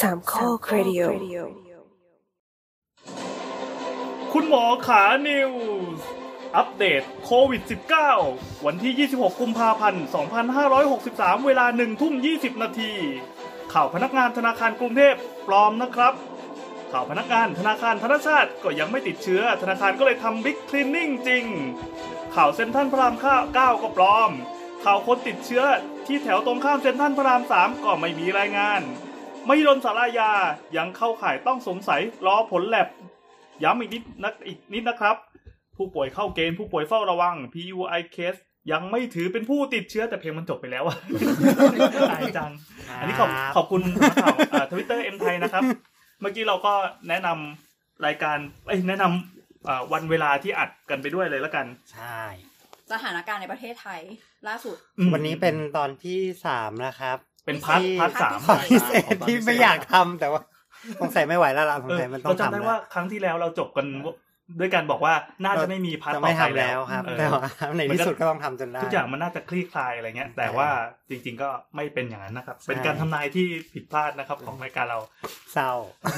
สามข้อครดิโอ คุณหมอขานิวส์อัปเดตโควิด -19 วันที่ 26 กุมภาพันธ์ 2563 เวลา1ทุ่ม 20 นาที ข่าวพนักงานธนาคารกรุงเทพปลอมนะครับ ข่าวพนักงานธนาคารธนชาติก็ยังไม่ติดเชื้อ ธนาคารก็เลยทำบิ๊กคลีนนิ่งจริง ข่าวเซ็นทรัลพระรามเก้าก็ปลอม ข่าวคนติดเชื้อที่แถวตรงข้ามเซ็นทรัลพระรามสามก็ไม่มีรายงาน ไม่ดนสารายายังเข้าข่ายต้องสงสัยรอผลแลบ ย้ำอีกนิดนะอีกนิดนะครับ ผู้ป่วยเข้าเกณฑ์ผู้ป่วยเฝ้าระวัง PUI case ยังไม่ถือเป็นผู้ติดเชื้อแต่เพลงมันจบไปแล้วอะ อายจัง อันนี้ขอบขอบคุณทวิตเตอร์เอ็มไทยนะครับ เมื่อกี้เราก็แนะนำรายการเอ้ยแนะนำอ่าวันเวลาที่อัดกันไปด้วยเลยแล้วกัน ใช่ สถานการณ์ในประเทศไทย ล่าสุด อืม วันนี้เป็นตอนที่สามนะครับ เป็นพาร์ท ที่ พาร์ทสาม ตอนพิเศษที่ไม่อยากทำแต่ว่าสงสัยไม่ไหวแล้วล่ะสง เออ สัยมันต้อ เรา งทำ จำได้ แล้ว ว่าครั้งที่แล้วเราจบกันด้วยการบอกว่าน่าจะไม่มีพาร์ท จะ ต่อ ไม่ ไป ทำ แล้ แล้ว วครับ เออ แต่ว่าในที่สุดก็ต้องทำจนได้ ทุกอย่างมันน่าจะคลี่คลายอะไรเงี้ย แต่ว่าจริง ๆ ก็ไม่เป็นอย่างนั้นนะครับ ใช่ เป็นการทำนายที่ผิดพลาดนะครับของรายการเรา เศร้า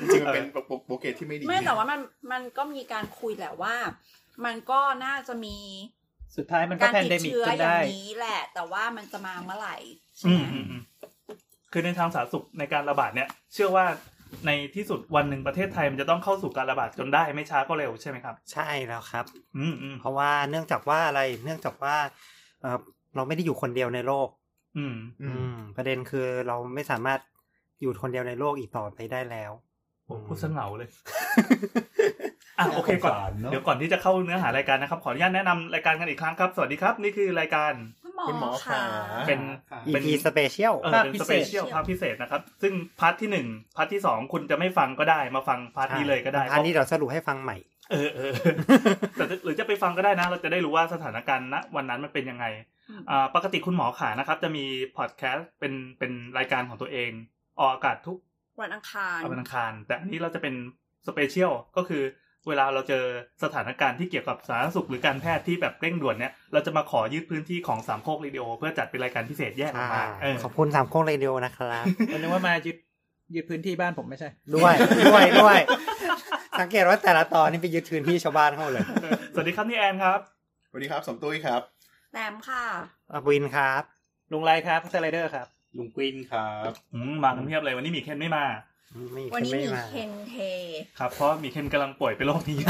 จริงๆมันเป็นโปรโปรโปรเกรสที่ไม่ดี ไม่แต่ว่ามันมันก็มีการคุยแหละว่า มันก็น่าจะมี สุดท้ายมันก็ การ แพน ติด เดมิก เชื้อ จน อย่าง ได้ นี้แหละ แต่ว่ามันจะมาเมื่อไหร่ใช่ อื ไหม มอืมอืมคือในทางสาธารณสุขในการระบาดเนี่ย เชื่อว่าในที่สุดวันหนึ่งประเทศไทยมันจะต้องเข้าสู่การระบาดจนได้ไม่ช้าก็เร็วใช่ไหมครับ ใช่แล้วครับ อืมอืม เพราะว่าเนื่องจากว่าอะไรเนื่องจากว่าเอ่อเราไม่ได้อยู่คนเดียวในโลก อืม อื อื ม ม ประเด็นคือเราไม่สามารถอยู่คนเดียวในโลกอีกต่อไปได้แล้ว โอ้พูดสเหงาเลย อ่ะโอเคก่อน่าสงสานรเนอะ เดี๋ยวก่อนที่จะเข้าเนื้อหารายการนะครับ ขออนุญาตแนะนำรายการกันอีกครั้งครับ สวัสดีครับ นี่คือรายการ คุณหมอขา เป็น เป็น EP Special เออ ภาค เป็น พิ ส เศ เป ษ เชียลภาคพิเศษนะครับ ซึ่งพาร์ทที่หนึ่งพาร์ทที่สองคุณจะไม่ฟังก็ได้มาฟังพาร์ทนี้เลยก็ได้ อันนี้เราสรุปให้ฟังใหม่ เออเออ แต่หรือจะไปฟังก็ได้นะ เราจะได้รู้ว่าสถานการณ์ณวันนั้นมันเป็นยังไงอ่าปกติคุณหมอขานะครับ จะมีพอดแคสต์เป็นเป็นรายการของตัวเอง ออกอากาศทุก วันอังคาร วันอังคาร แต่อันนี้เราจะเป็นสเปเชียลก็คือ เวลาเราเจอสถานการณ์ที่เกี่ยวกับสาธารณสุขหรือการแพทย์ที่แบบเร่งด่วนเนี่ยเราจะมาขอยืดพื้นที่ของสามโคกเรดิโอเพื่อจัดเป็นรายการพิเศษแยกออกมาเออ ขอบคุณสามโค้งเรดิโอนะครับ มันนึกว่ามายึดยึดพื้นที่บ้านผมไม่ใช่ ด้วยด้วยด้วย สังเกตว่าแต่ละตอนนี่ไปยึดทืนที่ชาวบ้านเขาเลย สวัสดีครับนี่แอนครับ สวัสดีครับสมตุ้ยครับ แรมค่ะ อับวินครับ ลุงไรครับสไลเดอร์ครับ ลุงกวินครับ อืมมากันเพียบเลยวันนี้หมีเคนไม่มา ไม่ วันนี้ ไม่ มี มา เคนเท ครับ เพราะหมีเคนกำลังป่วยเป็นโรคนี้อยู่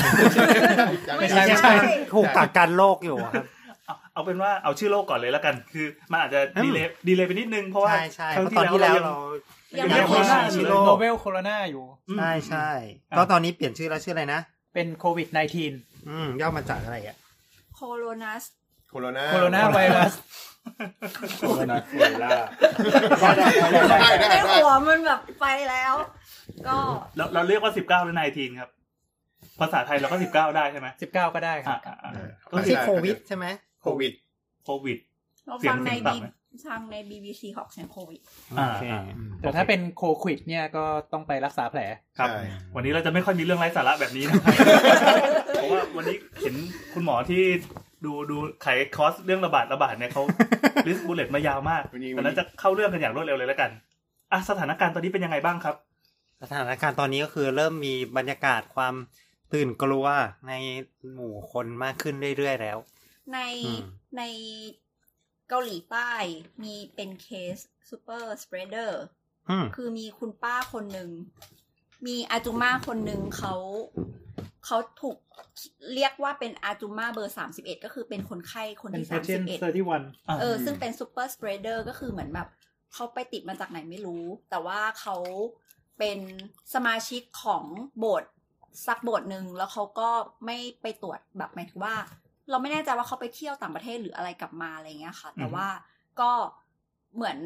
ไม่ใช่ ไม่ใช่ถูกกักกันโรคอยู่ครับ เอาเอาเป็นว่าเอาชื่อโรคก่อนเลยแล้วกัน คือมันอาจจะ อืม ดีเลยดีเลยไปนิดนึงเพราะว่า ใช่ใช่ ครั้ง เพราะตอน ที่ ที่ แล้ แล้วเราวเรา ยั ยัง ง ไม่ ไม่ ได้โควิดโควิด ห้า ชิ อยู่เล โร่ ย โนเวลโคโรนาอยู่ อืม ใช่ใช่ อ่ะ ก็ตอนนี้เปลี่ยนชื่อแล้วชื่ออะไรนะ เป็นโควิด -19 อืมย่อมาจากอะไรอ่ะ โคโรนัส โคโรนา โคโรนาไวรัส โคโรนาโคล่า ได้ได้ได้ได้ ได้ได้ ไอ้ ได้ หัวมันแบบไปแล้ว ก็ เราเราเรียกว่าสิบเก้าหรือนายทีนครับ ภาษาไทยเราก็สิบเก้าได้ใช่ไหม 19 ก็ได้ครั อ่ะ บ อ่ะอ่ะ ก็ชื่อโควิดใช่ไหม โควิด โควิด เรา เสีย ฟั ง งใน เสีบียงต่ำไหม ฟังใน BBC ของเสียงโควิด อ่า โอเค แต่ถ้าเป็นโควิดเนี่ยก็ต้องไปรักษาแผล ครับ ใช่ วันนี้เราจะไม่ค่อยมีเรื่องไร้สาระแบบนี้ นะครับ เพราะว่าวันนี้เห็นคุณหมอที่ดูดูไขคอร์สเรื่องระบาดระบาดเนี่ย เขาลิสต์บูเลตมายาวมาก วันนี้ แต่นั้นจะเข้าเรื่องกันอย่างรวดเร็วเลยแล้วกันอ่ะสถานการณ์ตอนนี้เป็นยังไงบ้างครับ สถานการณ์ตอนนี้ก็คือเริ่มมีบรรยากาศความตื่นกลัวในหมู่คนมากขึ้นเรื่อยๆแล้ว ใน อืม ในเกาหลีใต้มีเป็นเคสซูเปอร์สเปรเดอร์ อืม คือมีคุณป้าคนหนึ่ง มีอาจุม่าคนหนึ่งเขาเขาถูกเรียกว่าเป็นอาจุม่าเบอร์สามสิบเอ็ดก็คือเป็นคนไข้คน เป็น ที่ เพ สาม เท สิ น บเอ็ด 31 เออซึ่งเป็นซูเปอร์สเปรเดอร์ก็คือเหมือนแบบเขาไปติดมาจากไหนไม่รู้ แต่ว่าเขาเป็นสมาชิกของโบสถ์สักโบสถ์หนึ่งแล้วเขาก็ไม่ไปตรวจแบบหมายถึงว่า เราไม่แน่ใจว่าเขาไปเที่ยวต่างประเทศหรืออะไรกลับมาอะไรอย่างเงี้ยค่ะ แต่ อือฮึ ว่าก็เหมือน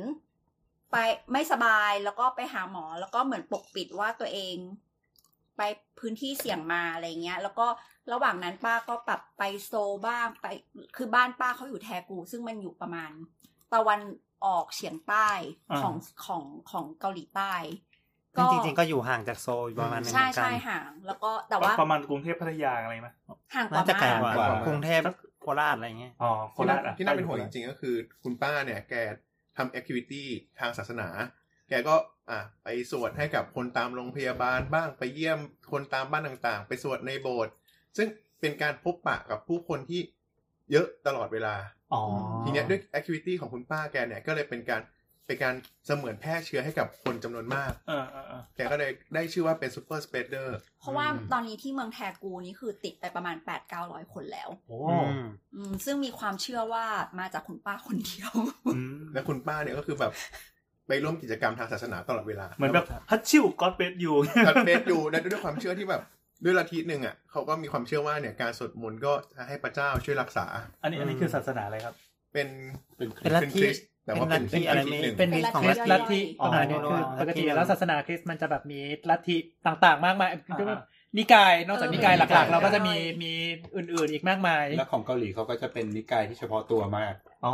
ไปไม่สบายแล้วก็ไปหาหมอ แล้วก็เหมือนปกปิดว่าตัวเอง ไปพื้นที่เสี่ยงมาอะไรเงี้ย แล้วก็ระหว่างนั้นป้าก็ปรับไปโซลบ้างไป คือบ้านป้าเขาอยู่แทกู ซึ่งมันอยู่ประมาณตะวันออกเฉียงใต้ของของของเกาหลีใต้ ซึ่งจริงๆก็อยู่ห่างจากโซลอยู่ประมาณหนึงเห ใช่ มือนกั ใช่ น ห่าง แล้วก็แต่ว่า ประมาณกรุงเทพพัทยาอะไรไหม ห่างก น่า ว่า จะไกล มาก กว่ากรุงเทพโคราชอะไรเงี้ย อ๋อโค ที่ ราชน่าอ่ะ ที่น่าเป็นห่วงจริงๆก็คือ คุณป้าเนี่ยแกทำแอคทิวิตี้ทางศาสนา แกก็อ่ะไปสวดให้กับคนตามโรงพยาบาลบ้างไปเยี่ยมคนตามบ้านต่างๆ ไปสวดในโบสถ์ซึ่งเป็นการพบปะกับผู้คนที่เยอะตลอดเวลา อ๋อ ทีเนี้ยด้วยแอคทิวิตี้ของคุณป้าแกเนี่ยก็เลยเป็นการเป็นการเสมือนแพร่เชื้อให้กับคนจำนวนมาก อ่าอ่าอ่า แกก็เลยได้ชื่อว่าเป็นซูเปอร์สเปเดอร์ เพราะว่าตอนนี้ที่เมืองแทกูนี่คือติดไปประมาณ8 9 0 0 คนแล้ว โอ้ อืม อืมซึ่งมีความเชื่อว่ามาจากคุณป้าคนเดียว อืม และคุณป้าเนี่ยก็คือแบบไปร่วมกิจกรรมทางศาสนาตลอดเวลา เหมือนแบบฮัตชิวก็อดเบสอยู่ ทัดเบ สอยู่และด้วยความเชื่อที่แบบด้วยลัทธิหนึ่งอ่ะเขาก็มีความเชื่อว่าเนี่ยการสวดมนต์ก็จะให้พระเจ้าช่วยรักษา อันนี้อันนี้คือศาสนาอะไรครับ เป็น เป็น เป็นลัทธิ คริสต์แต่ว่าเป็น เป็นลัทธิอะไรไม่ หนึ่ง เป็น เป็นลัทธิ ของลัทธิ ย่อยลัทธิ อ๋อ ประมาณเนี้ยคือ ลัทธิ ปกติแล้ว ย่อย ศาสนาคริสต์มันจะแบบมีลัทธิต่างๆ มากมาย อ่า นิกายนอกจากนิกายหลักๆ เออ เราก็จะมีมีอื่นๆอีกมากมาย แล้วของเกาหลีเขาก็จะเป็นนิกายที่เฉพาะตัวมาก อ๋อ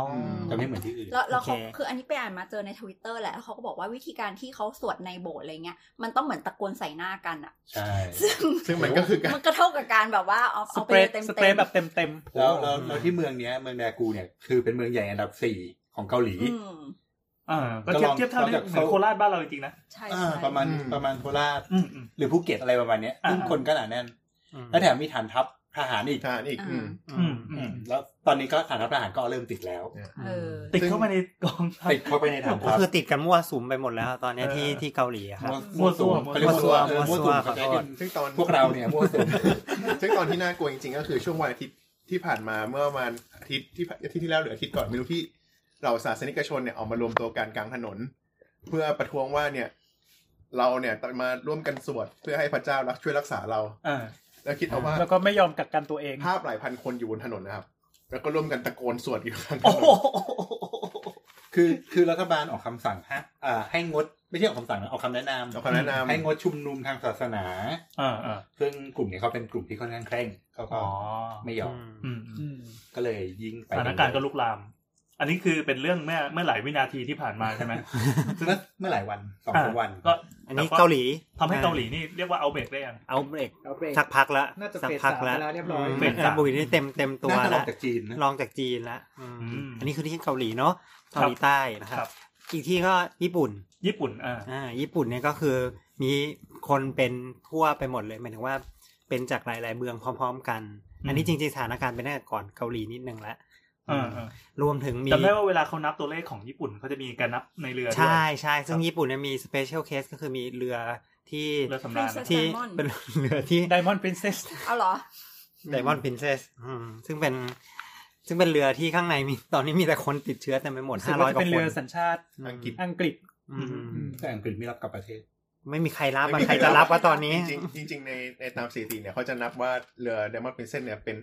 จะไม่เหมือนที่อื่น แล้วแล้วเขา โอเค คืออันนี้ไปอ่านมาเจอในทวิตเตอร์แหละแล้วเขาก็บอกว่าวิธีการที่เขาสวดในโบสถ์อะไรเงี้ยมันต้องเหมือนตะโกนใส่หน้ากันอะ ใช่ ซึ่ง ซึ่งมันก็คือการ มันก็เท่ากับการแบบว่าเอา ส เอา เป ไป ร เล ด ยเต็ม ส ๆ เปรดแบบเต็มเต็ม แล้วแล้วแล้วที่เมืองเนี้ยเมืองแดกูเนี่ยคือเป็นเมืองใหญ่อันดับสี่ของเกาหลี อืม อ่าก็เทียบเทียบเท่าได้เหมือนโคราชบ้านเราจริงๆนะ ใช่ อ่า ใช่ ประมาณ อืม ประมาณโคราช อืมอืม หรือภูเก็ตอะไรประมาณเนี้ย อ่า ซึ่งคนก็หนาแน่น แล้ และ ว แถมมีฐานทัพทหารอีก ทานอีกอืม อืม อื อื ม มแล้วตอนนี้ก็ฐานทัพทหารก็เริ่มติดแล้ว เออ ติดเข้ามาในกองทัพ ติดเข้าไปในฐาน ก็ ทัพ คือติดกันมั่วสุมไปหมดแล้วครับตอนเนี้ยที่ เออ ที่เกาหลีอะครับ มั่วซั่ว เขาเรียกมั่วซั่วเออ มั่ มั่ ว ว ซั่วซั่ว ขอโทษ ซึ่งตอน พวกเราเนี่ยมั่วซั่ว ซึ่งตอนที่น่ากลัวจริงๆก็คือช่วงวันอาทิตย์ที่ผ่านมาเมื่อประมาณอาทิตย์ที่อาทิตย์ที่แล้วหรืออาทิตย์ก่อนไม่รู้ที่เราศาสนิกชนเนี่ยออกมารวมตัวกันกลางถนน เพื่อประท้วงว่าเนี่ย เราเนี่ยต้องมาร่วมกันสวดเพื่อให้พระเจ้ารักช่วยรักษาเรา อ่า แล้วคิดเอาว่า ๆแล้วก็ไม่ยอมกักกันตัวเอง ภาพหลายพันคนอยู่บนถนนนะครับ แล้วก็ร่วมกันตะโกนสวดอยู่กลางถ โอ้ น โห น คือคือรัฐบาลออกคำสั่งฮะอ่าให้งดไม่ใช่ออกคำสั่งนะออกคำแนะนำ เอาคำแนะนำ ให้งดชุมนุมทางศาสนา อ่าอ่า ซึ่งกลุ่มเนี้เขาเป็นกลุ่มที่ค่อนข้างเคร่งเขาก็ อ๋อ ไม่ยอมอือืม มอืม ก็เลยยิงไป สถานการณ์ก็ลุกลาม อันนี้คือเป็นเรื่องเมื่อเมื่อหลายวินาทีที่ผ่านมาใช่ไหม ซึ่งเมื่อหลายวันสองสามวัน ก็ อันนี้ แต่ว่า เกาหลี ทำให้เกาหลีนี่เรียกว่าเอาเบรกได้ยัง เอาเบรกสักพักละ น่าจะ สั เฟส พักละ สามไปแล้วเรียบร้อย ม เฟสสาม บุยนี่เต็มเต็มตัว น่าจะล ละ งจากจีนนะ ลองจากจีนละอืม อืม อันนี้คือที่เกาหลีเนาะเกาหลีใต้นะครับ ครับ อีกที่ก็ญี่ปุ่น ญี่ปุ่นอ่า อ่าญี่ปุ่นเนี่ยก็คือมีคนเป็นทั่วไปหมดเลยหมายถึงว่าเป็นจากหลาย ๆเมืองพร้อม ๆ กัน อืม อันนี้จริงๆสถานการณ์เป็นตั้งแต่ก่อนเกาหลีนิดนึงละ อ่าอ่าร วมถึงมี จำได้ว่าเวลาเขานับตัวเลขของญี่ปุ่นเขาจะมีการนับในเรือด้วย ใช่ใช่ซึ่งญี่ปุ่นเนี่ยมีสเปเชียลเคสก็คือมีเรือที่ เรือสำราญ Princess ที่ Diamond เป็น เรือที่ ไดมอนด์พรินเซส เอาเหรอ ไดมอนด์พรินเซสซึ่งเป็นซึ่งเป็นเรือที่ข้างในมีตอนนี้มีแต่คนติดเชื้อเต็มไปหมด รู้สึ ห้าก ร้อ ว่าย จะ กว่า เป็น ค เรื น อสัญชาติ อังกฤษ อังกฤษ อืม แต่อังกฤษไม่รับกลับประเทศ ไม่มีใครรับ ไม่ อะ มี ใค ใค ร ร จะรับว่าตอนนี้ จริงๆจริงๆในในตามสถิติเนี่ยเขาจะนับว่าเรือเดมอนเป็นเส้นเนี่ยเป็น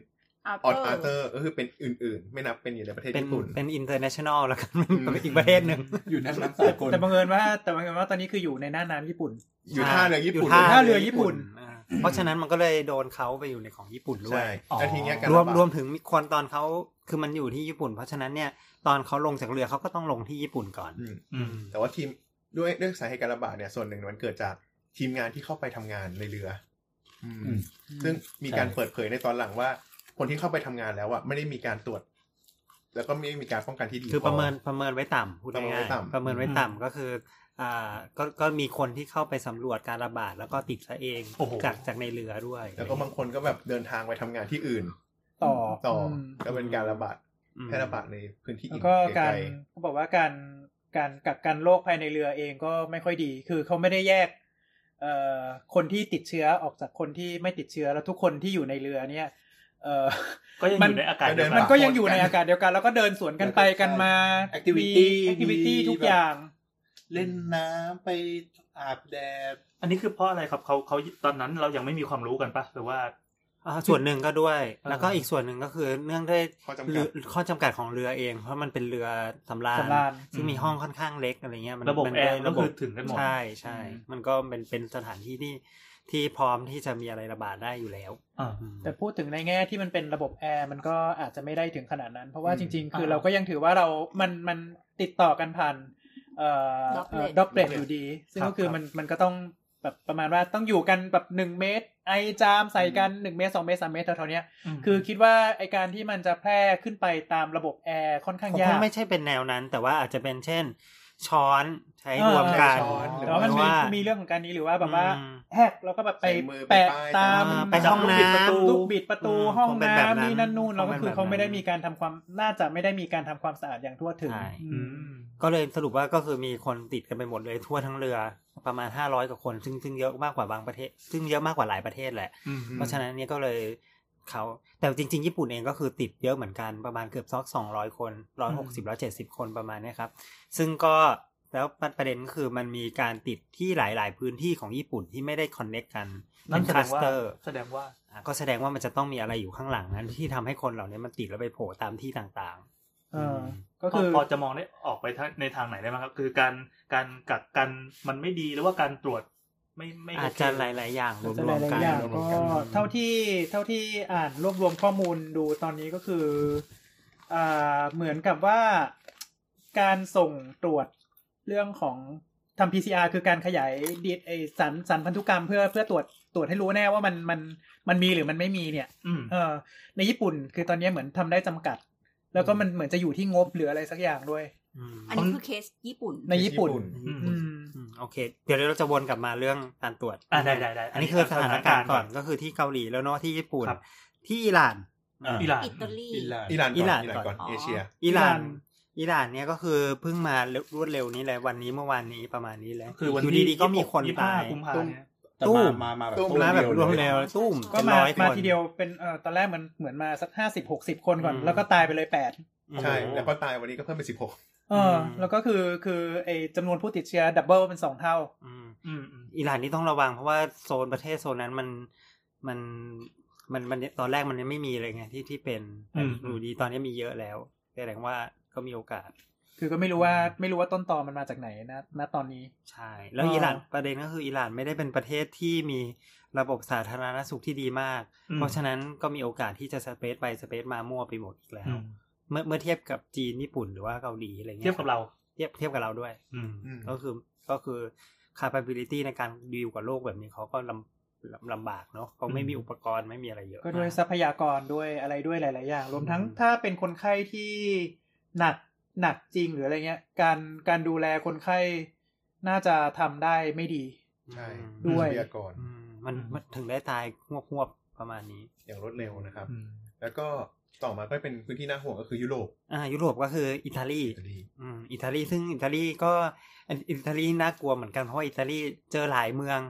ออ Upper ดอาร์เตอร์ก็คือเป็นอื่นๆ ไม่นับเป็นอยู่ในประเทศ เป็น ญี่ปุ่น เป็นอินเตอร์เนชั่นแนลแล้วกัน เป็น อืม อีกประเทศหนึ่ง อยู่ในน้ำสากล แต่บังเอิญว่าแต่บังเอิญว่าตอนนี้คืออยู่ในหน้าน้ำญี่ปุ่น อยู่ท่าเรือญี่ปุ่น ยู่ ท่าเรือญี่ปุ่น อ่าเพราะฉะนั้นมันก็เลยโดนเขาไปอยู่ในของญี่ปุ่นด้ว ใช่ ย แล้วทีเนี้ยการวมระบาด รวมถึงมีคนตอนเขาคือมันอยู่ที่ญี่ปุ่น เพราะฉะนั้นเนี่ยตอนเขาลงจากเรือเขาก็ต้องลงที่ญี่ปุ่นก่อน อืม อืม แต่ว่าทีมด้วยด้วยสาเหตุการระบาดเนี่ยส่วนหนึ่งมันเกิดจากทีมงานที่เข้าไปทำงานในเรืออ อืม ซึ่งมีการ ใช่ เปิดเผยในตอนหลังว่า คนที่เข้าไปทำงานแล้วอะไม่ได้มีการตรวจ แล้วก็ไม่ได้มีการป้องกันที่ดี คือ พ ประเมินประเมินไว้ต่ำพูด ประเมินไว้ ง่าย ต่ำ ๆประเมินไว้ต่ำก็คืออ่าก็ก็มีคนที่เข้าไปสำรวจการระบาดแล้วก็ติดซะเอง โอ้โห จากจากในเรือด้วย แล้วก็บางคนก็แบบเดินทางไปทำงานที่อื่น ต่อ ต่ออ ม ก็เป็นการระบาด อืม แพร่ระบาดในพื้นที่ แล้วก็ ไก กา ล รเขาบอกว่าการการกักกันโรคภายในเรือเองก็ไม่ค่อยดี คือเขาไม่ได้แยกเอ่อคนที่ติดเชื้อออกจากคนที่ไม่ติดเชื้อแล้วทุกคนที่อยู่ในเรือเนี่ยเอ่อ ก็ยังอยู่ในอากาศเดียว มัน กั ก็ น ยังอยู่ในอากาศเดียวกันแล้วก็เดินสวนกันไปกันมา Activity แอคทิวิตี้ มี ทุกอย่าง เล่นน้ำไปอาบแดด อันนี้คือเพราะอะไรครับเขาเขาตอนนั้นเรายังไม่มีความรู้กันปะหรือว่า อ่าส่วนหนึ่งก็ด้วย เออ แล้วก็อีกส่วนหนึ่งก็คือเนื่องด้วย ๆข้อจำ เรื กั อ ด ข้อจำกัดของเรือเอง เพราะมันเป็นเรือสำราญ สำราญ ซึ่งมีห้องค่อนข้างเล็กอะไรเงี้ยมั ระบบ มัน แอร์ ด้วย ก็คือถึงกันหมด ใช่ใช่ อืม มันก็เป็นเป็นสถานที่ที่ที่พร้อมที่จะมีอะไรระบาดได้อยู่แล้ว อ่า อืม แต่พูดถึงในแง่ที่มันเป็นระบบแอร์มันก็อาจจะไม่ได้ถึงขนาดนั้น เพราะว่า อืม จริง ๆ คืออา เราก็ยังถือว่าเรา มันมันติดต่อกันผ่านเอ่อ Droplet ด็อกเบรดอยู่ดี ซึ่งก็คือมันมันก็ต้องแบบประมาณว่าต้องอยู่กันแบบหนึ่งเมตร ไอจามใส่กันหนึ่งเมตรสองเมตรสามเมตรเท่าๆเนี้ยคือคิดว่าไอการที่มันจะแพร่ขึ้นไปตามระบบแอร์ค่อนข้าง คง ยาก ไม่ใช่เป็นแนวนั้น แต่ว่าอาจจะเป็นเช่น ช้อนใช้ เออ รวมกัน ใช้ช้อนหรื แต่ว่ามันมี ว่า มีเรื่องของการนี้หรือว่าแบบว่า อืม แฮกแล้วก็แบบไป ใส่มือไป แปะ ป้าย ตา ตาม ม ไปห้องน้ำ ลูกบิดประตู อืม ห้อง คงเป็นแบบนั้น น้ำนี่นั่นนู่นแล้วก็คือ ค เขา งเป็นแบบนั้น ไม่ได้มีการทำความน่าจะไม่ได้มีการทำความสะอาดอย่างทั่วถึง ใช่อือืม ม ก็เลยสรุปว่าก็คือมีคนติดกันไปหมดเลยทั่วทั้งเรือประมาณ 500 กว่าคน ซึ่งซึ่งเยอะมากกว่าบางประเทศ ซึ่งเยอะมากกว่าหลายประเทศแหละ อืม เพราะฉะนั้นเนี่ยก็เลยเขาแต่จริง ๆ ญี่ปุ่นเองก็คือติดเยอะเหมือนกันประมาณเกือบซอกสองร้อยคนร้อยหกสิบร้อยเจ็ดสิบคนประมาณเนี้ยครับ ซึ่งก็แล้วประเด็นก็คือมันมีการติดที่หลาย ๆ พื้นที่ของญี่ปุ่นที่ไม่ได้คอนเน็กกัน นั่น เป็ แสดคลั ง ส ว่า เตอร์ แสดงว่า อ่ะก็แสดงว่ามันจะต้องมีอะไรอยู่ข้างหลังนั้น ที่ทำให้คนเหล่านี้มันติดแล้วไปโผล่ตามที่ต่าง เออ ม ก็คือ พอจะมองได้ออกไปทางในทางไหนได้ไหมครับ คือการการกักกันมันไม่ดีหรือว่าการตรวจไม่ไม่ ๆ โเค อาจจะหลาย ๆ อย่างร อาจจะห วม ลา ๆกันยๆอย่าง รวมๆกั ก็ น เท่าที่เท่าที่อ่านรวบรวมข้อมูลดูตอนนี้ก็คืออ่าเหมือนกับว่าการส่งตรวจเรื่องของทำ PCR คือการขยายดีไอสารสารพันธุกรรมเพื่อเพื่อตรวจตรวจให้รู้แน่ว่ามันมันมันมีหรือมันไม่มีเนี่ย อืม เออในญี่ปุ่นคือตอนนี้เหมือนทำได้จำกัด แล้วก็มันเหมือนจะอยู่ที่งบหรืออะไรสักอย่างด้วย อืม อันนี้คือเคสญี่ปุ่น ในญี่ปุ่น อืม อืม อืมโอเค เดี๋ยวเราจะวนกลับมาเรื่องการตรวจ อ่าได้ได้ได้ อันนี้คือสถานการณ์ก่อนก็คือที่เกาหลีแล้วเนาะที่ญี่ปุ่น ครับ ที่อิหร่าน อ่า อิหร่าน อิตาลี อิหร่าน อิหร่าน อิ ก่อน หร่านก่อิหร่านก่ อ อน นเอเชีย อิหร่าน อิหอิหร่านร่านเนี่ยก็คือเพิ่งมารวดเร็วนี้เลยวันนี้เมื่อวานนี้ประมาณนี้เลย คือวัน ยู่ ที่ ดีๆก็มีคน ยี่สิบห้ ตาย กุมภาพันธ์เนี่ย แต่ ตู้ มามามาแบบ ตู้ มาแบบรวด ลย เร็วตุ้ม ก็ เป็น มา ร้อยคน มาทีเดียวเป็นเออตอนแรกมันเหมือนมาสักห้าสิบหกสิบคนก่อน อืม แล้วก็ตายไปเลยแปด อืม ใช่ แล้วก็ตายวันนี้ก็เพิ่มเป็นสิบหก เอออ ม แล้วก็คือคือไอจำนวนผู้ติดเชื้อดับเบิลเป็นสองเท่า อืม อืมอืม อิหร่านนี่ต้องระวังเพราะว่าโซนประเทศโซนนั้นมันมันมันมันตอนแรกมันยังไม่มีเลยไงที่ที่เป็นแต่อยู่ดีตอนนี้มีเยอะแล้วแสดงว่าก็มีโอกาส คือก็ไม่รู้ว่าไม่รู้ว่าต้นตอมันมาจากไหนนะณตอนนี้ ใช่ แล้ว อ่า อิหร่านประเด็นก็คืออิหร่านไม่ได้เป็นประเทศที่มีระบบสาธารณสุขที่ดีมาก อืม เพราะฉะนั้นก็มีโอกาสที่จะสเปซไปสเปซมามั่วไปหมดอีกแล้ว อืม เมื่อเมื่อเทียบกับจีนญี่ปุ่นหรือว่าเกาหลีอะไรเงี้ย เทียบกับเรา เทียบเทียบกับเราด้วย อืม อืม ก็คือก็คือ capability ในการดีลกับโลกแบบนี้เขาก็ลำลำลำบากเนาะเขาไม่มี อืม อุปกรณ์ไม่มีอะไรเยอะ ก็ด้วยท มา รัพยากรด้วยอะไรด้วยหลาย ๆ อย่าง รวมทั้ง อืม ถ้าเป็นคนไข้ที่หนักหนักจริงหรืออะไรเงี้ย การการดูแลคนไข้น่าจะทำได้ไม่ดี ใช่ อืม ด้วย ทรัพยากร อืมมันมันถึงได้ตายหวบๆประมาณนี้ อย่างรวดเร็วนะครับ อืม แล้วก็ต่อมาก็เป็นพื้นที่น่าห่วงก็คือยุโรป อ่ายุโรปก็คืออิตาลี อิตาลี อืมอิตาลีซึ่งอิตาลีก็อันอิตาลีน่ากลัวเหมือนกันเพราะว่าอิตาลีเจอหลายเมือง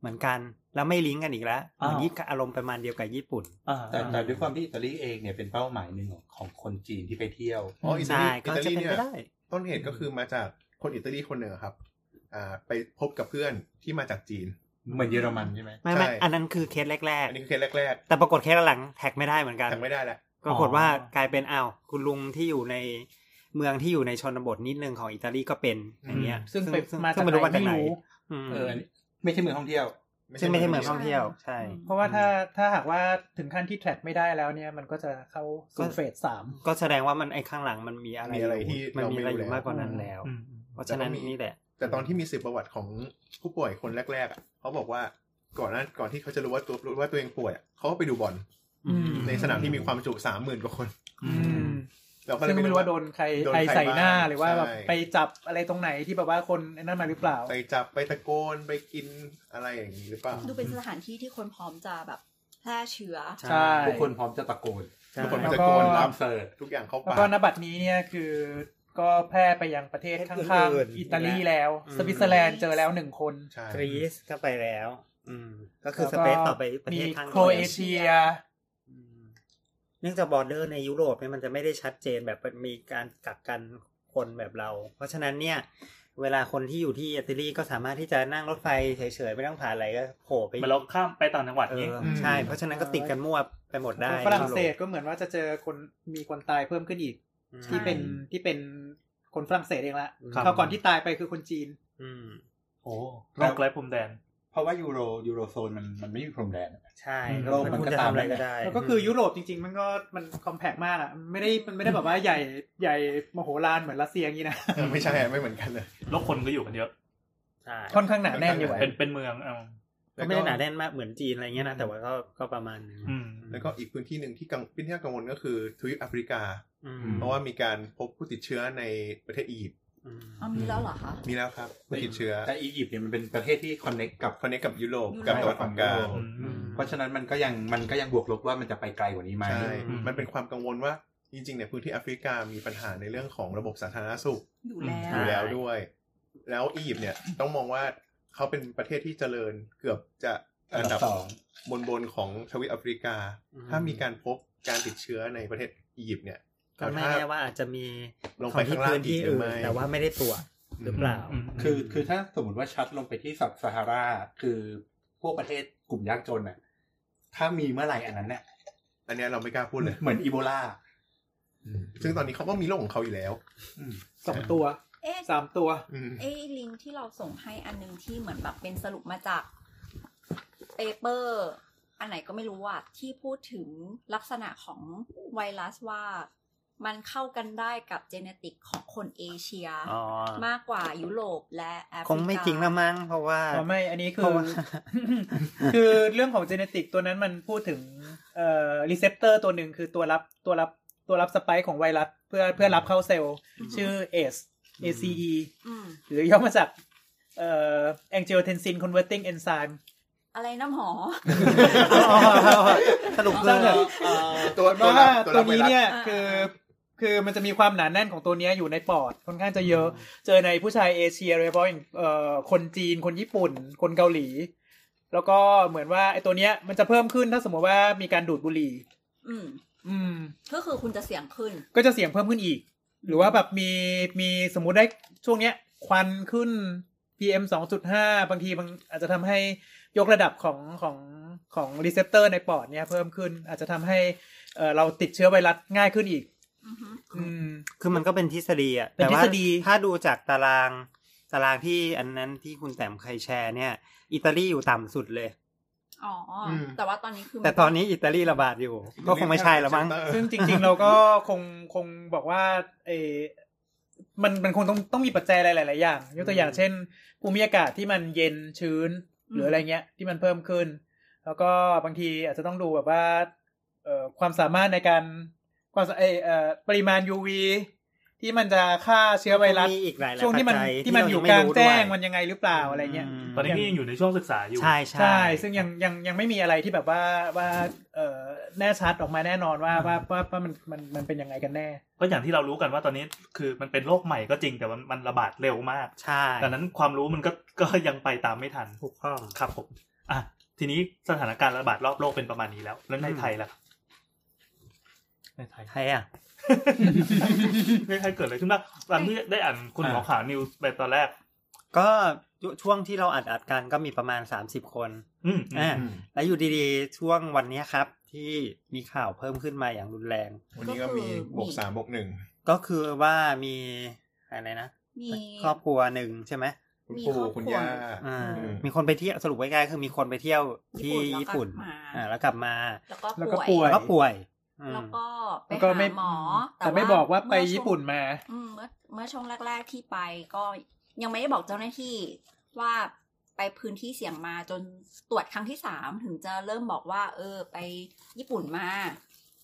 เหมือนกัน แล้วไม่ลิงก์กันอีกแล้วเหมือนญี่ปุ่นอารมณ์ประมาณเดียวกับญี่ปุ่น อ่า แต่แต่ด้วยความที่อิตาลีเองเนี่ยเป็นเป้าหมายหนึ่งของของคนจีนที่ไปเที่ยว อ๋ออิตา ใช่ ลี ก็ อิตา จะ ลี เป็น เนี่ ไป ย ได้ ต้นเหตุก็คือมาจากคนอิตาลีคนหนึ่งอะครับ อ่า ไปพบกับเพื่อนที่มาจากจีน เหมือนเยอรมันใช่ไหม ไม่ไม่ ใช่ อันนั้นคือเคสแรก อันนี้คือเคสแรก ๆ แต่ปรากฏเคสหลังๆแท็กไม่ได้เหมือนกัน ๆทำไม่ได้แหละ ปรากฏว่ากลายเป็นอ้าวคุณลุงที่อยู่ในเมืองที่อยู่ในชนบทนิดนึงของอิตาลีก็เป็นอย่างเงี้ย ซึ่งไปมาจาก ซึ่งไม่รู้ว่าจากไหน ไม่รู้ อืม เอออันนี้ไม่ใช่เมืองท่องเที่ยว ซึ่งไม่ใช่เมืองท่องเที่ยวใช่ เพราะว่าถ้าถ้าหากว่าถึงขั้นที่แทร็กไม่ได้แล้วเนี่ย มันก็จะเข้าสู่ ก็ เฟสสาม ก็แสดงว่ามันไอ้ข้างหลังมันมีอะไร มีอะไรที่ มัน เรา มี ไม่ อะไร รู้ อยู่ แล้ว มากกว่านั้นแล้ว อืม เพราะฉะนั้นนี่แหละ แต่ตอนที่มีสืบประวัติของผู้ป่วยคนแรกๆอ่ะเขาบอกว่าก่อนหนั้นก่อนที่เขาจะรู้ว่าตัวรู้ว่าตัวเองป่วยอะเขาก็ไปดูบอล อืม ในสนามที่มีความจุสามหมื่นกว่าคน อื อื ม ม เราก็เล ซึ่ ย งไม่รู้ว่าโดนใครใครใส่หน้า บ้ง หรือว่าแบบ ใช่ ไปจับอะไรตรงไหนที่แบบว่าคนไอ้นั่นมาหรือเปล่า ไปจับไปตะโกนไปกินอะไรอย่างนี้หรือเปล่า ดูเป็นสถานที่ที่คนพร้อมจะแบบแพร่เชื้อ ใช่ ทุกคนพร้อมจะตะโกน ใช่ ทุกคน แล้ว ตะ ก็ โกน ตา รับ มเสิร์ช ทุกอย่างเข้า แล้ว ปาก ก็นบัตรนี้เนี่ยคือก็แพร่ไปยังประเทศข้าง อื่น ๆ ๆ อิตาลีแล้ว อืม สวิตเซอร์แลนด์เจอแล้วหนึ่งคน ใช่ กรีซก็ไปแล้ว อืม ก็คือ แล้ว ส ก็ เปซต่อไปประเทศ มี ข้าง โครเอเชีย อืมเนื่องจากบอร์เดอร์ในยุโรปเนี่ยมันจะไม่ได้ชัดเจนแบบมีการกักกันคนแบบเรา เพราะฉะนั้นเนี่ย เวลาคนที่อยู่ที่อิตาลีก็สามารถที่จะนั่งรถไฟเฉยๆ ไม่ต้องผ่านอะไรก็โผล่ไป เหมันเราข้ามไปต่างจังหวัด เอ นี้ อ อืม ใช่ เพราะฉะนั้นก็ติดกันมั่วไปหมดได้ ฝรั่งเศสก็เหมือนว่าจะเจอคนมีคนตายเพิ่มขึ้นอีก อืม ที่เป็นที่เป็นคนฝรั่งเศสเองละ ครับ เขาวก่อนที่ตายไปคือคนจีน อืม โอ้โรคไร้พรมแดน เพราะว่ายูโรยูโรโซนมันมันไม่มีพรมแดน ใช่ อืม โลกมันคุณจะทำอะไรก็ได้ แล้วก็คือยุโรปจริง ๆ มันก็มันคอมแพกมากอ่ะมันไม่ได้มันไม่ได้แบบว่าใหญ่ใหญ่มโหฬารเหมือนรัสเซียอย่างนี้นะ เออไม่ใช่อะไม่เหมือนกันเลย โรคคนก็อยู่กันเยอะ ใช่ ค่อนข้างหนาแน่นอยู่อะ เป็นเป็นเมืองเอา ก็ไม่ได้หนาแน่นมากเหมือนจีนอะไรเงี้ยนะ แต่ว่าก็ก็ประมาณนึง อืม แล้วก็อีกพื้นที่หนึ่งที่กังพื้นที่น่ากังวลก็คือทวีปแอฟริกา อืม เพราะว่ามีการพบผู้ติดเชื้อในประเทศอียิปต์ อืม เอามีแล้วเหรอคะ มีแล้วครับผู้ติดเชื้อ แต่อียิปต์เนี่ยมันเป็นประเทศที่คอนเน็กกับ คอนเนคกับยุโรป ยุโรป กับตะวันออกกลาง อื อืม เพราะฉะนั้นมันก็ยังมันก็ยังบวกลบว่ามันจะไปไกลกว่านี้ไหม ใช่ อืม มันเป็นความกังวลว่าจริงๆเนี่ยพื้นที่แอฟริกามีปัญหาในเรื่องของระบบสาธารณสุข อยู่แล้ อ ว ยู่แล้วด้วย แล้วอียิปต์เนี่ยต้องมองว่าเขาเป็นประเทศที่เจริญเกือบจะ อั อั น น ดั ดั บบ สอง บนบนๆของทวีปแอฟริกา อืม ถ้ามีการพบการติดเชื้อในประเทศอียิปต์เนี่ย ก็ไม่แน่ว่าอาจจะมี ลงไปข้างล่าง น อี ที่ กหรือ อื่น ไม่ แต่ว่าไม่ได้ตรวจหรือเปล่า อืม คือคือถ้าสมมติว่าชัดลงไปที่ซับซาฮาราคือพวกประเทศกลุ่มยากจนน่ะ ถ้ามีเมื่อไหร่อันนั้นเนี่ย อันเนี้ยเราไม่กล้าพูดเลย เหมือนอีโบลา ซึ่งตอนนี้เขาก็มีโรคของเขาอยู่แล้ว สองตัว เอ๊ะ สามตัว อืม เอ๊ะลิงก์ที่เราส่งให้อันหนึงที่เหมือนแบบเป็นสรุปมาจากเปเปอร์ อันไหนก็ไม่รู้อะที่พูดถึงลักษณะของไวรัสว่า มันเข้ากันได้กับเจเนติกของคนเอเชีย อ๋อ มากกว่ายุโรปและแอฟริกา คงไม่จริงละมั้งเพราะว่า อ๋อไม่อันนี้คื เพ อ ราะ ว่า คือเรื่องของเจเนติกตัวนั้นมันพูดถึงเอ่อรีเซพเตอร์ตัวหนึ่งคือตัวรับตัวรับตัวรับสไปค์ของไวรัสเพื่อเพื่อรับเข้าเซลล์ ชื่อ ACE ACE ม หรือย่อมาจากเอ่อ angiotensin converting enzyme อะไรน้ำหอม สรุปคือ ตัว ว่า รับ ตั รั ว บ นี้ ไรัส เนี่ย อ่า คือคือมันจะมีความหนาแน่นของตัวเนี้ยอยู่ในปอดค่อนข้างจะเยอะ เจอในผู้ชายเอเชียโดยเฉพาะอย่างเอ่อคนจีนคนญี่ปุ่น คนเกาหลี แล้วก็เหมือนว่าไอ้ตัวเนี้ยมันจะเพิ่มขึ้นถ้าสมมติว่ามีการดูดบุหรี่ อืม อืม ก็คือคุณจะเสียงขึ้น ก็จะเสียงเพิ่มขึ้นอีก หรือว่าแบบมีมีสมมุติได้ช่วงเนี้ย ควันขึ้น PM 2.5 บางทีมันอาจจะทำให้ยกระดับของของของรีเซพเตอร์ในปอดเนี่ยเพิ่มขึ้นอาจจะทำให้เอ่อเราติดเชื้อไวรัสง่ายขึ้นอีก อือฮึ อืม คือมันก็เป็นทฤษฎีอ่ะ เป็น แต่ ทฤ ว่า ษฎี ถ้าดูจากตารางตารางที่อันนั้นที่คุณแต้มเคยแชร์เนี่ย อิตาลีอยู่ต่ำสุดเลย อ๋ออ ม แต่ว่าตอนนี้คือมั แต่ตอนนี้อิตาลีระบาดอยู่ ก็คงไม่ใช่แล้วมั้ง ซึ่งจริงๆ เราก็ คงคงบอกว่าเออมันมันคงต้องต้องมีปัจจัยหลายๆอย่าง ยกตัวอย่าง อืม เช่นภูมิอากาศที่มันเย็นชื้น หรืออะไรเงี้ย ที่มันเพิ่มขึ้น แล้วก็บางทีอาจจะต้องดูแบบว่าเอ่อความสามารถในการความสาเอ่อเอ่อปริมาณ UV ที่มันจะฆ่าเชื้อไวรัส มีอีกหลายๆ ช่วงที่มัน ปัจจั ที่มันอยู่ เร กลาง ไม่รู้ด้แจ้งวย มันยังไงหรือเปล่าอะไรเงี้ย ม ตอนนี้ก็ยังอยู่ในช่วงศึกษาอยู่ ใช่ ใช่ ซึ่งยังยังยังไม่มีอะไรที่แบบว่าว่าเอ่อแน่ชัดออกมาแน่นอนว่าว่าว่าว่ามันมันมันเป็นยังไงกันแน่ ก็อย่างที่เรารู้กันว่าตอนนี้คือมันเป็นโรคใหม่ก็จริงแต่มันมันระบาดเร็วมาก ใช่ ดังนั้นความรู้มันก็ก็ยังไปตามไม่ทัน ถูกต้อง ครับผม อ่ะ ทีนี้สถานการณ์ระบาดรอบโลกเป็นประมาณนี้แล้ว แล้วใน อืม ไทยล่ะครับในไทย ใครอ่ะ ในไทยเกิดอะไรขึ้นบ้างตอนที่ได้อ่านคุณหมอขาวนิวส์ไปตอนแรก ก็ช่วงที่เราอัดอัดกันก็มีประมาณ 30 คน อืม อ่า อืม แล้วอยู่ดีๆ ช่วงวันเนี้ยครับ ที่มีข่าวเพิ่มขึ้นมาอย่างรุนแรง วันนี้ก็มีบวกสามบวกหนึ่ง ก็คือว่ามีอะไรนะ มี ครอบครัวหนึ่งใช่ไหม คุณ มี ปู่ ครอบครัว คุณย่า อ่า อืม มีคนไปเที่ยวสรุปไว้ง่ายๆคือมีคนไปเที่ยวที่ ญี่ ญี่ ปุ่ ปุ่ น น แล้วกลับมา อ่าแล้วกลับมา แล้วก็ แล้วก็ป่ ป่ ว วย ย แล้วก็ป่วยอืม แล้วก็ไป แล้วก็ไม่ หาหมอ แต่ไม่บอกว่าไปญี่ปุ่นมา อืมเมื่อเมื่อช่วงแรก ๆที่ไปก็ยังไม่ได้บอกเจ้าหน้าที่ว่าไปพื้นที่เสี่ยงมาจนตรวจครั้งที่สามถึงจะเริ่มบอกว่า เออ ไปญี่ปุ่นมา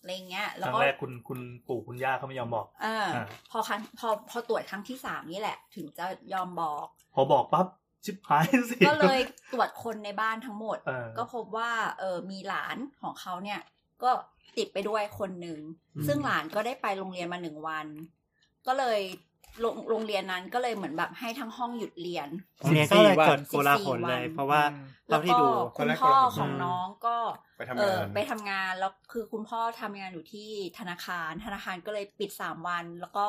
อะไรเงี้ย ค แล้ว รั้ง ก็ แรกคุณคุณปู่คุณย่าเขาไม่ยอมบอก เอออา พอครั้งพอพอตรวจครั้งที่สามนี่แหละ ถึงจะยอมบอก พอบอกปั๊บชิบหายสิ ก็เลยตรวจคนในบ้านทั้งหมด เออ ก็พบว่าเออมีหลานของเขาเนี่ย ก็ติดไปด้วยคนหนึ่ง อืม ซึ่งหลานก็ได้ไปโรงเรียนมาหนึ่งวัน ก็เลยโรงโรงเรียนนั้นก็เลยเหมือนแบบให้ทั้งห้องหยุดเรียน โรงเรียนก็เลยเกิด 14 โกลาหล วัน เลย เพราะว่า อืม แล้ เท่าว ที่ ก็ ดู คุณ แล้วก็ พ่อของน้องก็ ไปเองทำา อน ไปทำงานแล้วคือคุณพ่อทำงานอยู่ที่ธนาคาร ธนาคารก็เลยปิดสามวัน แล้วก็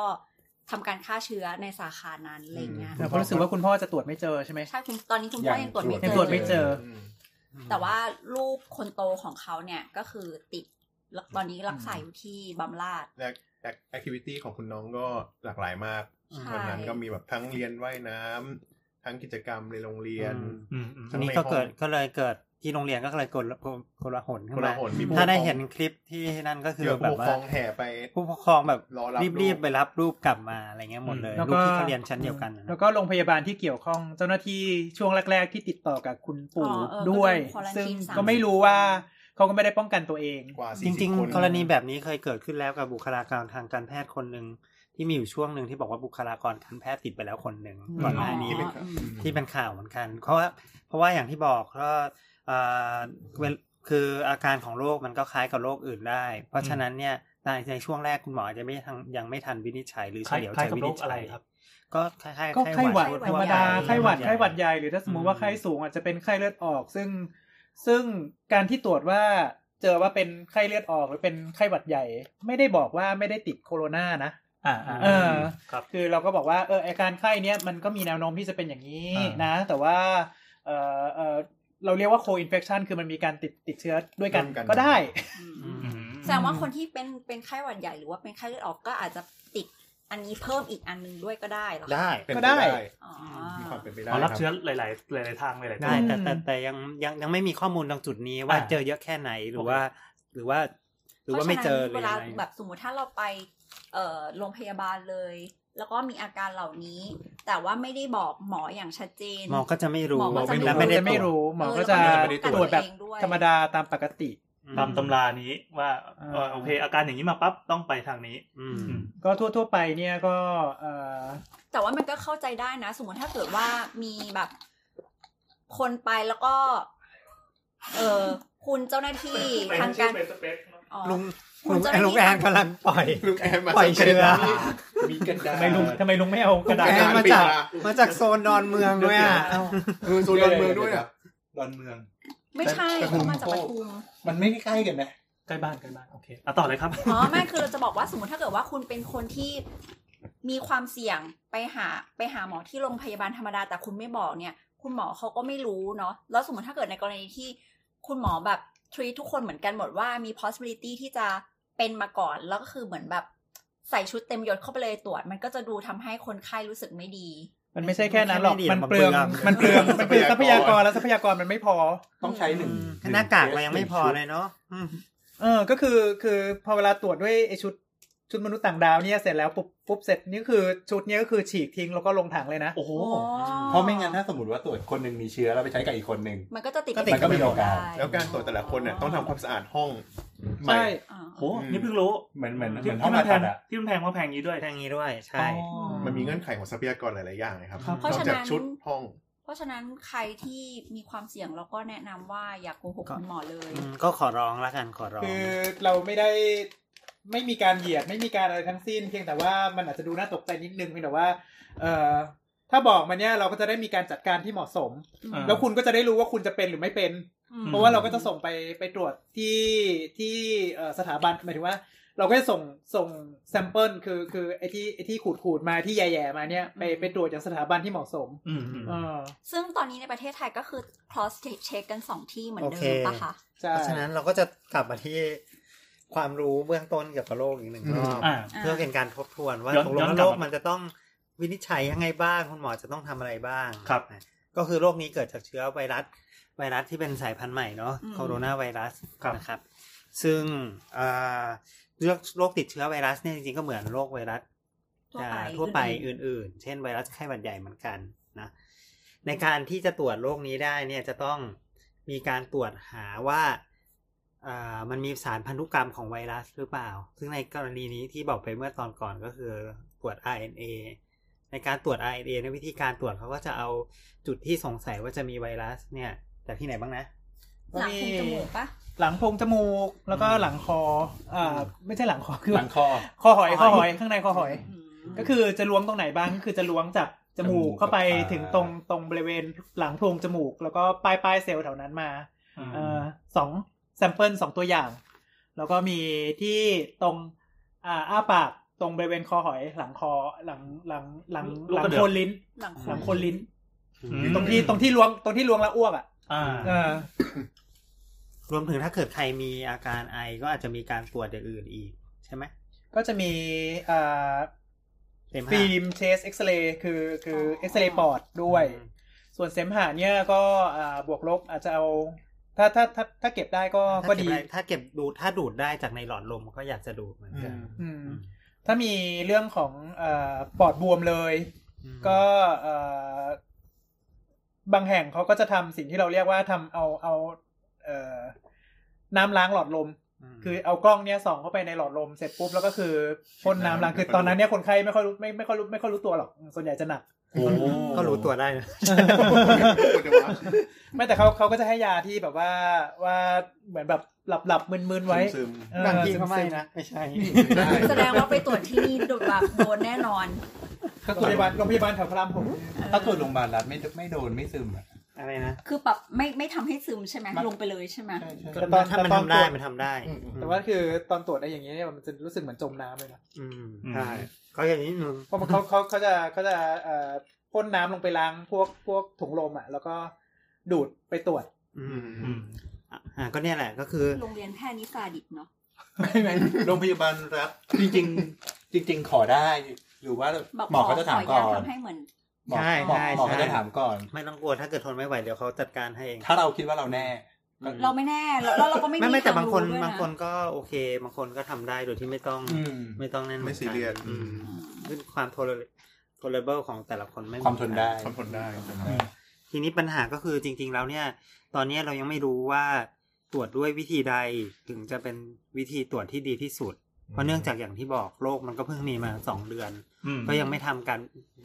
ทำการฆ่าเชื้อในสาขานั้นอะไรเงี้ย อื แต่เพราะรู้สึกว่าคุณพ่อจะตรวจไม่เจอใช่ไหม ใช่คุณตอนนี้คุณพ่อยังตรวจไม่เจ ยัง อ ตรวจไม่เจอ ม แต่ว่าลูกคนโตของเขาเนี่ยก็คือติดแล้วตอนนี้รักษาอยู่ที่บำราด และแอคทิวิตี้ของคุณน้องก็หลากหลายมาก ใช่ วันนั้นก็มีแบบทั้งเรียนว่ายน้ำทั้งกิจกรรมในโรงเรียน อืมอืม ทีนี้ก็เกิดก็เลยเกิดที่โรงเรียนก็เลยโกลาโกลาหลขึ้ คน นละ มา หนมีผู้ ถ้าได้ ปกครอง เห็นคลิปที่นั่นก็คือ เดี๋ยว แบ ผู้ บ ปก ว่า ครองแห่ไป ผู้ปกครองแบบ รอรับลูก รีบๆไปรับรูปกลับมาอะไรเงี้ยหมดเลย แล้ว ลู ก็ กที่เขาเรียนชั้นเดียวกันนะ แล้วก็โรงพยาบาลที่เกี่ยวข้องเจ้าหน้าที่ช่วงแรก ๆ ที่ติดต่อกับคุณ อ๋ ปู่ อเออ ด้วย ก็โดน quarantine ซึ่ง สาม ก็ไม่รู้ว่าเขาก็ไม่ได้ป้องกันตัวเอง กว่า จ 40 ริง คน ๆ กรณีแบบนี้เคยเกิดขึ้นแล้วกับบุคลากรทางการแพทย์คนหนึ่ง ที่มีอยู่ช่วงหนึ่งที่บอกว่าบุคลากรการแพทย์ติดไปแล้วคนหนึ่งก่อนหน้านี้ ที่ที่เป็นข่าวเป็นข่าวเหมือนกัน เพราะว่าเพราะว่าอย่างที่บอกก็เอ่อเวลคืออาการของโรคมันก็คล้ายกับโรคอื่นได้ เพราะฉะนั้นเนี่ยในในช่วงแรกคุณหมออาจจะไม่ทันยังไม่ทันวินิจฉัยหรือ ค เฉ ล้าย ลียว คล้าย ใจ กับ วิ โร นิ ค จ อะ ฉั ไร ย ครับ ก็คล้ายๆ ก็ไข้หวัด ไข้ ธหรร วัดมใหญ่ ดาไข้หวัดไข้หวัดใหญ่หรือถ้าสมมติว่าไข้สูงอาจจะเป็นไข้เลือดออก ซึ่งซึ่งการที่ตรวจว่าเจอว่าเป็นไข้เลือดออกหรือเป็นไข้หวัดใหญ่ ไม่ได้บอกว่าไม่ได้ติดโคโรนานะ อ่าอ่า เออ ครับ คือเราก็บอกว่าเอออาการไข้เนี้ยมันก็มีแนวโน้มที่จะเป็นอย่างนี้ อ่าน นะ แต่ว่าเออเออเราเรียกว่าโคอินเฟคชันคือมันมีการติดติดเชื้อด้วยกัน ร่วมกัน ก็ได้ อืม แสดงว่าคนที่เป็นเป็นไข้หวัดใหญ่หรือว่าเป็นไข้เลือดออกก็อาจจะติดอันนี้เพิ่มอีกอันหนึงด้วยก็ได้เหรอคะ ได้ เป็น ก็ ป ได้ อ๋อ มีความเป็นไปได้ อ๋อรับ ค เชื้อหลาย ๆ หลาย ๆ ทางหลายๆตัว ได้แต่แต่แต่ยังยังยังไม่มีข้อมูลตรงจุดนี้ว่า อ่า เจอเยอะแค่ไหนหรือว่า หรือว่า หรือว่าไม่เจอห พ รือ ราะฉะนั้นยัง เว ไง ลาแบบสมมติถ้าเราไปเอ่อโรงพยาบาลเลย แล้วก็มีอาการเหล่านี้ แต่ว่าไม่ได้บอกหมออย่างชัดเจน หมอก็จะไม่รู้ หมอก็จะไม่รู้ และ ไม่ ไม่ ได้ ได้ ไม่ ตรวจ รู้หมอก็จะเแล้ว ไม่ได้ ตรวจแบบ กันเองด้วย ธรรมดาตามปกติ ตามตำรานี้ว่าเออ อ่า โอเค อาการอย่างนี้มาปั๊บต้องไปทางนี้ อืม ก็ทั่วๆไปเนี่ยก็เอ่อ แต่ว่ามันก็เข้าใจได้นะ สมมติถ้าเกิดว่ามีแบบคนไปแล้วก็ เออคุณเจ้าหน้าที่ทางการอ๋อ ลุง คุ ลุ ณ ง เจ้าห แอ น้าที่ นลุงแอนกำลังปล่อย ลุงแอนมา ปล่อยเชื้อ มีกระดาษ ทำไมลุงทำไมลุงไม่เอากระดาษ ลุแองแอน น มา มา จา จาก ก มาจากโซนดอนเมืองด้วยอ่ะเอ้า เออโซนดอนเมืองด้วยอ่ะ ดอนเมือง ไม่ใช่ ปฐุม เขามาจากปทุม มันไม่ได้ใกล้กันนะ ใกล้บ้านใกล้บ้านโอเคอ่ะต่อเลยครับ อ๋อไม่คือเราจะบอกว่าสมมติถ้าเกิดว่าคุณเป็นคนที่มีความเสี่ยงไปหาไปหาหมอที่โรงพยาบาลธรรมดาแต่คุณไม่บอกเนี่ย คุณหมอเขาก็ไม่รู้เนาะแล้วสมมติถ้าเกิดในกรณีที่คุณหมอแบบ treat ทุกคนเหมือนกันหมดว่ามี possibility ที่จะเป็นมาก่อนแล้วก็คือเหมือนแบบใส่ชุดเต็มยศเข้าไปเลยตรวจ มันก็จะดูทำให้คนไข้รู้สึกไม่ดี มันไม่ใช่แค่นั้นหรอก แค่ มันเปลืองมันเปลืองมันเปลือง ทรัทรั พยายพาก ก ร รและทรัพยากรมันไม่พอ ต้องใช้หนึ่ง หน้ากากเรายัง ห ไม่ ง พอ ชุด เลยเนาะอืม เออก็คือคือพอเวลาตรวจด้วยไอชุดชุดมนุษย์ต่างดาวเนี่ยเสร็จแล้วปุ๊บปุ๊บเสร็จนี่คือชุดเนี้ยก็คือฉีกทิ้งแล้วก็ลงถังเลยนะ โอ้โห เพราะไม่งั้นถ้าสมมติว่าตรวจคนหนึ่งมีเชื้อแล้วไปใช้กับอีกคนหนึ่ง มันก็จะติด ก็ติดก็มีโอกาส ได้ แล้วการตรวจแต่ละคนเนี่ยต้องทำความสะอาดห้องใหม่ ใช่ อ่า โห นี่เพิ่งรู้ เหมือนเหมือนเห ที่ มือนห้อ ที่ ง มัแพผ่านตั ง ดอะ ที่มันแพงเพราะแพงนี้ด้วย ทางนี้ด้วย ใช่ อ๋อ มันมีเงื่อนไขของทรัพยากรหลาย ๆ อย่างนะครับ ครับ เพราะ นอก ฉะนั้น จากชุดห้อง เพราะฉะนั้นใครที่มีความเสี่ยงเราก็แนะนำว่าอย่ากโกหก ก็ คุณหมอเลย อืมก็ขอร้องละกันขอร้อง คือเราไม่ได้ไม่มีการเหยียดไม่มีการอะไรทั้งสิ้น เพียงแต่ว่ามันอาจจะดูน่าตกใจนิดนึงเพียงแต่ว่าเออถ้าบอกมันเนี่ยเราก็จะได้มีการจัดการที่เหมาะสม อ่า แล้วคุณก็จะได้รู้ว่าคุณจะเป็นหรือไม่เป็น อืม เพราะว่าเราก็จะส่งไปไปตรวจที่ที่เอ่อสถาบันหมายถึงว่า เราก็จะส่งส่งแซมเปิลคือคือไอที่ไอที่ขูดขูดมาที่แย่ๆมาเนี่ยไปไปตรวจจากสถาบันที่เหมาะสม อืมอืม เออ ซึ่งตอนนี้ในประเทศไทยก็คือ cross check กันสองที่เหมือนเดิ โอเค มปะคะ ใช่ เพราะฉะนั้นเราก็จะกลับมาที่ความรู้เบื้องต้นเกี่ยวกับโรคอีกหนึ่งรอบ อ่า เพื่อเป็นการทบทวนว่า ย้อน ตกล ย้ ง อน ว่าก ลับ โร มา คมันจะต้องวินิจฉัยยังไงบ้างคุณหมอจะต้องทำอะไรบ้าง ครับ นะก็คือโรคนี้เกิดจากเชื้อไวรัส ไวรัสที่เป็นสายพันธุ์ใหม่เนาะโคโรนาไวรัสนะครับ ซึ่งเอ่อเรื่องโรคติดเชื้อไวรัสเนี่ยจริงๆก็เหมือนโรคไวรัส ทั่วไป อ่าทั่วไปอื่นๆ เช่นไวรัสไข้หวัดใหญ่เหมือนกันนะ ในการที่จะตรวจโรคนี้ได้เนี่ยจะต้องมีการตรวจหาว่าอ่ามันมีสารพันธุกรรมของไวรัสหรือเปล่า ซึ่งในกรณีนี้ที่บอกไปเมื่อตอนก่อนก็คือตรวจ RNA ในการตรวจ RNA ในยวิธีการตรวจเขาก็จะเอาจุดที่สงสัยว่าจะมีไวรัสเนี่ยจากที่ไหนบ้างนะ หลังคุมจมูกปะ หลังโพรงจมูกแล้วก็ อืม หลังคออ่าไม่ใช่หลังคอคือ หลังคอ คอหอย ค ค อ อ ห ห อ อย ยข้างในคอหอย อืม ก็คือจะล้วงตรงไหนบ้างก็คือจะล้วงจากจมู จมู ก ก เข้าไป กับปาก ถึงตรงตรงบริเวณหลังโพรงจมูก แล้วก็ปลายปลายเซลล์แถวนั้นมา เอ่อสองแซมเปิลสองตัวอย่าง แล้วก็มีที่ตรงอ่าอ้าปากตรงบริเวณคอหอย หลังคอหลังหลังหลัง ลูก หลัง กระเดือก โคนลิ้น หลังคุ หลั ม งโคนลิ้น อืม ตรงที่ตรงที่ล้วงตรงที่ล้วงแล้วอ้วกอ่ะ อ่า เออ รวมถึงถ้าเกิดใครมีอาการไอก็อาจจะมีการตรวจอย่างอื่นอีกใช่ไหม ก็จะมีอ่า เต็ม ฟิ ห้า ล์มเชสเอ็กซเรย์คือคือเอ็กซเรย์ปอดด้วย อืม ส่วนเสมหะเนี่ยก็อ่าบวกลบอาจจะเอา ถ้าถ้าถ้าถ้าเก็บได้ก็ก็ดี ถ้าเก็บดูดถ้าดูดได้จากในหลอดลมก็อยากจะดูดเหมือนกัน อืม ถ้ามีเรื่องของเอ่อปอดบวมเลย อืม ก็เอ่อบางแห่งเขาก็จะทำสิ่งที่เราเรียกว่าทำเอาเอาเอ่อน้ำล้างหลอดลม ม คือเอากล้องเนี่ยส่องเข้าไปในหลอดลมเสร็จปุ๊บแล้วก็คือพ่นน้ำล้างคือตอนนั้นเนี่ยคนไข้ไม่ค่อยรู้ไม่ไม่ค่อยรู้ไม่ค่อยรู้ตัวหรอกส่วนใหญ่จะหนัก โอ้ ก็รู้ตัวได้นะ ปวดจังวะ ไม่แต่เขาเขาก็จะให้ยาที่แบบว่าว่าเหมือนแบบหลับหลับมึนมึนๆไว้ ซึม เออ บางทีก็ไม่นะ ไม่ใช่ ๆได้ แสดงว่าไปตรวจที่นี่โดนแบบโดนแน่นอน ถ้า โร ตรง วจ พยาบาลโรงพยาบาลแถวพระรามหก ถ้าตรวจโรงพยาบาลรัฐไม่ไม่โดนไม่ซึมอ่ะ อะไรนะ คือแบบไม่ไม่ทำให้ซึมใช่ไหม มัน ลงไปเลยใช่ไหม ใช่ใช่ แต่ตอน ถ้ามัน ตอ ทำได้ ตรวจ มันทำได้ แต่ว่าคือตอนตรวจอะไรอย่างเงี้ยเนี่ยมันจะรู้สึกเหมือนจมน้ำเลยนะ อืมใช่ก็อย่างนี้นึง เพราะมันเขาเขาเขาจะเขาจะเอ่อพ่นน้ำลงไปล้างพวกพวกถุงลมอ่ะแล้วก็ดูดไปตรวจ อื อื ม ม อืม อ่าก็เนี่ยแหละก็คือ โรงเรียนแพทย์นิสาดิตเนาะ ไม่ไม่โรงพยาบาลรัฐจริง ๆ จริง ๆ ขอได้ หรือว่า แบบ หมอเขาจะถาม ข ก่อย น ทำให้เหมือน หมอ ใช่ หมอ ใช่ หมอเขา ใช่ จะถามก่อน ไม่ต้องกลัวถ้าเกิดทนไม่ไหวเดี๋ยวเขาจัดการให้เอง ถ้าเราคิดว่าเราแน่ เราไม่แน่แล้วแล้วเราก็ไม่ ไม่ไม่แต่ ท บางคน รู้ด้วยะ บางคนก็โอเค บางคนก็ทำได้โดยที่ไม่ต้อง อืม ไม่ต้องแน่นอน ไม่ซีเรียส อืมขึ้นความทนทนเบิลของแต่ละคนไม่เห ความ อ ท กั นได้ ทำผลได้ ทีนี้ปัญหาก็คือจริง ๆ แล้วเนี่ย ตอนเนี้ยเรายังไม่รู้ว่าตรวจด้วยวิธีใดถึงจะเป็นวิธีตรวจที่ดีที่สุด เพราะเนื่องจากอย่างที่บอกโรคมันก็เพิ่งมีมาสองเดือน อืม ก็ยังไม่ทำการ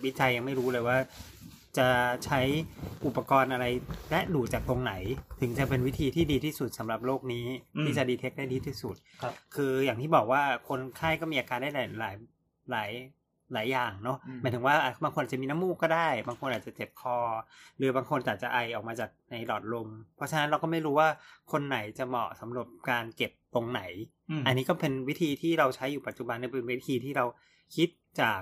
วิจัยยังไม่รู้เลยว่า จะใช้อุปกรณ์อะไรและดูจากตรงไหน ถึงจะเป็นวิธีที่ดีที่สุดสำหรับโรคนี้ ที่จะดีเทคได้ดีที่สุด ครับ คืออย่างที่บอกว่าคนไข้ก็มีอาการได้หลายหลายหลายหลายอย่างเนาะ อืม หมายถึงว่าอ่ะบางคนอาจจะมีน้ำมูกก็ได้ บางคนอาจจะเจ็บคอ หรือบางคนอาจจะไอออกมาจากในหลอดลม เพราะฉะนั้นเราก็ไม่รู้ว่าคนไหนจะเหมาะสำหรับการเก็บตรงไหน ม อันนี้ก็เป็นวิธีที่เราใช้อยู่ปัจจุบันเนี่ยเป็นวิธีที่เราคิดจาก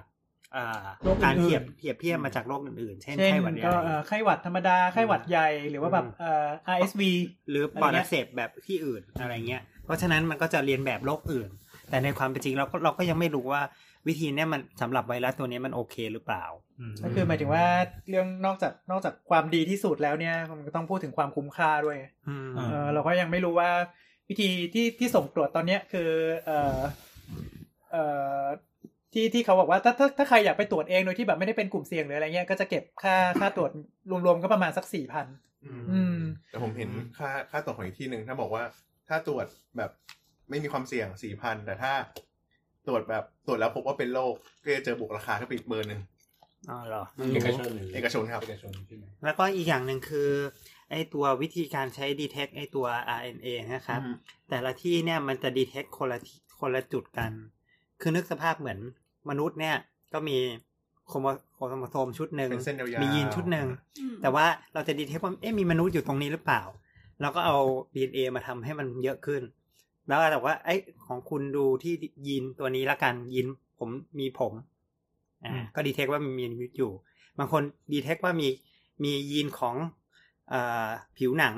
อ่า โรคอื่นๆ การเทียบเทียบเทียบมาจากโรคอื่นๆ เช่นไข้เช่นหวัดใหญ่ ก็เอ่อไข้หวัดธรรมดาไข้หวัดใหญ่หรือว่าแบบ อืม เอ่อ RSV หรือปอดอักเสบแบบที่อื่นอะไรเงี้ย เพราะฉะนั้นมันก็จะเรียนแบบโรคอื่น แต่ในความเป็นจริงเราก็เราก็ยังไม่รู้ว่าวิธีเนี้ยมันสำหรับไวรัสตัวเนี้ยมันโอเคหรือเปล่า ม ก็คือหมายถึงว่าเรื่องนอกจากนอกจากความดีที่สุดแล้วเนี่ยมันก็ต้องพูดถึงความคุ้มค่าด้วย อืม เออเราก็ยังไม่รู้ว่าวิธีที่ที่ส่งตรวจตอนเนี้ยคือเออเออที่ที่เขาบอกว่าถ้าถ้าถ้าใครอยากไปตรวจเองโดยที่แบบไม่ได้เป็นกลุ่มเสี่ยงหรืออะไรเงี้ยก็จะเก็บค่าค่าตรวจรวมๆก็ประมาณสักสี่พัน อืม แต่ผมเห็นค่าค่าตรวจของอีกที่หนึ่งถ้าบอกว่า ถ้าตรวจแบบไม่มีความเสี่ยงสี่พันแต่ถ้า ตรวจแบบตรวจแล้วพบว่าเป็นโรคก็จะเจอบวกราคาขึ้นไปอีกเบอร์หนึ่ง อ๋อเหรอ เอกชนหรือ เอกชนครับ เอกชนใช่ไหม แล้วก็อีกอย่างหนึ่งคือไอตัววิธีการใช้ detect ไอตัว RNA นะครับ อืม แต่ละที่เนี่ยมันจะ detect คนละที่คนละจุดกัน คือนึกสภาพเหมือนมนุษย์เนี่ยก็มีโครโมโครโมโซมชุดหนึ่ง เป็นเส้นยาวๆ มียีนชุดหนึ่ง อืม แต่ว่าเราจะ detect ว่าเอ๊ะมีมนุษย์อยู่ตรงนี้หรือเปล่า เราก็เอา DNA มาทำให้มันเยอะขึ้น แล้วก็แต่ว่าไอยของคุณดูที่ยีนตัวนี้ละกันยีนผมมีผมอ่าก็ดีเทคว่ามีมนุษย์อยู่ บางคนดีเทคว่ามีมียีนของเออผิวหนัง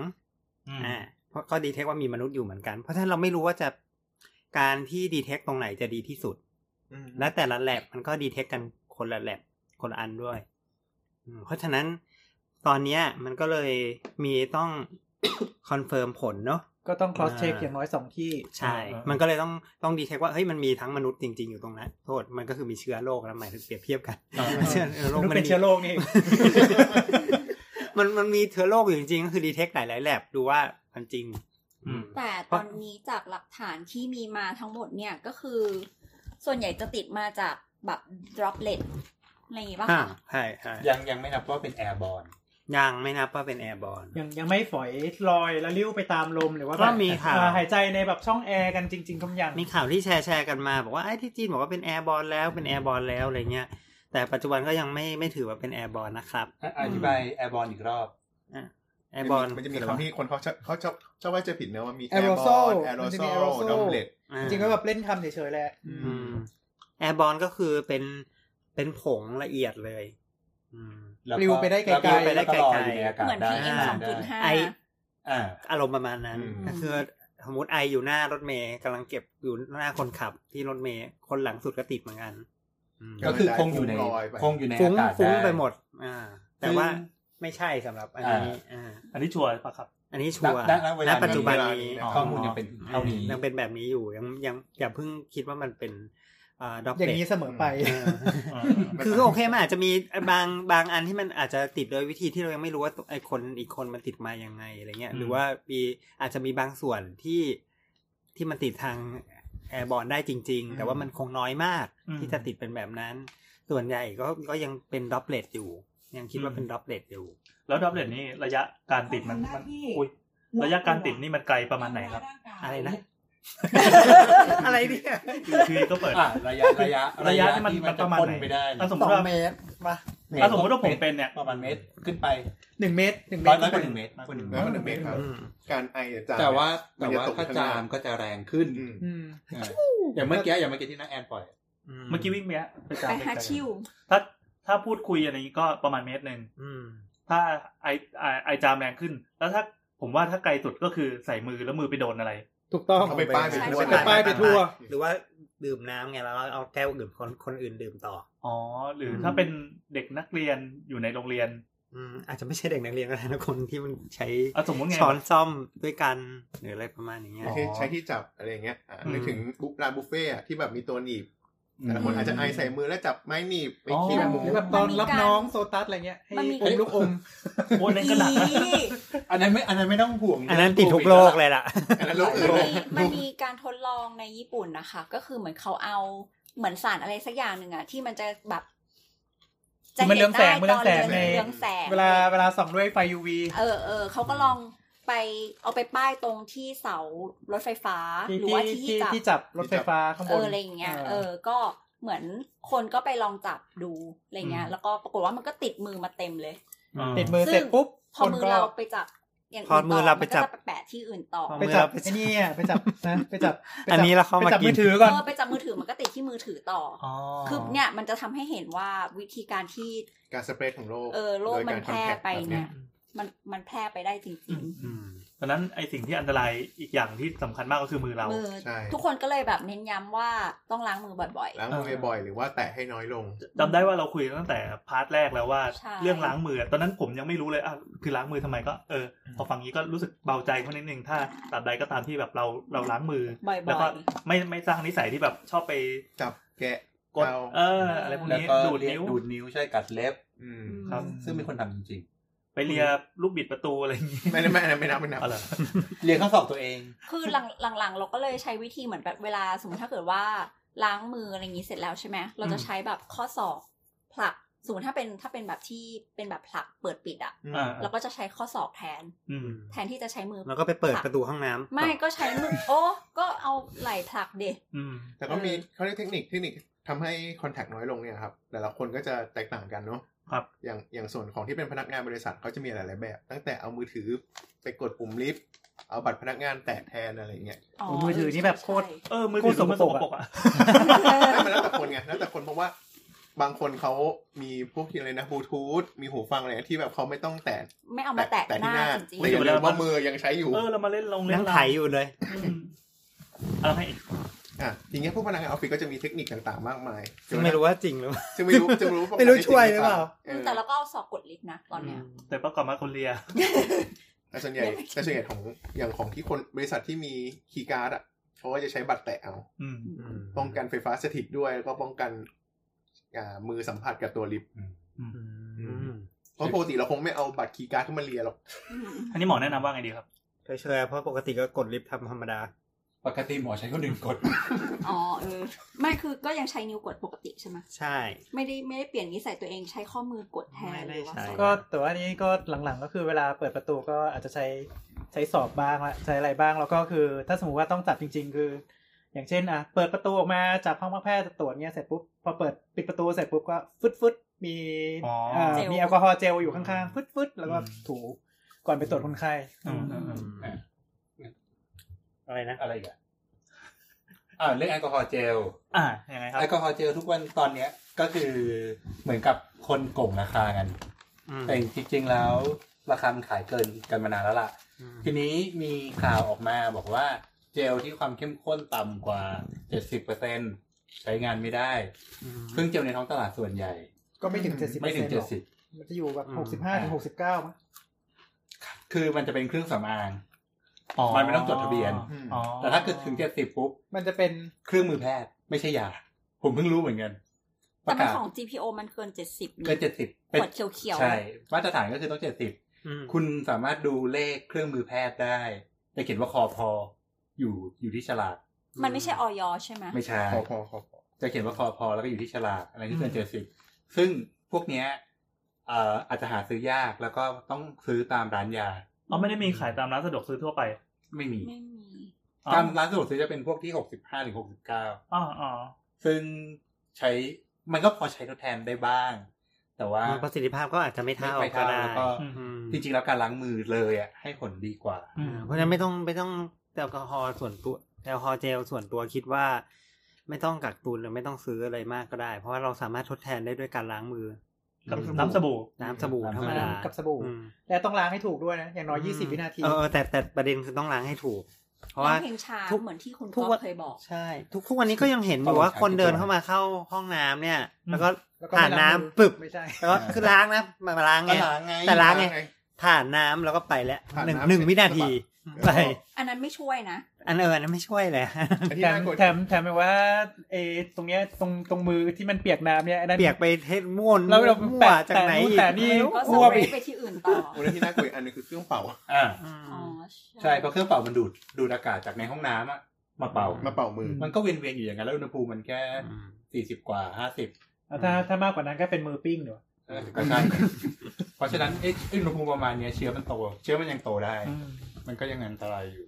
อืม อ่าเพราะก็ดีเทคว่ามีมนุษย์อยู่เหมือนกัน เพราะฉะนั้นเราไม่รู้ว่าจะการที่ดีเทคตรงไหนจะดีที่สุด อืม และแต่ละแลบมันก็ดีเทคกันคนละแลบคนละอันด้วยอืมเพราะฉะนั้นตอนเนี้ยมันก็เลยมีต้อง คอนเฟิร์มผลเนาะ ก็ต้อง cross check อ่า อย่างน้อยสองที่ ใช่ มันก็เลยต้องต้องดีเทคว่าเฮ้ยมันมีทั้งมนุษย์จริง ๆ อยู่ตรงนั้น โทษมันก็คือมีเชื้อโรคแล้วหมายถึงเปรียบเทียบกันเชื้อโรค นึก มั เป็น มี เชื้อโรคนี่เอง มันมันมีเชื้อโรคอยู่จริงๆก็คือดีเทคหลายๆแลบดูว่ามันจริง อืม แต่ตอนนี้จากหลักฐานที่มีมาทั้งหมดเนี่ยก็คือ ส่วนใหญ่จะติดมาจากแบบ droplet อะไรอย่างงี้ป่ะ อ่า คะ ใช่ใช่ ยังยังไม่นับว่าเป็นแอร์บอล ยังไม่นับว่าเป็นแอร์บอล ยังยังไม่ฝอยลอยแล้วลิ้วไปตามลมหรือว่า ก็ แบบ มีข่าว เอ่อหายใจในแบบช่องแอร์กันจริงๆคำยัง มีข่าวที่แชร์แชร์กันมา บอกว่าไอ้ที่จีนบอกว่าเป็นแอร์บอลแล้วเป็นแอร์บอลแล้วอะไรเงี้ยแต่ปัจจุบันก็ยังไม่ไม่ถือว่าเป็นแอร์บอลนะครับ อธิบายแอร์บอลอีกรอบ แอร์บอล มันจะมีคำที่คนเขาชอบเขาชอบชอบว่าจะผิดเนอะว่ามี Aerosol แอโร มันจะ โซ มี ล aerosol ดอมเลต จริงๆก็แบบเล่นคำเฉยๆแหละอืม แอร์บอลก็คือเป็นเป็นผงละเอียดเลย อืม แว ปลิวไปได้ไกล แว ๆ ปลอยอยู่ในอากาศ เหมือน ได้ พีเอ็ม ได้ สองจุดห้า ไอ อ่า อารมณ์ประมาณนั้น อืม ก็คือสมมติไออยู่หน้ารถเมย์กำลังเก็บอยู่หน้าคนขับที่รถเมย์คนหลังสุดก็ติดเหมือนกันอืม ก็คือคงอยู่ใน ลอยไป คงอยู่ใน ฟุ้ อางกาศด้ ฟุ้งไปหมด อ่า แต่ว่า ซึ่ง ไม่ใช่สำหรับอันนี้อ่า อันนี้ชัวร์ปะครับ อันนี้ชัวร์ ณณเวลานี้ ปัจจุบันนี้ เวลานี้ ข้อมูลยังเป็นเท่านี้ ยังเป็นแบบนี้อยู่ยังยังอย่าเพิ่งคิดว่ามันเป็นเอ่อด็อก อ เต ย่างนี้เสมอไป คือก็โอเคมันอาจจะมีบางบางอันที่มันอาจจะติดโดยวิธีที่เรายังไม่รู้ว่าไอคนอีกคนมันติดมายังไงอะไรเงี้ย อืม หรือว่ามีอาจจะมีบางส่วนที่ ที่มันติดทางแอร์บอลได้จริง อืม ๆ แต่ว่ามันคงน้อยมาก อืม ที่จะติดเป็นแบบนั้น ส่วนใหญ่ก็ก็ยังเป็นด็อปเลตอยู่ ยังคิดว่าเป็นด็อปเลตอยู่ แล้วดอบเลตนี่ระยะการติดมันมันอุ้ยระยะการติดนี่มันไกลประมาณไหนครับ อะไรนะ อะไรเนี่ย อยู่ทีก็เปิด อ่ะระยะระยะ ระยะที่มัน ที่มัน ป จะ ระมาณ พ่น ไหน ไปได้ ถ้าสมสมองติว่า เมตรปะ ถ้าสมมติว่าผมเป็นเนี่ย ประมาณเมตรขึ้นไป หนึ่งเมตรหนึ่งเม ร้อ ต ย ร ร้อยกว่าหนึ่งเมตรมากกว่าหนึ่งเม แล้ว ต ก็ ร หนึ่งเมตรครับ อืม การไอจะจาม แต่ว่าแต่ว่า มันจะตก ถ้า ข้างห จา น้า มก็จะแรงขึ้น อืม อืม อ่าอย่างเมื่อกี้อย่างเมื่อกี้ที่น้าแอนปล่อย เมื่อกี้วิ่งเนี้ยไปกลาง ไป ไป หาก ลาง ชิว ถ้าถ้าพูดคุยอะไรนี้ก็ประมาณเมตรหนึ่ง อืม ถ้าไอไอไอจามแรงขึ้น แล้วถ้าผมว่าถ้าไกลสุดก็คือใส่มือแล้วมือไปโดนอะไร ถูกต้อง เอาไปป้ายไปทั่ว ใช่ เลย ป้ายไปทั่ว หรือว่าดื่มน้ำไงแล้วเอาแก้วอื่นคนคนอื่นดื่มต่อ อ๋อ หรืออ ม ถ้าเป็นเด็กนักเรียนอยู่ในโรงเรียน อืมอาจจะไม่ใช่เด็กนักเรียนก็ได้นะคนที่มันใช้ อ่ะสมมติไง ช้อนซ่อมด้วยกันหรืออะไรประมาณอย่างเงี้ย ใช้ใช้ที่จับอะไรอย่างเงี้ยอ่ะนึกถึงบุฟร้านบุฟเฟ่ต์อะที่แบบมีตัวหนีบ อืม แต่ละคนอาจจะไอใส่มือแล้วจับไม้หนีบไปคีบ อ๋อ หมู หรือแบบตอนรับน้องโซตัสอะไรเงี้ยให้ มันมี อมลูกอม โอ้ยนั่นก็หนักนะ อี อันนั้นไม่อันนั้นไม่ต้องห่วง อันนั้นติดทุกโลกเลยล่ะ อันนั้นลูก มัน อื่น มี เลย มันมีการทดลองในญี่ปุ่นนะคะ ก็คือเหมือนเขาเอาเหมือนสารอะไรสักอย่างหนึ่งอะที่มันจะแบบ มันเรืองแสง ห็ มันเรืองแสง ตน ใน เรืองแสง เวลาเวลาส่องด้วยไฟ UV เออเออเขาก็ลองไปเอาไปป้ายตรงที่เสารถไฟฟ้า ที่ หรือ ที่ ว่า ที่ ที่ ที่ จับ จับรถไฟฟ้าข้างบ เอน ออะไรอย่างเงี้ย เอ อ อ ก็เหมือนคนก็ไปลองจับดูอะไรเงี้ย แล้วก็ปรากฏว่ามันก็ติดมือมาเต็มเลย ติดมือเสร็จปุ๊บ พอ คน มือ ก็ เราไปจับอย่าง พอมือเราไปจับ มันก็จะแปะที่อื่นต่อ พอ ไป มือ จับ เราไป ไอ้ จับ เนี่ยไปจับนะไปจับไปจับ อันนี้แล้วเข้ามา ไปจับ กิน มือถือก่อน เออไปจับมือถือมันก็ติดที่มือถือต่ออคือเนี่ยมันจะทำให้เห็นว่าวิธีการที่ การสเปรดของโรค เออโรคมัน โดยการ แพร่ contact ไปเนี่ย แบบ มันมันแพร่ไปได้จริง อืม ดังนั้นไอสิ่งที่อันตรายอีกอย่างที่สำคัญมากก็คือมือเรา ๆมือ ใช่ ทุกคนก็เลยแบบเน้นย้ำว่าต้องล้างมือบ่อย ล้างมือบ่อยๆหรือว่าแตะให้น้อยลง จำได้ว่าเราคุยกันตั้งแต่พาร์ทแรกแล้วว่า ใช่ เรื่องล้างมือ ตอนนั้นผมยังไม่รู้เลยอ่ะคือล้างมือทำไมก็เออพอฟังนี้ก็รู้สึกเบาใจขึ้นนิดนึงถ้าตราบใดก็ตามที่แบบเราเราล้างมือ ๆบ่อยๆ แล้วก็ไม่ไม่สร้างนิสัยที่แบบชอบไป จับแกะ กด เกา เอออะไรพวก แล้ว นี้ ก็ ดูด เรียนิ้กว ดูดนิ้วใช่กัดเล็บ อืม ครับ ซึ่งมีคนทำจริง ไปเลียลูกบิดประตูอะไรอย่างงี้ ไม่ไม่ไม่ไม่นับไม่นับ อ๋อเหรอ ๆเรียนข้อสอบตัวเอง คือหลังหลังๆเราก็เลยใช้วิธีเหมือนแบบเวลาสมมติถ้าเกิดว่าล้างมืออะไรอย่างนี้เสร็จแล้วใช่ไหมเราจะใช้แบบข้อศอกผลักสมมติถ้าเป็นถ้าเป็นแบบที่เป็นแบบผลักเปิดปิดอะ อ่า เราก็จะใช้ข้อศอกแทน อืม แทนที่จะใช้มือ แล้วก็ไปเปิด ผลั ประตูห้องน้ำ ไม่ก็ใช้มือโอ้ก็เอาไหล่ผลักเด็ อืม แต่ก็มีเขาเรียกเทคนิคเทคนิคทำให้คอนแทคน้อยลงเนี่ยครับแต่ละคนก็จะแตกต่างกันเนาะ ครับ อย่างอย่างส่วนของที่เป็นพนักงานบริษัทเขาจะมีหลายๆแบบ ตั้งแต่เอามือถือไปกดปุ่มลิฟต์เอาบัตรพนักงานแตะแทนอะไรอย่างเงี้ย โอ้มือถือนี่แบบโคตร เออมือถือสมสกปรกอ่ะ ไม่มันแล้วแต่คนไงแล้วแต่คนเพราะว่าบางคนเขามีพวกที่อะไรนะบลูทูธมีหูฟังอะไรที่แบบเขาไม่ต้องแตะ ไม่เอามาแตะ แต่ ห ที่ น้า หน้า จริง แต่อย่าลืมว่ามือยังใช้อยู่ เออเรามาเล่นลงเล่ นั่ น ง รา ไถอยู่เลย อืมเอาให้อีก อ่ะอย่างเงี้ยพวกพนักงานออฟฟิศก็จะมีเทคนิคต่างๆ มากมาย ซึ่งไม่รู้ว่าจริงหรือเปล่า ซึ่งไม่รู้จะรู้า ไม่รู้ช่วยหรือเปล่า เออ ๆแต่เราก็เอาศอกกดลิฟต์นะตอนเนี้ย แต่ประกอบมาคนเรีย แต่ส่วนใหญ่แต่ส่วนใหญ่ของอย่างของที่คนบริษัทที่มีคีย์การ์ดอ่ะเขาก็จะใช้บัตรแตะเอา อืม ป้องกันไฟฟ้าสถิตด้วยแล้วก็ป้องกันอ่ามือสัมผัสกับตัวลิฟต์ อืม เพราะปกติเราคงไม่เอาบัตรคีย์การ์ดขึ้นมาเลียหรอก อันนี้หมอแนะนำว่าไงดีครับ เคยเชื่อเพราะปกติก็กดลิฟต์ทำธรรมดา ปกติหมอใช้คนอื่นกด อ๋อเออไม่คือก็ยังใช้นิ้วกดปกติใช่ไหม ใช่ ไม่ได้ไม่ได้เปลี่ยนนิสัยตัวเองใช้ข้อมือกดแทนหรือว่า ไม่ได้ใช้ ศอก ก็แต่ว่านี้ก็หลังๆก็คือเวลาเปิดประตูก็อาจจะใช้ใช้สอบบ้างละใช้อะไรบ้างแล้วก็คือ ถ้าสมมติว่าต้องจับจริง ๆ คือ อย่างเช่นอ่ะเปิดประตูออกมาจับห้องพักแพทย์จะตรวจเงี้ยเสร็จปุ๊บพอเปิดปิดประตูเสร็จปุ๊บก็ฟึดฟึดๆมี อ๋ออ่ า เจล มีแอลกอฮอล์เจลอยู่ข้างๆฟึดฟึดๆแล้วก็ถูก่อนไปตรวจคนไข้ อืม อ่ะ อะไรนะ อะไรอีกันอ่าเรื่องแอลกอฮอล์เจล อ่ายังไงครับ แอลกอฮอล์เจลทุกวันตอนเนี้ยก็คือเหมือนกับคนโกงราคากัน อืม แต่จริงๆแล้ว ราคามันขายเกินกันมานานแล้วล่ะ อืม ทีนี้มีข่าวออกมาบอกว่าเจลที่ความเข้มข้นต่ำกว่า 70%ใช้งานไม่ได้ อืม ซึ่งเจลในท้องตลาดส่วนใหญ่ ก็ไม่ถึงเจ็ดสิบ ไม่ถึง หรอกมันจะอยู่แบบ อืม หกสิบห้าถึงหกสิบเก้ามั้ง 70 คือมันจะเป็นเครื่องสำอาง มันไม่ต้องจดทะเบียน อ๋อ แต่ถ้าเกิดถึง 70 ปุ๊บ มันจะเป็น เครื่องมือแพทย์ไม่ใช่ยา ผมเพิ่งรู้เหมือนกัน ป แต่มัระน กาศ ของ GPO มันเกินเจ็ดสิบ เกิน 70 ขวดเขียวๆ ใช่ มาตรฐานก็คือต้อง 70 อืม คุณสามารถดูเลขเครื่องมือแพทย์ได้ จะเขียนว่าคอพอ อยู่อยู่ที่ฉลาก มันไม่ใช่ออยใช่ไหม ไม่ใช่ พอพอพอพอ จะเขียนว่าพอพอแล้วก็อยู่ที่ฉลากอะไรที่เกินเจ็ดสิบซึ่งพวกเนี้ยเอ่ออาจจะหาซื้อยากแล้วก็ต้องซื้อตามร้านยา อ๋อไม่ได้มีขายตามร้านสะดวกซื้อทั่วไป ไม่มี ไม่มี อ๋อ ตามร้านสะดวกซื้อจะเป็นพวกที่หกสิบห้าถึงหกสิบเก้า อ๋ออ๋อ ซึ่งใช้มันก็พอใช้ทดแทนได้บ้าง แต่ว่า ประสิทธิภาพก็อาจจะไม่เท่า ไม่ ก็ เท่า ได้ แล้วก็ อืม จริงๆแล้วการล้างมือเลยอ่ะให้ผลดีกว่า อืม เพราะฉะนั้นไม่ต้องไม่ต้องแอลกอฮอล์ส่วนตัวแอลกอฮอล์เจลส่วนตัวคิดว่า ไม่ต้องกักตุนหรือไม่ต้องซื้ออะไรมากก็ได้ เพราะว่าเราสามารถทดแทนได้ด้วยการล้างมือ กับน้ำสบู่ น้ำสบู่ธรรมดา กับสบู่ อืม แล้วต้องล้างให้ถูกด้วยนะ อย่างน้อยยี่สิบวินาที เออแต่แต่ประเด็นคือต้องล้างให้ถูก เพราะ ร้อ ว่า งเพลงช้า ทุก เหมือนที่คุณ ทุก ก๊อ วัน ฟเคยบอก ใช่ ทุกทุกวันนี้ก็ยังเห็นอยู่ว่าคนเดินเข้ามาเข้าห้องน้ำเนี่ย แล้วก็ แล้วก็ ผ่าน ไม่ล้า น้ำ งมือ ปึบ ไม่ใช่ แล้วก็คือล้างนะมาล้างไง ก็ล้างไง แต่ล้างไง ผ่านน้ำแล้วก็ไปแล้ว ผ่าน หนึ่ง น้ำ หนึ่ง เสร็จ วินาที แล้วก็ ไป อันนั้นไม่ช่วยนะ อันเอออันนั้นไม่ช่วยเลย อันที่ แถม น่ากลัว แถมแถมแปลว่าเออตรงเนี้ยตรงตรงมือที่มันเปียกน้ำเนี่ยอันนั้น เปียกไปเทศม่วน แล้วเรา มั่ว แปะ จากไหน แปะอีกนู่นแปะนี่ ไม่รู้ ก็ส อ้ เป วก ร อีก ย์ไปที่อื่นต่อ อันที่น่ากลัวอีกอันหนึงคือเครื่องเป่า อ่า อืม อ๋อ ใช่เพราะเครื่องเป่ามันดูดดูดอากาศจากในห้องน้ำอะมาเป่า มาเป่ามือ มันก็เวียนเวียนๆอยู่อย่างนั้นแล้วอุณหภูมิมันแค่ อืม สี่สิบกว่าห้าสิบ แล้วถ้าถ้ามากกว่านั้นก็เป็นมือปิ้งเดี๋ยว เออก็ใช่ เพราะฉะนั้นไอ้ไอ้อุณหภูมิประมาณเนี้ยเชื้อมันโต เชื้อมันยังโตได้ อืม มันก็ยังอันตรายอยู่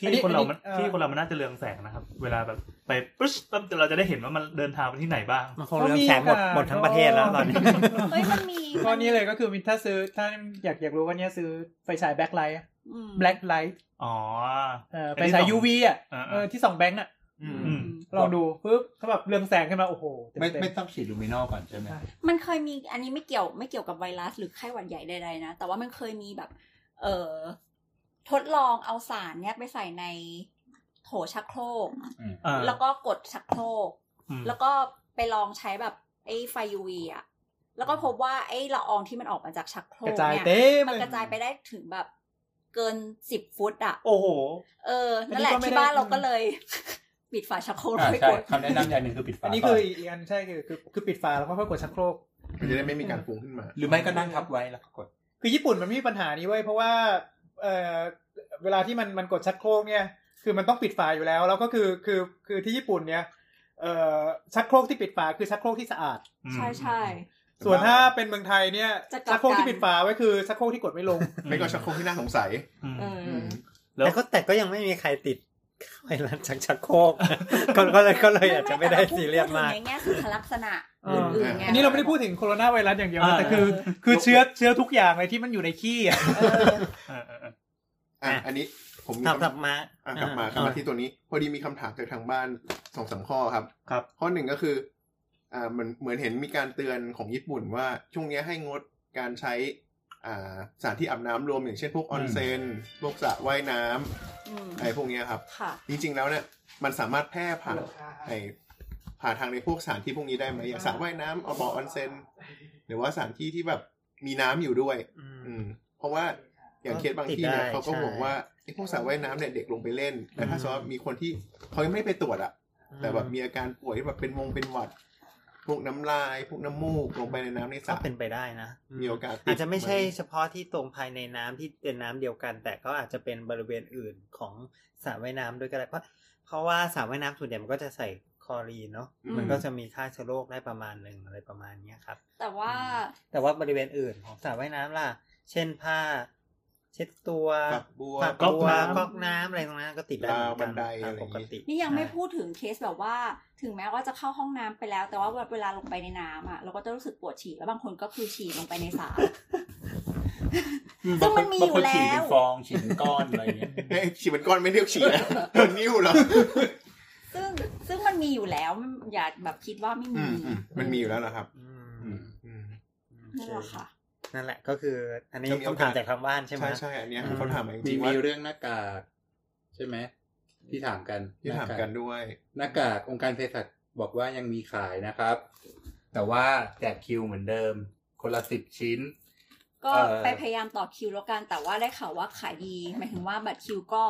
อันนี้ ที่คนเรา มัน อันนี้เอ่อ ที่คนเรา มันน่าจะเรืองแสงนะครับ เวลาแบบไปปุ๊บปั๊บเราจะได้เห็นว่ามันเดินทางไปที่ไหนบ้าง มันคงเรื่องแสงหมด ก็มี หมดทั้งประเทศแล้วตอนนี้ เฮ้ยมันมี ก็นี่เลยก็คือถ้าซื้อถ้าอยากอยากรู้ว่าเนี่ยซื้อไฟฉายแบ็คไลท์ อืม แบล็คไลท์ อ๋อ เอ่อ อั ไฟ นที่ ฉาย สอง ยูวีอ่ะ อ่าๆ เออที่สองแบงค์อ่ะ อืม อืม ลองดูปุ๊บเขาแบบเรืองแสงขึ้นมาโอ้โหเต็ม ไม่ เต็ม ไม่ต้องฉีดลูมินอลก่อนใช่ไหม ใช่ มันเคยมีอันนี้ไม่เกี่ยวไม่เกี่ยวกับไวรัสหรือไข้หวัดใหญ่ใดๆนะ แต่ว่ามันเคยมีแบบ เอ่อทดลองเอาสารเนี้ยไปใส่ในโถชักโครก อ่า แล้วก็กดชักโครก อืม แล้วก็ไปลองใช้แบบไอ้ไฟ UV อ่ะ แล้วก็พบว่าไอ้ละอองที่มันออกมาจากชักโคร ก ก ระจาย เนี่ เต็ ย ม มัน เลย กระจายไปได้ถึงแบบเกินสิบฟุตอ่ะ โอ้โห เออ อันนี้ นั่นแหละ ก็ไม่ ที่ ได้ บ้านเราก็เลย ปิดฝาชักโครก อ่า ไว้ ใช่ กด คำแนะนำอย่างหนึ่งคือปิดฝา อันนี้คืออีกอันใช่คือคือคือปิดฝาแล้วก็ค่อยกดชักโครก มันจะได้ไม่มีการฟุ้งขึ้นมา หรือไม่ก็นั่งทับไว้แล้วก็กด คือญี่ปุ่นมันไม่มีปัญหานี้เว้ยเพราะว่าเอ่อเวลาที่มันมันกดชักโครกเนี่ย คือมันต้องปิดฝาอยู่แล้ว แล้วก็คือคือคือที่ญี่ปุ่นเนี่ยเอ่อชักโครกที่ปิดฝาคือชักโครกที่สะอาด อืม ใช่ใช่ ส่วนถ้าเป็นเมืองไทยเนี่ย จะกลับกัน ชักโครกที่ปิดฝาไว้คือชักโครกที่กดไม่ลง ไม่ก็ชักโครกที่น่าสงสัย อืม เออ แล้ว แต่ก็แต่ก็ยังไม่มีใครติดไวรัสชักชักโครกก็ก็เลยก็เลยอาจจะไม่ได้ซีเรียสมาก พูดถึงในแง่สุขลักษณะ เอออื่ อื่นๆไง อันนี้เราไม่ได้พูดถึงโคโรนาไวรัสอย่างเดียวนะ อ่า แต่คือคือเชื้อเชื้อทุกอย่างเลยที่มันอยู่ในขี้อะ เออ เออเออเออ อ่ะ อ่ะ อันนี้ผมมี กลับก คำ ลับมา อ่ะกลับมา อ่ะ กลับมาที่ตัวนี้ พอดีมีคำถามจากทางบ้านสองสามข้อครับ ครับ ข้อหนึ่งก็คือ อ่าเหมือนเหมือนเห็นมีการเตือนของญี่ปุ่นว่า ช่วงเนี้ยให้งดการใช้ อ่าสถานที่อาบน้ำรวมอย่างเช่นพวกออนเซนพวกสระว่ายน้ำ อืม อะไรพวกเนี้ยครับ ค่ะ จริงๆแล้วเนี่ยมันสามารถแพร่ผ่านไอผ่านทางในพวกสถานที่พวกนี้ได้ไหมอย่างสระว่ายน้ำเอาบ่อออนเซนหรือว่าสถานที่ที่แบบมีน้ำอยู่ด้วย อืม อืมเพราะว่าอย่างเคสบางที่ ติด เนี่ย ได้ เขาก็ ใช่ ห่วงว่าไอ้พวกสระว่ายน้ำเนี่ยเด็กลงไปเล่นแต่ถ้า อืม สมมติว่ามีคนที่เขายังไม่ไปตรวจอะแต่แบบมีอาการป่วยแบบเป็นวงเป็นหวัด พวกน้ำลาย พวกน้ำมูกลงไปในน้ำในส ก็ ระ เป็นไปได้นะ มีโอกาสติด อาจจะไม่ใช่ ไหม เฉพาะที่ตรงภายในน้ำที่เป็นน้ำเดียวกัน แต่ก็อาจจะเป็นบริเวณอื่นของสระว่ายน้ำด้วยก็ได้เพราะเพราะว่าสระว่ายน้ำส่วนใหญ่มันก็จะใส่คลอรีนเนาะ อืม มันก็จะมีค่าเชื้อโรคได้ประมาณหนึ่งอะไรประมาณเนี้ยครับ แต่ว่า แต่ว่าบริเวณอื่นของสระว่ายน้ำล่ะ เช่นผ้า เช็ดตัว ฝักบัว ฝัก ก๊อก บัว น้ำ ก๊อกน้ำอะไรตรงนั้นก็ติดได้เหมือน ราวบั กัน น ได ตามปก อะไรอย่างงี้ ติ นี่ยังไม่ ใช่ พูดถึงเคสแบบว่า ถึงแม้ว่าจะเข้าห้องน้ำไปแล้ว แต่ว่าเวลาลงไปในน้ำอ่ะเราก็จะรู้สึกปวดฉี่แล้วบางคนก็คือฉี่ลงไปในสระ ซึ่งมันมีอยู่ บางคน แล้ว ฉีดเป็นฟองฉีดเป็นก้อนอะไรอย่างเงี้ย เอ้ยฉี่เป็นก้อนไม่เรียกฉี่ นะเป็นนิ้วเหรอ ซึ่งซึ่งมันมีอยู่แล้วมันอย่าแบบคิดว่าไม่ อื มี มอืมมันมีอยู่แล้วนะครับ อื อื ม มอืม นั่นแหละค่ะ นั่นแหละก็คือ อันนี้ จะมีโอ คำ กา ถา ส มจากทางบ้านใช่ไหม ใช่ใช่อันเนี้ย อืม เขาถามมาจ มี ริงๆว่า มีเรื่องหน้ากากใช่ไหมที่ถามกัน ที่ถามกันด้วย หน้ากากองค์การเภสัชบอกว่ายังมีขายนะครับ แต่ว่าแจกคิวเหมือนเดิม คนละสิบชิ้น ก็ เอ่อ ไปพยายามต่อคิวแล้วกันแต่ว่าได้ข่าวว่าขายดีหมายถึงว่าบัตรคิวก็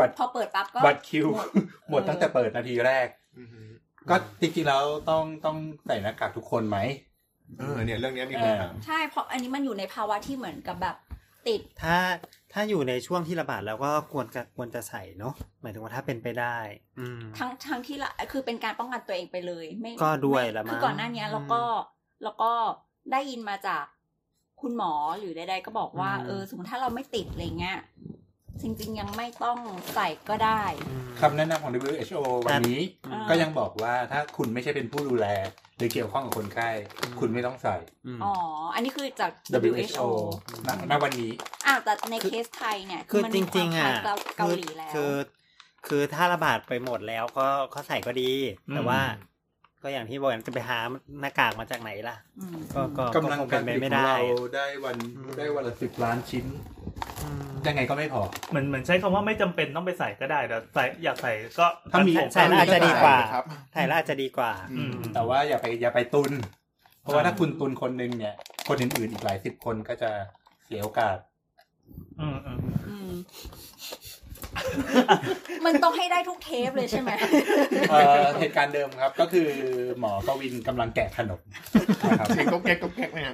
บัตร พอเปิดปั๊บก็ บัตรคิว หมด หมดตั้งแต่เปิดนาทีแรก อือหือ ก็จริงๆแล้วต้องต้องใส่หน้ากากทุกคนไหม เออเนี่ยเรื่องเนี้ยมีคนถาม ใช่เพราะอันนี้มันอยู่ในภาวะที่เหมือนกับแบบ ติด ถ้าถ้าอยู่ในช่วงที่ระบาดแล้วก็ควรจะควรจะใส่เนาะหมายถึงว่าถ้าเป็นไปได้ อืม ทั้งทั้งที่ละคือเป็นการป้องกันตัวเองไปเลย ไม่ ก็ด้วย ไม่ ละมั้ง คือก่อนหน้าเนี้ยเราก็เราก็ได้ยินมาจากคุณหมอหรือใดๆก็บอกว่า อืม เออสมมติถ้าเราไม่ติดอะไรเงี้ยจริงๆ ยังไม่ต้องใส่ก็ได้ อืม คำแนะนำของ WHO วันนี้ อ่า ก็ยังบอกว่าถ้าคุณไม่ใช่เป็นผู้ดูแล หรือเกี่ยวข้องกับคนไข้ อืม คุณไม่ต้องใส่ อืม อ๋อ อันนี้คือจาก WHO ณณวันนี้ อ้าวแต่ในเคสไทยเนี่ย คือ มัน จ มีวาม ริงๆอ่ะ คล้ายเกาหลีแล้ว คือคือถ้าระบาดไปหมดแล้วก็ก็ใส่ก็ดี แต่ว่า ก็อย่างที่บอกกันจะไปหาหน้ากากมาจากไหนล่ะ อืม ก็ก็ กำลัง คเป็ การ น ผ ไป ลิตข ไม่ อง ได้ เราได้วันได้วันละสิบล้านชิ้น ยังไงก็ไม่พอ เหมือนเหมือนใช้คำว่าไม่จำเป็นต้องไปใส่ก็ได้แต่ใส่อยากใส่ก็ ถ้ามี ก็ ใส่แล้วอาจจะดีกว่า ครับ ไทยล่าจะดีกว่า อืม แต่ว่าอย่าไปอย่าไปตุน เพราะว่าถ้าคุณตุนคนหนึ่งเนี่ย คนอื่นๆอีกหลายสิบคนก็จะเสียโอกาส อืมอืม อืม มันต้องให้ได้ทุกเทปเลยใช่ไหม เอ่อเหตุการณ์เดิมครับ ก็คือหมอกวินกำลังแกะขนมนะครับ เสียงก๊อกแก๊กก๊อกแก๊กเนี่ย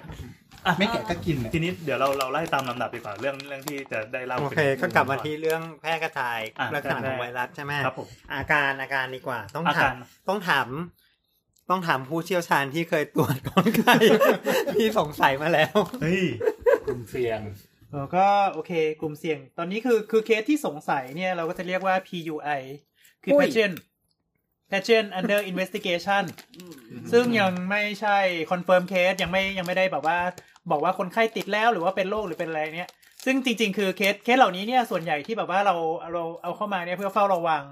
ไม่แกะก็กินเนี่ย ทีนี้เดี๋ยวเราเราไล่ตามลำดับดีกว่าเรื่องเรื่องที่จะได้เล่า โอเค ป็น ก็กลับมาที่เรื่องแพร่กระจาย อ่ะ ลักษณะของไวรัสใช่ไหม ครับผม อาการอาการดีกว่า ต้องถากอาาม ร ต้องถาม ต้องถามผู้เชี่ยวชาญที่เคยตรวจคนไข้ ที่สงสัยมาแล้ว เฮ้ย กลุ่มเสี่ยง เออก็โอเค กลุ่มเสี่ยง ตอนนี้คือคือเคสที่สงสัยเนี่ยเราก็จะเรียกว่า PUI คือ อุ้ย patient patient under investigation อืม ซึ่งยังไม่ใช่ confirm case ยังไม่ยังไม่ได้แบบว่า บอกว่าคนไข้ติดแล้วหรือว่าเป็นโรคหรือเป็นอะไรเนี่ย ซึ่งจริงๆ คือเคสเคสเหล่านี้เนี่ยส่วนใหญ่ที่แบบว่าเราเราเอาเข้ามาเนี่ยเพื่อเฝ้าระวัง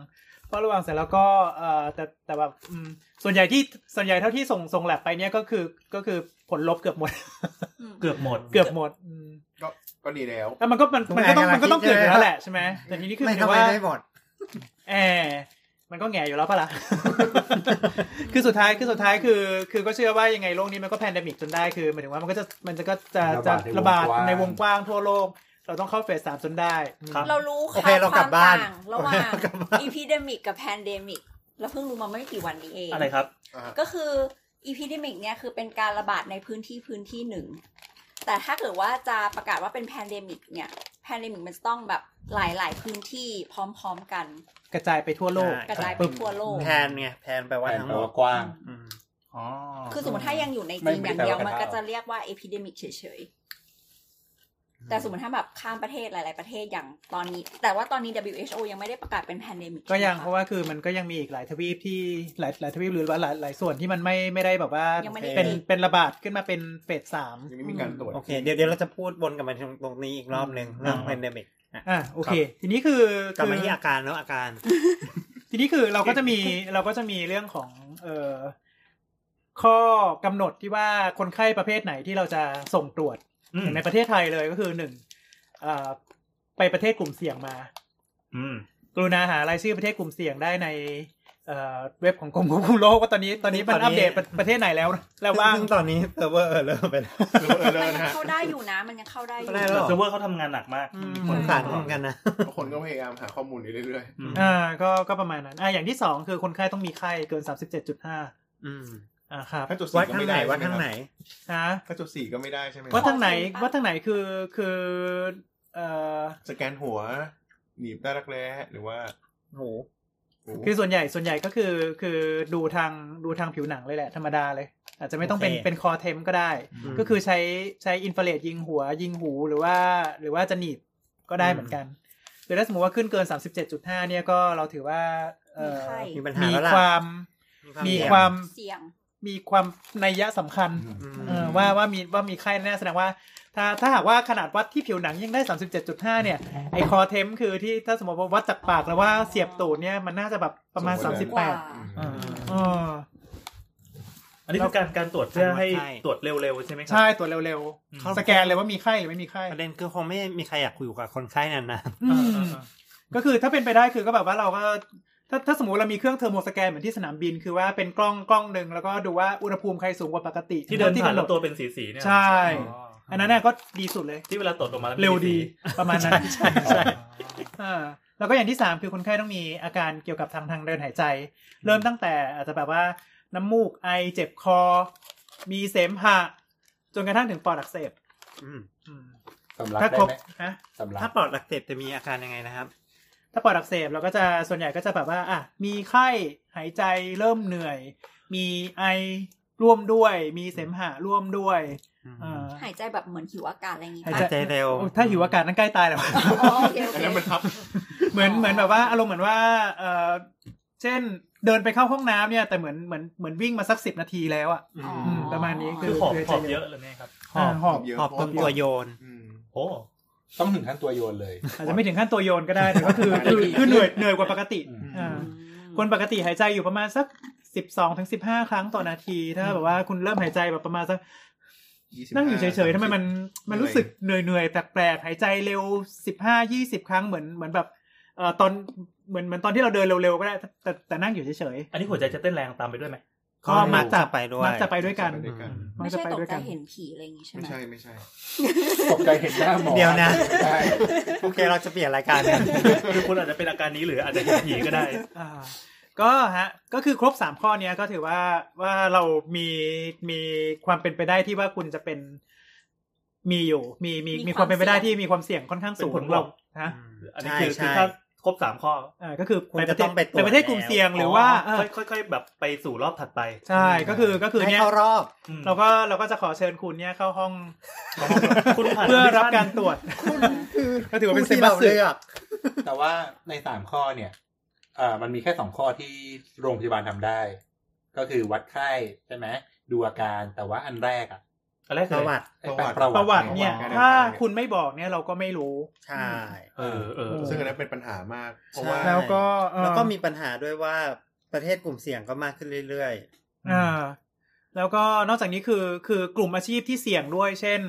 เฝ้าระวังเสร็จแล้วก็เอ่อแต่แต่แบบอืมส่วนใหญ่ที่ส่วนใหญ่เท่าที่ส่งส่งแลบไปเนี่ยก็คือก็คือผลลบเกือบหมด อืม เกือบหมด เกือบหมดอืม ก็ก็ดีแล้ว แล้วมันก็มันมันก็ต้องมันก็ต้อง คิด เกิด เลย อยู่แล้ว นะ แหละใช่ไหมแต่ทีนี้คือห ไม่ มายถึ ทำ ง ไม ว่า ไม่หมด แออมันก็แง่อยู่แล้วปะล่ะ คือสุดท้ายคือสุดท้ายคือ คือก็เชื่อว่ายังไงโลกนี้มันก็แพนเดมิกจนได้คือหมายถึงว่ามันก็จะมันจะก็จะจะ ระ ระ บา บา ด ด ใน ใน ว ว ง ง ก ก ว้า ว้าง งทั่วโลก เราต้องเข้าเฟสสามจนได้ ครับ เรารู้ โอเคเรากลับบ้าน ควมต่งระหว่าง อีพีเดมิกกับแพนเดมิกเราเพิ่งรู้มาไม่กี่วันนี้เอง อะไรครับ ก็คืออีพีเดมิกเนี่ยคือเป็นการระบาดในพื้นที่พื้นที่หนึ่ง แต่ถ้าเกิดว่าจะประกาศว่าเป็นแพนเดมิกเนี่ยแพนเดมิกมันจะต้องแบบหลาย ๆ พื้นที่พร้อม ๆ กัน กระจายไปทั่วโลก ใช่ กระจายไปทั่วโลก แพนไงแพนแปลว่า แผ่น ทั้ง แปล หมด ว่ากว้าง อืม อ๋อ คือสมมติถ้ายังอยู่ใน ไม่ จีนอย่างเดียว ไม่ได้ มัน ว่า ก็ กัน จะเรียกว่า epidemic เฉยๆ แต่สมมติถ้าแบบข้ามประเทศหลาย ๆ ประเทศอย่างตอนนี้ แต่ว่าตอนนี้ WHO ยังไม่ได้ประกาศเป็น pandemic ก็ยัง ใช่ เพ ไหมคะราะว่าคือมันก็ยังมีอีกหลายทวีปที่หลายหลายทวีปหรือว่าหลายหลายส่วนที่มันไม่ไม่ได้แบบว่า ยังไม่ได้ เป็นเป็นระบาดขึ้นมาเป็นเฟสสาม ยังไม่มีการตรวจ โอเค เดี๋ยวเดี๋ยวเราจะพูดวนกลับมาตรงนี้อีกรอบหนึ่งเรื่อง pandemic อ่ะ อ่ะโอเค ทีนี้คือ กลับมาที่อาการแล้วอาการ ทีนี้คือเราก็จะมีเราก็จะมีเรื่องของเอ่อข้อกำหนดที่ว่าคนไข้ประเภทไหนที่เราจะส่งตรวจ อื อ ม ย่างในประเทศไทยเลยก็คือหนึ่งเอ่อไปประเทศกลุ่มเสี่ยงมา อืม กรุณาหารายชื่อประเทศกลุ่มเสี่ยงได้ในเอ่อเว็บของกรมควบคุมโรคว่าตอนนี้ตอนนี้มัน ตอนนี้ อัปเดตประประเทศไหนแล้วแล้วบ้าง ซึ่งตอนนี้เซิร์ฟเวอร์เออร์เริ่มไปแล้ว เออเออ มัน เลิศ ยัง ฮะ เข้าได้อยู่นะมันยังเข้าได้อยู่ ได้แล้ว เซิร์ฟเวอร์เขาทำงานหนักมาก ผลสารเหมือนกันนะ ทุกคนก็พยายามหาข้อมูลอยู่เรื่อย อืม อ่าก็ก็ประมาณนั้นอ่าอย่างที่สองคือคนไข้ต้องมีไข้เกินสามสิบเจ็ดจุดห้า อืม อ่าครับ ๆ ถ้าจุด วั สี่ ด ก็ ทาง ไม่ ไหน ได้ วัดทางไหน นะ ถ้าจุดสี่ก็ไม่ได้ใช่ไหมค ว่า รับ ทางไหน ขอเซ็นปะ ว่าทางไหนคือคือเอ่อ สแกนหัว หนีบได้รักแร้หรือว่า โห หู คือส่วนใหญ่ส่วนใหญ่ก็คือคือดูทางดูทางผิวหนังเลยแหละ ธรรมดาเลย อาจจะไม่ต้องเป็น โอเค เป็นคอเทมก็ได้ ม ก็คือใช้ใช้อินฟราเรดยิงหัวยิงหูหรือว่า หรือว่าจะหนีบก็ได้เหมือนกันคือถ้าสมมติว่าขึ้นเกิน 37.5 เนี่ยก็เราถือว่าเอ่ มี อ ไข้ มีปัญหา มี แล้วล่ะ ความมีความ เสี่ยง มีความนัยยะสำคัญ เออว่าว่ามีว่ามีไข้แน่แสดงว่า ถ้าถ้าหากว่าขนาดวัดที่ผิวหนังยังได้ 37.5 เนี่ย ไอคอเทมคือที่ถ้าสมมติว่าวัดจากปากแล้วว่าเสียบตูดเนี่ยมันน่าจะแบบประมาณ สูงกว่า 38 อืม เออ อันนี้คือการการตรวจเพื่อให้ ใช่ ตรวจเร็วๆใช่ไหมครั ใช่ตัวเร็ว เข้า ๆ สแกนเลยว่ามีไข้หรือไม่มีไข้ ประเด็นคือคงไม่มีใครอยากอยู่กับคนไข้นาน อืมก็คือถ้าเป็นไปได้คือก็แบบว่าเราก็ถ้าถ้าสมมติเรามีเครื่องเทอร์โมสแกนเหมือนที่สนามบิน คือว่าเป็นกล้องกล้องหนึ่งแล้วก็ดูว่าอุณหภูมิใครสูงกว่าปกติ ที่เดินผ่าน กำห แล้วตัวเป็นสีๆเนี่ย ใช่ อ๋อ อันนั้นน่ะก็ดีสุดเลย ที่เวลาตรวจออกมาแล้วมี เร็วดี สี ประมาณนั้น ๆใช่ใช่ อ่าแล้วก็อย่างที่สามคือคนไข้ต้องมีอาการเกี่ยวกับทางทางเดินหายใจ เริ่มตั้งแต่อาจจะแบบว่าน้ำมูกไอเจ็บคอ มีเสมหะ จนกระทั่งถึงปอดอักเสบ อืม อืม สำลัก ถ้า ได้ ครบ ไหม ฮะ สำลั ถ้าก ปอดอักเสบจะมีอาการยังไงนะครับ ถ้าปอดอักเสบเราก็จะส่วนใหญ่ก็จะแบบว่าอ่ะมีไข้หายใจเริ่มเหนื่อย มีไอร่วมด้วย มีเสมหะร่วมด้วยเอ่อ หายใจแบบเหมือนหิวอากาศอะไรอย่างงี้ หาย ปะ ใจ ใจเร็ว โอ้ถ้าหิวอากาศนั่นใกล้ตายแล้ว อ๋อโอเคโอ อัน เค นั้นมันทับ เหมือน อ๋อ เหมือนแบบว่าอารมณ์เหมือนว่าเออเช่นเดินไปเข้าห้องน้ำเนี่ย แต่เหมือนเหมือนเหมือนวิ่งมาสักสิบนาทีแล้วอ่ะ อ๋อ อืมประมาณนี้ คือหอบหอบเยอะเลยไหมครับ หอบหอบ เยอะ หอบจนตัวโยน อืม โอ้ ต้องถึงขั้นตัวโยนเลย อาจจะไม่ถึงขั้นตัวโยนก็ได้แต่ก็คือ ประมาณ คือ นี้ คือเหนื่อยเหนื่อยกว่าปกติ อืม อ่า อืม คนปกติหายใจอยู่ประมาณสักสิบสองถึงสิบห้าครั้งต่อนาที ถ้าแบบว่าคุณเริ่มหายใจแบบประมาณสัก 25 นั่งอยู่เฉยๆทำไมมันมัน เหนื่อย รู้สึกเหนื่อยเหนื่อยๆแปลกๆหายใจเร็วสิบห้ายี่สิบครั้งเหมือนเหมือนแบบเอ่อตอนเหมือนเหมือนตอนที่เราเดินเร็วๆก็ได้แต่แต่แต่นั่งอยู่เฉย อันนี้หัวใจจะเต้นแรงตามไปด้วยไหม ก็ ก็มักจะไปด้ว ๆมั ย กจะไปด้วยกัน ไปด้วยกัน มั ไม่ กจะ ใช่ ไป ตก ด้วย ใจ กัน เห็นผีอะไรอย่างงี้ใช่ไหม ไม่ใช่ไม่ใช่ ตกใจเห็นหน้าหมอ เดี๋ยวนะ ใช่ โอเคเราจะเปลี่ยนรายการกัน คือคุณอาจจะเป็นอาการนี้หรืออาจจะเห็นผี ก็ได้ อ่าก็ฮะก็คือครบสามข้อเนี้ยก็ถือว่าว่าเรามีมีความเป็นไปได้ที่ว่าคุณจะเป็นมีอยู่มีมีมีความเป็นไปได้ที่มีความเสี่ยงค่อนข้างสูเป็งนผลบวก ฮะ อันนี้คือคือใช่ใช่ ถ้าครบสามข้อ อ่าก็คือ คุณจะต้องไปตรวจ ในประเทศ แล้ว กลุ่มเสี่ยงหรือว่าเออ ค่อยๆค่อยๆแบบไปสู่รอบถัดไป ใช่ก็คือก็คือ ให้ เนี้ย เข้ารอบ อืม เราก็เราก็จะขอเชิญคุณเนี่ยเข้าห้อง คุณผ่าน เพื่อรับการตรวจ ก็ถือว่าเป็นเซบัสเลือก แต่ว่าในสามข้อเนี่ยเอ่อมันมีแค่สองข้อที่โรงพยาบาลทำได้ ก็คือวัดไข้ใช่ไหมดูอาการแต่ว่าอันแรกอ่ะ อะไร ป คืออะระไร วัติ ไอ้แปล ประวัติ ประวัติเนี่ย ประวัติ ถ้าคุณไม่บอกเนี่ยเราก็ไม่รู้ ใช่ เออเออ ซึ่งอันนั้นเป็นปัญหามาก เพราะว่า แล้วก็เอ่อ แล้วก็มีปัญหาด้วยว่าประเทศกลุ่มเสี่ยงก็มากขึ้นเรื่อย อ่าแล้วก็นอกจากนี้คือคือกลุ่มอาชีพที่เสี่ยงด้วย เช่น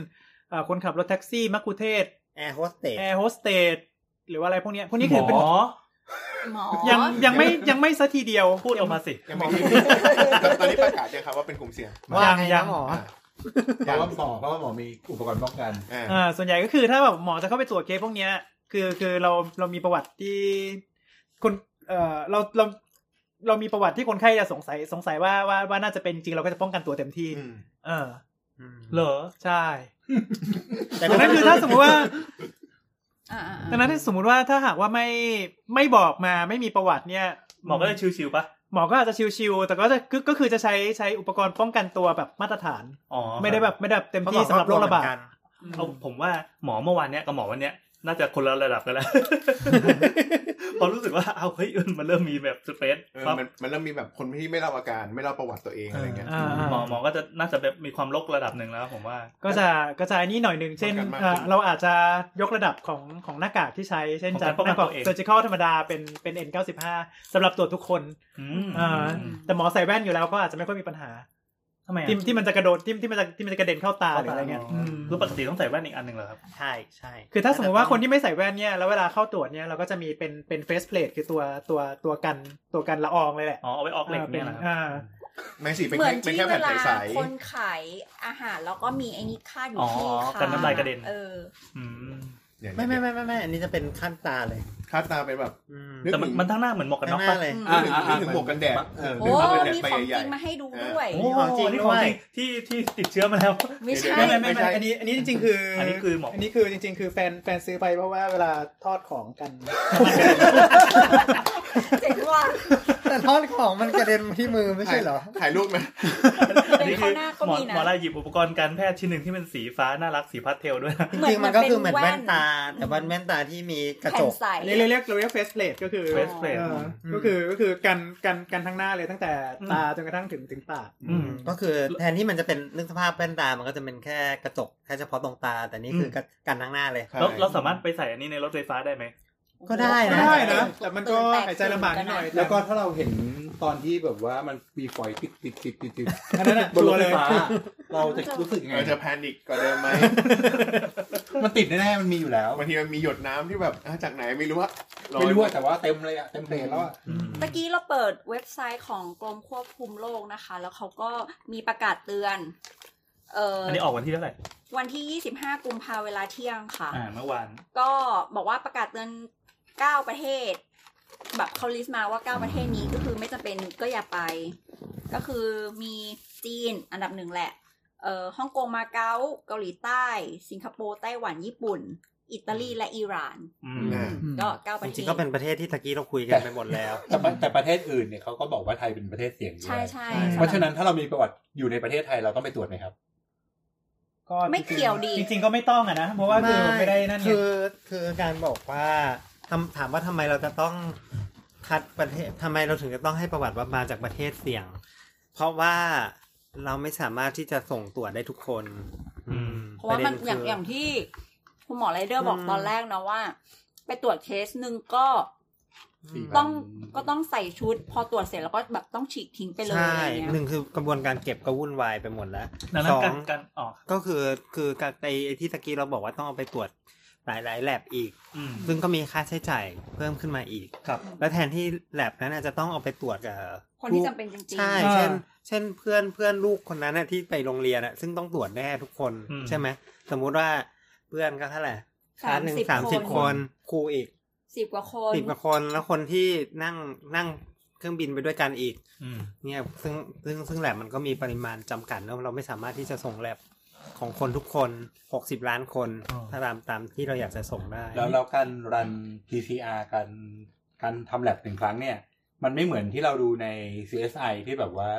เอ่อคนขับรถแท็กซี่มักคุเทศ ๆ แอร์โฮสเตส แอร์โฮสเตสหรือว่าอะไรพวกเนี้ยพวกนี้ หม ถือเป็น อ หมอ ยังยังไม่ยังไม่ซะทีเดียว พูดออกมาสิ ยังไม่ตอนนี้ประกาศยังครับว่าเป็นกลุ่มเสี่ยง ว่าไงนะหมอ อ่ะ เพราะว่าหมอเพราะว่าหมอมีอุปกรณ์ป้องกัน อ่ะ อ่าส่วนใหญ่ก็คือถ้าแบบหมอจะเข้าไปตรวจเคสพวกเนี้ยคือคือเราเรามีประวัติที่คนเอ่อเราเราเรามีประวัติที่คนไข้จะสงสัยสงสัยว่าว่าว่าน่าจะเป็นจริงเราก็จะป้องกันตัวเต็มที่ อืม เออ เหรอ ใช่ แต่ ดังนั้นคือถ้าสมมติว่า อ่าอ่า ดังนั้นถ้าสมมุติว่าถ้าหากว่าไม่ไม่บอกมาไม่มีประวัติเนี่ย หมอก็จะชิวๆปะ หมอก็อาจจะชิวๆแต่ก็จะก็ก็คือจะใช้ใช้อุปกรณ์ป้องกันตัวแบบมาตรฐาน อ๋อ ไม่ได้แบบไม่ได้แบบเต็ม เขา ที่สำหรับโรคระบาด เอาผมว่าหมอเมื่อวานเนี้ยกับหมอวันเนี้ยน่าจะคนละระดับ กันแล้ว พอรู้สึกว่าเอาเฮ้ยมันเริ่มมีแบบสเปซ เออมันมันเริ่มมีแบบคนที่ไม่เล่าอาการไม่เล่าประวัติตัวเองอะไรเงี้ย อ่า หมอหมอก็จะน่าจะแบบมีความลกระดับหนึ่งแล้ว ผมว่า ก็จะก็จะอันนี้หน่อยหนึ่งเช่น ป้องกันมากขึ้น เอ่อเราอาจจะยกระดับของของหน้ากากที่ใช้ เช่น ขอจากงาร ก ป้องกั ห น น้ากา ตัว ก เอง เซอร์จิคอธรรมดาเป็นเป็น N95 สำหรับตรวจทุกคน อืม อ่า แต่หมอใส่แว่นอยู่แล้วก็อาจจะไม่ค่อยมีปัญหา ทำไมอะ ที่ที่มันจะกระโดดที่ที่มันจะที่มันจะกระเด็นเข้าตาหรืออะไรเงี้ยอืม คือปกติต้องใส่แว่นอีกอันหนึ่งเหรอครับ ใช่ใช่ คือถ้าสมมติว่าคนที่ไม่ใส่แว่นเนี่ยแล้วเวลาเข้าตรวจเนี่ยเราก็จะมีเป็นเป็นเฟสเพลทคือตัวตัวตัวกันตัวกันละอองเลยแหละ อ๋อเอาไว้ออกเหล็ก าป็ เนี่ยนะครั อ่า บ ไม่สิเป็น เหมื แค่ อน เป็น ที่ แค่ เว แผ่น ลา ใสๆ คนขายอาหารแล้วก็มีไอ้นี่คาดอยู่ อ๋อ ที่คา กันน้ำลายกระเด็น เออ อืม อย่างเงี้ย ไม่ไม่ไม่ไม่ไม่อันนี้จะเป็นขั้นตาเลย คาดตาเป็นแบบ อืม นึก แต่มั ถึ น ง มันทั้งหน้าเหมือนหมวกกัน ข้า น็อง ก หน้า ปะ เลย อ่า นึก อ่า ถึ อ่าง หมวกกันแดด เออ โอ้ นึกถึงหมวกกัมีของจนแดดไปใหญ่ ริงมาให้ดู ๆอ่ะ ด้วย โอ้ ของจริง นี่ของ ด้วย จริงที่ที่ติดเชื้อมาแล้ว ไม่ใช่ เดี๋ ไม่ ยว ไม่ไม่ไม่อันนี้อันนี้จริงๆคืออั นนี้คือหมออั นนี้คือจริง ๆ คือแฟนแฟนซื้อไปเพราะว่าเวลาทอดของกัน เจ๋งว่ะ แต่ทอดของมันกระเด็นมาที่มือไม่ใช่เหรอ ถ่ายรูปไหม อัน เป็น นี้คื ข้าวอหน้าก็ หมอ มีนะ หมอลายหยิบอุปกรณ์การแพทย์ชิ้นหนึ่งที่เป็นสีฟ้าน่ารักสีพาสเทลด้วยนะ จ เหมือน ริงๆมันก็ มันเป็น คือเหมือน แว่ แว่ น นตา แต่ว่าแว่นตาที่มีกระ แผ่ จ น ก ใส เรียกเรียกเรียกเราเรียกเฟสเพลทก็คือ face plate เอออ ม ก็คือก็คือกันกันกันทั้งหน้าเลยตั้งแต่ตาจนกระทั่งถึงถึงปาก อืม ก็คือแทนที่มันจะเป็นนึกสภาพแว่นตา มันก็จะเป็นแค่กระจกแค่เฉพาะตรงตา แต่นี่คืออกันทั้งหน้าเลย แล้วเราสามารถไปใส่อันนี้ในรถไฟฟ้าได้ไหม ก็ได้นะ ได้นะแต่มันก็หายใจลำบากนิดหน่อย แล้วก็ถ้าเราเห็นตอนที่แบบว่ามันมีฝอยติดติดติดติดติด อันนั้นอ่ะ บนรถ ชัวร์เลยไฟฟ้าเราจะรู้สึกยังไง เราจะแพนิคกว่าเดิมไหม มันติดแน่ๆมันมีอยู่แล้ว บางทีมันมีหยดน้ำที่แบบอ่ะจากไหนไม่รู้อะลอย ไม่รู้อะแต่ว่าเต็มเลยอะเต็มเพลงแล้วอะ เมื่อกี้เราเปิดเว็บไซต์ของกรมควบคุมโรคนะคะ แล้วเขาก็มีประกาศเตือน เอ่ออ อันนี้ออกวันที่เท่าไหร่ วันที่ 25 กุมภาเวลาเที่ยงค่ะ อ่าเมื่อวาน ก็บอกว่าประกาศเตือน 9 ประเทศ แบบเขาลิสต์มาว่า 9 ประเทศนี้ก็คือไม่จำเป็นก็อย่าไป ก็คือมีจีนอันดับหนึ่งแหละ เ เอ่อฮ่องกงมาเก๊าเกาหลีใต้ สิงคโปร์ไต้หวันญี่ปุ่น อิตาลีและอิหร่าน อืม อ่า อืม ก็เก้าป จ ระเท ริ ศ งๆก็เป็นประเทศที่ตะกี้เราคุยกันไปหมดแล้ว แต่ประแต่ประเทศอื่นเนี่ยเขาก็บอกว่าไทยเป็นประเทศเสี่ยงด้ ใช่ วย ใช่ ใช่ เพราะฉะนั้นถ้าเรามีประวัติอยู่ในประเทศไทยเราต้องไปตรวจไหมครับ ก็ ไม่เกี่ยวดี จริงๆก็ไม่ต้องอะนะเพราะว่าคือไม่ได้นั่นไง คือคือการบอกว่าทำถามว่าทำไมเราจะต้องคัดประเทศทำไมเราถึงจะต้องให้ประวัติว่ามาจากประเทศเสี่ยง เพราะว่าเราไม่สามารถที่จะส่งตรวจได้ทุกคน อืม เพราะว่ามัน ปอด็ย่าง คื อย่างที่คุณหมอไรเดอร์บอก อืม ตอนแรกนะว่า ไปตรวจเคสหนึ่งก็ สี่วัน ต้องก็ต้องใส่ชุด พอตรวจเสร็จแล้วก็แบบต้องฉีกทิ้งไปเลย ใช่ อะไรเงี้ย หนึ่งคือกระบวนการเก็บก็วุ่นวายไปหมดแล้ว ดังนั้ ส น อง การการอ๋อ ก็คือคือการไอ้ไอ้ที่ตะกี้เราบอกว่าต้องเอาไปตรวจหลายหลายแลบอีก อืม ซึ่งก็มีค่าใช้จ่ายเพิ่มขึ้นมาอีก ครับ และแทนที่แลบนั้นอาจจะต้องเอาไปตรวจกับ คนที่จำเป็นจริง ใช่ อ่า เช่น เช่น เพื่อน เพื่อนลูกคนนั้นน่ะที่ไปโรงเรียนน่ะ ซึ่งต้องตรวจแน่ทุกคน อืม ใช่ไหม สมมุติว่าเพื่อนก็เท่าไหร่ ๆ คลาสหนึ่งสามสิบคน ครูอีก สิบกว่าคน สิบกว่าคน แล้วคนที่นั่ง นั่งเครื่องบินไปด้วยกันอีก อืม เนี่ย ซึ่ง ซึ่ง ซึ่งแลบมันก็มีปริมาณจำกัดเนอะเราไม่สามารถที่จะส่งแลบของคนทุกคนหกสิบล้านคน อ๋อ ถ้าตาม ตามที่เราอยากจะส่งได้ แล้วเราการรัน PCR การการทำแลบหนึ่งครั้งเนี่ย มันไม่เหมือนที่เราดูใน CSI ที่แบบว่า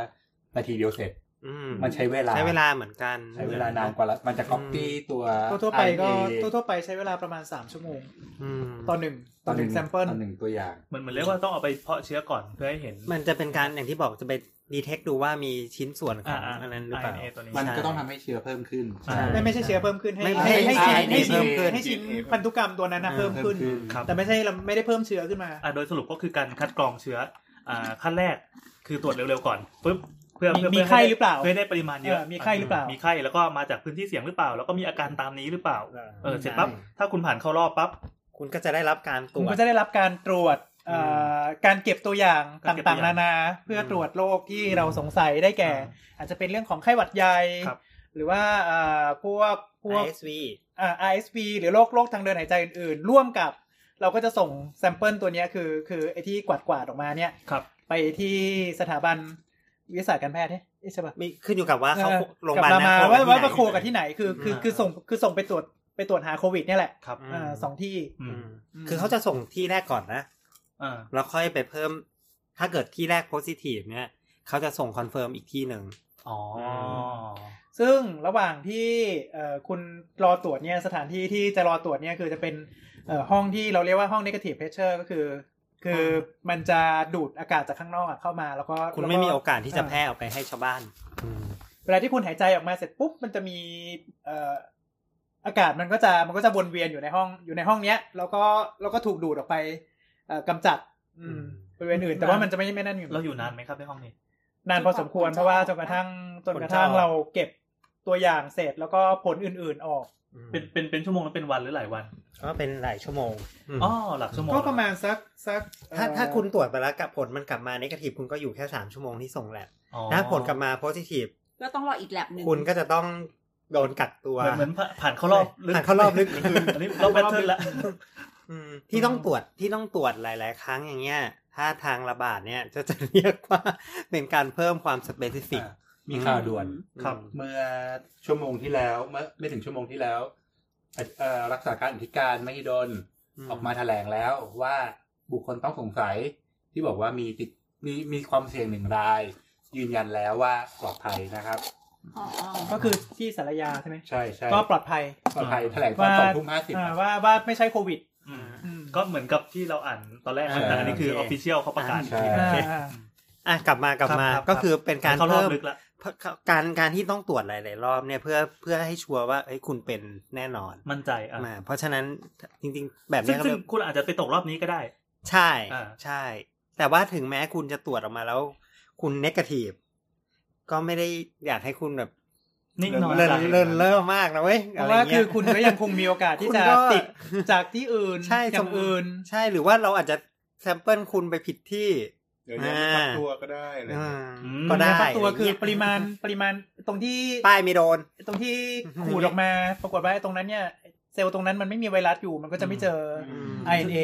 นาทีเดียวเสร็จ อืม มันใช้เวลา ใช้เวลาเหมือนกัน ใช้เวลานานกว่าละมันจะ copy ตัว ทั่วๆไปก็ RNA ทั่วๆไปใช้เวลาประมาณ 3 ชั่วโมง อืม ต่อหนึ่งต่อหนึ่งแซมเปิล ต่อหนึ่งตัวอย่าง มันเหมือนเรียกว่าต้องเอาไปเพาะเชื้อก่อนเพื่อให้เห็น มันจะเป็นการอย่างที่บอกจะไปดีเทคดูว่ามีชิ้นส่วนข อ่า อง อ่า อันนั้นหรือเปล่า ไอเอตัวนี้ มันก็ต้องทำให้เชื้อเพิ่มขึ้น อ่า ไม่ไม่ใช่เชื้อเพิ่มขึ้นให้ ไม่ ให้ ไม่ ให้ ใช่ ชิ้นไม่ให้ชิ้น เพิ่มขึ้น ให้ชิ้นพันธุกรรมตัวนั้นนะเพิ่มขึ้น เพิ่มขึ้น ครับ แต่ไม่ใช่เราไม่ได้เพิ่มเชื้อขึ้นมา อ่ะโดยสรุปก็คือการคัดกรองเชื้อ อ่าขั้นแรกคือตรวจเร็วๆก่อนปุ๊บเพื่อ มี เพื่อ มี เพื่อ ไข้ ให้ หรือเปล่า เพื่อให้ได้ปริมาณเยอะ เออมีไข้หรือเปล่ามี ไข้แล้วก็มาจากพื้นที่เสี่ยงหรือเปล่า แล้วก็มีอาการตามนี้หรือเปล่า อ่า เออเสร็จปั๊บถ้าคุณผ่านเข้ารอบปั๊บ คุณก็จะได้รับการตร คุณ วจ ก็จะได้รับการตรวจเอ่ออการเก็บตัวอย่าง การเก็บตัว ต่าง อย่างๆนานา เพื่อตรวจโรคที่เราสงสัยได้แก่ อื อาจจะเป็นเรื่องของไข้หวัดใหญ่ ครับ หรือว่าเอ่อพวกพวก ISV อ่า RSV หรือโรคโรคทางเดินหายใจอื่นๆ ร่วมกับ เราก็จะส่งแซมเปิลตัวเนี้ยคือคือไอที่กวาดกวาดๆออกมาเนี่ย ครับ ไปที่สถาบันวิทยาศาสตร์การแพทย์เนี่ยเอ๊ะใช่ปะ มีขึ้นอยู่กับว่าเขา เออ โรงพยาบาล กับ นั้น มา โค ว่าว่า ไหน ประโคกับที่ไหนคือคือคือส่งคือส่งไปตรวจไปตรวจหาโควิดเนี่ยแหละ ครับ อืม อ่าสองที่ อื อื ม มคือเขาจะส่งที่แรกก่อนนะ อ่า แล้วค่อยไปเพิ่ม ถ้าเกิดที่แรกโพซิทีฟเนี่ยเขาจะส่งคอนเฟิร์มอีกที่หนึ่ง อ๋อ ซึ่งระหว่างที่เอ่อคุณรอตรวจเนี่ยสถานที่ที่จะรอตรวจเนี่ยคือจะเป็นเอ่อห้องที่เราเรียกว่าห้อง negative pressure ก็คือ คือมันจะดูดอากาศจากข้างนอกอะเข้ามาแล้วก็ คุณ แล้ว ไม่มีโอกาสที่จะแพร่ออกไปให้ชาวบ้าน อืม เวลาที่คุณหายใจออกมาเสร็จปุ๊บมันจะมีเอ่ออากาศมันก็จะมันก็จะวนเวียนอยู่ในห้องอยู่ในห้องเนี้ยแล้วก็แล้วก็ถูกดูดออกไปเอ่อกำจัดอืม อืม บริเวณอื่นแต่ว่ามันจะไม่ไม่นั่นอยู่ เราอยู่นานไหมครับในห้องนี้ นานพอสมควรเพราะว่าจนกระทั่งจนกระทั่ง ผลจะออก เราเก็บตัวอย่างเสร็จแล้วก็ผลอื่นๆออก เป็นเป็นเป็นชั่วโมงแล้วเป็นวันหรือหลายวัน ก็เป็นหลายชั่วโมงม อ๋อหลักชั่วโมง ก็ประมาณสักสัก ถ้า เอ่อ ถ้าคุณตรวจไปแล้วกลับผลมันกลับมาในกระถิบคุณก็อยู่แค่สามชั่วโมงที่ส่งแลบ อ๋อ ถ้าผลกลับมาโพซิทีฟ ก็ต้องรออีกแลบหนึ่ง คุณก็จะต้องโดนกักตัว เหมือนเหมือนผ่านเข้ารอบลึก ผ่านเข้ารอบ ลึก อันนี้เราแบทเทิลละ อืมที่ต้องตรวจที่ต้องตรวจหลาย ๆ ครั้งอย่างเงี้ย ถ้าทางระบาดเนี่ยจะ จะเรียกว่าเป็นการเพิ่มความสเปซิฟิก อ่ะมีข่าวด่วน ครับ เมื่อชั่วโมงที่แล้วเมื่อไม่ถึงชั่วโมงที่แล้วอ่ะเอ่อรักษาการอธิการมหิดล อืม ออกมาแถลงแล้วว่าบุคคลต้องสงสัยที่บอกว่ามีติดมีมีความเสี่ยงหนึ่งราย ยืนยันแล้วว่าปลอดภัยนะครับ อ๋อ ก็คือที่สารยาใช่ไหม ใช่ใช่ ก็ปลอดภัย ปลอดภัยแถลงตอน ว่า สองทุ่มห้าสิบ อ่าว่าว่าไม่ใช่โควิด อืม อืม ก็เหมือนกับที่เราอ่านตอนแรกนะ อ่า แต่อันนี้คือออฟฟิเชียลเขาประกาศ ใช่ อ่าอ่า อ่ะกลับมากลับมา ครับครับ ก็คือเป็นการ เข้ารอ เพิ่ บ ม ลึกละ การการที่ต้องตรวจหลาย ๆ รอบเนี่ยเพื่อเพื่อให้ชัวร์ว่าเอ้ยคุณเป็นแน่นอน มั่นใจอ่ะ มาเพราะฉะนั้นจริง ๆ แบบ ซึ่งเนี้ยก็ ซึ่ เป็ ง น คุณอาจจะไปตกรอบนี้ก็ได้ ใช่ อ่า ใช่ แต่ว่าถึงแม้คุณจะตรวจออกมาแล้ว คุณเนกาทีฟก็ไม่ได้อยากให้คุณแบบ นิ่งนอน เลิน ใจ เลินเล่อมากนะเว้ย เพ อะไร ราะว่า เงี้ย คือคุณก็ยังคงมีโอกาสที่ จะคุณก็ ติดจากที่อื่น ใช่ จากอื่น ใช่หรือว่าเราอาจจะแซมเปิลคุณไปผิดที่ เดี๋ยวจะพักตัวก็ได้อะไรอย่างเงี้ย อืมก็ได้ ฟักตัวคือปริมาณ อะไรเ ปริมาณตรงที่ งี้ยป้ายไม่โดน ตรงที่ขูดออกมาปรากฏว่าไอ้ตรงนั้นเนี่ยเซลล์ตรงนั้นมันไม่มีไวรัสอยู่มันก็จะไม่เจอ ม RNA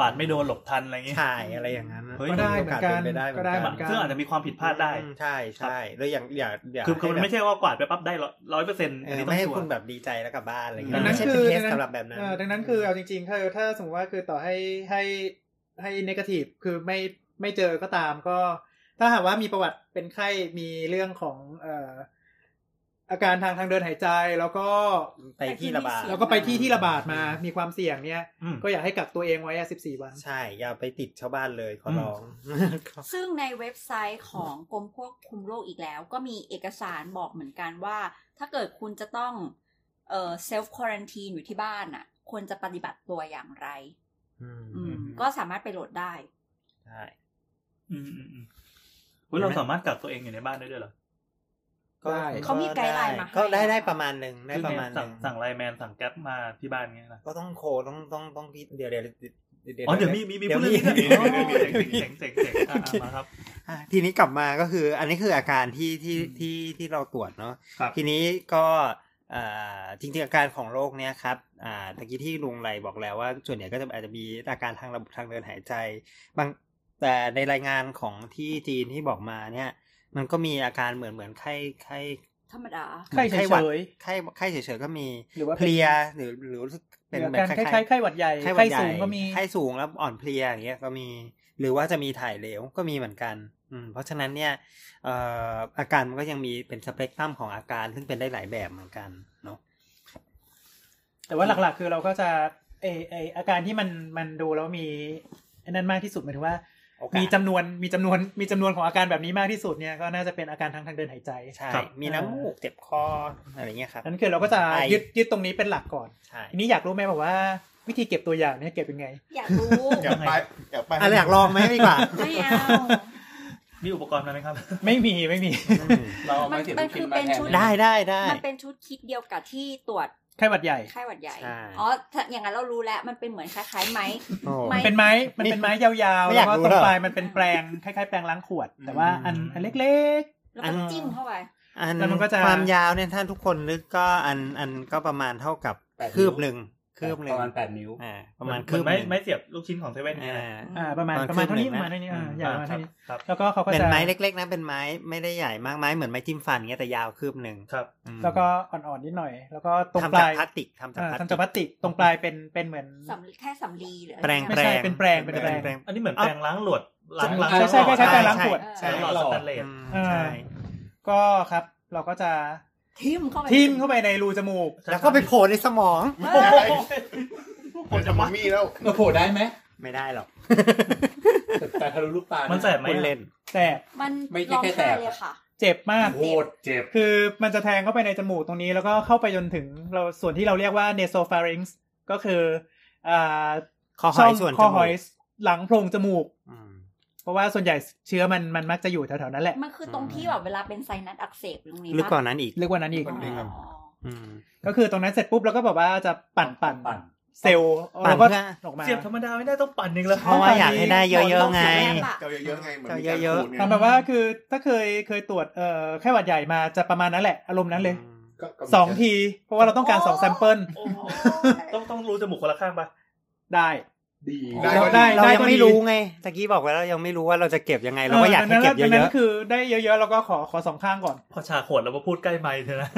ปาดไม่โดนหลบทันอะไรอย่างงี้ ถ่ายอะไรอย่างนั้นนะ เฮ้ย ก็ได้เหมือนกัน โาสป็ไปได้ ก็ได้เหมือนกัน ซึ่งอาจจะมีความผิดพลาดได้ อืมใช่ใช่แล้วอย่างอย่าอย่า คือคือมัน ให้ ไม่ใช่ว่ากวาดไปปั๊บได้ร้อยเปอร์เซ็นต์ เอ อัน อ นี้ต้ ไม่ อง ให้ ชัว คุณ ร์ แบบดีใจแล้วกลับบ้านอะไรอย่างเงี้ ดั ย งนั้น ไม่ใช่ คื เป็น อ เคส ดังนั้น สำหรับแบบนั้น เออดังนั้นคือเอาจริงๆถ้าถ้าสมมติว่าคือต่อให้ให้ให้นกาทีฟคือไม่ไม่เจอก็ตามก็ ถ้าหากว่ามีประวัติเป็นไข้มีเรื่องของเอ่ออาการทางทางเดินหายใจแล้วก็ ไปที่ระบาด แล้วก็ไปที่ที่ระบาดมา มีความเสี่ยงเนี่ย อืม ก็อยากให้กักตัวเองไว้อะ14 วัน ใช่ อย่าไปติดชาวบ้านเลยขอร้อง ซึ่งในเว็บไซต์ของกรมควบคุมโรคอีกแล้ว ก็มีเอกสารบอกเหมือนกันว่า ถ้าเกิดคุณจะต้องเอ่อเซลฟ์ควอรันทีนอยู่ที่บ้านน่ะ ควรจะปฏิบัติตัวอย่างไร อืม ก็สามารถไปโหลดได้ ใช่ อืมอืมอืมอุ๊ยเราสามารถกักตัวเองอยู่ในบ้านได้ด้วยเหรอ ก็ ได้ เขามีไกด์ไลน์มาให้ ก็ได้ได้ประมาณหนึ่งได้ประมาณห สั่ง นึ่ง สั่งไลน์แมนสั่งแก๊ปมาที่บ้านเงี้ยนะ ก็ต้องโคต้องต้องต้องพี่เดี๋ยวเดี๋ยวเดี๋ยว อ๋อเดี๋ยวมีมีมี เดี๋ยว ผู้เล่น มี เดี๋ยวมีเดี๋ยวมีเจ๋งเจ๋งเจ๋งเจ๋งอ่ะอ่ะมาครับ อ่ะทีนี้กลับมาก็คือ อันนี้คืออาการที่ที่ที่ที่เราตรวจเนาะ ครับ ทีนี้ก็อ่าจริงๆอาการของโรคเนี้ยครับอ่าตะกี้ที่ลุงไรบอกแล้วว่า ส่วนใหญ่ก็จะอาจจะมีอาการทางระบบทางเดินหายใจ บางแต่ในรายงานของที่จีนที่บอกมาเนี่ย มันก็มีอาการเหมือนเหมือนไข้ไข้ ธรรมดา ไข้เฉยๆ หวัดไข้ไข้เฉยๆก็มี หรือว่า เพลียหรือหรือรู้สึกเป็น หรือ แบ การ บ คล้ายๆไข้หวัดใหญ่ ไข้หวัด ไข้ ให สู ญ่ งก็มี ไข้สูงแล้วอ่อนเพลียอย่างเงี้ยก็มี หรือว่าจะมีถ่ายเหลวก็มีเหมือนกันอืมเพราะฉะนั้นเนี่ยเอ่ออาการมันก็ยังมีเป็นสเปกตรัมของอาการซึ่งเป็นได้หลายแบบเหมือนกันเนาะ แต่ว่าหลักๆ คือเราก็จะเออเอออาการที่มันมันดูแล้วมีอันนั้นมากที่สุดหมายถึงว่า โอกาส มีจำนวนมีจำนวนมีจำนวนของอาการแบบนี้มากที่สุดเนี่ยก็น่าจะเป็นอาการทางทางเดินหายใจ ใช่ ครับ มีน้ำมูกเจ็บคออะไรเงี้ยครับ นั้นคือเราก็จะ ไอ ยึดยึดตรงนี้เป็นหลักก่อน ใช่ ทีนี้อยากรู้ไหมบอกว่าวิธีเก็บตัวอย่างเนี่ยเก็บยังไง อยากรู้ อยากไปอยากไป อะไรอยากลองไหมดี กว่า ไม่เอา มีอุปกรณ์มาไหมครับ ไม่มีไม่มี เราเอา มั ไม้ น เสียบ มัน คิ คื ด อ มา เป็น แทน ชุด หม ได้ได้ได้ มันเป็นชุดคิดเดียวกับที่ตรวจ ไข้หวัดใหญ่ ไข้หวัดใหญ่ ใช่ อ๋อถ้าอย่างนั้นเรารู้แล้ว มันเป็นเหมือนคล้ายๆไหม โอ้ ไม่ เป็นไม้มันเป็นไม้ยาว ไม่ ๆ อ แล้ ยาว ก ก็ รู้ ตรง หรอ ปลายมันเป็นแปลงคล้ายๆ แปลงล้างขวด แต่ว่าอันอันเล็ก แล้ว อั ก็ น จิ้มเข้าไป อัน แล้วมันก็จะ ความยาวเนี่ยถ้าทุกคนนึกก็อันอันก็ประมาณเท่ากับ แปดนิ้ว คืบหนึ่งคืบหนึ่ ป ง ระมาณแปดนิ้ว อ่าประมาณ เห คื อน บห ไม่ นึ่ง ไม่เสียบลูกชิ้นของเซเว่นเงี้ย อ่า นะ ๆอ่าประมาณ ประมาณ ประมาณเท่าคนี้รึ่ ป ง ระ หนึ่งนะ มาณเท่านี้ อ่า อ่าใหญ่ประมาณ ครับเท่านี้ ครับ แล้วก็เขาก็ เป็น จะ ไม้เล็ก ๆ นะเป็นไม้ไม่ได้ใหญ่มากไม้เหมือนไม้จิ้มฟันเงี้ยแต่ยาวคืบหนึ่ง ครับ อืม แล้วก็อ่อนๆนิดหน่อย แล้วก็ตรงป ทำจาก ลาย พลาสติกทำจาก อ่า พลาสติทำจาก ก พลาสติกตรงปลายเป็นเป็นเหมือน สำลีแค่สำลีหรืออะไร แปรง สัก ไม่ อย่า ใช่เป็นแปรงเป็นแปรง แปรง อันนี้เหมือน อ้าว แปรงล้างหลวดล้างล้าง ใช่ใช่ใช่ใช่ ใช่ แปลงล้างขวด เออ ใช่ ล้างหลอดสแตนเลส อืม อ่า ใช่ ก็ครับ เราก็จะ ทิ่มเข้าไป ทิ่มเข้าไปในรูจมูก แล้วก็ไปโผล่ในสมอง โอ้โหคนจะมามีแล้ว เราโผล่ได้ไหม ไม่ได้หรอก แต่แต่ทะลุลูกตา มั มัน แสบไหม คุณเล่น แสบ มัน ไม่ใช่ ร้อง แค่แส ไห้ บ เลยค่ะ เจ็บมาก โคตรเจ็บ คือมันจะแทงเข้าไปในจมูกตรงนี้แล้วก็เข้าไปจนถึงเราส่วนที่เราเรียกว่า nasopharynx ก็คืออ่า คอหอย ช่ง ส่วนจมูก คอหอยหลังโพรงจมูก อืม เพราะว่าส่วนใหญ่เชื้อมันมันมักจะอยู่แถวๆนั้นแหละ มันคือตรงที่แบบเวลาเป็นไซนัสอักเสบตรงนี้ ลึก ปะ กว่านั้นอีก เรียกว่านั้นอีก มั ลึ น กครับ อ๋อ อืม ก็คือตรงนั้นเสร็จปุ๊บแล้วก็แบบว่าจะปั่นปั่น ปั่น เซลล์ ปั่ แล้ว น ก็ เพื่อ ออกมา เสียบธรรมดาไม่ได้ต้องปั่นอีกแล้ว เพราะว่าอยากให้ได้เยอะๆไง แอบอะ เจ้าเยอะๆไงเหมือน เจ้า มีการ เยอะๆ ขูดไง ทำแบบว่าคือถ้าเคยเคยตรวจเอ่อไข้หวัดใหญ่มาจะประมาณนั้นแหละ อารมณ์นั้นเลย อืม ก็ก็ สองที เพราะว่าเราต้องการสองแซมเปิล โอ้โหต้องต้องรู้จมูกคนละข้างปะ ได้ ดี ได้ เรา ก็ ได้ ได้ เรายังไม่ ก็ดี รู้ไงตะกี้บอกไว้แล้วยังไม่รู้ว่าเราจะเก็บยังไงเราก็อยากให้เก็บเย ดังนั้ อะ นคือได้เยอะๆแล้วก็ขอขอสองข้างก่อน พอชาโขดแล้วมาพูดใกล้ไมค์เธอนะ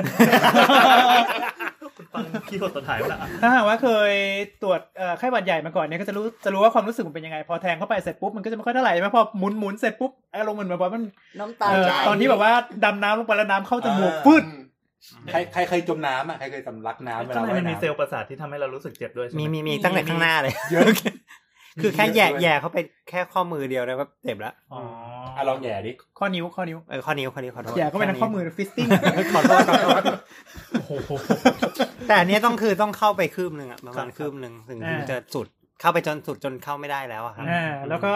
คุณฟังขี้หดตัถ่ายไปละอ่ะ ถ้าหากว่าเคยตรวจเอ่อไข้หวัดใหญ่มาก่อนเนี่ยก็จะรู้จะรู้ว่าความรู้สึกมันเป็นยังไง พอแทงเข้าไปเสร็จปุ๊บมันก็จะไม่ค่อยเท่าไหร่ใช่ไหมพอหมุนหมุนเสร็จปุ๊บอารมณ์เหมือนแบบว่ามัน น้ำตา เอ่อ ไหล ตอนที่แบบว่าดำน้ำลงไปแล้วน้ำเข้าจมูกฟืด ใครใครเคยจมน้ำอ่ะใครเคยสำลักน้ำเวลา ข้างใน ว่าย มันมีเซล น้ำ ล์ประสาทที่ทำให้เรารู้สึกเจ็บด้วยใช่ ๆมี ไหม มีมีตั้งแต่ข้างหน้าเลย เยอะ คือแค่แย่แย่เข้าไปแค่ข้อมือเดียวแล้วก็เจ็บแล้ว อ๋อ อ่ะลองแย่ดิ ข้อนิ้วข้อนิ้ว เออข้อนิ้วข้อนิ้วขอโทษ อย่าก็ไปทางข้อมือฟิสติ้ง ขอโทษขอโทษ โอ้โห แต่อันเนี้ยต้องคือต้องเข้าไปคืบหนึ่งอะประมาคณรับ คืบหนึ่งถึงถึงจะสุดเข้าไปจนสุดจนเข้าไม่ได้แล้วอะครับ อ่าแล้วก็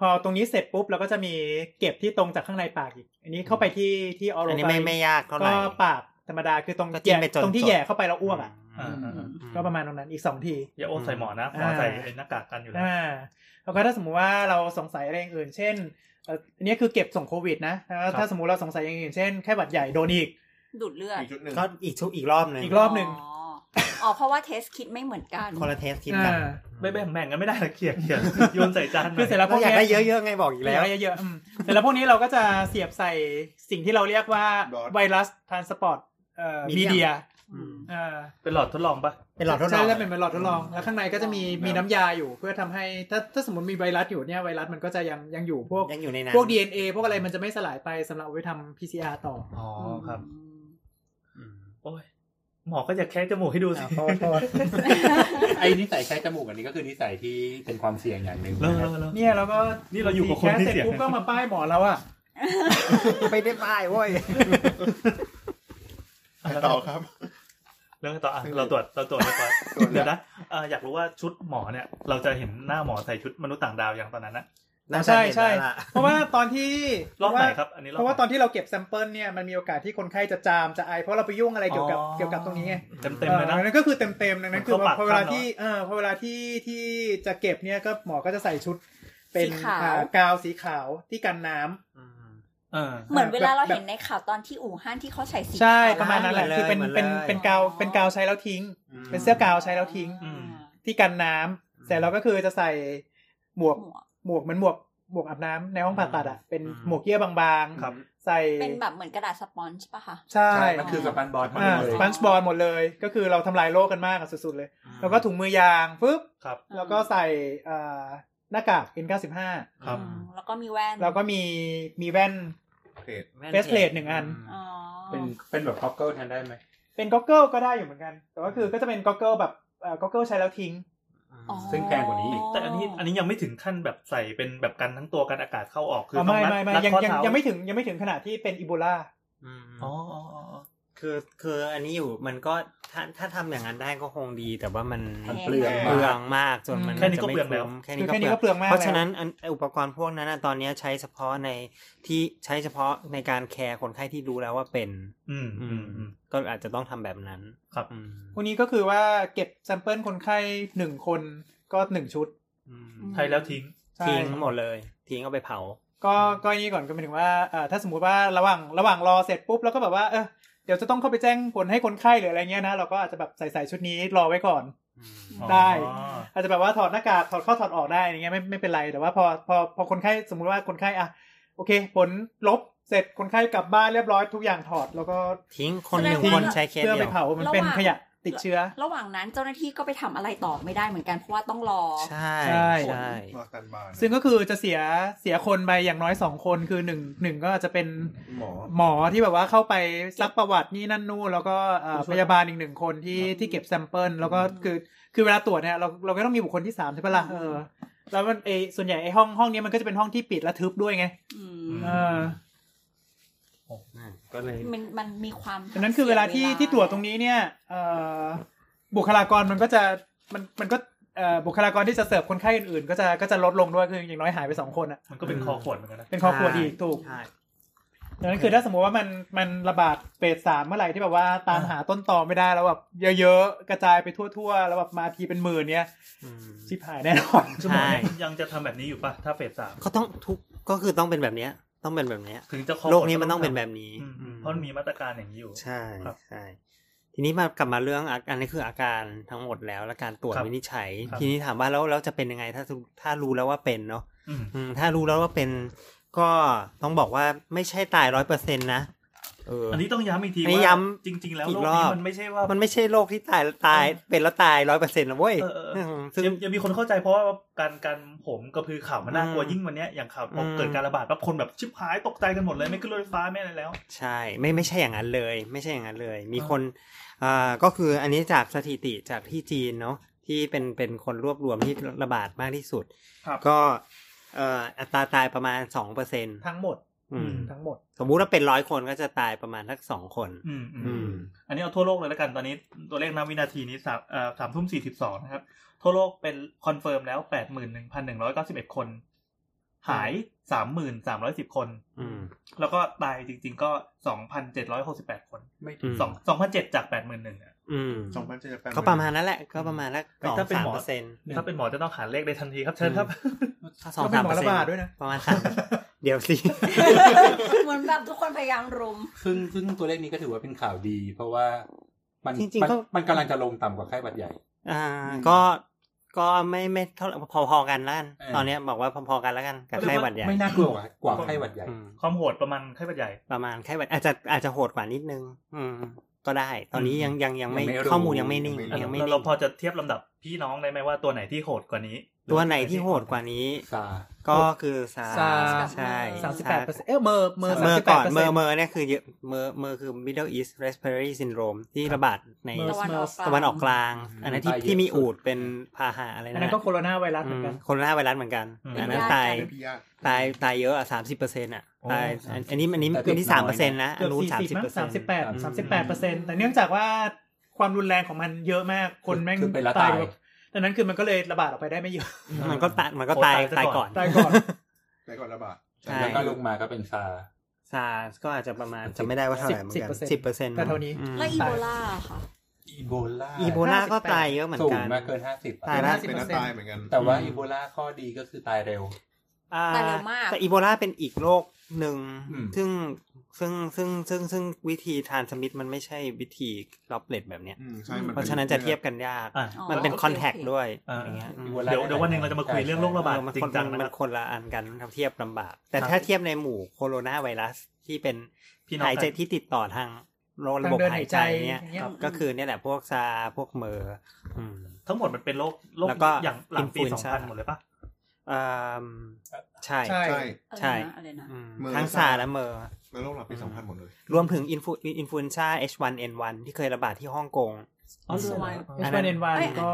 พอตรงนี้เสร็จปุ๊บเราก็จะมีเก็บที่ตรงจากข้างในปากอีก อันนี้เข้าไปที่ที่ออโร อันนี้ไม่ไม่ยากเท่าไหร่ ก็ปากธรรมดาคือตรง ก็จิ้มไปจน ตรงที่ จบ แย่เข้าไปแล้วอ้วกอ่ะ อ่าอ่าอ่า ก็ประมาณตรงนั้นอีกสองที อย่าโอนใส่หมอนะหมอใส่ไอ้หน้ากากกันอยู่แล้ว อ่าแล้วก็ถ้าสมมุติว่าเราสงสัยอะไรอย่างอื่น เช่นเอ่ออันนี้คือเก็บส่งโควิดนะแล้ว ครับ ถ้าสมมติเราสงสัยอย่างอื่นเช่นไข้หวัดใหญ่โดนอีก ดูดเลือด อีกชุดหนึ่ง ก็อีกชุดอีกรอบหนึ่ง อีกรอบหนึ่ง อ๋อ อ๋อเพราะว่าเทสคิดไม่เหมือนกัน คนละเทสคิด อ่า กัน ไม่แบ่งแบ่งกันไม่ได้ละเขียดเขียดโยนใส่จานหน่ คือเสร็จแล้วพ ก็ วก อยาก เนี้ ได้เยอะๆไงบอกอีก แล้ แล้ว ว เยอะๆอืมเสร็จแล้วพวกนี้เราก็จะเสียบใส่สิ่งที่เราเรียกว่า Dot ไวรัสทรานสปอร์ตเอ่อ Medium มีเดีย อืม อ่า เป็นหลอดทดลองปะ เป็นหลอดทดลอ ใช่ ง แล้วเป็นเหมือนหลอดทดลอง แล้วข้างในก็จะมีมีน้ำยาอยู่เพื่อทำให้ถ้าถ้าสมมติมีไวรัสอยู่เนี่ยไวรัสมันก็จะยังยังอยู่พวก ยังอยู่ในนั้น พวก DNA พวกอะไรมันจะไม่สลายไปสำหรับเอาไว้ทำ PCR ต่อ อ๋อครับ อืม โอ้ยหมอก็จะแคะจมูกให้ดูสิ อ่าโทษโทษ ไอ้นิสัยใช้จมูกอันนี้ก็คือนิสัยที่เป็นความเสี่ยงอย่างหนึ่ง แล้ว นะครับ แล้วแล้ว เนี่ยแล้วก็ นี่เราอยู่กับคนที่เสียง แสร็จปุ๊บก็มาป้ายหมอแล้วอ่ะ ไม่ได้ป้ายเว้ย อ่ะต่อครับ เรื่องต่ออ่ะเราตรวจเราตรวจเราตรวจ ตรวจแล้ว เดี๋ยวนะเอ่ออยากรู้ว่าชุดหมอเนี่ย เราจะเห็นหน้าหมอใส่ชุดมนุษย์ต่างดาวอย่างตอนนั้นนะ น่าจะ ใช่ เห็น ใช่ แล้วล่ะ เพราะว่าตอนที่ รอบไหนครับ อันนี้รอบ เพราะว่า ไห ตอนที่เราเก็บแซมเปิลเนี่ยมันมีโอกาสที่คนไข้จะจามจะไอเพราะเราไปยุ่งอะไรเกี่ยวกับเกี่ยวกับตรงนี้ไง เต็มเต็มๆเลยนะ ออนั่นก็คือเต็มเต็มๆดังนั้นคือ เข้าปาก พอเวลา เข้าเนอะ ที่เออพอเวลาที่ที่จะเก็บเนี่ยก็หมอก็จะใส่ชุด เป็น สีขาว อ่ากาวสีขาวที่กันน้ำ เออ เหมือนเวลาเรา แบบ เห็นในข่าวตอนที่อู่ฮั่นที่เขาใส่สี ใช่ ขว ประมาณนั้นแหละ เหมือนเลย คือเป็น เหมือน เป็น เลย เป็นกาวเป็นกาวใช้แล้วทิ้ง อืม เป็นเสื้อกาวใช้แล้วทิ้ง อืม ที่กันน้ำเสร็จแล้วก็คือจะใส่หมวก หมวก หมวกเหมันหมวกหมวกอาบน้ำในห้องผ่าตัดอ่ะเป็น อืม หมวกเยื่อบาง ครับ ๆ ใส่ เป็นแบบเหมือนกระดาษสปอนจ์ป่ะคะ ใช่ ใช่มันคือสปันบอลมา อ่าก เล ส ย ปันช์บอลหมดเลย ก็คือเราทำลายโลกกันมากอะสุดๆเลย แล้วก็ถุงมือยางปึ๊บ ครับ แล้วก็ใส่อ่าหน้ากาก N95 ครับ อืมแล้วก็มีแว่น แล้วก็มีมีแว่น เพจ Faceplate หนึ่งอัน อ๋อ เป็นเป็นแบบพ็อกเกิลแทนได้ไหม เป็นก็อกเกิลก็ได้อยู่เหมือนกัน แต่ว่าคือก็จะเป็นก็อกเกิลแบบเอ่อก็อกเกิลใช้แล้วทิ้ง อ๋อ ซึ่งแพงกว่านี้อีก แต่อันนี้อันนี้ยังไม่ถึงขั้นแบบใส่เป็นแบบกันทั้งตัวกันอากาศเข้าออกคือ อ ต้อง ไม่ รัด ไม่ไม่ รัด ยัง ข้อ ยัง เท้า ยังไม่ถึงยังไม่ถึงขนาดที่เป็นอีโบลา อ๋ออ๋ออ๋ออ๋อ คือคืออันนี้อยู่มันก็ถ้าถ้าทำอย่างนั้นได้ก็คงดี แต่ว่ามัน มันเปลือง เปลืองมากจนมัน อืม แค่นี้ก็ จะไม่ เปลืองแล้ว คุ้มแค่ คื นี้ อ ก็เปแค่ลื นี้ อง ก็เปลืองมาก เพราะฉะ แล้ว นั้นอันอุปกรณ์พวกนั้นน่ะตอนนี้ใช้เฉพาะในที่ใช้เฉพาะในการแคร์คนไข้ที่รู้แล้วว่าเป็น อืม อื อื ม มอืม ก็อาจจะต้องทำแบบนั้น ครับ อืม พวกนี้ก็คือว่าเก็บแซมเปิลคนไข้หนึ่งคนก็หนึ่งชุด อืม ใช้แล้วทิ้ง ใช่ ทิ้งหมดเลย ทิ้งเอาไปเผา ก็ก็นี่ก่อนก็หมายถึงว่าเอ่อถ้าสมมุติว่าระหว่างระหว่างรอเสร็จปุ๊บแล้วก็แบบว่าเออเดี๋ยวจะต้องเข้าไปแจ้งผลให้คนไข้หรืออะไรเงี้ยนะเราก็อาจจะแบบใส่ใส่ชุดนี้รอไว้ก่อน ได้ อาจจะแบบว่าถอดหน้ากากถอดเข้าถอดออกได้อะไรเงี้ยไม่ไม่เป็นไรแต่ว่าพอพอพอคนไข้สมมุติว่าคนไข้อ่ะโอเค ผลลบเสร็จคนไข้กลับบ้านเรียบร้อยทุกอย่างถอดแล้วก็ ทิ้งคนหนึ่งคนใช้เคส เพื่อ เดี ไป ยว เผา มันเป็นขยะติดเชื้อ ระหว่างนั้นเจ้าหน้าที่ก็ไปทำอะไรต่อไม่ได้เหมือนกันเพราะว่าต้องรอ ใช่ ใช่ ใช่ รอการบาน ซึ่งก็คือจะเสียเสียคนไปอย่างน้อยสองคนคือหนึ่งหนึ่งก็อาจจะเป็น หมอ หมอที่แบบว่าเข้าไปซักประวัตินี่นั่นนู่นแล้วก็เอ่อพยาบาลอีกหนึ่งคนที่ที่เก็บแซมเปิลแล้วก็คือคือเวลาตรวจเนี่ยเราเราก็ต้องมีบุคคลที่สามใช่ปะล่ะเออแล้วมันไอส่วนใหญ่ไอห้องห้องเนี้ยมันก็จะเป็นห้องที่ปิดและทึบด้วยไง อืม เออ นั่นก็เลย มันมันมีความ ดังนั้นคือเวลาที่ที่ตรวจตรงนี้เนี่ยเอ่อบุคลากรมันก็จะมันมันก็เอ่อบุคลากรที่จะเสิร์ฟคนไข้อื่นๆก็จะก็จะลดลงด้วยคืออย่างน้อยหายไปสองคนอะ มันก็เป็นคอขวดเหมือนกันนะ เป็นครอบครัวดีถูก ใช่ ดังนั้นคือถ้าสมมติว่ามันมันระบาดเฟสสามเมื่อไหร่ที่แบบว่าตามหาต้นตอไม่ได้แล้วแบบเยอะๆ กระจายไปทั่วๆ แล้วแบบมาทีเป็นหมื่นเนี้ย อืม ชิบหายแน่นอน คือหมอ ใช่ เนี่ยยังจะทำแบบนี้อยู่ป่ะถ้าเฟสสาม ก็ต้องทุกก็คือต้องเป็นแบบเนี้ย ต้องเป็นแบบเนี้ย ถึงจะคอขวด โลกนี้มันต้องเป็นแบบนี้ อืมอืมเพ อื ราะมันมีมาตรการอย่างนี้อยู่ ใช่ ครับ ใช่ทีนี้มากลับมาเรื่องอาอันนี้คืออาการทั้งหมดแล้วและการตรวจ ครับ วินิจฉัย ครับ ทีนี้ถามว่าแล้วแล้วจะเป็นยังไงถ้าถ้ารู้แล้วว่าเป็นเนาะ อืม อืมถ้ารู้แล้วว่าเป็น ก็ต้องบอกว่าไม่ใช่ตายร้อยเปอร์เซ็นต์นะเอออ อันนี้ต้องย้ำอีกที อันนี้ ว่า ย้ จริง ๆ แล้ว อี โล ก ก รอบ นี้มันไม่ใช่ว่า มันไม่ใช่โรคที่ตายแล้วตายเป็นแล้วตายร้อยเปอร์เซ็นต์นะเว้ย เออเออเออ มซึ่ง ยังยังมีคนเข้าใจเพราะว่าการการผมกระพือข่าวมันน่ากลัว อืม ยิ่งวันเนี้ยอย่างข่าวตก อืม เกิดการระบาดปั๊บคนแบบชิบหายตกใจกันหมดเลยไม่ขึ้นรถไฟฟ้าไม่อะไรแล้ว ใช่ไม่ไม่ใช่อย่างนั้นเลย ไม่ใช่อย่างนั้นเลย มีคนอ่าก็คืออันนี้จากสถิติจากที่จีนเนาะที่เป็นเป็นคนรวบรวมที่ระบาดมากที่สุด ครับ ก็เอ่ออัตราตายประมาณสองเปอร์เซ็นต์ ทั้งหมด อืม ทั้งหมด สมมุติว่าเป็นร้อยคนก็จะตายประมาณสักสองคน อืมอืม อืม อันนี้เอาทั่วโลกเลยแล้วกันตอนนี้ตัวเลขณวินาทีนี้สามเอ่อสามทุ่มสี่สิบสองนะครับ ทั่วโลกเป็นคอนเฟิร์มแล้วแปดหมื่นหนึ่งพันหนึ่งร้อยเก้าสิบเอ็ดคน หายสามหมื่นสามร้อยสิบคน อืม แล้วก็ตายจริง ๆ ก็สองพันเจ็ดร้อยหกสิบแปดคน ไม่ อืม สองสองพันเจ็ดจากแปดหมื่นหนึ่ง อืม สองพันเจ็ดสิบแปด ก็ประมาณนั้นแหละก็ประมาณละ แต่ สอง ถ้าเป็น สาม หมอ เปอร์เซ็นต์ ถ้าเป็นหมอจะต้องหาเลขได้ทันทีครับเชิญครับ สอง ก็เป็ สาน มเปอร์หมอเซ็ระน บาด ต์ ด้วยนะ ประมาณสามเดี๋ยวสิ เหมือนแบบทุกคนพยายามรุม ซึ่งซึ่งตัวเลขนี้ก็ถือว่าเป็นข่าวดี เพราะว่า มัน จริงๆ มัน ก็ มันกำลังจะลงต่ำกว่าไข้หวัดใหญ่ อ่า อืม ก็ก็ไม่ไม่เท่าไหร่พอๆกันแล้วกัน เออ ตอนเนี้ยบอกว่าพอๆกันแล้วกันกับไข้หวัดใหญ่ ไม่น่ากลัวกว่ากว่าไข้หวัดใหญ่ อืม ความโหดประมาณไข้หวัดใหญ่ ประมาณไข้หวัดอาจจะอาจจะโหดกว่านิดนึง อืม ก็ได้ ตอนนี้ อืม ยังยังยังไม่ ยังไม่รู้ ข้อมูลยังไม่นิ่ง ยังยังไม่ไม่ เรา นิ่ เรา ง พอจะเทียบลำดับพี่น้องได้ไหมว่าตัวไหนที่โหดกว่านี้ ตัวไหนที่โหดกว่านี้ ซา ก็คือซา ซา ใช่ สามสิบแปดเปอร์เซ็นต์เออเมอร์เมอร์ เมอร์ก่อนเมอร์ เม เม อร์ อร์เนี่ยคือเยอะเมอร์เมอร์คือ Middle East Respiratory Syndrome ที่ระบาดใน เมอร์ ตะวันออก ตะวันออกกลาง อืม อันนั้นที่ ตายเยอะ ที่มีอูดเป็นพาหะอะไร อัน นะ นั้นก็โคโรนาไวรัสเหมือนกัน อืมโคโรนาไวรัสเหมือนกัน อืม อันนั้นตาย เป็นพี่ยาก ตายตายเยอะอ่ะสามสิบเปอร์เซ็นต์อ่ะ โอ้ ตายอันอันนี้อันนี้ แต่ เป็นที่ น้ สา อ ม ย เปอร์เซ็นต์ นะ นะอั เกื น อบ นู้น สี่ สาม สิบ สิบ มั้ เป ง อร์เซ็ สาน ม ต์ สิบแปดสามสิบแปดเปอร์เซ็นต์ 38% แต่เนื่องจากว่าความรุนแรงของมันเยอะมาก คนแม่ง คือเป็นแล้วตาย แบบดังนั้นคือมันก็เลยระบาดออกไปได้ไม่เยอะ มันก็ตายมันก็ตาย โอ้ตายซะ ตาย ก่ ก่ อ อน น ตายก่อน ไปก่อนระบาด ใช่ แล้วก็ลงมาก็เป็นซา ซาร์สก็อาจจะประมาณจะไม่ได้ว่าเท่าไหร่เหมือนกันสิบเปอร์เซ็นต์ ก็เท่านี้ แล้วอีโบลาค่ะ อีโบลา อีโบลาก็ตายเยอะเหมือน สูง กัน มากเกินห้าสิบ ตาย เป็น แล้ น่าว เป็นน่าตายเหมือนกัน แต่ว่า อืม อีโบลาข้อดีก็คือตายเร็ว อ่า ตายเร็วมาก แต่อีโบลาเป็นอีกโรคหนึ่ง อืม ซึ่งซึ่งซึ่งซึ่งซึ่งวิธีทานสมิธมันไม่ใช่วิธีล็อบเลตแบบเนี้ย อืมใช่มั เพราะฉะนั้นจะเทียบกันยาก อ่ะ อ๋อ มันเป็น โอ คอนแทค โเ ด้วย อ่า อย่างเงี้ยอืม อีโบลา เดี๋ยวเดี๋ยววันหนึ่งเราจะมาคุยเรื่องโรคระบาด เออมัน จริ คน งจัง มัน นะค มั รั น บ คนละอันกันครับเทียบลำบาก แต่ถ้าเทียบในหมู่โคโรนาไวรัสที่เป็น พี่น้อง หายใจ กัน ที่ติดต่อทางระบบหายใจเนี่ย ทางเดินหายใจ ครับ อย่างเงี้ย ก็คือเนี่ยแหละพวกซาพวกเมอร์อืม ทั้งหมดมันเป็นโรคโรค แล้วก็ อย่างหลังปี influenza สองพันหมดเลยปะ อ่ามใช่ ใช่ ใช่ อะไรนะอะไรนะ อืม เมอร์ ทั้ง ซา ซาและเมอร์ แล้วโรคหลับปีสองพันหมดเลย รวมถึงอินฟูอินฟลูเอนซ่า H1N1 ที่เคยระบาดที่ฮ่องกง อ๋อ สวาย h 1 n 1ก็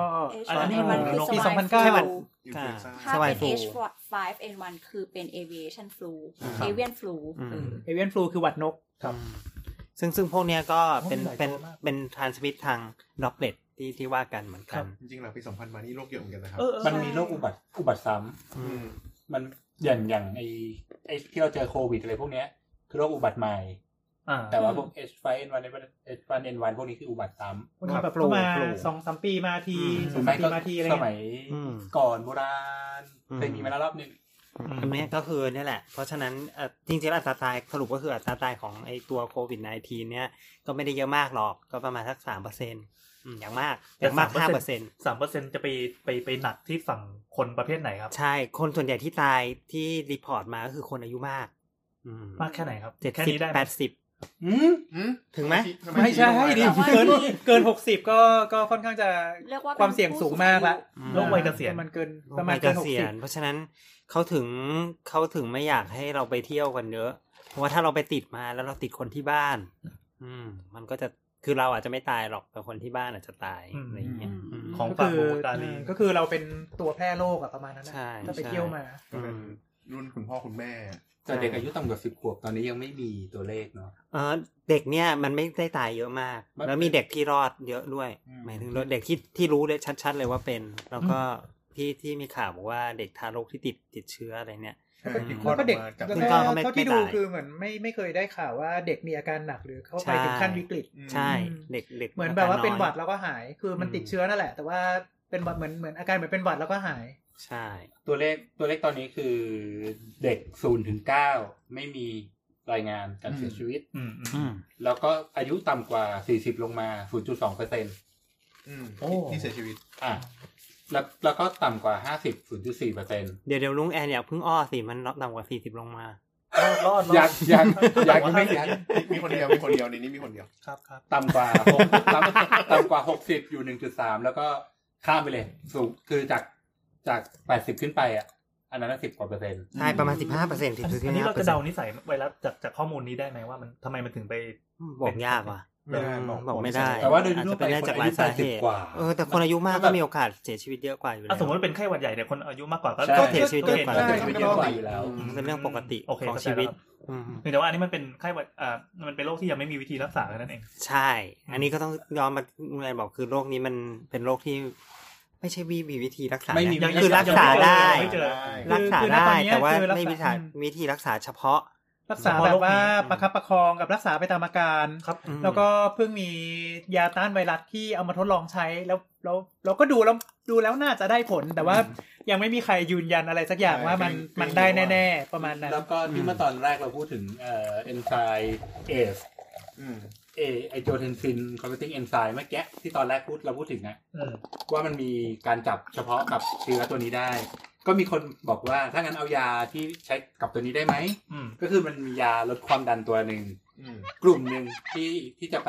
อันนั้น H1N1 คือ ปี สวาย 2009 ฟ ใช่ไหลมู อินฟลูเอนซ่า ถ้า สวาย เป็น ฟลู H5N1 คือเป็น aviation flu ครับ avian flu อืม เอเวียนฟลูคือหวัดนก ครับ อืมซึ่งซึ่งพวกเนี้ยก็เป็น โอ้มีหลาย เป็น ตัวมาก เป็นทรานสมิททางล็อบเลตที่ที่ว่ากันเหมือนกัน จริงๆหลังปีสองพันมานี่โรคเยอะเหมือนกันนะครับ เออเออ มันมีโรคอุบัติอุบัติซ้ำ อืม ม มันอย่างอย่างไอไอที่เราเจอโควิดอะไรพวกเนี้ยคือโรคอุบัติใหม่ อ่า แต่ว่าพวก H5N1 H1N1 พวกนี้คืออุบัติซ้ำ มันแบบ ปลูก มา ปลูก สองสามปีมาที อืม สองสามปีมาทีอะไร ส เงี้ มั ย ย อืม ก่อนโบราณ อืม เคยมีมาแล้วรอบหนึ่ง อืม อันเนี้ยก็คือเนี่ยแหละ เพราะฉะนั้นเอ่อจริงๆแล้วอัตราตายสรุปก็คืออัตราตายของไอตัวโควิด -19 เนี่ยก็ไม่ได้เยอะมากหรอกก็ประมาณสักสามเปอร์เซ็นต์อย่างมากอย่างมากห้าเปอร์เซ็นต์ สามเปอร์เซ็นจะไปไปไปหนักที่ฝั่งคนประเภทไหนครับ ใช่ คนส่วนใหญ่ที่ตายที่รีพอร์ตมาก็คือคนอายุมาก มากแค่ไหนครับ เจ็ด แค่ สิบ นี้ได้ไหม แปดสิบ อืม อืม ถึงไหม ทำ ไม่ใช่ดิ ชี้ลงป เกินเกินหกสิบก็ก็ค่อนข้างจะ เรียกว่าเป็น ความเสี่ยงสูงมากละ อืม โรควัยเกษียณ มันเกิน ป ประ ระ มา มา ณ ณ เก เกินหก ษีย สิบ ณเพราะฉะนั้นเขาถึงเขาถึงไม่อยากให้เราไปเที่ยวกันเยอะเพราะว่าถ้าเราไปติดมาแล้วเราติดคนที่บ้าน อืม มันก็จะคือเราอาจจะไม่ตายหรอกแต่คนที่บ้านอาจจะตาย อืม อะไรอย่างเงี้ย อืม ม ของ ก็ ฝาก คือ บูตาลี ก็คือเราเป็นตัวแพร่โรคอะประมาณนั้นนะ ใช่ ถ้าไป ใช่ เที่ยวมา ก็เป็นรุ่นคุณพ่อคุณแม่ แต่เด็กอายุต่ำกว่าสิบขวบตอนนี้ยังไม่มีตัวเลขเนาะ เออเด็กเนี่ยมันไม่ได้ตายเยอะมาก มัน แล้วมีเด็กที่รอดเยอะด้วย อืม หมายถึงเด็กที่ที่รู้เลยชัด ๆ เลยว่าเป็น แล้วก็ที่ที่มีข่าวบอกว่าเด็กทารกที่ติดติดเชื้ออะไรเนี่ย แล้วก็ที่คลอ แล้ ด ว อ ก็ อ เด็ก มาจาก แล้ว คุณพ่อก็ไม่ก็เท่าที่ ไม่ ดู ตาย คือเหมือนไม่ไม่เคยได้ข่าวว่าเด็กมีอาการหนักหรือเข้าไปถึงขั้นวิกฤต อืม ใช่เด็กเด็ก เหมือนแบบว่าเป็นหวัด แล้ว แล้วก็หาย คือมัน อืม ติดเชื้อนั่นแหละ แต่ว่าเป็นหวัดเหมือนเหมือนอาการเหมือนเป็นหวัดแล้วก็หาย ใช่ ตัวเลขตัวเลขตอนนี้คือเด็กศูนย์ถึงเก้าไม่มีรายงานการเสีย อืม ชีวิต อืมอืม อืม แล้วก็อายุต่ำกว่า 40 ลงมา 0.2เปอร์เซ็นต์ อืม โอ้ ที่เสียชีวิต อ่ะแล้วแล้วก็ต่ำกว่า 50 0.4เปอร์เซ็นต์ เดี๋ยวเดี๋ยวลุงแอนอย่าเพิ่งอ้อสิมันลดต่ำกว่าสี่สิบลงมา รอดรอดรอด อยากอยาก อยาก ต่ำว่ ไม่อยาก มีคนเดียว มีคนเดียวในนี้มีคนเดียว ครับครับ ต่ำกว่าหกต่ำต่ำกว่า 60 อยู่ 1.3 แล้วก็ข้ามไปเลย สูงคือจากจาก 80 ขึ้นไปอ่ะ อันนั้นนะ10กว่าเปอร์เซ็นต์ ใช่ ประมาณสิบห้าเปอร์เซ็นต์ถึง อันนี้เราจะเดานิสัยไวรัสจากจากข้อมูลนี้ได้ไหมว่ามันทำไมมันถึงไป บอกยากว่ะ ไม่ได้บอก บอกไม่ได้ แต่ว่าโดยทั่วไป อจจะเป็นได้จากหลายสาเหตุ คนอายุแปดสิบกว่า เออแต่คนอายุมาก แล้วแบ ก็ บ มีโอกาสเสียชีวิตเยอะกว่าอยู่แล้ อ่ะ ว สมมติว่าเป็นไข้หวัดใหญ่แต่คนอายุมากกว่าก็ ใช่ ก็เสียชีวิต ก็ เย เสีย อะกว่า ชีวิต เยอะกว่าอยู่แล้ว มันเป็นเรื่องปกติ โอเค ของ เข้าใจ ชีวิต แล้ว อืม เพียงแต่ว่าอันนี้มันเป็นไข้หวัดอ่ามันเป็นโรคที่ยังไม่มีวิธีรักษาแค่นั้นเอง ใช่ อันนี้ก็ต้องยอมมาลุงแอนบอกคือโรคนี้มันเป็นโรคที่ ไม่ใช่วิมีวิธีรักษา ไม่มี นะ วิธี คือรักษาได้ ไม่เจอ คือ รักษา คืได้อณตอนเนี้ย แต่ว่า คือรักษา ไม่มีวิธีวิธีรักษาเฉพาะ รักษา เฉพาะ แบ โรค บว่า นี้ ประคับประคองกับรักษาไปตามอาการ ครับ อืม แล้วก็เพิ่งมียาต้านไวรัสที่เอามาทดลองใช้แล้วแล้วเราก็ดูแล้วดูแล้วน่าจะได้ผล แต่ว่ายังไม่มีใครยืนยันอะไรสักอย่าง ใช่ ว่ามัน เป็น มันได้แน่ๆ ประมาณนั้น แล้วก็ที่เมื่อตอนแรกเราพูดถึงเอ่อเอนไซม์เอส อืม เ เอไอโจเทนซินคอนเวอร์ติ้งเอนไซม์เมื่อกี้ที่ตอนแรกพูดเราพูดถึงอะว่ามันมีการจับเฉพาะกับเชื้อตัวนี้ได้ ก็มีคนบอกว่าถ้างั้นเอายาที่ใช้กับตัวนี้ได้ไหม อืม ก็คือมันมียาลดความดันตัวหนึ่ง อืม กลุ่มหนึ่งที่ที่จะไป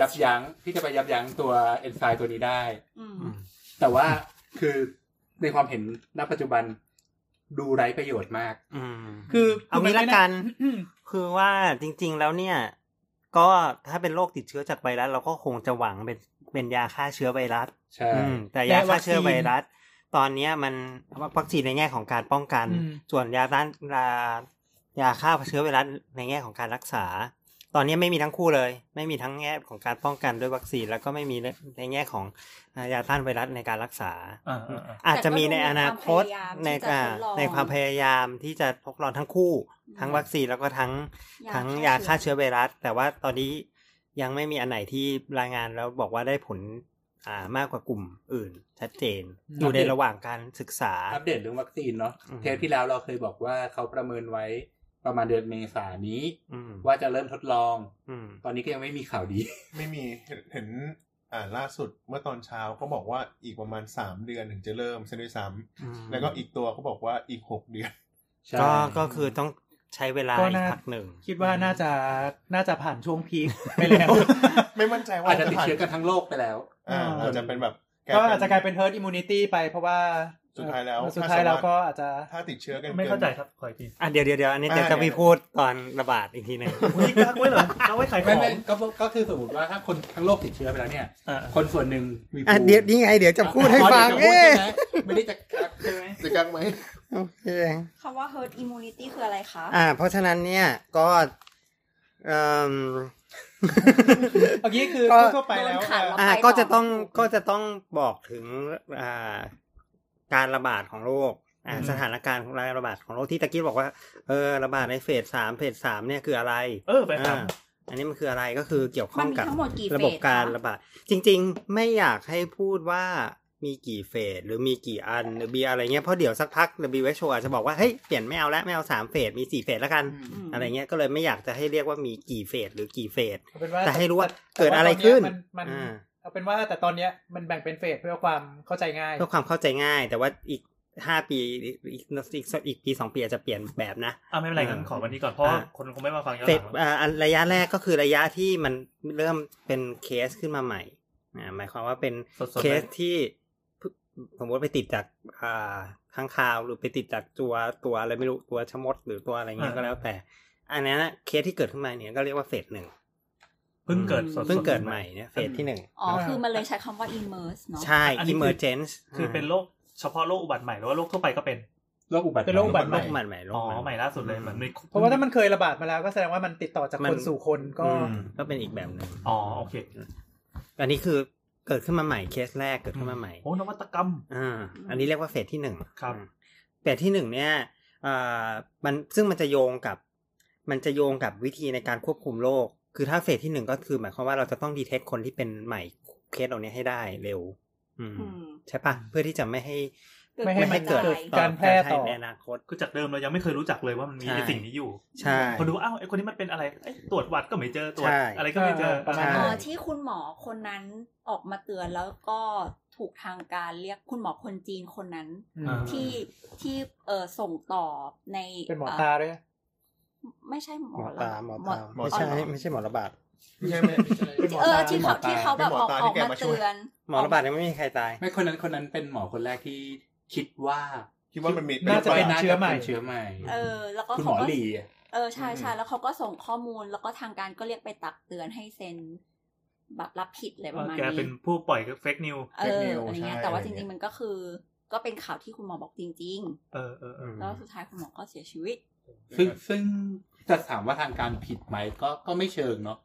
ยับยั้งที่จะไปยับยั้งตัวเอนไซม์ตัวนี้ได้ อืม แต่ว่าคือในความเห็นณปัจจุบันดูไร้ประโยชน์มาก อืม คือ เอางี้ละกัน อืม คือว่าจริง ๆ แล้วเนี่ย ก็ถ้าเป็นโรคติดเชื้อจากไวรัสเราก็คงจะหวังเป็นเป็นยาฆ่าเชื้อไวรัส ใช่ อืมแต่ และ ยา วั ฆ่า คซีน เชื้อไวรัส ตอนเนี้ยมันวัคซีนในแง่ของการป้องกัน อืม ส่วนยาต้านยายาฆ่าเชื้อไวรัสในแง่ของการรักษา ตอนเนี้ยไม่มีทั้งคู่เลย ไม่มีทั้งแง่ของการป้องกันด้วยวัคซีนแล้วก็ไม่มีในแง่ของยาต้านไวรัสในการรักษา อ่าอ่าอ่า อาจจะมีในอนาคตใน แต่ก็ดู อ่าใน ในคคาวาวม ม พ พ ยาายายยาม ม ที่จะทดลองทั้งคู่ อืม ทั้งวัคซีนแล้วก็ทั้ง ทั้งยาฆ่าเชื้อไวรัส แต่ว่าตอนนี้ยังไม่มีอันไหนที่รายงานแล้วบอกว่าได้ผลอ่ามากกว่ากลุ่มอื่น ชัดเจน อืม อยู่ในระหว่างการศึกษา อัปเดตเรื่องวัคซีนเนาะ อืม เทปที่แล้วเราเคยบอกว่าเขาประเมินไว้ประมาณเดือนเมษายนนี้ อืม ว่าจะเริ่มทดลอง อืม ตอนนี้ก็ยังไม่มีข่าวดี ไม่มีเห็นเห็นอ่านล่าสุดเมื่อตอนเช้าก็บอกว่าอีกประมาณสามเดือนถึงจะเริ่มซะด้วยซ้ อืม ำแล้วก็อีกตัวเขาบอกว่าอีกหกเดือน ใช่ ก็ก็คือต้องใช้เวลา ก็ อี น่า กพักหนึ่ง คิดว่าน่าจะน่าจะผ่านช่วงพีคไปแล้ว ไม่มั่นใจว่า อาจจะติด ผ่าน เชื้อกันทั้งโลกไปแล้ว อ่าอาจจะเป็นแบบลย ก็ ป็น อาจจะกลายเป็น herd immunity ไปเพราะว่า สุดท้ายแล้ว สุดท้ายแล้วก็อาจจะ ถ้าติดเชื้อกัน ไม่ น เข้าใจครับขออีกที อ่ะเดี๋ยวเดี๋ยวเดี๋ยวอันนี้ อ่า เดี๋ยวจะมีพูดตอนระบาดอีกทีหนึ่ง อุ้ยกักไว้เหรอกักไว้ขายข ไม่ อง ไม่ก็ก็คือสมมติว่าถ้าคนทั้งโลกติดเชื้อไปแล้วเนี่ย อ่า คนส่วนหนึ่งมี อ่ะเดี๋ยวนี่ไงเดี๋ยวจะพูดให้ฟัง อ๋อ เอ๊ะเดี๋ยวจะพูดใช่ไหมไม่ได้จะกักใช่ไหม จะกักไหม โอเค คำว่า herd immunity คืออะไรคะ อ่า เพราะฉะนั้นเนี่ยก็เอ่ม เมื่อกี้คือ ก็ ทั่วๆไปแล้ว ขันแล้ว อ่า ไป ก็จะต้อง ไม่ถู ก็จะต้องบอกถึงอ่าการระบาดของโรคอ่าสถานการณ์ของการระบาดของโรคที่ตะกี้บอกว่าเออระบาดในเฟสสามเฟสสามเนี่ยคืออะไร เออไป อ่า ทำ อันนี้มันคืออะไรก็คือเกี่ยวข้ มั อนมีงกับ ทั้งหมดกี่ ระ เฟ บบ ส การ คะ ระบาด จริง ๆ ไม่อยากให้พูดว่ามีกี่เฟสหรือมีกี่อันหรือมีอะไรเงี้ยเพราะเดี๋ยวสักพัก WHO อาจจะบอกว่าเฮ้ยเปลี่ยนไม่เอาแล้วไม่เอาสามเฟสมีสี่เฟสแล้วกัน อืม อะไรเงี้ยก็เลยไม่อยากจะให้เรียกว่ามีกี่เฟสหรือกี่เฟส เอาเป็นว่า แต่ให้รู้ว่า แต่ เกิดอะไร ตย ขึ้น มันมัน อ่า เอาเป็นว่าแต่ตอนเนี้ยมันแบ่งเป็นเฟสเพื่อความเข้าใจง่าย เพื่อความเข้าใจง่าย แต่ว่าอีกห้าปีอีกอีกอีกอีกปีสองปีอาจจะเปลี่ยนแบบนะ อ่าไม่เป็นไรงั้นขอวันนี้ก่อนเพราะว่า อ่า คนคงไม่มาฟังย้อน เฟ ห ส ลังแล้ว อ่าอันระยะแรกก็คือระยะที่มันเริ่มเป็นเคสขึ้นมาใหม่อ่าหมายความว่าเป็น สดๆ เค เล ส ย ที่สมมติไปติดจากอ่าข้างคาวหรือไปติดจากตัวตัวอะไรไม่รู้ตัวชะมดหรือตัวอะไรเงี้ยก็แล้วแต่ อันนั้นนะเคสที่เกิดขึ้นมาเนี่ยก็เรียกว่าเฟสหนึ่ง เพิ่งเกิดสดๆ เพิ่งเกิดใหม่เนี่ยเฟสที่หนึ่ง อ๋อ คือมันเลยใช้คำว่า immerse เนาะ ใช่ emergence คือเป็นโรคเฉพาะโรคอุบัติใหม่หรือว่าโรคทั่วไปก็เป็น โรคอุบัติ เป็นโรคอุบัติ โรคใหม่ใหม่โร อ๋ ค อ ใหม่ ใหม่ล่าสุดเลยเหมือนมี เพราะว่าถ้ามันเคยระบาดมาแล้วก็แสดงว่ามันติดต่อจาก มั คน นสู่คนก็ อืมก็เป็นอีกแบบหนึ่ง อ๋อโอเค อันนี้คือเกิดขึ้นมาใหม่เคสแรกเกิดขึ้นมาใหม่ โอ้นวัตกรรม อ่า อันนี้เรียกว่าเฟสที่หนึ่ง ครับ อืมเฟสที่หนึ่งเนี่ยอ่ามันซึ่งมันจะโยงกับ มันจะโยงกับวิธีในการควบคุมโรค คือถ้าเฟสที่หนึ่งก็คือหมายความว่าเราจะต้องดีเทคคนที่เป็นใหม่เคสเหล่านี้ให้ได้เร็ว อืม อืม ใช่ปะเพื่อที่จะไม่ให้ ไม่ให้มัน เกิด เกิดการแพร่ต่อ ในอนาคต คือจากเดิมเรายังไม่เคยรู้จักเลยว่ามันมี ใช่ ไอ้สิ่งนี้อยู่ ใช่ พอดูอ้าวไอ้คนนี้มันเป็นอะไรเอ้ยตรวจหวัดก็ไม่เจอตรวจ ใช่ อะไรก็ไม่เจอ เออประมาณ ใช่ อ๋อ ที่คุณหมอคนนั้นออกมาเตือนแล้วก็ถูกทางการเรียกคุณหมอคนจีนคนนั้น อืม อ่า ที่ที่เออส่งต่อใน เป็นหมอ เ ตาด้วย ไม่ใช่หม หม อ อ ระ ตาหมอตา หมอ ไม่ใช่ อ๋อเหรอ ไม่ใช่หมอระบาด ไม่ใช่ไม่ใช่ เป็นหมอ เออ ตา ที่เขาที่เขาแบบออก เป็นหมอตาที่ ออก แก มา มาช่วย เตือน หมอระบาดยังไม่มีใครตาย ไม่คนนั้นคนนั้นเป็นหมอคนแรกที่คิดว่า คิดว่ามันมี น่าจะเป็น ไ ชื้อใหม่ เชื้อใหม่ เออ แล้วก็ คุณหม เขา อ ก็ หลีอะ เออใช่ใช่แล้วเขาก็ส่งข้อมูลแล้วก็ทางการก็เรียกไปตักเตือนให้เซ็นแบบรับผิดอะไรประ ว่า มาณ แกเป็ นี้ นผู้ปล่อยเฟกนิว เอ fake อ news อะไรเงี้ย ใช่ แต่ว่า อะไร จ เงี้ ริ ย งๆมันก็คือ ก็เป็นข่าวที่คุณหมอบอกจริง เออเออเออ ๆ แล้วสุดท้ายคุณหมอก็เสียชีวิต ซึ่งซึ่งจะถามว่าทางการผิดไหมก็ก็ไม่เชิงเนาะ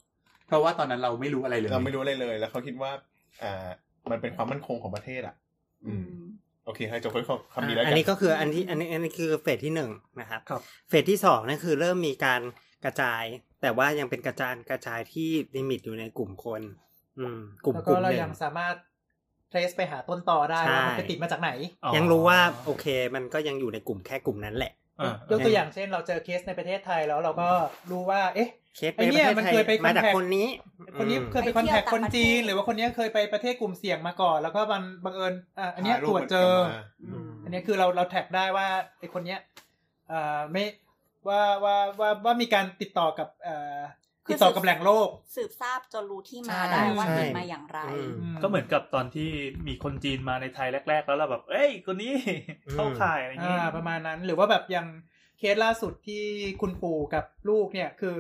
เพราะว่าตอนนั้นเราไม่รู้อะไรเลย เราไม่รู้อะไรเลย แล้วเขาคิดว่า อ่า มันเป็นความมั่นคงของประเทศอ่ะ อืม โอเคให้จบไว้ของคำนี้แล้ว อั กัน นี้ก็คืออันที่อันนี้อันนี้คือเฟสที่หนึ่งนะครับ ครับ เฟสที่สองนั่นคือเริ่มมีการกระจาย แต่ว่ายังเป็นกระจายกระจายที่ลิมิตอยู่ในกลุ่มคน อืม กลุ่ม แล้ว ก ก็ ลุ่มห เรา นึ่ ยัง งสามารถ trace ไปหาต้นตอได้ ใช่ ว่ามันไปติดมาจากไหน อ๋อ ยังรู้ว่าโอเค มันก็ยังอยู่ในกลุ่มแค่กลุ่มนั้นแหละ อ่าย กตัวอย่างเช่น เราเจอเคสในประเทศไทยแล้วเราก็รู้ว่า เอ๊ะ เคส ไอ้ ในป เนี่ ระ ย เทศ มัน ไทย เคยไป มาจาก contact คนนี้ คนนี้เคยไป ไป คอน เที่ แท ยว คคนจีน ต่างประเทศ หรือว่าคนเนี้ยเคยไปประเทศกลุ่มเสี่ยงมาก่อน แล้วก็บังบังเอิญอ่ะอันเนี้ย ถ่ายรู ตรวจเจอ หอืมืนกันมาม อันเนี้ยคือเราเราแท็กได้ว่าไอคนเนี้ยเอ่อไม่ว่าว่าว่าว่ามีการติดต่อกับเอ่อติดต่อกับแหล่งโลก สืบทราบจนรู้ที่มา ใช่ ได้ว่า ใช่ ติดมาอย่างไร อืม ก็เหมือนกับตอนที่มีคนจีนมาในไทยแรก ๆ แล้วเราแบบ เอ้ยคนนี้ อืม เข้าข่ายอะไรอย่าง อ่า นี้ ประมาณนั้นหรือว่าแบบอย่างเคสล่าสุดที่คุณปู่กับลูกเนี่ยคือ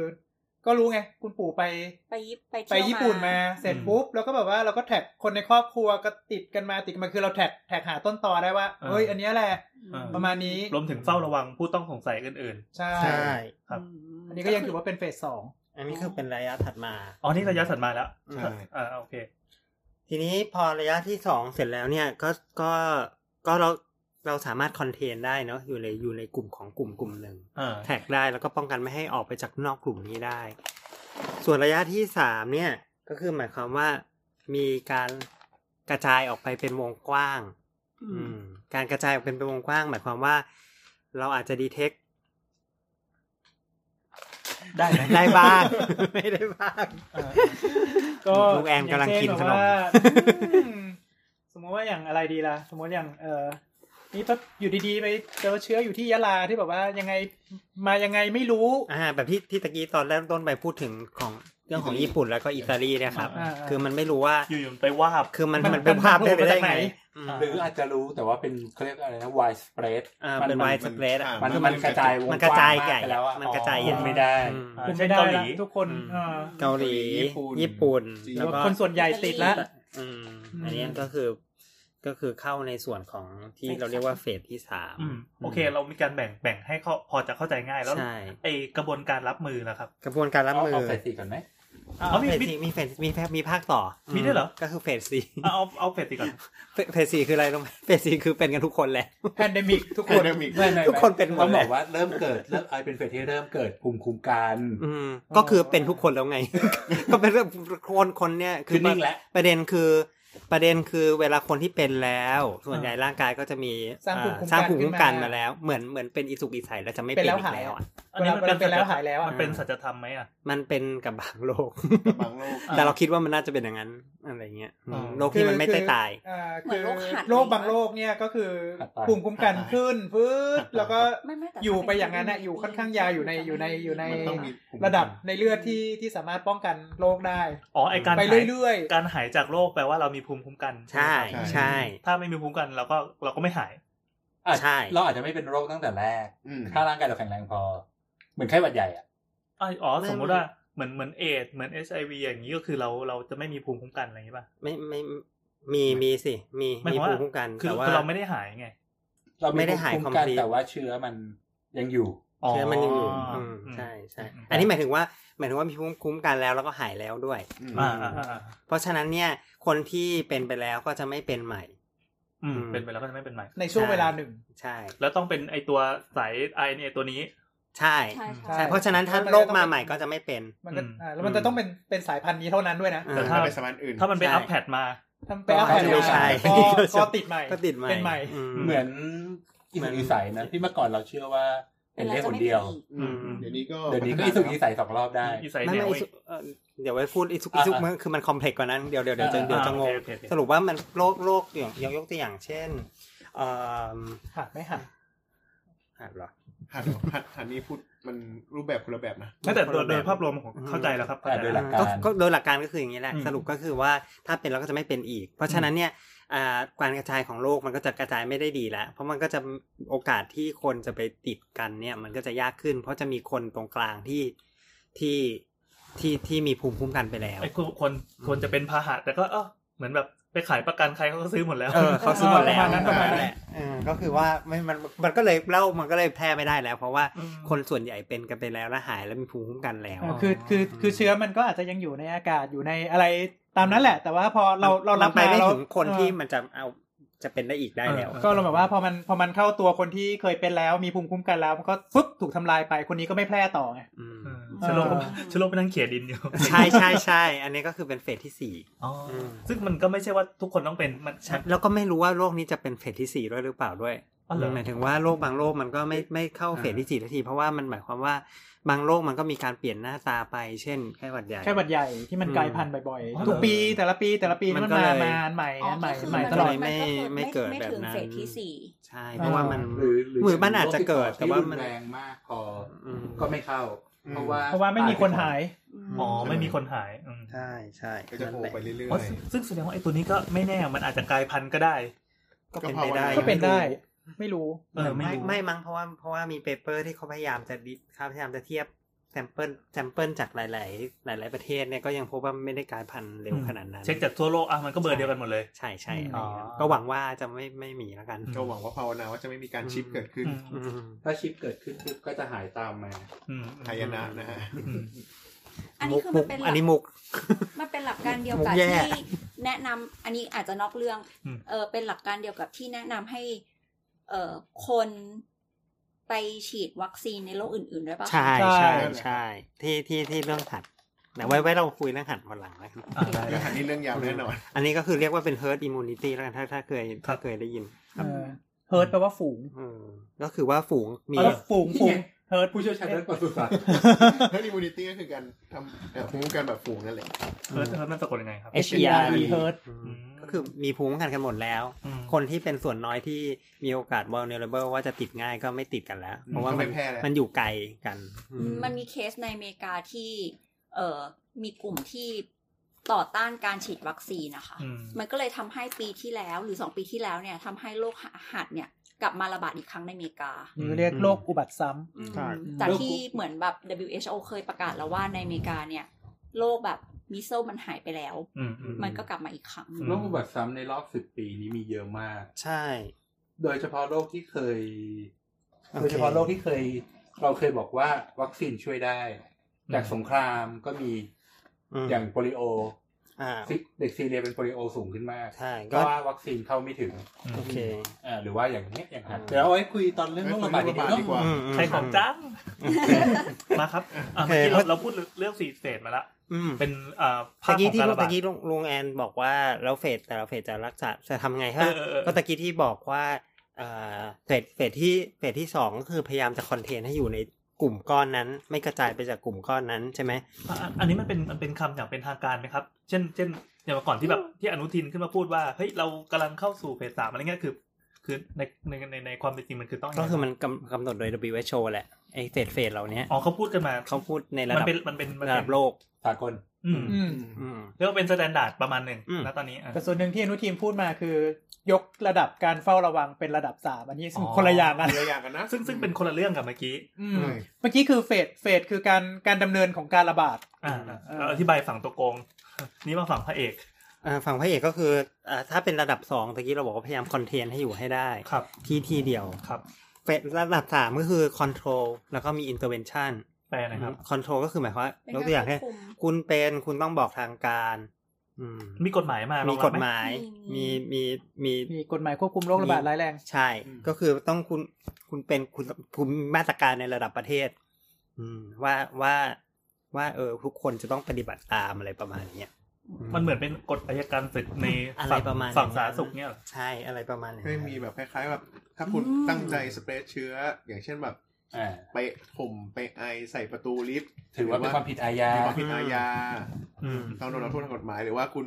ก็รู้ไง คุณปู่ไป ไปยิปไป ไป เที่ยว ญี่ปุ่นมาเสร็จปุ๊บแล้วก็แบบว่าเราก็แท็กคนในครอบครัวก็ติดกันมาติดกันมาคือเราแท็กแท็กหาต้นตอได้ว่าเฮ้ยอันเนี้ยแหละ อืม ประมาณนี้ รวมถึงเฝ้าระวังผู้ต้องสงสัยอื่น ใช่ ใช่ ครับ ม อันนี้ก็ยังถือว่าเป็นเฟสสอง อันนี้คือเป็นระยะถัดมา ๆอ๋อนี่ระยะสันมาแล้ว ใช่ อ่าโอเค ทีนี้พอระยะที่สองเสร็จแล้วเนี่ยก็ก็ก็เราเราสามารถคอนเทนได้เนาะอยู่ในอยู่ในกลุ่มของกลุ่มกลุ่มหนึ่ง อ่า แท็กได้แล้วก็ป้องกันไม่ให้ออกไปจากนอกกลุ่มนี้ได้ ส่วนระยะที่สามเนี่ยก็คือหมายความว่ามีการกระจายออกไปเป็นวงกว้าง อื อื ม มการกระจายออกเป็นเป็นวงกว้าง หมายความว่า เราอาจจะดีเทค ได้ไหม ได้บ้าง ไม่ได้บ้าง ก็ ลูกแอนกำลังกินขนม อย่างเช่แบบว่าอืมสมมติว่าอย่างอะไรดีล่ะ สมมติอย่างเออนี่ปะอยู่ดีๆไปเจอเชื้ออยู่ที่ยะลาที่แบบว่ายังไงมายังไงไม่รู้ อ่าแบบที่ที่ตะกี้ตอนเริ่มต้นไปพูดถึงของเรื่องของญี่ปุ่นแล้วก็อิตาลีเนะครับ อ่า คือมันไม่รู้ว่า อยู่ๆไปวาบ คือมัน มัน มันเป็นภาพได้ไปได้ไงอืม หรืออาจจะรู้แต่ว่าเป็นเขาเรียกอะไรนะ wide spread อ่าเป็นไว มั สเปรดอ่ะ มั มัน น มันกระจายวง มันกระจาย ว้งม ใหญ่ ไปแล้วอะ มันกระจาย อ๋อ ใหญ่ ไม่ได้ อืม อ่า คุมไม่ได้ เช่นเกาหลี ละทุกคน อืม เออ เกาหลี ญี่ปุ่น ญี่ปุ่น จีน แล้วก็ คนส่วนใหญ่ติดละ อืม อืม อันนี้ก็คือก็คือเข้าในส่วนของที่เราเรียกว่าเฟสที่สาม อืมโอเค เรามีการแบ่งแบ่งให้เขาพอจะเข้าใจง่ายแล้ว ใช่ ไอกระบวนการรับมือนะครับ กระบวนการรับ เอา มือ เอาใส่สีก่อนไหม เอา เฟ มีมีสสี่มีเฟสมีแฟมีภาคต่อ มีด้วยเหรอ ก็คือเฟสสี่ เอาเอาเอาเฟสติก่อน เฟเฟสสี่คืออะไรต้องเฟสสี่คือเป็นกันทุกคนแหละ แพนเดมิกทุก โค คน เดมิก ไม่ไม่ ทุกคนเป็นหมด ต้อง แห บ ละ อกว่าเริ่มเกิด เริ่มไอเป็นเฟสที่เริ่มเกิดภูมิคุ้มกัน อืมก็คือเป็นทุกคนแล้วไง ก็เป็นเรื่องคนคนเนี่ย คือนิ่งแล้ว ประเด็นคือ ประเด็นคือเวลาคนที่เป็นแล้ว ส่วนใหญ่ร่างกายก็จะมี สร้างภูมิคุ้มกัน สร้างภูมิคุ้มกัน ขึ้นมาม มาแล้ว เหมือนเหมือนเป็นอิสุกอิสัยแล้วจะไม่ เป็ เป็น นแล้ว อีก หาย แล้วอะ อันนี้มัน เว เป็ ลาน เป็นแล้วหายแล้วอะ มันเป็นสัจธรรมไหมอ่ะ มันเป็นกับบางโลก บางโลก แต่เราคิดว่ามันน่าจะเป็นอย่างนั้นอะไรเงี้ยอืม อ๋อ โลกที่มันไม่ได้ตาย เอ่อ เหมื คือ อน โรคหัด โรคบางโลกเนี่ยก็คือ หัดตาย ภูมิคุ้มกันขึ้นฟืดแล้วก็ ไม่ไม่แต่ถ้า อยู่ไปอย่างนั้นน่ะ เป็ อยู่ค่อนข้างยาวอยู่ในอยู่ในอยู่ใน มันต้องมีภูมิคุ้มกัน ระดับในเลือดที่ที่สามารถป้องกันโรคได้ อ๋อไอการ ไป หาย เรื่อยๆ การหายจากโรคแปลว่าเรามีภูมิคุ้มกัน ใช่ ไหมครับ ใช่ ถ้าไม่มีภูมิคุ้มกันเราก็เราก็ไม่หาย อ่ะ ใช่ เราอาจจะไม่เป็นโรคตั้งแต่แรก อืม ถ้าร่างกายเราแข็งแรงพอ เหมือนไข้หวัดใหญ่อ่ะ อ๋ออ๋อสมมติว่าเหมือนเหมือนเอดส์เหมือนเอชไอวีอย่างนี้ก็คือเราเราจะไม่มีภูมิคุ้มกันอะไรอย่างนี้ป่ะ ไม่ไม่มีมีสิมี หมาย มี ความว่า ภูมิคุ้มกัน คือ แต่ว่า คือเราไม่ได้หายไง เรา ไม่ได้หาย ภูมิคุ้มกัน complete แต่ว่าเชื้อมันยังอยู่ อ๋อ เชื้อมันยังอยู่ อื อื ม มใช่ใช่ อืม อันนี้หมายถึงว่าหมายถึงว่ามีภูมิคุ้มกันแล้วแล้วก็หายแล้วด้วย อืม อ่าอ่าอ่าอ่า เพราะฉะนั้นเนี่ยคนที่เป็นไปแล้วก็จะไม่เป็นใหม่ อืม อืม เป็นไปแล้วก็จะไม่เป็นใหม่ ในช่วง ใช่ เวลาหนึ่ง ใช่ แล้วต้องเป็นไอตัวสาย RNA ตัวนี้ ใช่ ใช่ใช่ ใช่ เพราะฉะนั้นถ้าโรคมาใหม่ก็จะไม่เป็น มันก็ อืม อ่าแล้วมันจะต้องเป็นเป็นสายพันธุ์นี้เท่านั้นด้วยนะ อื แต่ แต่ ถ้า ถ้าไปสมานอื่น ถ้ามันไป ใช่ อัพแพดมา ถ้าไปอัพแพ ก็ไม่ใช่ ก็ก็ติดใหม่ ก็ติดใหม่ เป็นใหม่ อืม เหมือนอิ เหมือสุน กอิสัยนะที่เมื่อก่อนเราเชื่อว่าเป็นได้คนเดียว อืมเดี๋ยวนี้ก็ เดี๋ยวนี้ก็อิสุกอิสัยสองรอบได้ อีไซน์ ไม่ แน ไม่ ว อิ อี ซุ ก เอ่อเดี๋ยวไว้พูดอิซุกอิซุก อ่ะอ่ะ มันคือมันคอมเพล็กกว่านั้นเดี๋ยวเดี๋ยวเดี๋ยวจะเดี๋อ่ะอ่ะยวจะงง โอเคโอเค สรุปว่ามันโรคโรคอย่างยกตัวอย่างเช่นเอ่อ หักไม่หัก อ่ะเหรอ หันหันหันนี้พูดมันรูปแบบคนละแบบนะ ไม่แต่โดยโดยภาพรวมของ อืม เข้าใจแล้วครับเข้าใจ โดยห แล้ ลั ว กการ ก็ก็โดยหลักการก็คืออย่างนี้แหละ อืม สรุปก็คือว่าถ้าเป็นแล้วก็จะไม่เป็นอีก เพราะฉะนั้นเนี่ยอ่าการกระจายของโรคมันก็จะกระจายไม่ได้ดีแล้ว เพราะมันก็จะโอกาสที่คนจะไปติดกันเนี่ย มันก็จะยากขึ้น เพราะจะมีคนตรงกลางที่ที่ที่ที่มีภูมิคุ้มกันไปแล้ว ไอ้คนคนคนจะเป็นพาหะแต่ก็เออเหมือนแบบไปขายประกันใครเขาก็ซื้อหมดแล้ว เออเขาซื้อหมดแล้ว ประมาณนั้นประมาณนั้น แหละเออก็คือว่าไม่มันมันก็เลยเล่ามันก็เลยแพร่ไม่ได้แล้ว เพราะว่า อืม คนส่วนใหญ่เป็นกันไปแล้วและหายแล้วมีภูมิคุ้มกันแล้ว เออคือคือคือเชื้อมันก็อาจจะยังอยู่ในอากาศอยู่ในอะไรตามนั้นแหละ แต่ว่าพอเราเรารับ นไปไม่ า ถึงคน เออ ที่มันจะเอาจะเป็นได้อีกได้แล้ว ก็เราแบบว่าพอมันพอมันเข้าตัวคนที่เคยเป็นแล้วมีภูมิคุ้มกันแล้วมันก็ปุ๊บถูกทำลายไปคนนี้ก็ไม่แพร่ต่อไง อืม อืมชโลกก็ชโลกไป นั่งเขียดินอยู่ ใช่ใช่ใช่อันนี้ก็คือเป็นเฟสที่สี่ อ๋ออ ม ซึ่งมันก็ไม่ใช่ว่าทุกคนต้องเป็นมัน แล้วก็ไม่รู้ว่าโรคนี้จะเป็นเฟสที่สี่ด้วยหรือเปล่าด้วย อ๋อเหรอ หมายถึงว่าโรคบางโรคมันก็ไม่ไม่เข้าเฟสที่สี่ทันที เพราะว่ามันหมายความว่าบางโรคมันก็มีการเปลี่ยนหน้าตาไปเช่นไข้หวัดใหญ่ แค่บัดใหญ่ที่มันกลายพันธุ์บ่อย อ๋อ ๆ ทุกปีแต่ละปีแต่ละปี มัน มัน ก็ มา เลย มานใหม่ อ๋อ อันใหม่ ก็คือ ใหม่ มัน ตลอด ไม่ไม่เกิดแบบนั้น ถึงเฟสที่สี่ ใช่ เพราะว่ามัน หรือหรือ หรือมันอาจจะเกิด โรค แต่ว่ามัน ที่รุนแรงมากพออ อืม ก็ไม่เข้า เพราะว่า เพราะว่าไม่มีคนหาย อ๋อไม่มีคนหายอืม ใช่ใช่ ก็จะโผล่ไปเรื่อย อ๋อซึ่งซึ่งแสดงว่าไอ้ตัวนี้ก็ไม่แน่มันอาจจะกลายพันธุ์ก็ได้ ก็เป็นไปได้ ก็เป็นได้ ไม่รู้ เออไม่ ไม่ รู้ ไม่มั้งเพราะว่าเพราะว่ามีเปเปอร์ที่เขาพยายามจะดิเขาพยายามจะเทียบแซมเปิลแซมเปิลจากหลาย ๆ หลาย ๆ ประเทศเนี่ยก็ยังพบว่าไม่ได้กลายพันธุ์เร็ว อืม ขนาดนั้น เช็คจากทั่วโลกอ่ะมันก็เบอร์เดียวกันหมดเลย ใช่ใช่อะไรอย่างเงี้ย อ๋อ ก็หวังว่าจะไม่ไม่มีแล้วกัน ๆก็หวังว่าภาวนาว่าจะไม่มีการชิปเกิดขึ้น อืม อืม ถ้าชิปเกิดขึ้นปุ๊บก็จะหายตามมา อืม หายนะนะฮะ อืม อันนี้ มุก คือ มุ มันเป็กนหลัก อันนี้มุก มันเป็นหลักการเดียวกับ มุกแย่ ที่แนะนำอันนี้อาจจะนอกเรื่อง อืม เออเป็นหลักการเดียวกับที่แนะนำให้ เอ่อคนไปฉีดวัคซีนในโรคอื่นๆด้วยปะ ใช่ ใช่ ใช่ใช่ที่ที่ที่เรื่องหัดแต่ไว้ไว้เราคุยเรื่องหัดวันหลังนะครับ อ่าได้ได้เรื่องหันนี่เรื่องยาวแน่นอน อันนี้ก็คือเรียกว่าเป็น herd immunity แล้วกันถ้าถ้าเคย ครั ถ้า บ เคยได้ยิน เออเฮิร์ตแปลว่าฝูง เออก็คือว่าฝูงมี แล้วฝูง นี่ ฝู ไง งเฮิร์ต ผู้เชี่ยวชาญด้านปศุสัตว์ เฮอร์ดิมูนิตี้ก็คือการทำเอ่อคุ้มกันแบบฝูงนั่นแหละ เออเออมันสะกดยังไงครับ H เชีย E R มีเฮิร์ต อืมก็คือมีภูมิคุ้มกันกันหมดแล้ว อืม คนที่เป็นส่วนน้อยที่มีโอกาส vulnerable ว่าจะติดง่ายก็ไม่ติดกันแล้ว เพราะว่ามัก็ไม่ น แพร่แล้ว มันอยู่ไกลกันอืม มันมีเคสในอเมริกาที่ เอ่อมีกลุ่มที่ต่อต้านการฉีดวัคซีนนะคะ อืม มันก็เลยทำให้ปีที่แล้วหรือสองปีที่แล้วเนี่ยทำให้โรคหัดเนี่ย กลับมาระบาดอีกครั้งในอเมริกา หรือเรียกโรคอุบัติซ้ำ อืม ครับ จากที่เหมือนแบบ WHO เคยประกาศแล้วว่าในอเมริกาเนี่ยโรคแบบมิโซลมันหายไปแล้ว อืมอืม มันก็กลับมาอีกครั้ง อืม โรคอุบัติซ้ำในรอบสิบปีนี้มีเยอะมาก ใช่ โดยเฉพาะโรคที่เคย โอเค โดยเฉพาะโรคที่เคย เราเคยบอกว่าวัคซีนช่วยได้ จากสงครามก็มี ม อย่างโปลิโอ อ่า ซิเด็กซีเรียเป็นโปลิโอสูงขึ้นมาก ใช่ เพ ก็ ราะว่าวัคซีนเข้าไม่ถึง โอเค อ่าหรือว่าอย่างเนี้ยอย่างหัด อืม เดี๋ยวเอาไว้คุยตอนเรื่องโรคระบาด เรื่องโรคระบาดดี ดี ก ก ว่า ว่า อืมม ใช้ของจังมาครับอ่ะ โอ เมื่อเคกี้เรา พูด เราพูดเรื่องสี่เฟสมาละ อืม เป็นอ่าภาคตะข กี้ อง ที่ การ ลุง ระบา ตะ ด กี้ลุงลุงแอนบอกว่าแล้วเฟสแต่ละเฟสจะรักษาจะทำไง เอ ฮะ อเออเออ ก็ตะกี้ที่บอกว่าเอ่อเฟสเฟสที่เฟสที่สองก็คือพยายามจะคอนเทนให้อยู่ในกลุ่มก้อนนั้น ไม่กระจายไปจากกลุ่มก้อนนั้นใช่ไหม อ่ะอ่ะอันนี้มันเป็นมันเป็นคำอย่างเป็นทางการไหมครับ เช่น เช่น อย่างเมื่อก่อนที่แบบที่อนุทินขึ้นมาพูดว่าเฮ้ยเรากำลังเข้าสู่เฟสสามอะไรเงี้ยคือ คือในในในในความเป็นจริงมันคือต้องยัง ก็ ไง คือมันกำกำหนดโดย WHO แหละไอเฟสเฟสเหล่าเนี้ย อ๋อเขาพูดกันมา เขาพูดในระ มัน ดับ เป็นมันเป็นมัน ระ เป็น ดับโลก สากล อืม อื อืม อืม เรียกว่าเป็นสแตนดาร์ดประมาณหนึ่ง อืม นะตอนนี้อ่ะ แต่ส่วนหนึ่งที่อนุทีมพูดมาคือ ยกระดับการเฝ้าระวังเป็นระดับสามอันนี้ซึ่ง อ๋อ คนละอย่างกัน เยอะอย่างกันนะ ซึ่งซึ่งเป็นคนละเรื่องกับเมื่อกี้ อืม เมื่อกี้คือเฟสเฟสคือการการดำเนินของการระบาด อ่าอ่ะเราอธิบายฝั่งตัวโกง นี่มาฝั่งพระเอก อ่าฝั่งพระเอกก็คืออ่าถ้าเป็นระดับสองตะกี้เราบอกว่าพยายามคอนเทนให้อยู่ให้ได้ ครับ ที่ที่เดียว ครับ เฟสระดับสามก็คือคอนโทรลแล้วก็มีอินเตอร์เวนชั่น แปลนะครับ คอนโทรลก็คือหมายความว่า เป็น ย กาก ร ตัวอย่าง ค ให้ วบคุม คุณเป็นคุณต้องบอกทางการ อืม มีกฎหมายมา มี รอง ก รับ ฎ ไห มาย มี มีมีมี มีกฎหมายควบคุมโรคระบาดร้ายแรง ใช่ ก็คือต้องคุณคุณเป็นคุณคุณมีมาตรการในระดับประเทศ อืม ว่าว่าว่า เออทุกคนจะต้องปฏิบัติตามอะไรประมาณเนี้ย มันเหมือนเป็นกฎอัยการศึกใน อะไร ฝั่ง ประมาณ ฝั่ง นั้น สาธารณสุขเนี่ยเหรอ ใช่อะไรประมาณอย่าง ไม่ นั้น มีแบบคล้ายๆแบบถ้าคุณ อืม ตั้งใจสเปรดเชื้อ อย่างเช่นแบบ อ่า ไปถมไปไอใส่ประตูลิฟต์ ถือว่าเป็นความผิดอาญา มีความผิดอาญา อืม ต้องโดนลงโทษทางกฎหมายหรือว่าคุณ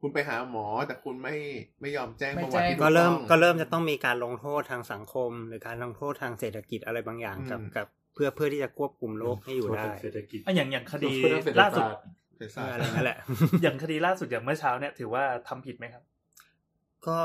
คุณไปหาหมอแต่คุณไม่ไม่ยอมแจ้ง ไม่ ประวัติ แจ้ง ที่ถู ก็เริ่ม ต้อง ก็เริ่มจะต้องมีการลงโทษทางสังคม หรือการลงโทษทางเศรษฐกิจอะไรบางอย่างกับ อืม กับเพื่อเพื่อที่จะควบคุมโลกให้อยู่ได้ เศรษฐกิจ อ่ะอย่างอย่างคดี เรื่องเศรษฐ ล่าสุด ศาสตร์ เสีเอยสาร ออะไรนั่นแหละ อย่างคดีล่าสุดอย่างเมื่อเช้าเนี่ยถือว่าทำผิดไหมครับ ก็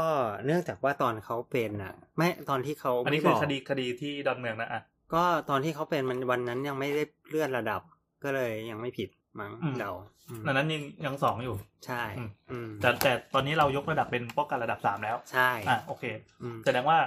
เนื่องจากว่าตอนเขาเป็นอ่ะ ไม่ตอนที่เขา อันนี้คืไม่บ อ อก คดีคดีที่ดอนเมืองนะอ่ะ ก็ตอนที่เขาเป็นมันวันนั้นยังไม่ได้เลื่อนระดับ ก็เลยยังไม่ผิดมั้ง อืม เดาอืม อันนั้นยังยังสองอยู่ ใช่ อืม อืม แต่แต่ตอนนี้เรายกระดับเป็นป้องกันระดับสามแล้ว ใช่ อ่ะโอเค อืม แสดงว่า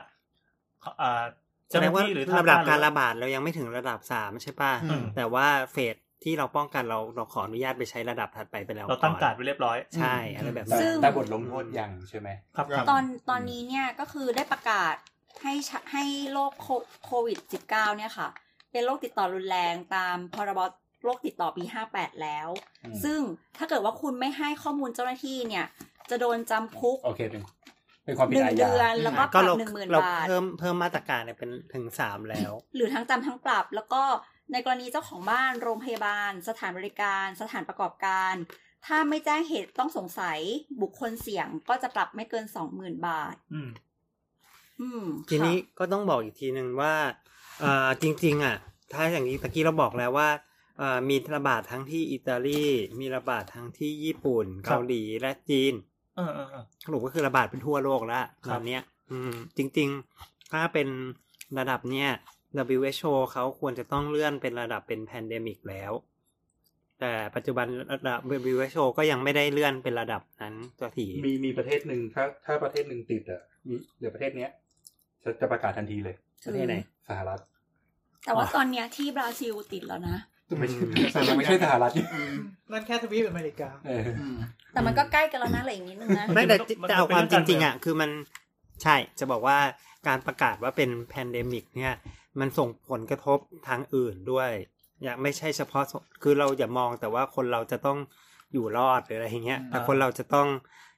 อ่า แส เจ้าหน้างดว่า ที่หรือทง ระดับ ห การระบาดเรายังไม่ถึงระดับสามใช่ป่ะ อืม แต่ว่าเฟสที่เราป้องกันเราเราขออนุญาตไปใช้ระดับถัดไปไปแล้ว เราตั้ง อน การดไว้เรียบร้อย ใช่อะไรแบบ แต่ นั้ ซึ่ น ง แต่บทลงโทษยังใช่ไหม ครับครับ ตอนตอนนี้เนี่ยก็คือได้ประกาศให้ชะให้โรคโคโควิด -19 เนี่ยค่ะ เป็นโรคติดต่อรุนแรงตามพรบโรคติดต่อปี 58 แล้ว อืม ซึ่งถ้าเกิดว่าคุณไม่ให้ข้อมูลเจ้าหน้าที่เนี่ย จะโดนจำคุก โอเคเป็น เป็นความ ห ผิด นึ่ง อาญา เดือนแล้วก็ป ก็ รับ เรา หนึ่งหมื่น เรา บาท เพิ่มเพิ่มมาตรการเนี่ยเป็นถึงสามแล้ว หรือทั้งจำทั้งปรับ แล้วก็ในกรณีเจ้าของบ้านโรงพยาบาล สถานบริการ สถานประกอบการ ถ้าไม่แจ้งเหตุต้องสงสัยบุคคลเสี่ยงก็จะปรับไม่เกินสองหมื่นบาท อืม อืม ทีนี้ก็ต้องบอกอีกทีหนึ่งว่าเอ่อจริง ๆ อ่ะ ถ้าอย่างนี้ตะกี้เราบอกแล้วว่าเอ่อมีระบาดทั้งที่อิตาลี มีระบาดทั้งที่ญี่ปุ่น เกาหลีและจีน เออเออเออ สรุปก็คือระบาดไปทั่วโลกแล้ว ค ต รับ อนเนี้ย อืม จริง ๆ ถ้าเป็นระดับเนี้ย WHO เขาควรจะต้องเลื่อนเป็นระดับเป็นแพนเดมิกแล้ว แต่ปัจจุบันระดับ WHO ก็ยังไม่ได้เลื่อนเป็นระดับนั้นสักที มีมีประเทศหนึ่งถ้าถ้าประเทศหนึ่งติดอ่ะมีเดี๋ยวประเทศเนี้ยจะจะประกาศทันทีเลย ประเทศไหน สหรัฐ แต่ว่าตอนเนี้ยที่บราซิลติดแล้วนะ ไม่ใช่สห แต่ รัฐ ไม่ใช่ สหรัฐ อืม นั่นแค่ทวีปอเมริกา เออ อืม แต่มันก็ใกล้กันแล้วนะเหลืออีกนิดนึงนะ ไม่แต่ มันเป็น แต่เอาความจริงๆ เรื่องการเมื อ่ะ อง คือมันใช่จะบอกว่าการประกาศว่าเป็นแพนเดมิกเนี่ย มันส่งผลกระทบทางอื่นด้วย อย่าไม่ใช่เฉพาะส่วนคือเราอย่ามองแต่ว่าคนเราจะต้องอยู่รอดหรืออะไรอย่างเงี้ย อ่า แต่คนเราจะต้อง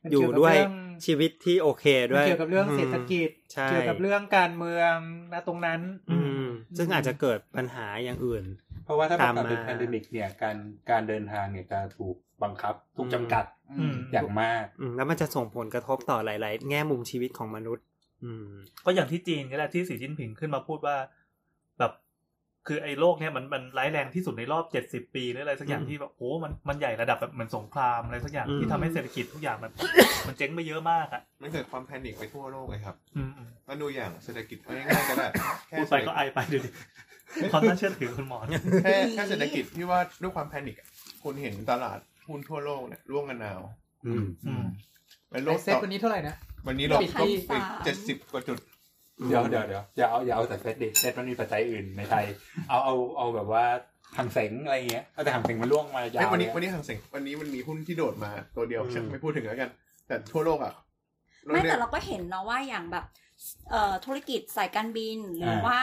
มัน อ เกี่ ยู่ ยวกับ ด้วย เรื่อง ชีวิตที่โอเค มัน ด้วย เกี่ยวกับเรื่องเศรษฐกิจ ใช่ เกี่ยวกับเรื่องการเมืองนะตรงนั้น อืม ซึ่งอาจจะเกิดปัญหาอย่างอื่น เพราะว่าถ้าประ ตาม กาศเป็น มา แพนเดมิกเนี่ยการการเดินทางเนี่ยจะถูกบังคับ ถูกจำกัด อืม อย่างมาก อืมแล้วมันจะส่งผลกระทบต่อหลาย ๆ แง่มุมชีวิตของมนุษย์ อืม ก็อย่างที่จีนก็แหละที่สีจิ้นผิงขึ้นมาพูดว่า แบบคือไอ้โรคเนี้ยมันมันร้ายแรงที่สุดในรอบเจ็ดสิบปีหรืออะไรสักอย่าง อืม ที่แบบโอ้มันมันใหญ่ระดับแบบเหมือนสงครามอะไรสักอย่าง อืม ที่ทำให้เศรษฐกิจทุกอย่างมัน มันเจ๊งไปเยอะมากอ่ะ มันเกิดความแพนิคไปทั่วโลกเลยครับ อืมอืม มาดูอย่างเศรษฐกิจเอาง่ายๆก็ได้แค่ พูดไปก็ไอไปดูดิ ความน่าเชื่อถือคุณหมอเนี่ย แค่แค่เศรษฐกิจที่ว่าด้วยความแพนิคอะคุณเห็นตลาดหุ้นทั่วโลกเนี่ยร่วงกันนาว อืม อืม เป็นโล โล ก กเซต ต่อ วันนี้เท่าไหร่นะ วันนี้เรา ปิดที่ ก็ปิดเจ็ดสิบกว่าจุด เดี๋ยวเดี๋ยวเดี๋ยวอย่าเอาอย่าเอาแต่เซตดิเซตมันมีปัจจัยอื่นในไทย เอาเอาเอาแบบว่าหางเสงอะไรเงี้ยเอาแต่หางเสงมันล่วงมายา เอ้ยว วันนี้ เนี่ย วันนี้หางเสงวันนี้มันมีหุ้นที่โดดมาตัวเดียว อืม ฉันไม่พูดถึงแล้วกัน แต่ทั่วโลกอ่ะ ไม่ เรื่ แต่ อง เราก็เห็นเนาะว่าอย่างแบบเอ่อธุรกิจสายการบินหรืออา ว่า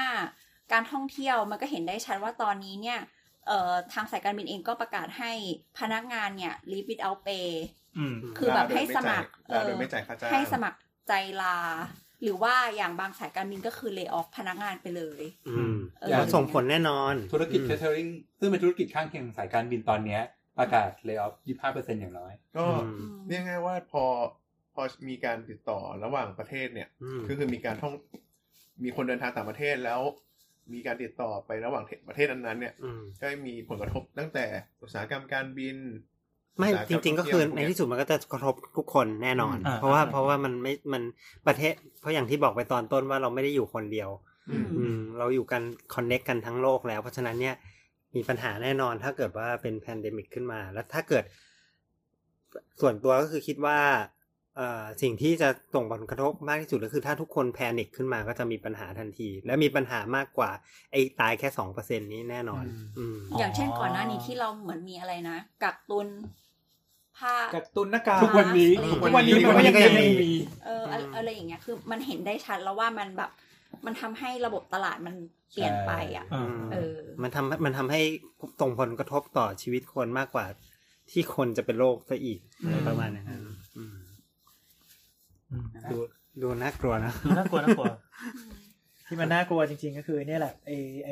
การท่องเที่ยวมันก็เห็นได้ชัดว่าตอนนี้เนี่ยเอ่อทางสายการบินเองก็ประกาศให้พนักงานเนี่ย leave without pay อืม คือแบบให้สมัคร ลาโดยไม่จ่ายค่าจ้าง ให้สมัครใจลา หรือว่าอย่างบางสายการบินก็คือเล y o อ f พนักงานไปเลย อืม เออ แล้วส่งผลแน่นอน ธุรกิจ อืม เชเทอริงซึ่งเป็นธุรกิจข้างเคียงสายการบินตอนเนี้ยประกาศเลิกออฟยี่ห้าเปอร์เซ็นต์อย่างน้อย ก็ อืม เรียกง่ายว่าพอพอมีการติดต่อระหว่างประเทศเนี่ย อืม ก็คือมีการท่องมีคนเดินทางต่างประเทศแล้ว มีการติดต่อไประหว่างประเทศนั้นๆเนี่ย อืม ก็มีผลกระทบตั้งแต่อุตสาหกรรมการบิน ไม่ อุตสาห จ ม ริง ๆ ก็คือในที่สุดมันก็จะกระทบทุกคนแน่นอน อืม เพราะว่า อ่า เพราะว่ามันไม่มันประเทศ เพราะอย่างที่บอกไปตอนต้นว่าเราไม่ได้อยู่คนเดียว อืม อืม เราอยู่กันคอนเน็กกันทั้งโลกแล้ว เพราะฉะนั้นเนี่ย มีปัญหาแน่นอนถ้าเกิดว่าเป็นแพนเดมิกขึ้นมา แล้วถ้าเกิด ส่วนตัวก็คือคิดว่าเอ่อสิ่งที่จะส่งผลกระทบมากที่สุดก็คือถ้าทุกคนแพนิคขึ้นมาก็จะมีปัญหาทันที และมีปัญหามากกว่า ไอ้ตายแค่สองเปอร์เซ็นนี้แน่นอน อืม อ๋อ อ อ ย่างเช่นก่อนหน้านี้ที่เราเหมือนมีอะไรนะ กักตุนผ้า กับตุนหน้ากาก ทุกวันนี้ อืม ทุกวันนี้มันก็ยัง ทุกวันนี้ มี เอออะไร อืม อะไรอย่างเงี้ยคือมันเห็นได้ชัดแล้วว่ามันแบบ มันทำให้ระบบตลาดมันเปลี่ยนไปอ่ะ อืม เออ มันทำมันทำให้ส่งผลกระทบต่อชีวิตคนมากกว่า ที่คนจะเป็นโรคซะอีก อืม ประมาณอย่างนั้นอืม อืม ดูดูน่ากลัวนะ น่ากลัวน่ากลัว ที่มันน่ากลัวจริง ๆ ก็คือเนี่ยแหละไอไอ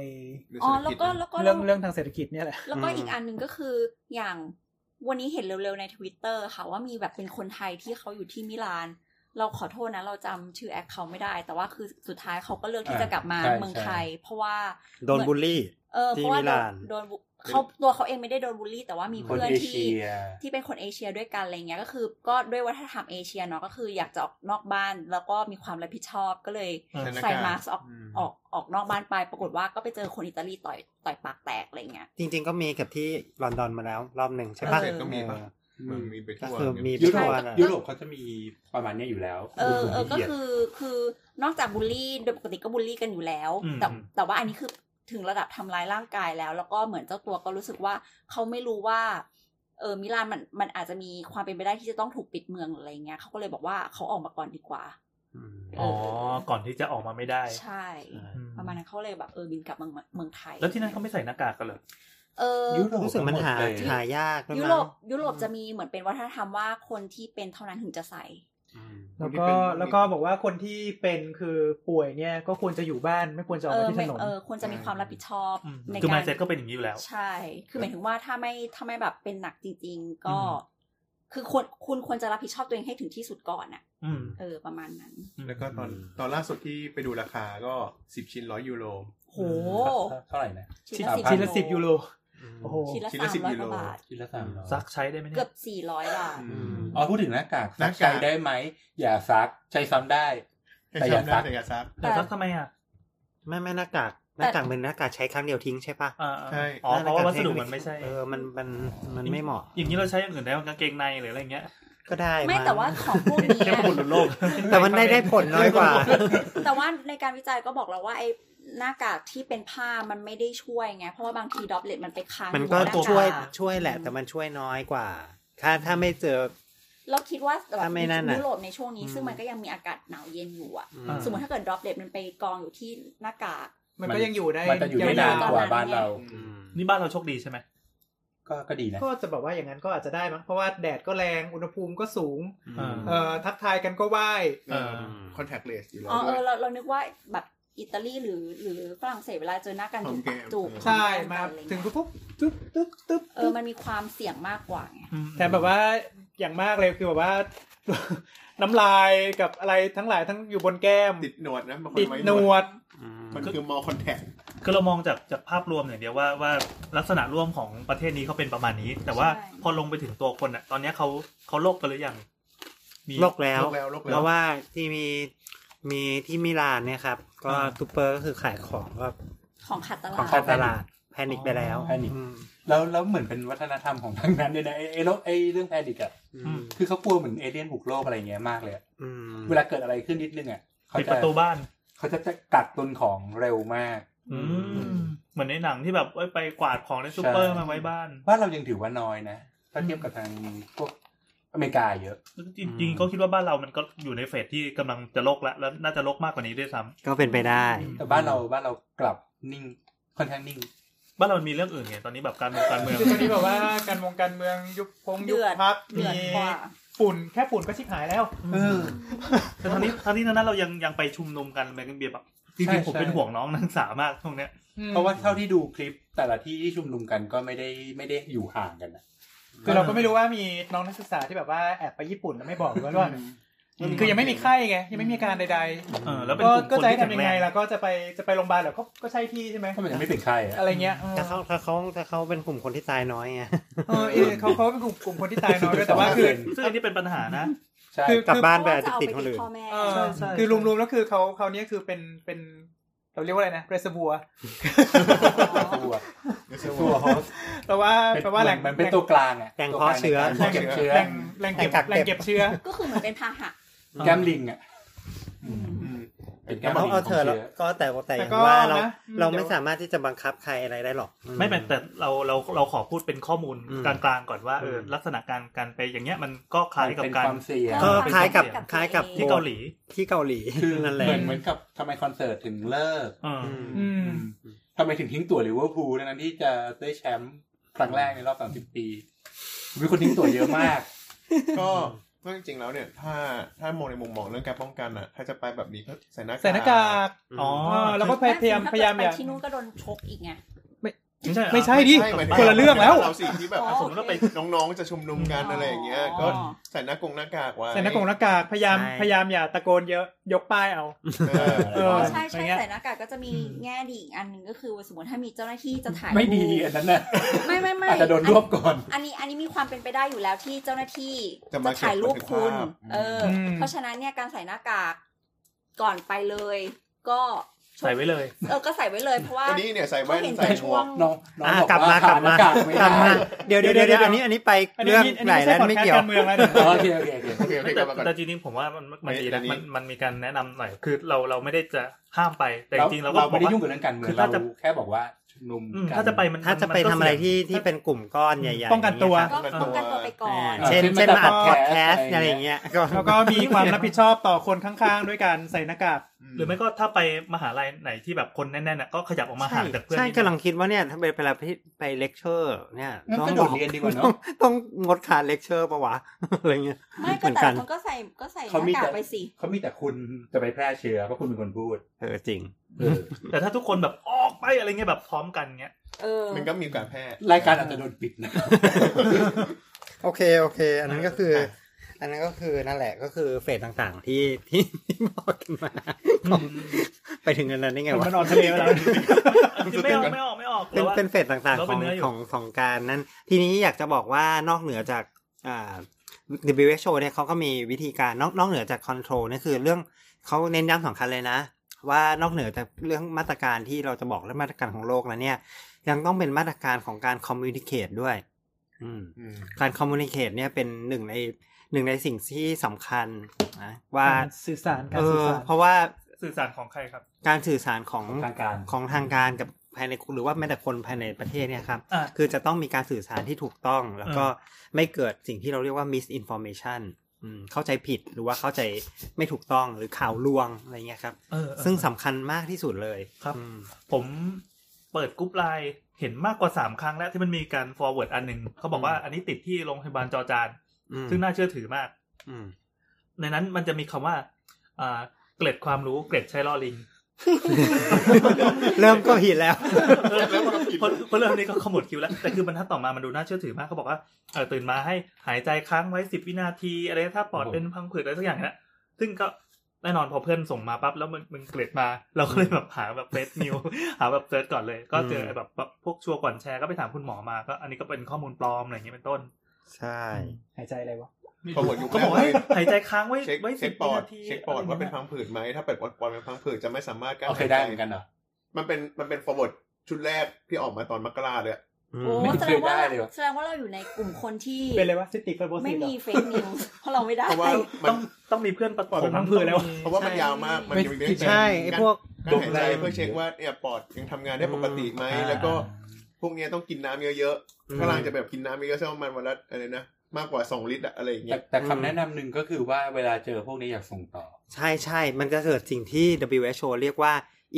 หรือ อ๋ เศ อ รษฐ แล้ว จ ก็แล้วก็ เรื่องเรื่องทางเศรษฐกิจเนี่ยแหละ แล้วก็ อืม อีกอันหนึ่งก็คืออย่างวันนี้เห็นเร็วๆในทวิตเตอร์ค่ะว่ามีแบบเป็นคนไทยที่เขาอยู่ที่มิลาน เราขอโทษนะ เราจำชื่อแอคเขาไม่ได้ แต่ว่าคือสุดท้ายเขาก็เลือกที่จะกลับมา ใช่ เมือง ใช่ ไทย เพราะว่า โดนบูลลี่ เออเพ ที่ ราะว่า มิ โด ลาน น โดนบุเขาตัวเขาเองไม่ได้โดนบูลลี่ แต่ว่ามี คน เพื่อน เอ ที่ เชีย ที่เป็นคนเอเชียด้วยกันอะไรเงี้ยก็คือ ก็ด้วยวัฒนธรรมเอเชียเนาะก็คืออยากจะออกนอกบ้าน แล้วก็มีความรับผิดชอบก็เลย อืม ใส่มาสก์ออก อืม ออกออกนอกบ้านไป ปรากฏว่าก็ไปเจอคนอิตาลีต่อยต่อยปากแตกอะไรเงี้ย จริง ๆ ก็มีกับที่ลอนดอนมาแล้ว รอบหนึ่งใช่ปะ ฝรั่งเศสก็มีปะ เออ มันมีไป ก็ ทั่ว คือมี เนี่ย ยุโรป ใช่ก็ ยุโรปเขาจะมีประมาณเนี้ยอยู่แล้ว เออเออก็ เหยียด คือคือนอกจากบูลลี่โดยปกติก็บูลลี่กันอยู่แล้ว อืม แต่แต่ว่าอันนี้คือถึงระดับทำร้ายร่างกายแล้ว แล้วก็เหมือนเจ้าตัวก็รู้สึกว่าเขาไม่รู้ว่าเออมิลานมันมันอาจจะมีความเป็นไปได้ที่จะต้องถูกปิดเมืองหรืออะไรเงี้ยเขาก็เลยบอกว่าเขาออกมาก่อนดีกว่า อืม อ๋อ ก่อนที่จะออกมาไม่ได้ ใช่ อืม ประมาณนั้นเขาเลยแบบเออบินกลับเมืองเมืองไทย แล้วที่นั่นเขาไม่ใส่หน้ากากกันเหรอ เออ ยุโรป รู้สึกมันหา ทั้งมดเลย หายากด้วย ยุ มั้ง โรปยุโรปจะมีเหมือนเป็นวัฒนธรรมว่าคนที่เป็นเท่านั้นถึงจะใส่ อืม แล้วคนก็ที่เป็น แล้วก็บอกว่าคนที่เป็นคือป่วยเนี่ยก็ควรจะอยู่บ้านไม่ควรจะออ เอก อ มาที่ถ ไม่ นน เออควรจะมีความรับผิดชอบ อืม ใน คือ การ mindset ก็เป็นอย่างนี้อยู่แล้ว ใช่ คือหมายถึงว่าถ้าไม่ถ้าไม่แบบเป็นหนักจริง ๆ ก็ คือควรคุณควรจะรับผิดชอบตัวเองให้ถึงที่สุดก่อนน่ะ อืม เออประมาณนั้น แล้วก็ตอนตอนล่าสุดที่ไปดูราคาก็สิบชิ้นร้อยยูโร โห เท่าไหร่นะ ชิ้นละ สาม สิบ พัน ชิ้นละสิบยูโร โอ้ โอ้ โห โห ชิ้นละสามชิ้นละสิบ ร้อย ยู ก โร ว่าบาท ชิ้นละสามร้อย ซักใช้ได้ไหมนี่ย เกือบสี่ร้อยบาท อืม อ๋อพูดถึงหน้ากาก ห ซั น้ากาก ใช้ได้ไหม อย่าซักใช้ซ้ำได้ แต่ แต่ อย่า ยั ซั ซั ก กแต่อย่าแต่ซักซักทำไมอ่ะ ไม่ไม่หน้ากากหน้ากากเป็นหน้ากากใช้ครั้งเดียวทิ้งใช่ปะ อ่า ใช่ อ๋อเพราะว่าวัสดุมันไม่ใช่ เออมันมันมันไม่เหมาะ อย่างนี้เราใช้อย่างอื่นได้บ้างกางเกงในหรืออะไรเงี้ย ก็ได้ ไม่แต่ว่าของพวกนี้ แค่ อะ ปุ่นหลุดโลก แต่มันได้ได้ผลน้อยกว่า แต่ว่าในการวิจัยก็บอกแล้วว่าไอ้หน้ากากที่เป็นผ้ามันไม่ได้ช่วยไง เพราะว่าบางทีดอปเลตมันไปค้าง มัอนยู่บก็หาา ช่วยช่วยแหละ แต่มันช่วยน้อยกว่า ถ้าถ้าไม่เจอ เราคิดว่าแบบ ถ้าไม่นั่นน่ะ ยุโรปในช่วงนี้ อืม ซึ่งมันก็ยังมีอากาศหนาวเย็นอยู่อะ อื อ่า สมมติถ้าเกิดดรอปเลตมันไปกองอยู่ที่หน้ากาก มันก็ยังอยู่ได้ มันจะอยู่ได้นานกว่าบ้านเรา อืม นี่บ้านเราโชคดีใช่ไหม ก็ก็ดีนะ ก็จะบอกว่าอย่างนั้นก็อาจจะได้มั้งเพราะว่าแดดก็แรงอุณหภูมิก็สูง อ่า เอ่อทักทายกันก็ไหว้ เออ อืม คอนแทคเลสอยู่แล้ว อ๋อเออด้วย เราเรานึกว่าแบบอิตาลีหรือหรือฝรั่งเศสเวลาเจอหน้ากัน หอมแก้ม จูบ อืม ใช่ หอ มา กันอะไรเย ถึงปุ๊บปุ๊บตึ๊บตึ๊บตึ๊บ เออมันมีความเสี่ยงมากกว่าไง แต่แบบว่าอย่างมากเลยคือแบบว่า น้ำลายกับอะไรทั้งหลายทั้งอยู่บนแก้ม ติดหนวดนะบางค ติด ไว้ หนวด อืม มันคือมอคอนแทค คือเรามองจากจากภาพรวมอย่างเดียวว่าว่าลักษณะร่วมของประเทศนี้เขาเป็นประมาณนี้ แต่ว่าพอลงไปถึงตัวคนอ่ะ ตอนเนี้ยเขาเขาโลกกันหรือยังมี โลกแล้ว โรคแล้วโรค เพ แล้ว ราะว่าที่มีมีที่มิลานเนี่ยครับ ก็ อ่า ซูเปอร์ก็คือขายของก็ ของขาดต ข ลา อง ด เข้าตลาดแพนิคไปแล้ว แพนิค อืม แล้วแล้วเหมือนเป็นวัฒนธรรมของทางนั้นเนี่ยนะไอ้ไอ้โรคไอ้เรื่องแพนิกอะ อืม คือเขากลัวเหมือนเอเลี่ยนบุกโลกอะไรเงี้ยมากเลยอะ อืม เวลาเกิดอะไรขึ้นนิดนึงอะเขา ปิด จะ ประตูบ้าน เขาจะกัดตุนของเร็วมาก อืมเหมือนในหนังที่แบบเอ้ยไปกวาดของในซูเปอร์มาไว้บ้าน บ้านเรายังถือว่าน้อยนะถ้าเทียบกับทางพวกอเมริกาเยอะ จริงๆก็คิดว่าบ้านเรามันก็อยู่ในเฟสที่กำลังจะโลกละแล้วน่าจะโลกมากกว่านี้ด้วยซ้ำ ก็เป็นไปได้ แต่บ้านเราบ้านเรากลับนิ่งค่อนข้างนิ่ง บ้านเรามันมีเรื่องอื่นไงตอนนี้แบบการเมืองการเมือง คือตอนนี้แบบว่าการวงการเมืองยุบพงยุบ เดือด พัก เดื มี อดกว่า ฝุ่นแค่ฝุ่นก็ชิบหายแล้ว เออ แต่ทั้งนี้ทั้งนี้ทั้งนั้นเรายังยังไปชุมนุมกันแมกันเบียแบบจ ใช่ ริงๆผม ใช่ เป็นห่วงน้องนักศึกษามากช่วงเนี้ย เพราะว่าเท่าที่ดูคลิปแต่ละที่ที่ชุมนุมกันก็ไม่ได้ไม่ได้อยู่ห่างกันนะ คือเราก็ไม่รู้ว่ามีน้องนักศึกษาที่แบบว่าแอบไปญี่ปุ่นแล้วไม่บอกหรือว่าว่าคือยังไม่มีไข้ไงยังไม่มีอาการใด เออแล้วเป็น ๆก็ กลุ่ม ก็ คน จะให้ ที่แข็ง ทำยัง แร ไง ง ล่ะก็จะไปจะไปโรงพยาบาลเหรอก็ก็ใช่ที่ใช่ไหม ถ้ามันยังไม่เป็นใครอะ อะไรเงี้ยเออ ถ้าเขาถ้าเขาถ้าเขาเป็นกลุ่มคนที่ตายน้อยไง เออเออเขาเขาเป็นกลุ่มกลุ่มคนที่ตายน้อยด้วยแต่ว่าคือ ซึ่งอันนี้เป็นปัญหานะ ใช่ คือ กลับบ้าน เพ ไป ระ อาว่จจะติดคนอื่น พ่อแม่ เออ ใช่ใช่ คือรวมๆแล้วคือเขาเขาเนี้ยคือเป็นเป็นเราเรียกว่าอะไรนะเรสบัว ตัวตัวเขา แต่ว่า เป็น แปลว่าแหล่ง มันเป็นตัวกลางอะ แหล่งเพาะเชื้อ ตัวกลางในการเก็บเชื้อ แหล่งแหล่งเก็บ แหล่งกักเก็บ แหล่งเก็บเชื้อ ก็คือเหมือนเป็นพาหะ แก้มลิงอะ อืม อืม เป็นแก้ม เอา ลิงขอ เอา ง เธอะแล้ว เชื้อ ก็แต่แต่อย่าง แต่ก็ ว่าเรา นะ เรา เดี๋ ไม่ ยว สามารถที่จะบังคับใครอะไรได้หรอกอื ไม่แม้แต่เราเราเราขอพูดเป็นข้อมูล อืม กลางๆก่อนว่าเออ อืม ลักษณะการการไปอย่างเงี้ยมันก็คล้ายกับ เป็น การ ความเสี่ยง ก็คล้ายกับ เป็นความเสี่ยง คล้ายกับ ที่เกาหลี ที่เกาหลี คือ นั่นแหละ เหมือนเหมือนกับทำไมคอนเสิร์ตถึงเลิก เออ อืม อืม ทำไมถึงทิ้งตั๋วลิเวอร์พูลนั้นที่จะได้แชมป์ครั้งแรกในรอบ 30 ปีมีคนทิ้งตั๋วเยอะมาก ก็ก็จริงๆแล้วเนี่ย ถ้าถ้ามองในมุมมองเรื่องการป้องกันอ่ะ ถ้าจะไปแบบนี้ก็ใส่หน้ากาก ใส่หน้ากาก อ๋อ เออแล้วก็พยายามพยายามอ ถ้เกิด ย่า ไปที่นู้นก็โดนชกอีกไง ไม่ใช่เหรอ ไม่ใช่ดิ ใช่หมายถึ คนละเรื่องแล้ว เราสิ่งที่แบบ อ๋อ สมมติว่าไป น้องๆจะชุมนุมกันอะไรอย่างเงี้ย ก็ใส่หน้ากงหน้ากากไว้ ใส่หน้ากงหน้ากากพยายาม ใช่ พยายามอย่าตะโกนเยอะยกป้ายเอา เออ เอ อ๋ อ อใช่ใช่ อย่างเงี้ย ใส่หน้ากากก็จะมีแง่ดีอีกอันหนึ่งก็คือสมมติถ้ามีเจ้าหน้าที่จะถ่าย ไม่ดี รูป อันนั้นน่ะ ไม่ไม่ไม่ อาจจะโดนรวบก่อน อันนี้อันนี้มีความเป็นไปได้อยู่แล้วที่เจ้าหน้าที่ จะมา จะถ่ายรูปคุณ เก็บบันทึกภาพ เอออ ม เพราะฉะนั้นเนี่ยการใส่หน้ากากก่อนไปเลย ก็ ใส่ไว้เลย เออก็ใใส่ไว้เลยเพราะว่า วันนี้เนี่ยใส่แว่น เขาเห็น ใส่ แต่ ห ช่ ม ว ว ง ก น้องน้อง อ่ะ บอก กลับ ว่าม ากลับมา หน้ากากไม่ ก ได้ ลับมาเดี๋ยวเดี๋ยวเดี๋ยวเดี๋ยวอันนี้อันนี้ไป อันนี้ เรื่อง อัน ไหน นี้แล้วไม่ใช่พอด ไม่ แคส เกี่ยวต์การเมืองแล้วเนี่ย อ๋อโอเคโอเคโอโอเคโอเคเคไม่ ก แต่ ลับมาก่อน แต่จริงๆผมว่ามันมันมันดี ไม่อั นะ นนี้ มันมันมีการแนะนำหน่อยคือเราเราไม่ได้จะห้ามไปแต่จริงๆเราก็ เรา บอ ไม่ ก ได้ ว่า ยุ่งกับเรื่องการเมือง คือ เรา ถ้าจะ แค่บอกว่า นุม อืม กัน ถ้าจะไปมัน ถ้าจะไป มันก็ ทำอะไร เสี่ยง ที่ที่เป็นกลุ่มก้อนใหญ่ๆ ป้องกันตัว ย่างเงี้ยค ก็ป้รับองกันตัวไปก่อ อ่าน เช่น เช่น เช่นมาอัดพอดแคสต์ มาอัด podcast อะไรอย่างเงี้ยก็ แล้วก็มีความรับผิดชอบต่อคนข้างๆ ด้วยการใส่หน้ากาก อื หรือไม่ก็ถ้าไปมหาลัยไหนที่แบบคนแน่นๆน่ะก็ขยับออกมา ใช่ ห่างจากเพื่อน ใช่ นิดนึ กำลังคิดว่าเนี่ยถ้าเป็นเวลาที่ไปเลคเชอร์เนี่ย งั้นกระโดดเรียนดีกว่าเนต้อะองต้องงดการเลคเชอร์ปะวะ อะไรเงี้ย ไม่ เห ก็ มือน แต่ กัน คนก็ใส่ก็ใส่ห เขามี น้ากา แต่ กไปสิ เขามีแต่คุณจะไปแพร่เชื้อเพราะคุณเป็นคนพูด เออจริง เออ แต่ถ้าทุกคนแบบออกไปอะไรเงี้ยแบบพร้อมกันเงี้ย เออ มันก็มีการแพร่ รายการอาจจะโดนปิดนะ โอเคโอเค อันนั้นก็คือ อันนั้นก็คือนั่นแหละก็คือเฟสต่างๆที่ที่ที่บอกกันมาของไปถึงกัน แล้วได้ไงวะ มันออนทะเลไปแล้ว ไม่ออกไม่ออกไม่ออก เป็น แต่ว่า เป็นเฟสต่าง แล้ว ๆข เป็ อน ง เนื้ออยู่ ของของการนั้นทีนี้อยากจะบอกว่านอกเหนือจากอ่า WHO เนี่ยเขาก็มีวิธีการนอกนอกเหนือจากคอนโทรลนี่คือเรื่องเขาเน้นย้ำสำคัญเลยนะ ว่านอกเหนือจากเรื่องมาตรการที่เราจะบอกเรื่องมาตรการของโลกแล้วเนี่ย ยังต้องเป็นมาตรการของการคอมมูนิเคตด้วย อืม อืม การคอมมูนิเคตเนี่ยเป็นหนึ่งในหนึ่งในสิ่งที่สำคัญนะว่า การสื่อสารการ เอ สื่อ อ สาร เพราะว่า สื่อสารของใครครับ การสื่อสารของ ทางการ ของทางการกับภายในหรือว่าแม้แต่คนภายในประเทศเนี่ยครับ อ่า คือจะต้องมีการสื่อสารที่ถูกต้อง แล้วก็ไม่เกิดสิ่งที่เราเรียกว่า misinformation อืมเข้าใจผิดหรือว่าเข้าใจไม่ถูกต้องหรือข่าวลวงอะไรเงี้ยครับ เออเออ ซึ่งสำคัญมากที่สุดเลย ครับ อืม ผมเปิดกรุ๊ปไลน์เห็นมากกว่าสามครั้งแล้ว ที่มันมีการ forward อันหนึ่งเขาบอกว่าอันนี้ติดที่โรงพยาบาลจอจาน อืม ซึ่งน่าเชื่อถือมาก อืม ในนั้นมันจะมีคำว่าอ่าเกร็ดความรู้เกร็ดใช้ล่อลิง เริ่มก็ผิดแล้ว แล้วมันก็ผิด เพราะเพราะเรื่องนี้ก็ขมวดคิ้วแล้วแต่คือบรรทัดต่อมามันดูน่าเชื่อถือมากเขาบอกว่าเออตื่นมาให้หายใจค้างไว้สิบวินาที อะไรถ้าปอด โอ้โห เป็นพังผืดอะไรสักอย่างนะซึ่งก็แน่นอนพอเพื่อนส่งมาปั๊บแล้วมันมันเกร็ดมา เราก็เลยแบบหาแบบเฟซนิว หาแบบเซิร์ชก่อนเลย ก็เจอไอ้แบบแบบพวกชัวร์ก่อนแชร์ก็ไปถามคุณหมอมาก็อันนี้ก็เป็นข้อมูลปลอมอะไรอย่างเงี้ยเป็นต้น ใช่ หายใจอะไรวะ พอหมดยุค ก็บอก แร ให้ ก หายใจค้างไว้ เช็ค ไว้ เช็ สิ ค บ ป วิ อด นาที เช็คปอดว่าเป็นพังผืดไหมถ้าเปิดปอดปอดเป็นพังผืดจะไม่สามารถกล้า โอเค หายใจ ได้เหมือนกันเหรอ มันเป็นมันเป็น forward ชุดแรกที่ออกมาตอนมกราเลยอะ อืม โอ้ ไม่ แส เค ด ย งว่า ได้เลยวะ แสดงว่าเราอยู่ในกลุ่มคนที่ เป็นเลยวะซิติเฟอร์โบ ไม่ ซิ มีเฟกนิวส์ เพราะเราไม่ได้ เพราะว่ามัน ต้องต้องมีเพื่อนประก ป อ อด บ เป็นพังผืดแล้ว เพราะว่ามันยาวมากมันยังมีเรื่อง ใช่ไอ้พวก การหายใจเพื่อเช็คว่าเนี่ยปอดยังทำงานได้ปกติไหมแล้วก็ พวกเนี้ยต้องกินน้ำเยอะ อืม ๆพลังจะแบบกินน้ำเยอะๆสักประมาณวันละอะไรนะ มากกว่าสองลิตรอะอะไรอย่างเงี้ แต่ ย แต่คำแนะนำหนึ่งก็คือว่าเวลาเจอพวกนี้อยากส่งต่อ ใช่ใช่มันจะเกิดสิ่งที่ WHO เรียกว่า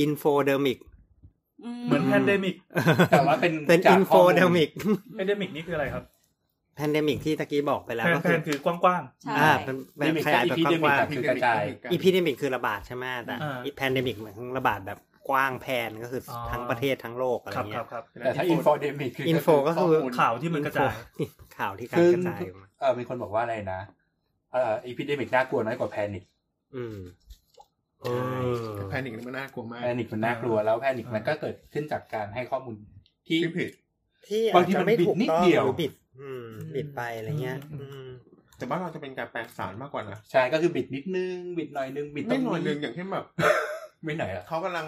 infodermic เหมือนแพนเดมิก แต่ว่าเป็น เป็น จากข้อมูล infodermic แพนเดมิกนี่คืออะไรครับ pandemic ที่ตะกี้บอกไปแล้ว แพน ก็ แพ คือน คือกว้าง ใช่ อ่าเป็นเป็น Pandemic ขยายแบบกว้าง ก็ คือกระจาย ๆ epidemic คือระบาดใช่ไหมแต่ อ่า pandemic เหมือนระบาดแบบกว้างแพร่ก็คืออ อ ทั้งประเทศทั้งโลกอะไร ครับค เงี้ รั ย บครับ แต่ถ้าอินฟอเดมิกคือ info ก็คือ ข่าวที่มันกระจาย info ข่าวที่การ คือก ระจายออกมา เออมีคนบอกว่าอะไรนะเอ่ออีพิเดมิกน่ากลัวน้อยกว่าแพนิค อืม เออ แพนิคนี่มันน่ากลัวมาก แพนิคมันน่ากลัวแล้วแพนิคมันก็เกิดขึ้นจากการให้ข้อมูลที่ ที่ผิด ที่ บา อาง จ ที จะ มัน ไม่ บิด ถูก นิด ต้อง เดียว หรือบิด อืม บิดไปอะไรเงี้ย อืม อืม แต่บ้านเราจะเป็นการแปลงสารมากกว่านะ ใช่ก็คือบิดนิดนึง บิดหน่อยนึง บิดตร ไม่ ง หน่อยนึ นี้ งอย่างเช่นแบบ ไม่หน่อยอะ เขากำลัง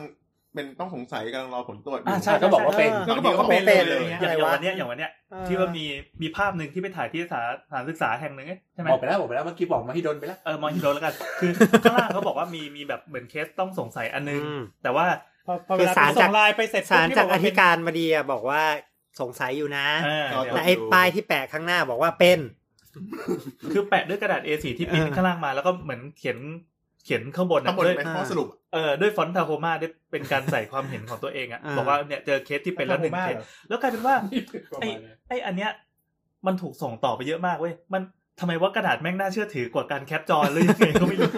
เป็นต้องสงสัยกำลังรอผลตรวจอยู่ อ่าใช่ ก็บอกว่าเป็น ก็บอกว่าเป็น เลย อย่าง อะไร อย่าง วะ วันเนี้ยอย่างวันเนี้ย เออ ที่ว่ามีมีภาพหนึ่งที่ไปถ่ายที่สถานสถานศึกษาแห่งหนึ่งเอ๊ะใช่ไหม บอกไปแล้วบอกไปแล้วเมื่อกี้บอกมาที่โดนไปแล้ว เออมอฮิโดแล้วกันคือข้างล่างเขาบอกว่ามีมีแบบเหมือนเคสต้องสงสัยอันนึง อืม แต่ว่า พอพอ คือเวลา สาร ส่ จาก งไลน์ไปเสร็จ สาร ปุ๊บ จากอ นี่บว่ ธิการบดีอะบอกว่าสงสัยอยู่นะ เออเดี๋ยว แต่ไอ้ป้ายที่แปะข้างหน้าบอกว่าเป็น คือแปะด้วยกระดาษ A4 ที่พิมพ์ข้างล่างมาแล้วก็เหมือนเขียนเขียนข้างบน ทั้ง อะ หมด ด้วย เป็นข้อสรุป เออด้วยฟอนต์ทาโคมาด้วยเป็นการใส่ความเห็นของตัวเองอะ อ่า บอกว่าเนี่ยเจอเคสที่เป็นแล้วหนึ่ง บ้า เคส เหรอ แล้วกลายเป็นว่า ประ ไอ้ มาณนั้น ไอ้อันเนี้ย มันถูกส่งต่อไปเยอะมากเว้ยมันทำไมว่ากระดาษแม่งน่าเชื่อถือกว่าการแคปจอหรือยังไงก็ไม่รู้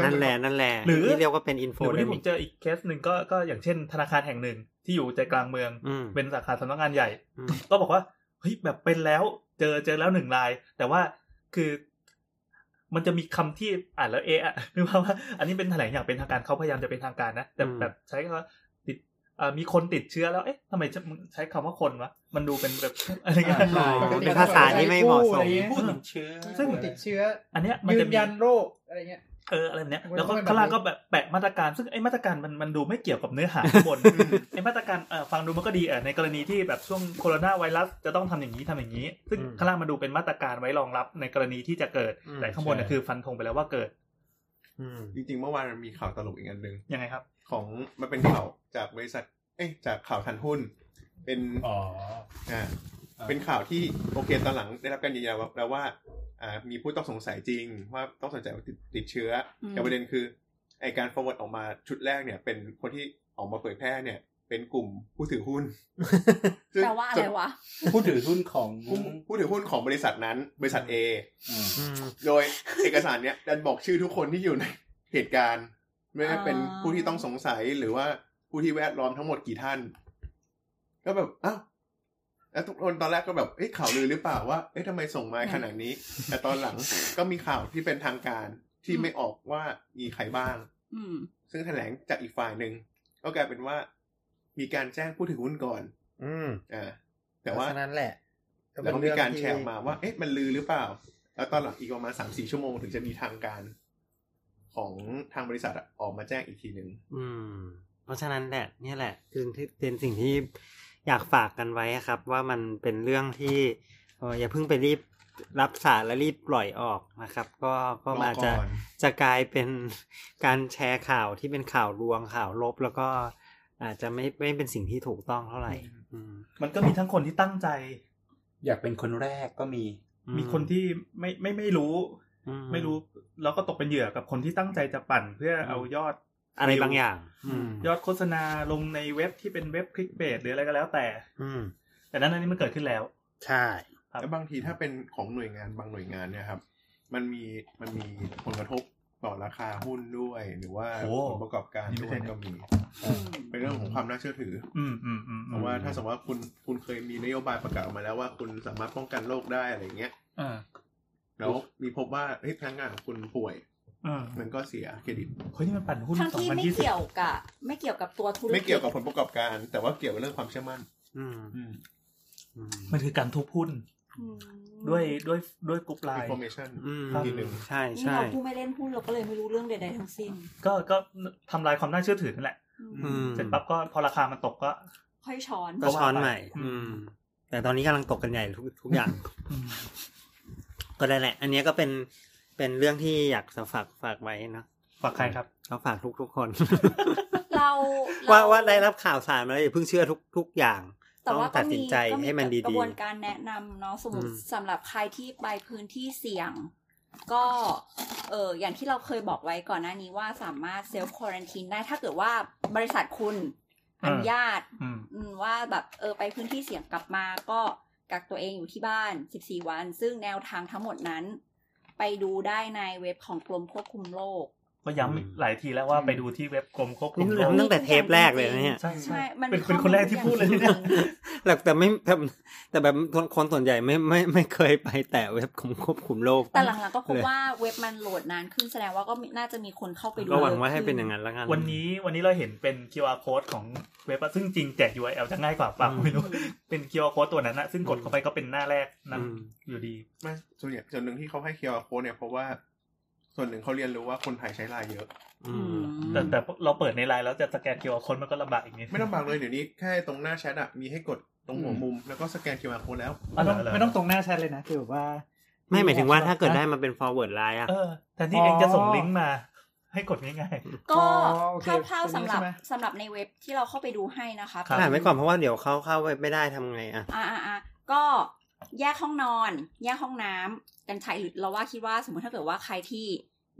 นั่นแหละนั่นแหละ หรือ ที่เรียกว่าเป็นอิ นโฟ หรือวัน เด ที่ผ มิ ม ก เจออีกเคสหนึ่งก็ก็อย่างเช่น ธนาคารแห่งหนึ่งที่อยู่ใจกลางเมือง อืม เป็นสาขาสำนักงานใหญ่ อืม ก็บอกว่าเฮ้ยแบบเป็นแล้ว เจอเจอแล้วหนึ่งราย แต่ว่าคือ มันจะมีคำที่อ่านแล้วเอะ อะนึกภาพว่า อันนี้เป็นแถลงอย่างเป็นทางการเขาพยายามจะเป็นทางการนะแต่แบบใช้คำว่าติดเอ่อมีคนติดเชื้อแล้วเอ๊ะทำไมจะมึงใช้คำว่าคนวะมันดูเป็นแบบอะไรเงี้ย ใช่ เป็นภาษาที่ไม่เหมาะสม พูดถึงเชื้อ ซึ่ง ผู้ติดเชื้อ อันเนี้ยมัน ยื จะ น มี ยันโรคอะไรเงี้ย เอออะไรแบบเนี้ย มัน แล้วก็ ก็เป็นแบบนี้ ข้างล่างก็แบบแปะมาตรการ ซึ่งไอ้มาตรการมันมันดูไม่เกี่ยวกับเนื้อหา ข้างบน ไอ้มาตรการเออฟังดูมันก็ดีเออในกรณีที่แบบช่วงโคโรนาไวรัสจะต้องทำอย่างนี้ทำอย่างนี้ ซึ่ง อืม ข้างล่างมันดูเป็นมาตรการไว้รองรับในกรณีที่จะเกิด อืม แต่ข้างบนน่ะคือฟันธงไปแล้วว่าเกิด อืม จริงๆเมื่อวานมันมีข่าวตลกอีกอันหนึ่ง ยังไงครับ ของมันเป็นข่าวจากบริษัทไอ อ้ยจากข่าวทันหุ้น เป็น อ๋อ อ่า อ่า เป็นข่าวที่โอเคตอนหลังได้รับการยืนยันว่าแล้วว่าอ่ามีผู้ต้องสงสัยจริง ว่าต้องสงสัยว่าติดติดเชื้ออ ม แต่ประเด็นคือไอการ forward ออกมาชุดแรกเนี่ย เป็นคนที่ออกมาเผยแพร่เนี่ย เป็นกลุ่มผู้ถือหุ้นซึ่ง แปลว่าอะไรวะ ผู้ถือหุ้นของ ผู้ผู้ถือหุ้นของบริษัทนั้น บริษัท A อืม อืม โดยเอกสารเนี้ยดันบอกชื่อทุกคนที่อยู่ในเหตุการณ์ ไม่ว่าเป็นผู้ที่ต้องสงสัยหรือว่าผู้ที่แวดล้อมทั้งหมดกี่ท่าน ก็แบบอ้าวแล้วทุกคนตอนแรกก็แบบเอ๊ะข่าวลือหรือเปล่าว่าเอ๊ะทำไมส่งมาขนาดนี้ แต่ตอนหลังก็มีข่าวที่เป็นทางการที่ไม่ออกว่ามีใครบ้าง อืม ซึ่งแถลงจากอีกฝ่ายหนึ่งก็กลายเป็นว่า มีการแจ้งผู้ถือหุ้นก่อน อืม อ่าแต่ว่า เพระฉะนั้นแหละ แล้วก็มีการแชร์ออกมาว่า เอ๊ะ มันลือหรือเปล่า แล้วตอนหลังอีกประมาณสามสี่ชั่วโมงถึงจะมีทางการ ของทางบริษัทอะออกมาแจ้งอีกทีหนึ่ง อืม เพราะฉะนั้นแหละเนี่ยแหละคือที่เป็นสิ่งที่อยากฝากกันไว้อะครับ ว่ามันเป็นเรื่องที่เอออย่าเพิ่งไปรีบรับสารและรีบปล่อยออกนะครับ ก็ก็ ร มนอาจจะ ก่อน จะกลายเป็น การแชร์ข่าวที่เป็นข่าวลวงข่าวลบ แล้วก็อาจจะไม่ไม่เป็นสิ่งที่ถูกต้องเท่าไหร่อืม มันก็มีทั้งคนที่ตั้งใจ อยากเป็นคนแรกก็มี มีคนที่ไม่ไม่ไม่รู้ อื ไม่รู้ แล้วก็ตกเป็นเหยื่อกับคนที่ตั้งใจจะปั่นเพื่อเอายอด อะไรบางอย่าง อืม ยอดโฆษณาลงในเว็บที่เป็นเว็บคลิกเบสหรืออะไรก็แล้วแต่ อืม แต่นั้นอันนี้มันเกิดขึ้นแล้ว ใช่ ครับ แล้วบางทีถ้าเป็นของหน่วยงานบางหน่วยงานเนี่ยครับ มันมีมันมีผลกระทบต่อราคาหุ้นด้วย หรือว่า โอ้ ผลประกอบการด้วยก็มี เป็นเรื่องของความน่าเชื่อถือ อืมอืมอืม เพ อืม ราะว่าถ้าสมมติว่าคุณคุณเคยมีนโยบายประกาศออกมาแล้วว่าคุณสามารถป้องกันโรคได้อะไรเงี้ย อ่า แล้วมีพบว่าเฮ้ยพนักงานของคุณป่วย อ่า มันก็เสียเครดิต เฮ้ยนี่มันปั่นหุ้น ทั้ง สอง ที่ พัน ไม่ ยี่สิบ เกี่ยวกับไม่เกี่ยวกับตัวธุรกิจ ไม่เกี่ยวกับผลประกอบการ แต่ว่าเกี่ยวกับเรื่องความเชื่อมั่น อืม อืม อืม มันคือการทุบหุ้น อืม ด้วยด้วยด้วยกรุ๊ปไลน์ information อืม ทีหนึ่ง ใช่ นี่ ใช่ เราผู้ไม่เล่นหุ้นเราก็เลยไม่รู้เรื่องใดๆทั้งสิ้น ก็ก็ทำลายความน่าเชื่อถือนั่นแหละ อืม เสร็จปั๊บก็พอราคามันตกก็ ค่อยช้อน ก็ช้อนใหม่ อืม อืม แต่ตอนนี้กำลังตกกันใหญ่ทุกทุกอย่าง อืม ก็ได้แหละ อันเนี้ยก็เป็นเป็นเรื่องที่อยากจะฝากฝากไว้เนอะ ฝากใครครับ ก็ฝากทุกทุกๆคน เรา ว่า เ ว่าได้รับข่าวสารมาแล้วอย่าเพิ่งเชื่อทุกทุกอย่าง แต่ ต้อง ว่า ตัดสินใจ ก็ ให้มันดีๆ กระบวนการแนะนำเนาะสมม อื ติ ม สำหรับใครที่ไปพื้นที่เสี่ยง ก็ เอออย่างที่เราเคยบอกไว้ก่อนหน้านี้ว่าสามารถเซลฟ์ควอรันทีนได้ถ้าเกิดว่าบริษัทคุณอ อ่า นุญาต อืม อืมว่าแบบเออไปพื้นที่เสี่ยงกลับมา ก็กักตัวเองอยู่ที่บ้าน 14 วัน ซึ่งแนวทางทั้งหมดนั้น ไปดูได้ในเว็บของกรมควบคุมโรค ก็ย้ำหลายทีแล้วว่าไปดูที่เว็บกรมควบคุ นี่ มโร เรา ค ตั้งแต่เทปแรกเลยนะเนี่ย ใช่ ใช่ ใช่ มัน เป็นเป็นคนแรกที่พูดเลย ข้อมูล เนี่ย หลัก แต่ไม่แต่แต่แบบคนส่วนใหญ่ไม่ไม่ไม่เคยไปแตะเว็บของควบคุมโรค แต่หลังๆก็พบ เลย ว่าเว็บมันโหลดนานขึ้นแสดงว่าก็มีน่าจะมีคนเข้าไปดู ก็หวังว่าให้ ยะขึ้ เป็นอย่างนั้นละกัน วันนี้วันนี้เราเห็นเป็น QR code ของเว็บอะซึ่งจริงแจก URL จะง่ายกว่าเปล่าไม่รู้ เป็น QR code ตัวนั้นนะซึ่งกดเข้าไปก็เป็นหน้าแรกนะ อืม อยู่ดี ไม่ส่วนใหญ่ส่วนหนึ่งที่เขาให้ QR code เนี่ยเพราะว่า ส่วนหนึ่งเขาเรียนรู้ว่าคนไทยใช้ไลน์เยอะ อืม แต่แต่เราเปิดในไลน์แล้วจะสแกน QR code มันก็ลำบากอีกนิด ไม่ต้องบังเลยเดี๋ยวนี้แค่ตรงหน้าแชทอะมีให้กดตรงหัวมุม แล้วก็สแกน QR code แล้ว อ๋อ ไม่ เหรเหต้องร ไม่ต้องตรงหน้าแชทเลยนะคือแบบว่า ไม่หมายถึงว่าถ้าเกิดได้มันเป็น forward line อ่ะ เออแทนที่เองจะส่งลิงก์มา ให้กดง่าย ก็ อ๋อโอเค คร่าวๆ ตรง สำหนี้รับ ใช่ไหม สำหรับในเว็บที่เราเข้าไปดูให้นะคะ ครับ อ่านไว้ก่อนเพราะว่าเดี๋ยวเข้าเข้าไว้ไม่ได้ทำไงอ่ะ อ่าอ่าอ่าก็แยกห้องนอน แยกห้องน้ำกันใช้หรือเราว่าคิดว่าสมมติถ้าเกิดว่าใครที่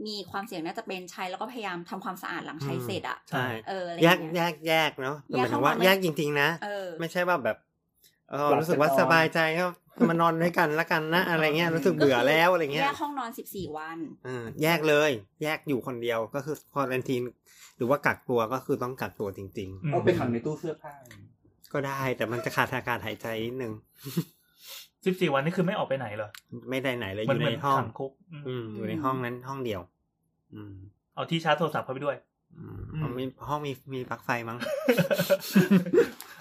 มีความเสี่ยงน่าจะเป็นใช้แล้วก็พยายามทำความสะอาดหลังใช้ อืม เสร็จอ่ะ ใช่ เอออะไร แย อาก ง แย เงี้ย กแยกเนาะแต่ห แย มาก ย เข้ามา ถึงว่า ไม่ แยกจริง ๆ นะ เออ ไม่ใช่ว่าแบบเออ หลับ รู้สึกว่า กันนอน สบายใจก็มานอนด้วยกันละกันนะอะไรเงี้ยรู้สึกเบื่อแล้วอะไรเงี้ แย ย กห้องนอนสิบสี่วัน เออแยกเลย แยกอยู่คนเดียวก็คือควอรันทีนหรือว่ากักตัวก็คือต้องกักตัวจริง ๆ ๆอืม เอาไปขังในตู้เสื้อผ้า ก็ได้แต่มันจะขาดอากาศหายใจนิดนึง สิบสี่วันนี่คือไม่ออกไปไหนเหรอ ไม่ได้ไหนเลยอ มันเหยู่มื ใน อน ห้อง ขังคุกอืม อืม อยู่ในห้องนั้นห้องเดียว อืม เอาที่ชาร์จโทรศัพท์เข้าไปด้วย อืมเอามีห้องมีมีปลั๊กไฟมั้ง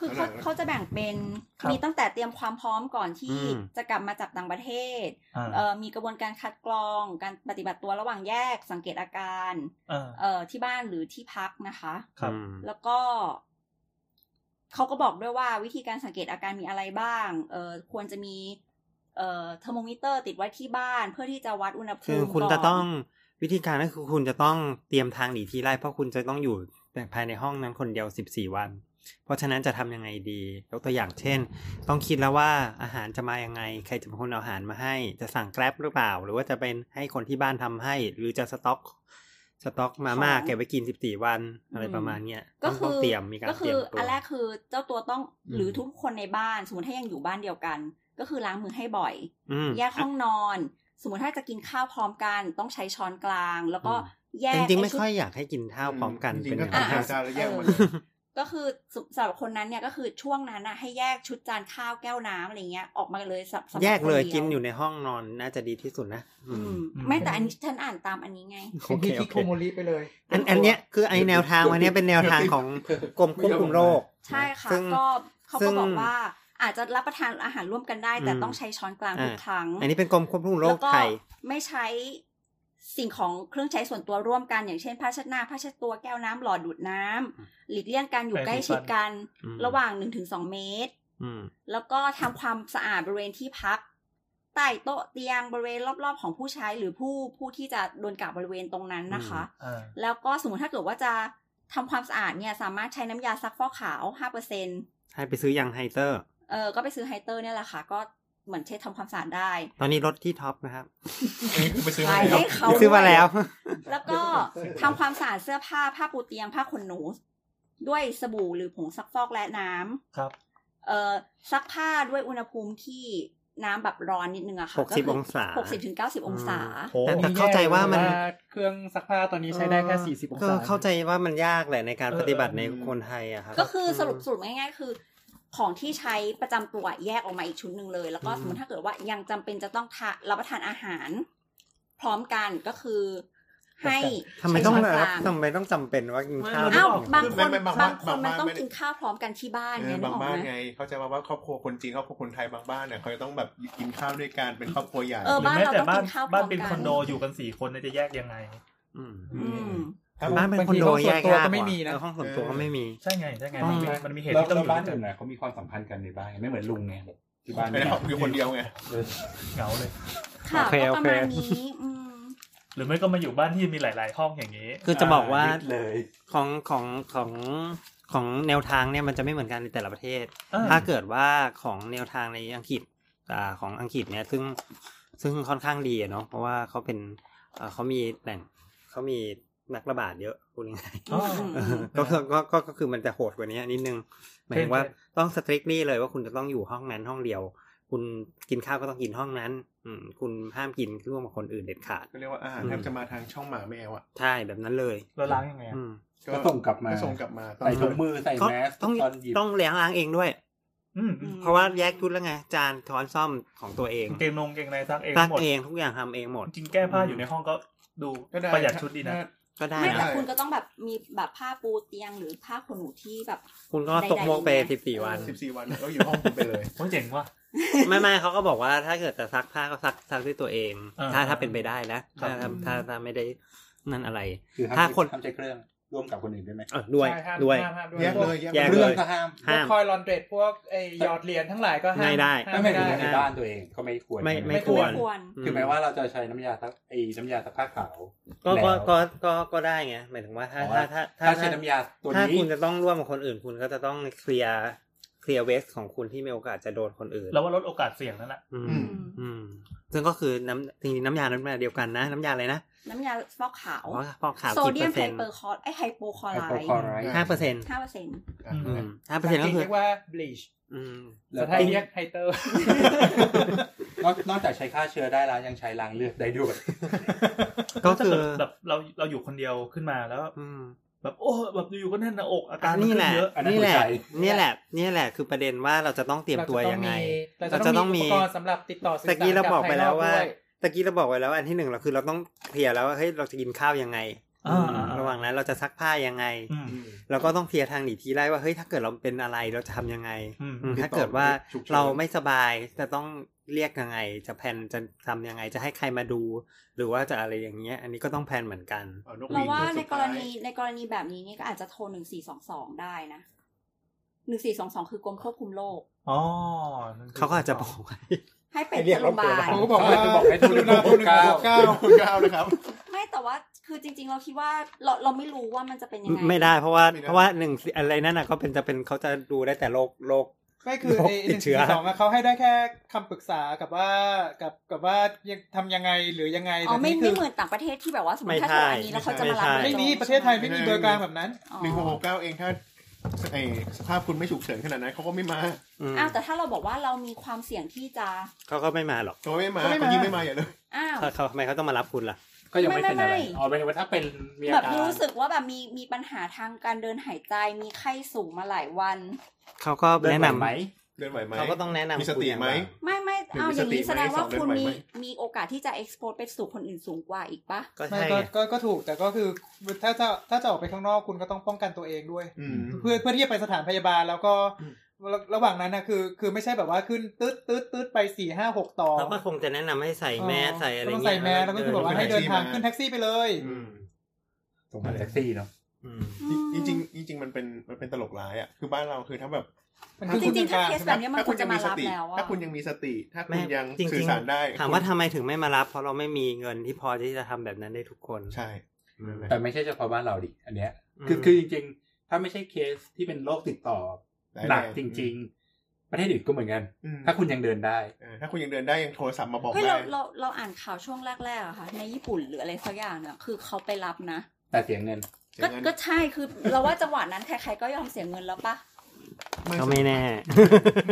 คือ หลั เขา งๆ เขาจะแบ่งเป็น ครับ มีตั้งแต่เตรียมความพร้อมก่อนที่ อืม จะกลับมาจากต่างประเทศ อ่า เออมีกระบวนการคัดกรอง การปฏิบัติตัวระหว่างแยกสังเกตอาการ อ่า เออที่บ้านหรือที่พักนะคะ ครับ อืม แล้วก็เขาก็บอกด้วยว่าวิธีการสังเกตอาการมีอะไรบ้าง เออควรจะมี เอ่อเทอร์โมมิเตอร์ติดไว้ที่บ้านเพื่อที่จะวัดอุณหภู คือ มิ คุณ ก่น จะต้องวิธีการก็คือคุณจะต้องเตรียมทางหนีทีไล่เพราะคุณจะต้องอยู่แต่ภายในห้องนั้นคนเดียวสิบสี่วัน เพราะฉะนั้นจะทำยังไงดี ยกตัวอย่างเช่น ต้องคิดแล้วว่าอาหารจะมายังไง ใครจะเป็นคนเอาอาหารมาให้ จะสั่งแกร็บหรือเปล่า หรือว่าจะเป็นให้คนที่บ้านทำให้ หรือจะสต็อก สต็อกมาม่า ของ เก็บไว้กินสิบสี่วันอะไร อืม ประมาณเนี้ย ก็ ต้อง คื ต้อง อ เตรียมมีการ ก็ เต คื รีย อ มตัว อันแรกคือเจ้าตัวต้อง อืม หรือทุกคนในบ้าน สมมติถ้ายังอยู่บ้านเดียวกัน ก็คือล้างมือให้บ่อย อืม แยกห้องนอน สมมติถ้าจะกินข้าวพร้อมกัน ต้องใช้ช้อนกลาง แล้วก็ อืม แยก แต่จริงๆ อ้ ไม่ ชุด ค่อยอยากให้กินข้าวพร้อมกัน จริ เป็น งอๆก็ ย่างนั้นทำจา อ่ะ นจานแล้วแยกมัน ก็คือสสำหรับคนนั้นเนี่ยก็คือช่วงนั้นนะให้แยกชุดจานข้าวแก้วน้ำอะไรเงี้ยออกมาเลยสำสำหรับ แยกเลย คดีว กินอยู่ในห้องนอนน่าจะดีที่สุดนะอื อื ม มไม่แต่อันนี้ฉันอ่านตามอันนี้ไง เป็นที่คิดโคโมริไปเลย อันอันเนี้ยคือไอแนวทางวันเนี้ยเป็นแนวทางของกรมควบคุมโรค ใช่ค่ะ ซึ่ง ก็เขา ซึ่ ก็ ง บอกว่าอาจจะรับประทานอาหารร่วมกันได้ แต่ อืม ต้องใช้ช้อนกลางทุก อ่า ครั้ง อันนี้เป็นกรมควบคุมโร แล้ คว ก็ ไทย ไม่ใช้สิ่งของเครื่องใช้ส่วนตัวร่วมกัน อย่างเช่นผ้าเช็ดหน้าผ้าเช็ดตัวแก้วน้ำหลอดดูดน้ำ อืม หลีกเลี่ยงการอยู่ใกล้ชิดกัน อืม ระหว่าง 1-2 เมตร อืม แล้วก็ทำความสะอาดบริเวณที่พัก ใต้โต๊ะเตียงบริเวณรอบๆ ของผู้ใช้หรือผู้ผู้ที่จะโดนกับบริเวณตรงนั้นนะคะ อ่า แล้วก็สมมติถ้าเกิดว่าจะทำความสะอาดเนี่ยสามารถใช้น้ำยาซักฟอกขาว 5%เปอร์เซ็น ให้ไปซื้อยังไฮเตอร์ เออก็ไปซื้อไฮเตอร์เนี่ยแหละค่ะ ก็เหมือนเช็ดทำความสะอาดได้ ตอนนี้รถที่ท็อปนะครับ ไปซื้อ ไป มา ให้เขา ซื้อมาแล้ว แล้วก็ทำความสะอาดเสื้อผ้าผ้าปูเตียงผ้าขนหนู ด้วยสบู่หรือผงซักฟอกและน้ำ ครับ เออซักผ้าด้วยอุณหภูมิที่น้ำแบบร้อนนิดนึงอะค่ะ หกสิบองศา หกสิบถึงเก้าสิบองศา โอ้ แต่ นี่ แต่เข้าใจว่ามัน แย่เลยเครื่องซักผ้าตอนนี้ใช้ได้แค่สี่สิบอง ก็ ศา เข้าใจว่ามันยากแหละในการปฏิบัติในคนไทยอะครับ ก็คือสรุปสรุปง่ายๆ คือ ของที่ใช้ประจำตัวแยกออกมาอีกชุดหนึ่งเลย แล้วก็ อืม สมมติถ้าเกิดว่ายังจำเป็นจะต้องทานรับประทานอาหาร พร้อมกันก็คือ ให้ ทำไมต้อง ใช้ช้อนกรับลาง ทำไมต้องจำเป็นว่ากินข้าว อ้าวบาง ไม่ ค ได้ น ไม่ไม่ บางคน บางบ้ามันนต้อง ไม่ได้ กินข้าวพร้อมกันที่บ้าน เอ ไง อ นึก บาง ออก บ้าน ไหม ไง เข้าใจว่าว่าครอบครัวคนจีนครอบครัวคนไทยบางบ้านเนี่ยเขาจะต้องแบบกินข้าวด้วยกันเป็นครอบครัวใหญ่ เออ หรือ บ้าน แม้ เรา แต่ ต้อง บ้า กิ น นข้าวพร้ บ้า อน ม เป็นค กั อนนโดอยู่กันสี่คนเนี่ยจะแยกยังไง อืม อืม ถ้า บ้านเป็นคอนโดแยกยาก ไม่มี ว่ นะ เออห้องส่วนตัวก็ไม่มี ใช่ไงใช่ไง อืมัมนมีมันมีเหตุ แล้ว ที่ต้องอยู่ บ้าน กั อื่ น นน่ะเขามีความสัมพันธ์กันในบ้านไงไม่เหมือนลุงไงที่บ้าน ไม่ได้ขอบคือคนเดียวไง เออ เหงาเลย ค่ะ โอเค ก็ประมาณ โอเค นี้อืม หรือไม่ก็มาอยู่บ้านที่มีหลาย ๆ ห้องอย่างนี้ คือจะบอกว่า อ่ายึดเลย ของของของของแนวทางเนี่ยมันจะไม่เหมือนกันในแต่ละประเทศ อ่า ถ้าเกิดว่าของแนวทางในอังกฤษอ่าของอังกฤษเนี่ยซึ่งซึ่งค่อนข้างดีอะเนาะเพราะว่าเขาเป็นอ่าเขามีแหล่งเขามีนักระบาดเยอะพูดง่าย อ๋ออื ๆก็คือก็ก็ก็คือมันจะโหดกว่านี้นิดนึงหมายถึงว่าต้องสตริกนี่เลยว่าคุณจะต้องอยู่ห้องนั้นห้องเดียว คุณกินข้าวก็ต้องกินห้องนั้น อืมคุณห้ามกินร่วมกับคนอื่นเด็ดขาด ก็เรียกว่าอาหาร อืม แทบจะมาทางช่องหมาแมวอ่ะ ใช่แบบนั้นเลย แล้วล้างยังไงอะ อืม ก็ ก็ส่งกลับมา ก็ส่งกลับมา ใส่ถุงมือใส่ เขา แมส ต้อง ตอนหยิบ ต้องเลี้ยงล้างเองด้วย อืมอืม เพราะว่าแยกชุดแล้วไง จานช้อนซ่อมของตัวเอง เกงนงเกงในซักเอง ซัก หมด เองทุกอย่างทำเองหมด จริงๆแก้ผ้าอยู่ในห้องก็ดู ก็ไ ประหยัดชุดดีนะ ก็ได้ ไม่แต่ นะ คุณก็ต้องแบบมีแบบผ้าปูเตียงหรือผ้าขนหนูที่แบบ คุณก็ตกโมกไป ได้ได้ สิบสี่วัน สิบสี่วันก็อยู่ห้องคุณไปเลย โอ้ยเจ๋งว่ะ ไม่ไม่เขาก็บอกว่าถ้าเกิดจะซักผ้าก็ซักซักด้วยตัวเอง เออ ถ้าถ้าเป็นไปได้นะ ครั ถ้า บ ถ้าถ้าถ้าไม่ได้นั่นอะไร คือ ถ้า ห้าม คน ห้ามใช้เครื่องร่วมกับคนอื่นด้วยไหม เออด้วย ใช่ห้าม ด้วย ห้ามห้าม แยกเลยแยก แยก เล เรื่ ย องก็ห้าม พว ห้าก ม คอยลอนเดรดพวกไอหยอดเหรียญทั้งหลายก็ห้าม ไม่ได้ ห้าม ไม่ ไม่ ไม่ ได้ ถึงในบ้านตัวเองก็ไม่ควร ไม่ไม่ ก็ ควร ไม่ควร คือแม้ว่าเราจะใช้น้ำยาซักไอ้น้ำยาซักผ้าขาว ก็ แล้ว ก็ก็ก็ก็ได้ไงหมายถึงว่าถ้า อ๋อ ถ้าถ้า ถ้าใช้น้ำยาตัว ถ้า นี้ คุณจะต้องร่วมกับคนอื่น คุณก็จะต้องเคลียร์เคลียร์เวสของคุณที่มีโอกาสจะโดนคนอื่น แล้วว่าลดโอกาสเสี่ยงนั่นแหละ อื อื ม ม อืม ซึ่งก็คือน้ำจริงๆน้ำยาน้ำยาเดียวกันนะ น้ำยาอะไรนะ น้ำยาฟอกขาว อ๋อฟอกขาว โซ กี่ เดี เป ย อ ม ร์ ไฮ เซ็นต์ เปอร์คอร์ไอไฮโปคลอ ไฮ ไร โปคลอไรด์ ห้าเปอร์เซ็นต์ ห้าเปอร์เซ็นต์ อ่ะ ห้าเปอร์เซ็นต์ก็ ภาษาอังกฤคือษเรียกว่า bleach อืม แล้ แต่ ว ไท ก็ ยเรียกไฮเตอร์ นอกนอกจากใช้ฆ่าเชื้อได้แล้วยังใช้ล้างเลือดได้ด้วย ก็ ถ้า คื เกิ อ ดแบบเราเราอยู่คนเดียวขึ้นมาแล้ว อืม แบบโอ้แบบอยู่ก็แน่นหน้าอกอา อั การ น มั นี้ ขึ้ แหละ เยอะ อันนั้น นี่ หั แห ว ละ ใจ นี่แหละ นี่แหละ คือประเด็นว่าเราจะต้องเตรียมตัวยังไง เราจะเราจะต้องมีต้องมี เราจะต้องมีอุปกรณ์สำหรับติดต่อสื่ตะอสาร กี้เราบอกไปแล้วว่า ภยนอกด้ย ตะกี้เราบอกไปแล้วว่าอันที่หนึ่งเราคือเราต้องเคลียร์แล้วว่าเฮ้ยเราจะกินข้าวยังไง อ่า อืม อ่า ระหว่างนั้นเราจะซักผ้ายังไง อืม อืม เราก็ต้องเคลียร์ทางหนีทีไล่ว่าเฮ้ยถ้าเกิดเราเป็นอะไรเราจะทำยังไง อืม อืม ติดต่อ ถ้าเกิดว่า ฉุกเฉิน เราไม่สบายจะต้องเรียกยังไง จะแพลนจะทำยังไงจะให้ใครมาดู หรือว่าจะอะไรอย่างเงี้ย อันนี้ก็ต้องแพลนเหมือนกัน อนกหวีด เราว่าใน สุด ก ท้ ร ย ณีในกรณีแบบนี้เนี่ยก็อาจจะโทรหนึ่งสี่สองสองได้นะหนึ่งสี่สองสองคือกรมควบคุมโรค อ๋อนั่นคื เขาก็อาจจะบอกไว้ ให้ไปที่โรงพยาบาล เขาก็บอก เขา ว่า จะบอกให้ทุกคน รุณา โปรดเกล้า โปรดเกล้าคุณเกล้านะครับ ไม่แต่ว่า คือจริง ๆ เราคิดว่าเราเราไม่รู้ว่ามันจะเป็นยังไง ไม่ได้เพราะว่า ไม่ได้ เพราะว่าหนึ่งอะไรนั่นน่ะเขาเป็นจะเป็นเขาจะดูได้แต่โรคโรค ไม่คือ โรค ไอ้ห ติดนึ่ง เชื้อ สองอะเขาให้ได้แค่คำปรึกษากับว่ากับกับว่ายังทำยังไงหรือยังไง อ๋อไม่ คื ไม่เหมือนต่างประเทศที่แบบว่าสมมติถ้า ไม่ ถูก ใช่ อันนี้แล้วเขาจะ ไม่ มารับ ใช่ ไม่มี โดยตง ประเทศไทยไม่มีเบอร์กลางแบบนั้น อ๋อ หนึ่งหกหกเก้าเองถ้าไอสภาพคุณไม่ฉุกเฉินขนาดนั้นเขาก็ไม่มา อืม อ้าวแต่ถ้าเราบอกว่าเรามีความเสี่ยงที่จะ เขาก็ไม่มาหรอก เขาไม่มา เขาไม่มา เขายิ่งไม่มาอย่าเลย อ้าว เขาเขาทำไมเขาต้องมารับคุณล่ะ ก็ยังไม่เป็นอะไร ไม่ไม่ อ๋อเป็นว่าถ้าเป็นมีอา แบบ การ รู้สึกว่าแบบมีมีปัญหาทางการเดินหายใจมีไข้สูงมาหลายวัน เขาก็ เดินไหวนแนะำ ไหม เดินไหวไหม เขาก็ต้องแนะนำ มีสติ คุณอย่าง ไหม ว่า ไม่ไม่ หรือ เอา มี อย่างนี้สติไหม แสดงว่า สองเดือน คุณ ไหว มี ไหม มีโอกาสที่จะ expose ไปสู่คนอื่นสูงกว่าอีกปะ ก็ ไม่ ใช่ ก็ ไง ก็ก็ถูกแต่ก็คือถ้าจะถ้าจะออกไปข้างนอกคุณก็ต้องป้องกันตัวเองด้วย อืม เพื่อเพื่อที่จะไปสถานพยาบาลแล้วก็ อืม ระระหว่างนั้นนะคือ คือไม่ใช่แบบว่าขึ้นตืดตืดตืดไปสี่ห้าหกต่อ เขาก็คงจะแนะนำให้ใส่แมสใส่อะไร ต้ เงี้ อง ย ใส่แมสแล้วก็คือแบบว่าให้เดินทางขึ้นแท็กซี่ไปเลย อืม ตรงมาแท็กซี่เนาะ อืม อืม จริงจริงจริง ๆ มันเป็นมันเป็นตลกร้ายอ่ะคือบ้านเราคือถ้าแบบ มันคือ จ คุณ ริงๆนก ถ้า ลาง เคสแบบเนี้ยมันควรจะมา ส รับ ติ แล้วอะ ถ้าคุณยังมีสติ ถ้าคุณ ไม่ ยัง จริงๆ สื่อสารได้ ถามว่าทำไมถึงไม่มารับ เพราะเราไม่มีเงินที่พอที่จะทำแบบนั้นได้ทุกคน ใช่ แต่ไม่ใช่เฉพาะบ้านเราดิอันเนี้ย ม คือคือจริงๆ ถ้าไม่ใช่เคสที่เป็นโรคติดต่อหนักจริง ๆ ประเทศอื่นก็เหมือนกัน อืม ถ้าคุณยังเดินได้ เออถ้าคุณยังเดินได้ยังโทรศัพท์มาบอก เฮ้ยเรา ได้ เราเราอ่านข่าวช่วงแรกๆอะค่ะ ในญี่ปุ่นหรืออะไรสักอย่างเนี่ยคือเขาไปรับนะ แต่เสียเงิน ก็ก็ใช่คือเราว่าจังหวะนั้นใครๆก็ยอมเสียเงินแล้วปะ ก็ไม่แน่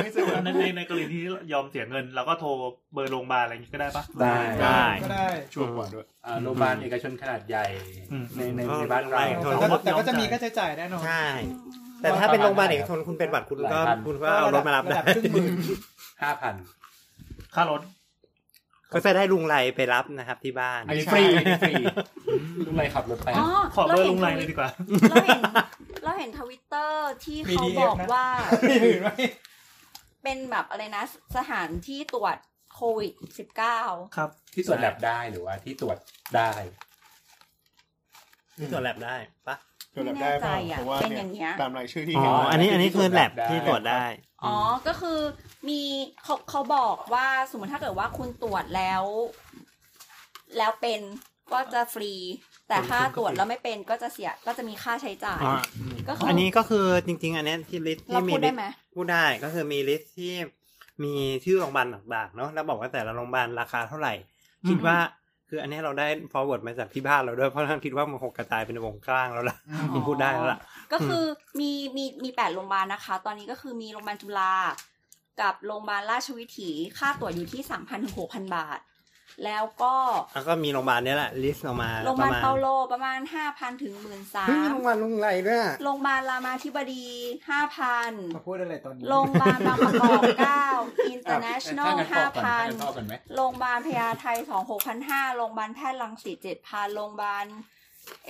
ไม่เสมอ ในในในกรณีที่ยอมเสียเงินเราก็โทรเบอร์โรงพยาบาลอะไรอย่างงี้ก็ได้ปะ ได้ ได้ ก็ได้ ชัวร์กว่าด้วย อ่าโรงพยาบาลเอกชนขนาดใหญ่ อืม ในในในบ้านเรา ไโทร แต่ก็แต่ก็จะมีค่าใช้จ่ายแน่นอน ใช่ แต่ถ้าเป็นโรงพยาบาลเอกชนคุณเป็นบัตรคุณก็ หลายพัน คุณก็เอารถมารับ ะ ได้ ดัครึ่งหมื่น ห้าพัน ค่ารถ ก็จะได้ลุงไรไปรับนะครับที่บ้าน อันนี้ฟรีอันนี้ฟรีลุงไรขับรถไป อ๋อ ขอเบอร์ลุงไร ท เล วิ ย ต ดีกว่า เราเห็นเราเห็นทวิตเตอร์ที่เขาบอกว่า ไม่อื่นไม่ เป็นแบบอะไรนะสถานที่ตรวจโควิดสิบเก้า ครับ ที่ตรวจแลบได้หรือว่าที่ตรวจได้ ตรวจแลบได้ปะ ตรวจแลบได้ แน่ใจ เปล่า อ่ะ เพราะว่า เป็นอยเนี่ย่างเงี้ย ตามรายชื่อที่ อ๋อ เห็น อันนี้อันนี้คือแลบที่ตรวจได้ อ๋อ ก็คือมีเขาเขาบอกว่าสมมติถ้าเกิดว่าคุณตรวจแล้ว แล้วเป็นก็จะฟรี แต่ถ้าตรวจแล้วไม่เป็นก็จะเสียก็จะมีค่าใช้จ่าย อ๋อ ก็คื อันนี้ก็คือจริง ๆ อันเนี้ยที่ลิสต์ เรา ที่มี พูด ลิ ได้ สต์ ไหม พูดได้ก็คือมีลิสต์ที่มีชื่อโรงพยาบาลต่างๆเนาะแล้วบอกว่าแต่ละโรงพยาบาลราคาเท่าไหร่ คิดว่าคืออันเนี้ยเราได้ forward มาจากที่บ้านเราด้วยเพราะท่านคิดว่ามันคงกระจายเป็นวงกว้างแล้วล่ะ อืม มันพูดได้แล้วล่ะ ก็คือมีมีมีแปดโรงพยาบาลนะคะ ตอนนี้ก็คือมีโรงพยาบาลจุฬากับโรงพยาบาลราชวิถีค่าตรวจอยู่ที่สามพันถึงหกพันบาท แล้วก็ แล้วก็มีโรงพยาบาลเนี้ยแหละลิสต์ออกมา โรงพยาบาล ประมณ เปาโลประมาณห้าพันถึงหมื่นสา เฮ้ยมมีโรงพยาบาลลุงไรด้วยอะ โรงพยาบาลรามาธิบดีห้าพัน มาพูดอะไรตอนนี้ โรงพยาบาลบางประกอบ9 International ถ้างั้นพอ5,000ก่อนถ้างั้นพอกันไหม โรงพยาบาลพญาไท2 6,500โรงพยาบาลแพทย์รังสิต7,000โรงพยาบาล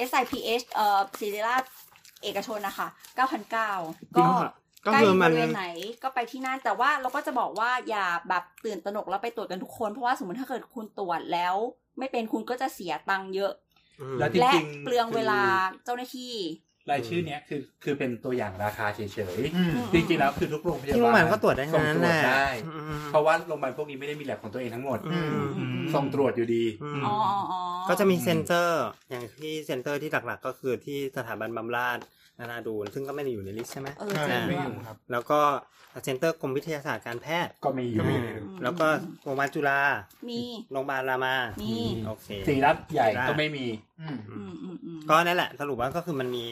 SIPH เอ่อศิริราชเอกชนนะคะ9,900ก็ ก็ ใกล้ คื บ อมัน ริเวณไหนก็ไปที่นั่น แต่ว่าเราก็จะบอกว่าอย่าแบบตื่นตระหนกแล้วไปตรวจกันทุกคน เพราะว่าสมมติถ้าเกิดคุณตรวจแล้ว ไม่เป็นคุณก็จะเสียตังค์เยอะ แล้วจ และ ริงๆ เปลืองเวลา คือ เจ้าหน้าที่ รายชื่อเนี้ยคือคือเป็นตัวอย่างราคาเฉย อืม ๆ จริงๆแล้วคือทุกโรงพยาบาล ที่โรงพยาบาลก็ตรวจได้ทั้ ส่ ง ง นั้ ต น รว แห จ ละ ได้ อืม เพราะว่าโรงพยาบาลพวกนี้ไม่ได้มีแลบของตัวเองทั้งหมด อืม อืม ส่งตรวจอยู่ดี อืม อ๋ออ๋ออ๋อ ก็จะมีเซ็นเตอร์ อย่างที่เซ็นเตอร์ที่หลักๆ ก็คือที่สถาบันบำราศนาราดูนซึ่งก็ไม่ได้อยู่ในลิสต์ใช่ไหม เออจใช่ริง ไม่ ด้ว อย ยู่ครับ แล้วก็เซ็นเตอร์กรมวิทยาศาสตร์การแพทย์ ก็มีอยู่ ก็มี อืมแล้วก็โรงพยาบาลจุฬา มี โรงพยาบาลรามา มี โอเค สีรัฐใหญ่ก็ไม่มี อืม อืมอืมอืม ก็นั่นแหละสรุปว่าก็คือมันมี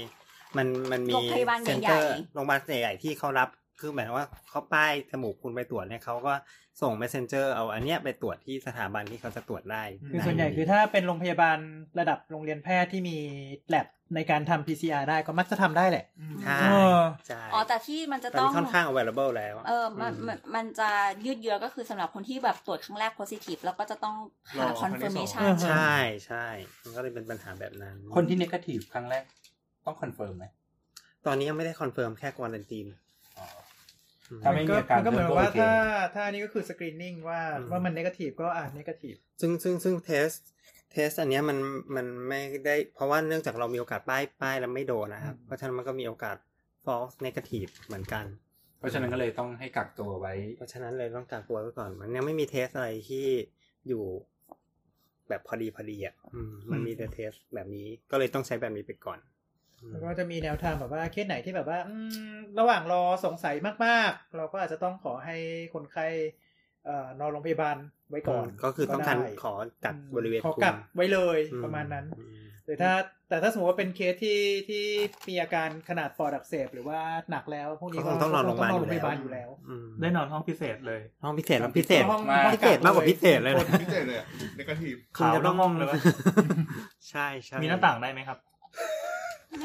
มันมันมี โรงพยาบาลใหญ่ๆ เซ็นเตอร์โรงพยาบาลใหญ่ๆที่เขารับคือหมายความว่าเขาป้ายจมูกคุณไปตรวจเนี่ยเขาก็ส่ง messenger เอาอันเนี้ยไปตรวจที่สถาบันที่เขาจะตรวจได้ คือส่วนใหญ่คือถ้าเป็นโรงพยาบาลระดับโรงเรียนแพทย์ที่มีแลบในการทำ PCR ได้ก็มักจะทำได้แหละ ใช่ เออ ใช่ อ๋อแต่ที่มันจะ ตอน ต้อ นี้ ง ค่อนข้าง available แล้ว เออมันมันมันจะยืดเยื้อก็คือสำหรับคนที่แบบตรวจครั้งแรก positive แล้วก็จะต้อง รอ หา ครั้งที่สอง confirmation อือฮึ ใช่ใช่มันก็เลยเป็นปัญหาแบบนั้น คนที่เนกาทีฟครั้งแรก ต้องคอนเฟิร์มไหม ตอนนี้ยังไม่ได้คอนเฟิร์มแค่ควอนตีน อ๋อ อืม ถ้าไม่มีอาการ นก็เหมือนว่า โอเค ถ้าถ้านี่ก็คือสกรีนนิ่งว่า อืม ว่ามันนกาทีฟก็อ่านนกาทีฟ ซึ่งซึ่งซึ่งเทสเทสอันเนี้ยมันมันไม่ได้ เพราะว่าเนื่องจากเรามีโอกาสป้ายป้ายแล้วไม่โดนนะครับ เพราะฉะนั้นมันก็มีโอกาส false negative เหมือนกัน เพราะฉะนั้นก็เลยต้องให้กักตัวไว้ เพราะฉะนั้นเลยต้องกักตัวไว้ก่อน มันยังไม่มีเทสอะไรที่อยู่ แบบพอดีพอดีอ่ะอืมมันมีแต่เทสแบบนี้ก็เลยต้องใช้แบบนี้ไปก่อน แล้วก็จะมีแนวทางแบบว่าเคสไหนที่แบบว่า อืม ระหว่างรอสงสัยมากๆ เราก็อาจจะต้องขอให้คนไข้เอ่อนอนโรงพยาบาลไว้ก่อน ก็คือต้องการ ได้ ขอกักบริเวณ ขอกัก คุม ไว้เลย อื ประมาณนั้น อืม หรือถ้าแต่ถ้าสมมติว่าเป็นเคสที่ที่มีอาการขนาดปอดอักเสบหรือว่าหนักแล้ว พวกนี้ ก็คงต้องนอนโรงพยาบาล ต้องนอนโรงพยาบาลอยู่แล้ว อืม ได้นอนห้องพิเศษเลย ห้องพิเศษแล้วพิเศษ ห้อง มาก พิเศษมากกว่าพิเศษเลย โค นะ ตรพิเศษเลยอะเนกาทีฟ ขาวต้องมองเลยวะ ใช่ใช่ มีหน้าต่างได้ไหมครับ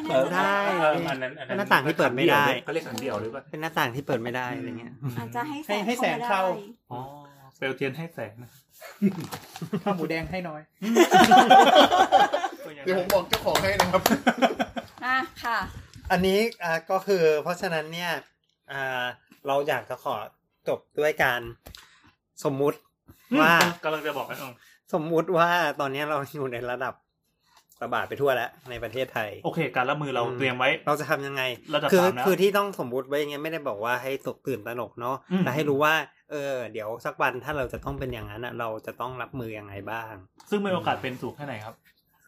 เปิด ได้ เอออันนั้นอั หน้าต่างที่เปิดไม่ได้ เขาเรียกขังเดี่ยวหรือเปล่า เป็นหน้าต่างที่เปิดไม่ได้อะไรเงี้ย อาจจะให้แสง ให้ให้แสงเข้า ได้ อ๋อเปลวเทียนให้แสงนะ ข้าวหมูแดงให้น้อย เดี๋ยวผมบอกเจ้าของให้นะครับ อ่ะค่ะ อันนี้อ่าก็คือ เพราะฉะนั้นเนี่ยอ่าเราอยากจะขอจบด้วยการสมมุติว่า กำลังจะบอกนะ สมมุติว่าตอนนี้เราอยู่ในระดับระบาดไปทั่วแล้ว ในประเทศไทย โอเค การละมือเราเตรียมไว้ เราจะทำยังไง ระดับ คื สามแล้ว คือที่ต้องสมมุติไว้อย่างเงี้ยไม่ได้บอกว่าให้ตกตื่นตระหนกเนาะ อืม แต่ให้รู้ว่า เออ เดี๋ยวสักวันถ้าเราจะต้องเป็นอย่างนั้นอะเราจะต้องรับมือยังไงบ้าง ซึ่งมีโอกาสเป็นสูงแค่ไหนครับ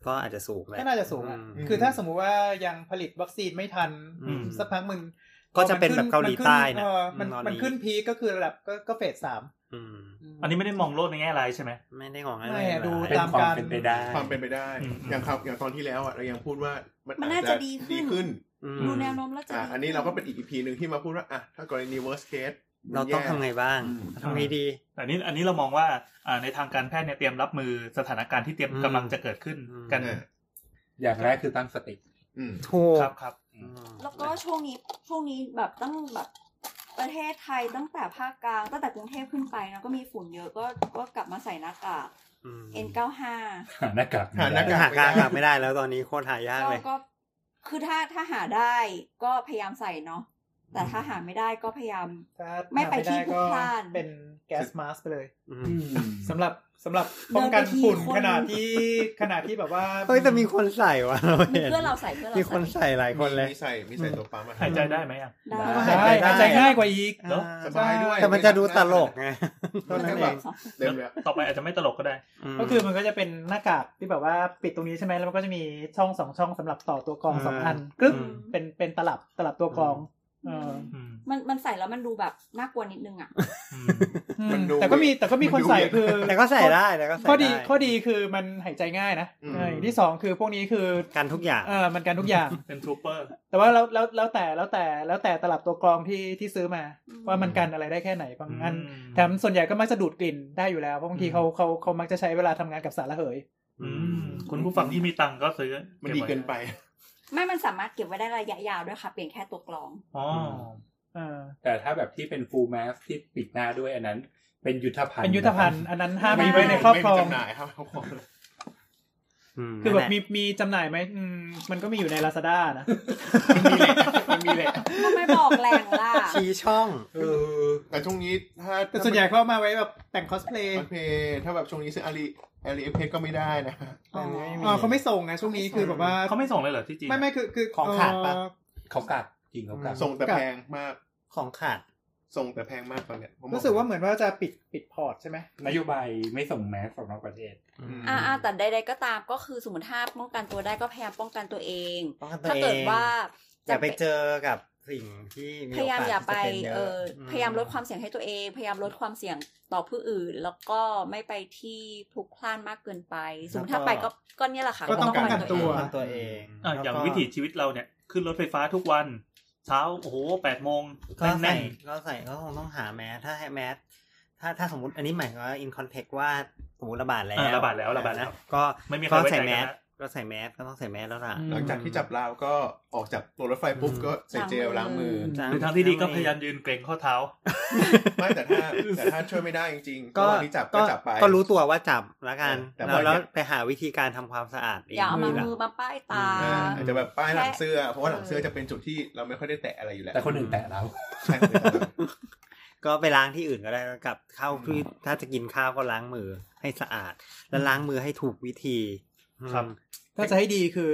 ก็อาจจะสูงแหล ก็น่าจะสูงอะ ม คือถ้าสมมุติว่ายังผลิตวัคซีนไม่ทัน อืม สักพักมึง ก็จะเป็นแบบเกาหลีใต้นะ เออมัน ตอ มันขึ้นพีคก็คือระดับก็ก็เฟสสาม อืม อันนี้ไม่ได้มองโลกในแง่ร้ายใช่ไหม ไม่ได้งองอะไร ไม่อะดู เลย เป็น ตาม ความ การ เป็นไปได้ ความเป็นไปได้ อืม อย่างครับอย่างตอนที่แล้วอะเรายังพูดว่ามัน มัน อา น่า จ จะ จะ ดีขึ้น ดีขึ้น อืม ดูแนวโน้มแล้วจะ อ่ะ ดี อันนี้เราก็เป็นอีกอีพีหนึ่งที่มาพูดว่าอ่ะถ้ากรณี worst case เราต้องทำไงบ้าง อืม ทำไงดี แต่อันนี้อันนี้เรามองว่าอ่าในทางการแพทย์เนี่ยเตรียมรับมือสถานการณ์ที่เตรียม อืม กำลังจะเกิดขึ้น อืม กัน อ่ะ อย่างแรกคือตั้งสติ อืม ถูก ครับครับ อืม แล้วก็ช่วงนี้ช่วงนี้แบบตั้งแบบประเทศไทยตั้งแต่ภาคกลางตั้งแต่กรุงเทพขึ้นไปนะก็มีฝุ่นเยอะก็ก็กลับมาใส่หน้ากาก อืม N95 หาหน้ากาก หาหหาน้าากกาก กลับไม่ได้แล้วตอนนี้โคตรหายาก ก็ เลย ก็คือถ้าถ้าหาได้ก็พยายามใส่เนาะแต่ถ้าหาไม่ได้ก็พยายาม ถ้า ไม่ไปที่พลุกพล่าน ก็เป็นแก๊สมาสไปเลย อืม อืม สำหรับสำหรับป้องกัน เดินไปที่ ฝุ่น คน ขนาดที่ขนาดที่แบบว่า เฮ้ยแต่มีคนใส่วะเรา มี เห็น เพื่อนเราใส่เพื่อนเรา มีคน ใส่ ใส่หลายคนเลย มีใส่มีใส่ตัวปั๊มอะ หายใจได้ไหมอ่ะ ได้ หายใจ ได้ หายใจง่ายกว่าอีก เนอะ สบายด้วย แต่มันจะดูตลกไง มั เท่าน นั้นจะเอบ งแบเต็มเลยอะ ต่อไปอาจจะไม่ตลกก็ได้ ม ก็คือมันก็จะเป็นหน้ากากที่แบบว่าปิดตรงนี้ใช่ไหมแล้วมันก็จะมีช่องสองช่องสำหรับต่อตัวกรองสองอันกรึ๊บเป็นเป็นตลับตลับตัวกรองเออ อืม มันมันใส่แล้วมันดูแบบน่ากลัวนิดนึงอ่ะ อืม อแต่ก็มีแต่ก็มีคนใส่คือ แต่ก็ใส่ได้แต่ก็ใส่ ข้อดี ไ ข้อดีคือมันหายใจง่ายนะเอออย่างที่สองคือพวกนี้คือ กันทุกอย่าง เออมันกันทุกอย่าง เป็นทรูเปอร์ แต่ว่าแล้วแล้วแล้วแต่แล้วแต่แล้วแต่ตลับตัวกรองที่ที่ซื้อมา อืม ว่ามันกันอะไรได้แค่ไหนบางอัน อืม แถมส่วนใหญ่ก็มักจะดูดกลิ่นได้อยู่แล้วเพราะบางทีเขาเขาเขามักจะใช้เวลาทำงานกับสารระเหย อืมคุณผู้ฟังที่มีตังค์ก็ซื้อ มันดีเกินไป ไม่มันสามารถเก็บไว้ได้ระยะยาวด้วยค่ะ เปลี่ยนแค่ตัวกรอง อ๋อ เออ แต่ถ้าแบบที่เป็น full mask ที่ปิดหน้าด้วยอันนั้น เป็นยุทธภัณฑ์ เป็นยุทธภัณฑ์อันนั้นห้าม ไม่ มีไว้ในครอบครอง ไม่มีจำหน่ายครับครอบครอง ม คือแบบ นั่นหละ มีมีจำหน่ายไหมอืมมันก็มีอยู่ใน Lazada นะ มันมีแหละมันก็มีแหละไม่บอกแรงล่ะ ชี้ช่อง เออ แต่ช่วงนี้ถ้า แต่ส่วนใหญ่เขาเอามาไว้แบบแต่งคอสเพลย์ โอเคถ้าแบบช่วงนี้ซื้ออาลีอาลีเอฟเพก็ไม่ได้นะ อ๋อ อ๋อเขาไม่ส่งไงช่วงนี้คือแบบว่า เขาไม่ส่งเลยเหรอที่จีน ไม่ไม่คือคือ ของขาดปะ เอ่อ เขากัดจริงเขากัด ส่งแต่ กับ แพงมาก ของขาด ส่งแต่แพงมากตอนเนี้ยผมบอก รู้สึกว่าเหมือนว่าจะปิดปิดพอร์ตใช่ไหม นโยบายไม่ส่งแมสออกนอกประเทศ อืม อ่าแต่ใดๆก็ตามก็คือสมมติถ้าป้องกันตัวได้ก็พยายามป้องกันตัวเอง ป้องกันตัว ถ้าเกิด เอง ว่า อย่าไป น เจอกับสิ่งที่มี พยายาม โกส อย่าไป ที่จะนยะ เอออ ม พยายามลดความเสี่ยงให้ตัวเอง พยายามลดความเสี่ยงต่อผู้อื่น แล้วก็ไม่ไปที่พลุกพล่านมากเกินไปสมมติถ้าไปก็ก็เนี่ยแหละค่ะ ก็ต้อง ป้ ป้องกัน น ตัว ป้องกันตัวเอง อ่ะ แล้ อย่าง ก็ วิถีชีวิตเราเนี่ย ขึ้นรถไฟฟ้าทุกวัน เช้าโอ้โหแปดโมง ก็ใส่ แน่น ก็ใส่ก็คงต้องหาแมสถ้าให้แมสถ้าถ้าสมมติอันนี้หมายความว่า in context ว่าสมมติระบาด ๆ แล้ว อ่ะระบาดแล้วระบาดแล้ว นะก็ ไม่มีใคร ก็ ไว้ใจ ใส่แมส กันนะ ก็ใส่แมสก็ต้องใส่แมสแล้วล่ะ อืม หลังจากที่จับลาวก็ออกจากตัวรถไฟปุ๊บก็ใส่เจลล้างมือ หรือทางที่ดีก็พยายามยืนเกรงข้อเท้า ไม่แต่ถ้าแต่ถ้าช่วยไม่ได้จริงๆ ก็ ตอนนี้จับก็จับไป ก็รู้ตัวว่าจับละกัน แต่ แล้ว ว่า แล้ว อย่า ไปหาวิธีการทำความสะอาดเอง อย่าเอามามือ ละ มาป้ายตา อ่าอาจจะแบบป้ายหลังเสื้อ เพราะว่า เออ หลังเสื้อจะเป็นจุดที่เราไม่ค่อยได้แตะอะไรอยู่แล้ว แต่คนอื่นแตะเรา ใช่ ก็ไปล้างที่อื่นก็ได้แล้วกลับเข้าคือถ้าจะกินข้าวก็ล้างมือให้สะอาด แล้วล้างมือให้ถูกวิธี ครับ อืม ถ้าจะให้ดีคือ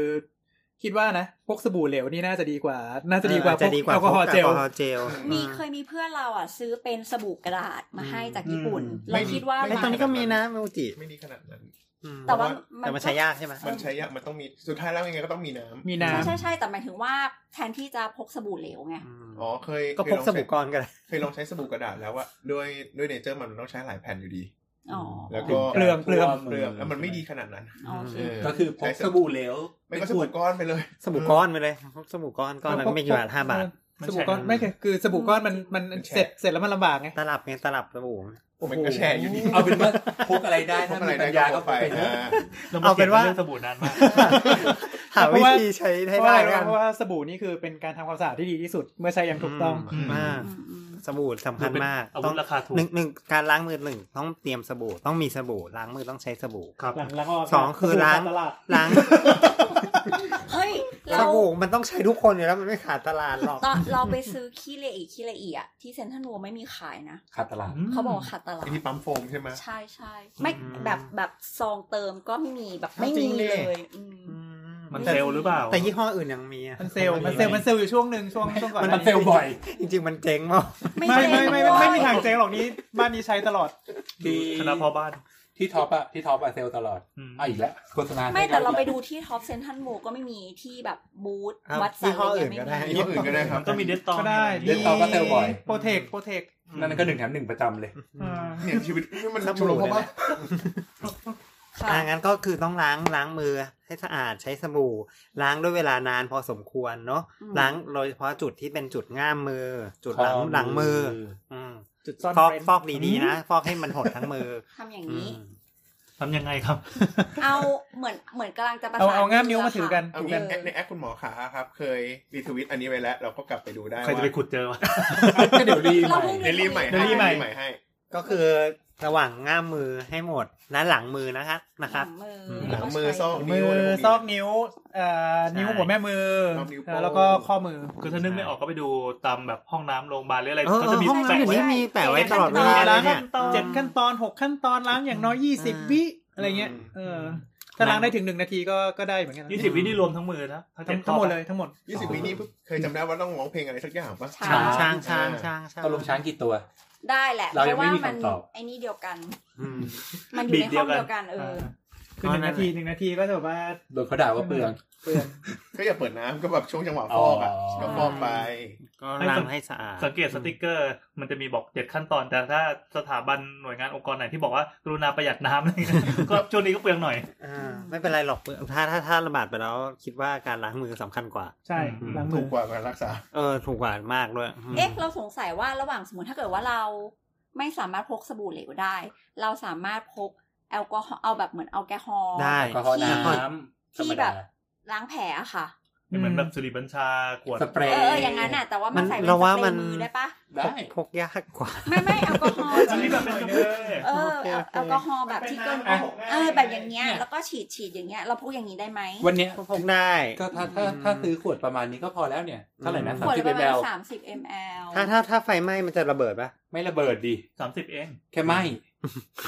คิดว่านะพวกสบู่เหลวนี่น่าจะดีกว่า น่าจะดีกว่า เออ พ จะ วก ดีกว่า แอลกอฮอล์เจล พวกแอลกอฮอล์เจล มีเคยมีเพื่อนเราอ่ะ ซื้อเป็นสบู่กระดาษมาให้จากญี่ปุ่น เราคิดว่า ไอ้ยตอนนี้ก็มีนะเมจิ ไม่ดีขนาดนั้น อืม แต่ว่า แต่มันใช้ยากใช่ไหม มันใช้ยากมันต้องมีสุดท้ายแล้วยังไงก็ต้องมีน้ำ มี ใช่ น้ำ ใช่ใช่แต่หมายถึงว่าแทนที่จะพกสบู่เหลวไง อืม อ๋อเคย ก็พกสบู่ก้อนก็ได้ เคยลองใช้สบู่กระดาษแล้วอะด้วยด้วยเนเจอร์มันมันต้องใช้หลายแผ่นอยู่ดี อ๋อ แล้วก็ เปลืองเปลือง เปลืองแล้วมันไม่ดีขนาดนั้น อ๋อโอเค เออ ก็คือพกสบู่เหลว ไม่ก็สบู่ก้อนไปเลย สบู่ก้อนไปเลยพกสบู่ก้อนก้อนแล้วก็ไม่กี่บาทห้าบาท มัน สบู่ ใช้ ก้อนไม่คือคือสบู่ก้อนมันมันเสร็จเสร็จแล้วมันลำบากไง ตลับไงตลับสบู่ มันก็แช่อยู่ดี เอาเป็นว่าพกอะไรได้ พ ถ้าก อะไร มี ได้ ปัญ ก็ ญา พ ก็ ก ไป ไป นะ นะ เรา เอาเป็นว่า เรื่องสบู่นานมาก หาวิธีใช้ เพ ให้ได้ราะว่า แล้วกัน เพราะว่าสบู่นี่คือเป็นการทำความสะอาดที่ดีที่สุด เมื่อใช้อย่างถูกต้อง อืม มาก อืมอืม สบู่สำคัญมาก เอา ต้ วุ อง ธราคาถูก หนึ่งหนึ่งการล้างมือหนึ่งต้องเตรียมสบู่ต้องมีสบู่ล้างมือต้องใช้สบู่ ครับ หลังล้างออก สองคือล้าง ตลาด ล้าง เฮ้ย ส เรา บู่มันต้องใช้ทุกคนอยู่แล้วมันไม่ขาดตลาดหรอก ตอนเราไปซื้อขี้เลอีขี้เลอีอะที่เซ็นทรัลเวลด์ไม่มีขายนะ ขาดตลาด เขาบอกว่าขาดตลาด ที่ปั๊มโฟมใช่ไหม ใช่ใช่ไม่แบบแบบซองเติมก็ไม่มีแบบไม่ จริ มี งดิ เลยอืม อืม มันเซลลหรือเปล่า แต่ยี่ห้ออื่นยังมีอะ มันเซลล์มันเซลล์มันเซลล์อยู่ช่วงหนึ่งช่วงช่วงก่อน มันเซลลบ่อย จริง ๆ มันเจ๊งมาก ไม่ ใช่ ไม่ไม่ไม่ ด้ ไม่ วย มีทางเจ๊งหรอกนี่บ้านนี้ใช้ตลอด ที่ คณะพ่อบ้าน ที่ท็อปอะที่ท็อปอะเซลลตลอด อืม อ่ะอีกแล้วโฆษณา ไม่แต่เราไปดูที่ท็อปเซ็นทรัลโมก็ไม่มีที่แบบบูธ เอา วัดสั ยี่ น ห้อ อะไร อื่เนงี้ย ก็ ไม่มีได้ยี่ห้ออื่นก็ได้ครับ มันก็มีเดสตอง ก็ได้ เดนตอก็เซลลบ่อย โปรเทคโปรเทค นั่นก็หนึ่งแถมหนึ่งประจำเลย เนี่ยชีวิตนี่มันชุลมุนมาก ค่ะ อ่างั้นก็คือต้องล้างล้างมือให้สะอาดใช้สบู่ ล้างด้วยเวลานานพอสมควรเนาะ อืม ล้างโดยเฉพาะจุดที่เป็นจุดง่ามมือ จุดหลังหลังมือ อืม จุดซ่อน ฟอก เร้น ฟอกดีๆนะฟอกให้มันหดทั้งมือ ทำอย่างนี้ อืม ทำยังไงครับ เอาเหมือนเหมือนกำลังจะประสา เอา น เอาง่ามนิ้วมา ะ ถือ ค่ะ กัน เอางี้ในแอคคุณหมอขาครับ เคยรีทวิตอันนี้ไว้แล้ว เราก็กลับไปดูได้ ใครจะไปขุดเจอวะ ก็เดี๋ยวรีให เรา ม่ เพิ่ง เดลี่ใหม่ให้ใหม่ให้ ก็คือระหว่างง่ามมือให้หมดและหลังมือนะคะนะครับ หลังมือ ม หลังมือซอก มื นิ้ว อ อะไรพวกนี้ ซอกนิ้วเอ่อนิ้วหัวแม่มือ รอบนิ้วโป้ง แล้วก็ข้อมือ คือถ้านึกไม่ออกก็ไปดูตามแบบห้องน้ำโรงพยาบาลหรืออะไร เออ ก็จะมี เออห้องน้ำ แปะ อยู่ไว้นี่มีแปะไว้ตลอดเวลาเล ล้าย ง เนี่ยขั้นตอนเจ็ดขั้นตอนหกขั้นตอนล้างอย่างน้อยยี่สิบ อ่า วิอะไรเงี้ยเออถ้าล้างได้ถึงหนึ่งนาทีก็ก็ได้เหมือนกันนะ ยี่สิบวินี่รวมทั้งมือนะถ้า ทั้ เจ็ ง ด ทั้งหมดเลย ข้อปะ ทั้งหมด ยี่สิบวินี้เคยจำได้ว่าต้องร้องเพลงอะไรสักอย่างปะ ช้า ช้างช้างช้างช้างช้าง ตกลงช้างกี่ตัว ได้แหละ เรายัง พะว่ ไม่มีคำตอบ ไอ้นี่เดียวกัน อืม มันอยู่ในห้องเดียวกันเออ คือหนึ่งนาทีหนึ่งนาทีก็จะแบบว่า โดนเขาด่าว่าเปลือง เปลือง ก็อย่าเปิดน้ำก็แบบช่วงจังหวะฟอกอ่ะ อ๋อ ก็ฟอกไป ก็ล้างให้สะอาด สังเกตสติกเกอร์ มันจะมีบอกเจ็ดขั้นตอน แต่ถ้าสถาบันหน่วยงานองค์กรไหนที่บอกว่ากรุณาประหยัดน้ำอะไรเงี้ยก็ช่วงนี้ก็เปลืองหน่อย อ่าไม่เป็นไรหรอกเปลืองถ้าถ้าถ้าระบาดไปแล้วคิดว่าการล้างมือสำคัญกว่า ใช่ อืม ล้างมื ถู อก กว่าการรักษา เออถูกกว่ามากด้วยม เอ๊ะเราสงสัยว่าระหว่างสมมติถ้าเกิดว่าเราไม่สามารถพกสบู่เหลวได้ เราสามารถพกแอลกอฮอล์เอาแบบเหมือนแอลกอฮอล์ ได้ แอลกอฮอล์ที่น้ำธรรม ที่แบ ดา บล้างแผลอะค่ะ เหมือนแบบสุริบัญชาขวด สเปร เออย์เอออย่างนั้นอะแต่ว่ามันใส่เป็นส เรา เปร ว่ามัน ย์มือได้ปะ ได้ พกยากกว่า ไม่ไม่แอลกอฮอล์ อันนี้แบบเป็นกระเบื้อง เออ โอเค แอล โอเค แอลกอฮอล์แบบที่ก็เออแบบอย่างเงี้ย แล้วก็ฉีดฉีดอย่างเงี้ยเราพกอย่างนี้ได้ไหม วันเนี้ย พกได้ ก็ถ้าถ้าถ้าซื้อขวดประมาณนี้ก็พอแล้วเนี่ยเท่าไหร่นะ อืม ขวสามด สิ ละ บ ประ แบ มาณ ล สามสิบ ml ถ้าถ้าถ้าไฟไหม้มันจะระเบิดปะ ไม่ระเบิดดิ สามสิบเอง แค่ไหม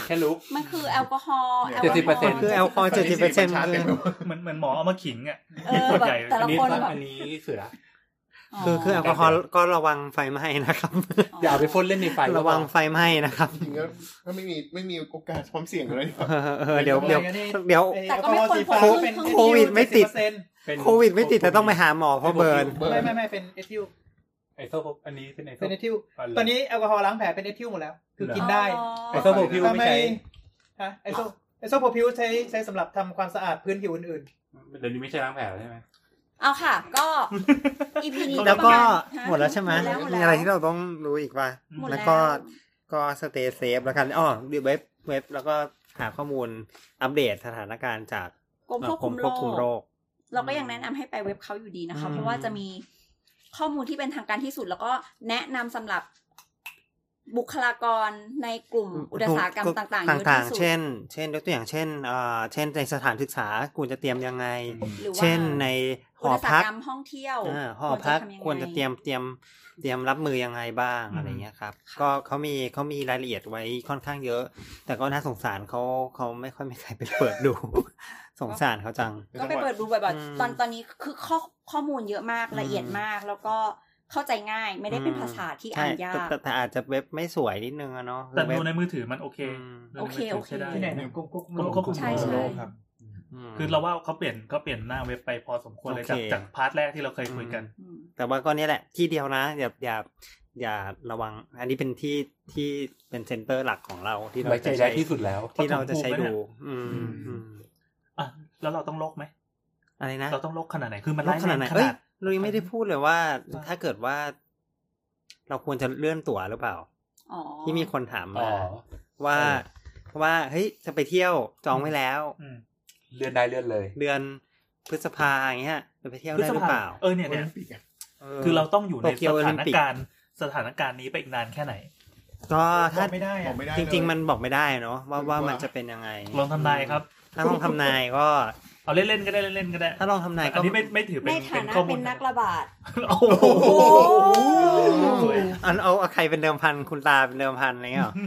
แค่ลุก มันคือแอลกอฮอล์ เนี่ย แอลกอฮอล์ 70% คือแอลกอฮอล์เจ็ดสิบเปอร์เซ็นต์ ชาเต็มไปหมด เหมือนเหมือนหมอเอามาขิงอ่ะ เออในขวด แบบ ใหญ่ แต่ละ นี้ คน สัก แบบ อันนี้เสือ คือคือแอลกอฮอล์ก็ระวังไฟไหม้นะครับ อย่าเอาไปพ่นเล่นในไฟ ระวังไฟไหม้นะครับ จริงๆก็ก็ไม่มีไม่มีโอกาสความเสี่ยงเลย เออเออเดี๋ยวเดี๋ยวเดี๋ยว แต่ก็ไม่ควรพก โควิด ขึ้นข้าง โควิดไม่ติด เป็น โควิดไม่ติดแต่ต้องไปหาหมอเพราะเบิร์น ไม่ไม่ไม่เป็นเอทิล ไอโซโพอันนี้เป็นไอโซ เป็นเอทิล ะไร ตอนนี้แอลกอฮอล์ล้างแผลเป็นเอทิลหมดแล้ว คือกิน อ๋อ ได้ ไอโซโพพิวไม่ใช้ ฮะไอโซไอโซโพรพิวใช้ใช้สำหรับทำความสะอาดพื้นผิวอื่นๆ เดี๋ยวนี้ไม่ใช่ล้างแผลแล้วใช่ไหม เอาค่ะ ก็ EP นี้ แล้วก็ ประาณ หมดแล้วใช่ไหม ดแล้วด มี แล้ว อะไรที่เราต้องรู้อีกป่ะ หมด แล้ แล้ว ว ก็ ก็สเต y s เซฟแล้วกันอ๋อดูเว็บเว็บแล้วก็หาข้อมูลอัปเดตสถานการณ์จาก กรมควบคุม ควบคุม โร โร ค ค เราก็ยังแนะนำให้ไปเว็บเขาอยู่ดีนะคะ อืม เพราะว่าจะมีข้อมูลที่เป็นทางการที่สุด แล้วก็แนะนำสำหรับบุคลากรในกลุ่มอุตสาหกรรมต่างๆเยอะ ต่า ที่ ง สุ ๆ ด เช่น เช่นยกตัวอย่างเช่นเอ่อเช่นในสถานศึกษาคุณจะเตรียมยังไง หรือว่า เช่นในห อุ อ ตสาห พัก กรรมท่องเที่ยว อ่าหอพักค คว ว ร รจะจะเตรียมเตรียมเตรียมรับมือยังไงบ้าง อืม อะไรเงี้ยครับ ก็เขามีเขามีรายละเอียดไว้ค่อนข้างเยอะ แต่ก็น่าสงสารเขาเขาไม่ค่อยมีใครไปเปิดดู สงสารเขาจัง ก็ไปเปิดดูบ่อย อืม ๆตอนตอนนี้คือข้อข้อมูลเยอะมากละเอียดมาก แล้วก็ เข้าใจง่าย ไม่ได้เป็นภาษาที่อ่านยากใช่แต่แต่อาจจะเว็บไม่สวยนิดนึงอะเนาะคือ แต่ เว็บ ดูในมือถือมันโอเค อืม ดูในมืถื โอเค ใช้ได้ โอเค ที่ไหนนะกุ๊กกุ๊ก กุ๊กกุ๊ก ใช่ใช่ โลกครับ อืม คือเราว่าเขาเปลี่ยนเขาเปลี่ยนหน้าเว็บไปพอสมควรเลยจาก โอเค จากพาร์ทแรกที่เราเคยคุยกัน อืม แต่ว่าก็เนี่ยแหละที่เดียวนะอย่าอย่าอย่าระวัง อันนี้เป็นที่ที่เป็นเซ็นเตอร์หลักของเราที่เรา ไว้ใจ จะ ได้ ใช้ ที่สุดแล้ว ที่เราจะใช้ดู อืม อืม อืม อ่ะแล้วเราต้องลกไหม อะไรนะ เราต้องลกขนาดไหนคือมัน ลบขนาดไหน ร้ยแรงข เอ้ย นาด เรายังไม่ได้พูดเลยว่า ว่า ถ้าเกิดว่า เราควรจะเลื่อนตั๋วหรือเปล่า อ๋อ ที่มีคนถาม อ๋อ มาว่า เ ว่าเฮ้ยจะไปเที่ยวจองไว้แล้ว อืม เลื่อนได้เลื่อนเลย เดือนพฤษภาอย่างเงี้ยจะไปเที่ยวได้หรือเปล่า เออเนี่ยเนี่ย คือเราต้องอยู่ใน โตเกี ส ยวโอ ถา ลิม น ปิก การณ์สถานการณ์นี้ไปอีกนานแค่ไหน ก็ ถ้า ถ้า ไม่ได้ บอ อะ กไม่ได้ จริง เลย ๆ มันบอกไม่ได้เนาะว่าว่า ว่ามั มันจะเป็นยังไง ลองทำนายครับ ถ้าลองทำนายก็ เอาเล่นๆก็ได้เล่นๆก็ได้ ถ้าลองทำนายก็ อันนี้ไม่ไม่ถือ ใน เป็ฐานเป็น นะ ข้อมู เป็ ล นนักระบาด โอ้โห โอ้ สวย อันเอาเอาใครเป็นเดิมพันคุณตาเป็นเดิมพันอะไรเงี้ยเหรอ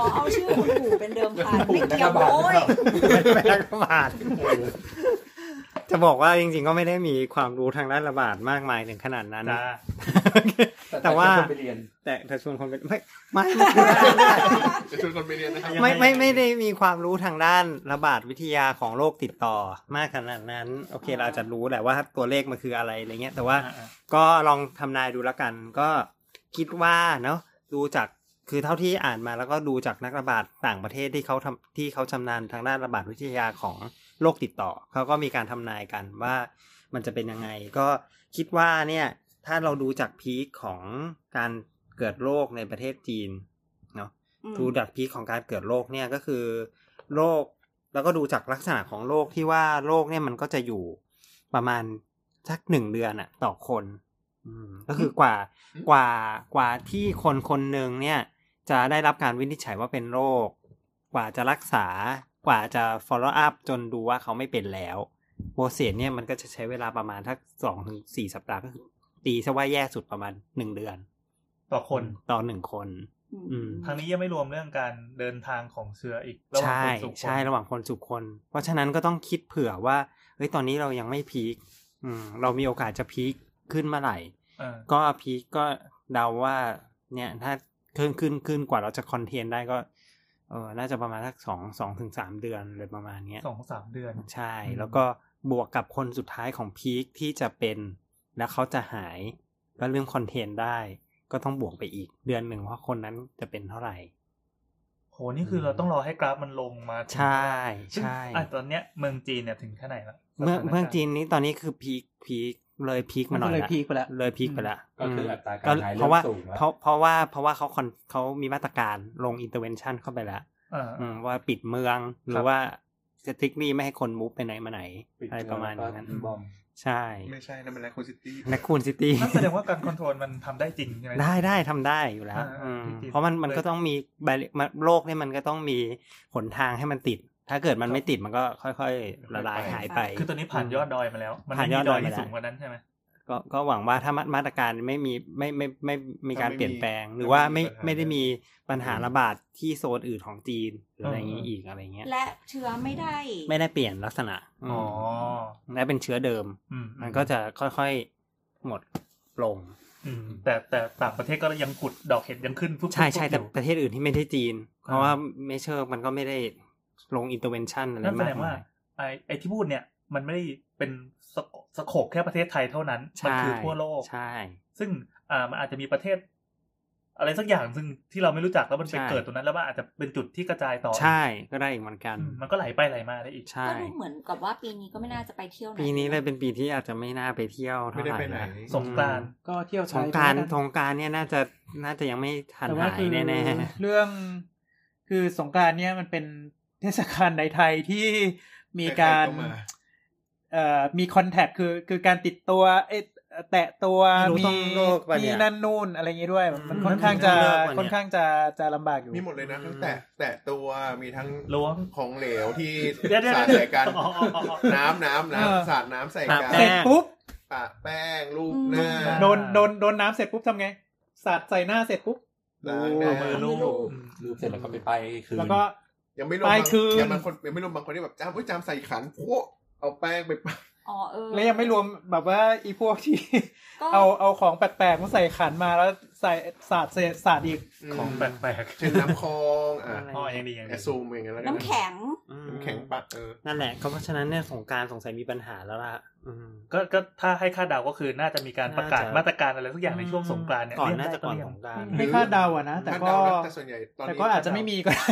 ขอเอาชื่อคุณปู่เป็นเดิมพันไม่เกี่ยว นักระบาด โอ้ย เป็นนักระบาด จะบอกว่าจริงๆก็ไม่ได้มีความรู้ทางด้านระบาดมากมายถึงขนาดนั้น จ้า แต่ว่า คนไปเรียน แต่แต่ชวนคนไปไม่ไม่ไม่ไม่ไม่ จะชวนคนไปเรียนนะครับ ไม่ไม่ไม่ได้มีความรู้ทางด้านระบาดวิทยาของโรคติดต่อมากขนาดนั้น โอเคเราจะรู้แหละว่าตัวเลขมันคืออะไรอะไรเงี้ย แต่ว่าก็ลองทำนายดูแล้วกัน ก็คิดว่าเนาะดูจากคือเท่าที่อ่านมาแล้วก็ดูจากนักระบาดต่างประเทศที่เขาทำที่เขาชำนาญทางด้านระบาดวิทยาของโรคติดต่อเขาก็มีการทำนายกันว่า มันจะเป็นยังไง ก็คิดว่าเนี่ยถ้าเราดูจากพีคของการเกิดโรคในประเทศจีนเนาะดูจากพีคของการเกิดโรคเนี่ยก็คือโรคแล้วก็ดูจากลักษณะของโรคที่ว่าโรคเนี่ยมันก็จะอยู่ประมาณสักหนึ่งเดือนอะต่อคน อืมก็คือกว่ากว่ากว่าที่คนคนหนึ่งเนี่ย จะได้รับการวินิจฉัยว่าเป็นโรค กว่าจะรักษากว่าจะ follow up จนดูว่าเขาไม่เป็นแล้ว โปรเซสเนี่ยมันก็จะใช้เวลาประมาณทักสองถึงสี่สัปดาห์ก็คือตีซะว่าแย่สุดประมาณหนึ่งเดือน ต่อคน ต่อหนึ่งคน อืม ทางนี้ยังไม่รวมเรื่องการเดินทางของเชื้ออีกระหว่าง ใช่ คนสู่คน ใช่ระหว่างคนสู่คน เพราะฉะนั้นก็ต้องคิดเผื่อว่าเฮ้ยตอนนี้เรายังไม่พีคอืมเรามีโอกาสจะพีคขึ้นเมื่อไหร่ เออ ก็พีคก็เดาว่า เนี่ยถ้าขึ้นขึ้นขึ้นกว่าเราจะคอนเทนได้ก็เออน่าจะประมาณสักสองสองถึงสามเดือนเลยประมาณเนี้ย สองสามเดือน ใช่ อืม แล้วก็บวกกับคนสุดท้ายของพีคที่จะเป็น แล้วเขาจะหายก็เรื่องคอนเทนต์ได้ ก็ต้องบวกไปอีกเดือนหนึ่งว่าคนนั้นจะเป็นเท่าไหร่ โหนี่คือเราต้องรอให้กราฟมันลงมา ใช่ ซึ่ง ใช่ อ่ะตอนเนี้ยเมืองจีนเนี่ยถึงแค่ไหนละ เมือสงถาารณ์ เมืองจีนนี้ตอนนี้คือพีคพีคเลยพีค มั มานหน่อก็ย เลย ละ พีคไปแล้ว เลยพีคไปละ ก็คืออัตราการหาย เพ เริ่ ราะ ม ว่า สูงแล้ว เพราะเพราะว่าเพราะว่าเขาคอนเขามีมาตรการลงอินเตอร์เวนชั่นเข้าไปแล้ว เออ อืมว่าปิดเมืองหรื ครั อบ ว่าสติ๊กนี่ไม่ให้คนมูฟไปไหนมาไหนอะไรประมาณนั้น บอม ใช่ ไม่ใช่นะมันแลคอนซิตี้ แมคคูนซิตี้ นั่นแสดงว่าการคอนโทรลมันทำได้จริงใช่ไหม ได้ได้ทำได้อยู่แล้ว อ่าอ่า อืม จริงๆ เพราะมันมัน เลย ก็ต้องมีแบริมันโรคเนี่ยมันก็ต้องมีหนทางให้มันติด ถ้าเกิดมันไม่ติดมันก็ค่อยๆ ละลาย ไป หายไป คือตอนนี้ผ่านยอดดอยมาแล้ว มันไม่ ผ่านย มี อด ด ด อ อย ย ที่ มาแล้ว สูงกว่านั้นใช่ไหม ก็ก็หวังว่าถ้ามามาตรการไม่มีไม่ไม่ไม่ไม่มีการ ถ้าไม่มี เปลี่ยนแปลง หรือว่าไม่ ปัญหา ไม่ได้มีปัญหาระบาดที่โซนอื่นของจีนหรืออะไรอย่างนี้ อ่า อีกอะไรเงี้ย และเชื้อไม่ได้ ไม่ได้เปลี่ยนลักษณะม อ๋อ และเป็นเชื้อเดิม อืมอื มันก็จะค่อยๆหมดลง อืมแต่แต่ต่างประเทศก็ยังขุดดอกเห็ดยังขึ้นปุ๊บ ใช่ใช่ ปุ๊ แต่ บอยู่ ประเทศอื่นที่ไม่ได้จีน เพราะ อ่า ว่าเมเชอร์มันก็ไม่ได้ลงอินเตอร์เวนชั่นอะไร นั่นแส มา ด ก งว่าม าย ไอ้ไอ้ที่พูดเนี่ยมันไม่ได้เป็นสโคสโคบแค่ประเทศไทยเท่านั้น มั ใช่ คือทั่วโลก ใช่ ซึ่งอ่ามันอาจจะมีประเทศ อะไรสักอย่างซึ่งที่เราไม่รู้จักแล้วมันไป ใช่ เกิดตรงนั้นแล้วมันอาจจะเป็นจุดที่กระจายต่อ ใช่ก็ได้อีกเหมือนกัน อืมมันก็ไหลไปไหลมาได้อีก ใช่ ก็ดูเหมือนกับว่าปีนี้ก็ไม่น่าจะไปเที่ยวไหน ปีนี้เลยเป็นปีที่อาจจะไม่น่าไปเที่ยวเท่า ไม่ได้ ไหร่ ไปไหน นะ สงกรานต์ ก็เที่ยว ส ใช้ งกราร ไปแล้วน สงกรารเนี่ยน่าจะน่าจะยังไม่ทัน แต่ว่า หาย คือ แน่ เรื่องคือสงกรารเนี่ยมันเป็นเทศกาลในไทยที่มีการ ใครๆก็มา เอ่อมีคอนแทคคือคือการติดตัวเอยแตะตัว ๆรู้ มี ต้องโลกปะ มี เนี่ย นั่นนู่นอะไรอย่างงี้ด้วย มันมัน อืม ค่อนข้างจะ มันเลิกปะเนี่ย ค่อนข้างจะจะลำบากอยู่ มีหมดเลยนะตั้งแต่แต่ตัวมีทั้ง ล้วง ของเหลวที่ เดี๋ยวเดี๋ยว สาดใส่กัน อ๋ออ๋ออ๋อ น้ำน้ำ เออ น้ำสาดน้ำใส่ ปะ กัน แป้ เสร็จ ง ปุ๊บ ปะแป้งลูกหน้า โดนโดนโดนน้ำเสร็จปุ๊บทำไงสาดใส่หน้าเสร็จปุ๊บ ล้างหน้า มือลูบ รูปเสร็จแล้วก็ไปไปคืน แล้วก็ ยังไม่รวม ไป บาง คืน ยังบางคนยังไม่รวมบางคนที่แบบจ้ามเฮ้ยจ้ามใส่ขันพวกเอาแป้งไปปะ อ๋อเออ แล้วยังไม่รวมแบบว่าอีพวก ที่ ก็ เอาเอาของแปลกๆมาใส่ขันมาแล้วใส่สาดเศษสาดอีก ของแปลก เช่นน้ำคลองอ่ะ ๆอ๋อยังดียัง แอ ดี สซูมอย่างเงี้ยแล้วกั น้ำแข็ง อืม น้ำแข็งปะเออ นั่นแหละก็เพราะฉะนั้นเนี่ยสงกรารสงสัยมีปัญหาแล้วล่ะอืม ก็ก็ถ้าให้คาดเดาก็คือน่าจะมีการประกาศ น่าจะ มาตรการอะไรสักอย่างในช่วงสงกรานต์เนี่ย ก่อน เรีย น่า ได้ จะก่อน เรีย สงกราร หรื ไม่ อ คาดเดาอะนะ แต่ คาด ก็ เดานะแต่ส่วนใหญ่ตอน แต่ นี้ ก็อาจจะไม่มีก็ได้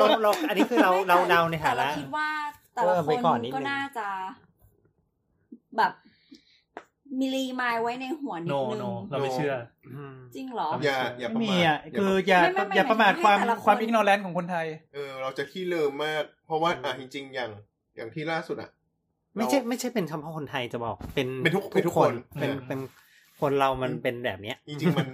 เรา เราอันนี้คือเราเราเดาในฐานะ แต่เคิดว่าแต่ละ เออ ค ไป น ก่อนนิดนึง ก็น่าจะ แบบ มิลลีไมล์ไว้ในหัวนิ โน ดนึง โนเราไม่เชื่อ อืม จริงเหรอ อย่าอย่าประ ไม่ มา มี ท อ่ะ ย่า คือ ประมาท อย่า ไม่ไม่ไม่ อย่าประมาท หมายถึง ความ ให้แต่ละคน ความอิกโนแลนซ์ของคนไทย เออ เราจะขี้เลิมมาก เพราะว่าอ่ะจริง ๆ อย่างอย่างที่ล่าสุดอ่ะ ไม่ใช่ เรา ไม่ใช่เป็นเฉพาะคนไทยจะบอกเป็น เป็นทุกเป็นทุกคน เป็น อืม เป็นคนเรามันเป็นแบบเนี้ย จริงๆมัน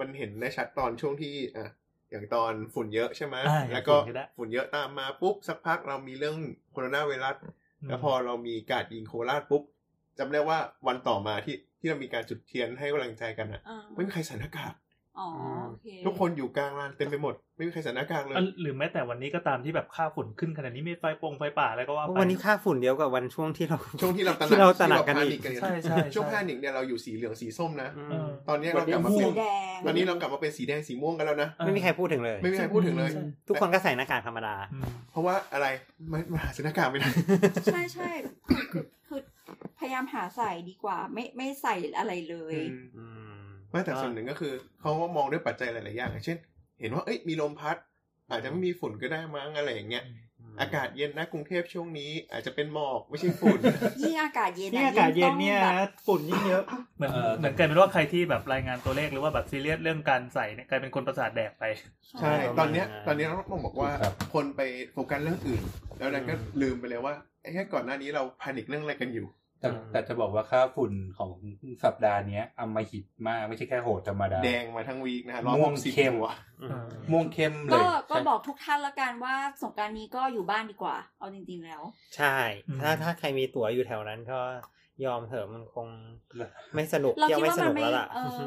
มันเห็นได้ชัดตอนช่วงที่อ่ะอย่างตอนฝุ่นเยอะใช่ไหม อ่าอย่าง แล้วก็ ฝุ่นเยอะได้ ฝุ่นเยอะตามมาปุ๊บ สักพักเรามีเรื่องโคโรนาไวรัส แล้วพอเรามีการยิงโคราชปุ๊บจำได้ว่าวันต่อมาที่ที่เรามีการจุดเทียนให้กำลังใจกันอ่ะ อ่า ไม่มีใครใส่หน้ากาก อ๋อโอเค ทุกคนอยู่กลางลานเต็มไปหมด ไม่มีใครใส่หน้ากากเลย อันหรือแม้แต่วันนี้ก็ตามที่แบบค่าฝุ่นขึ้นขนาดนี้ไม่ไฟปงไฟป่าอะไรก็ว่าไป วันนี้ค่าฝุ่นเดียวกับวันช่วงที่เรา ช่วงที่เราตระหนัก ที่เราตระหนัก ที่ กัน เา อีก panic ใช่ใช่ ช่วง ใ แพนิกเนี่ยเราอยู่สีเหลืองสีส้มนะ อืม เออ ตอนนี้เรากลับมา สี เป็น แดง ตอนนี้เรากลับมาเป็นสีแดงสีม่วงกันแล้วนะ ไม่มีใครพูดถึงเลย ไม่มีใครพูดถึงเลย ใช่ ทุกคนก็ใส่หน้ากากธรรมดา อืม เพราะว่าอะไรมันมันหาใส่หน้ากากไม่ได้ ใช่ใช่คือคือคือพยายามหาใส่ดีกว่า ไม่ไม่ใส่อะไรเลย อืม ไม่แต่ส่วนหนึ่งก็คือเขาก็มองด้วยปัจจัยหลาย ๆ อย่างอย่างเช่น เห็นว่าเอ้ยมีลมพัด อาจจะไม่มีฝุ่นก็ได้มั้งอะไรอย่างเงี้ย อากาศเย็นนะกรุงเทพช่วงนี้อาจจะเป็นหมอกไม่ใช่ฝุ่น ยิ่งอากาศเย็น นี่ อะ อากาศเย็นเนี่ย งต้องแบบ นะฝุ่นยิ่งเยอะ เหมือน เออ เหมือนกลายเป็นว่าใครที่แบบรายงานตัวเลขหรือว่าแบบซีเรียสเรื่องการใส่เนี่ยกลายเป็นคนประสาทแดกไป ใช่ ตอนเนี้ยตอนเนี้ยเราต้องบอกว่า ครับ คนไปโฟกัสเรื่องอื่น แล้วนั้นก็ลืมไปเลยว่าไอ้แค่ก่อนหน้านี้เราแพนิคเรื่องอะไรกันอยู่ แต่แต่จะบอกว่าค่าฝุ่นของสัปดาห์เนี้ยอำมหิตมากไม่ใช่แค่โหดธรรมดา แดงมาทั้งวีคนะฮะร้อ ม่วง หกสิบ เข้ม หัว ม่วงเข้มเลย ก็ก็บอกทุกท่านละกันว่าสงกรารนี้ก็อยู่บ้านดีกว่า เอาจริง ๆ แล้ว ใช่ ถ้าถ้าใครมีตั๋วอยู่แถวนั้นก็ยอมเถอะมันคง ไม่สนุก เราคิด เที่ยวไม่ ว่า ส มัน นุก ไม่ แล้วล่ะ เออ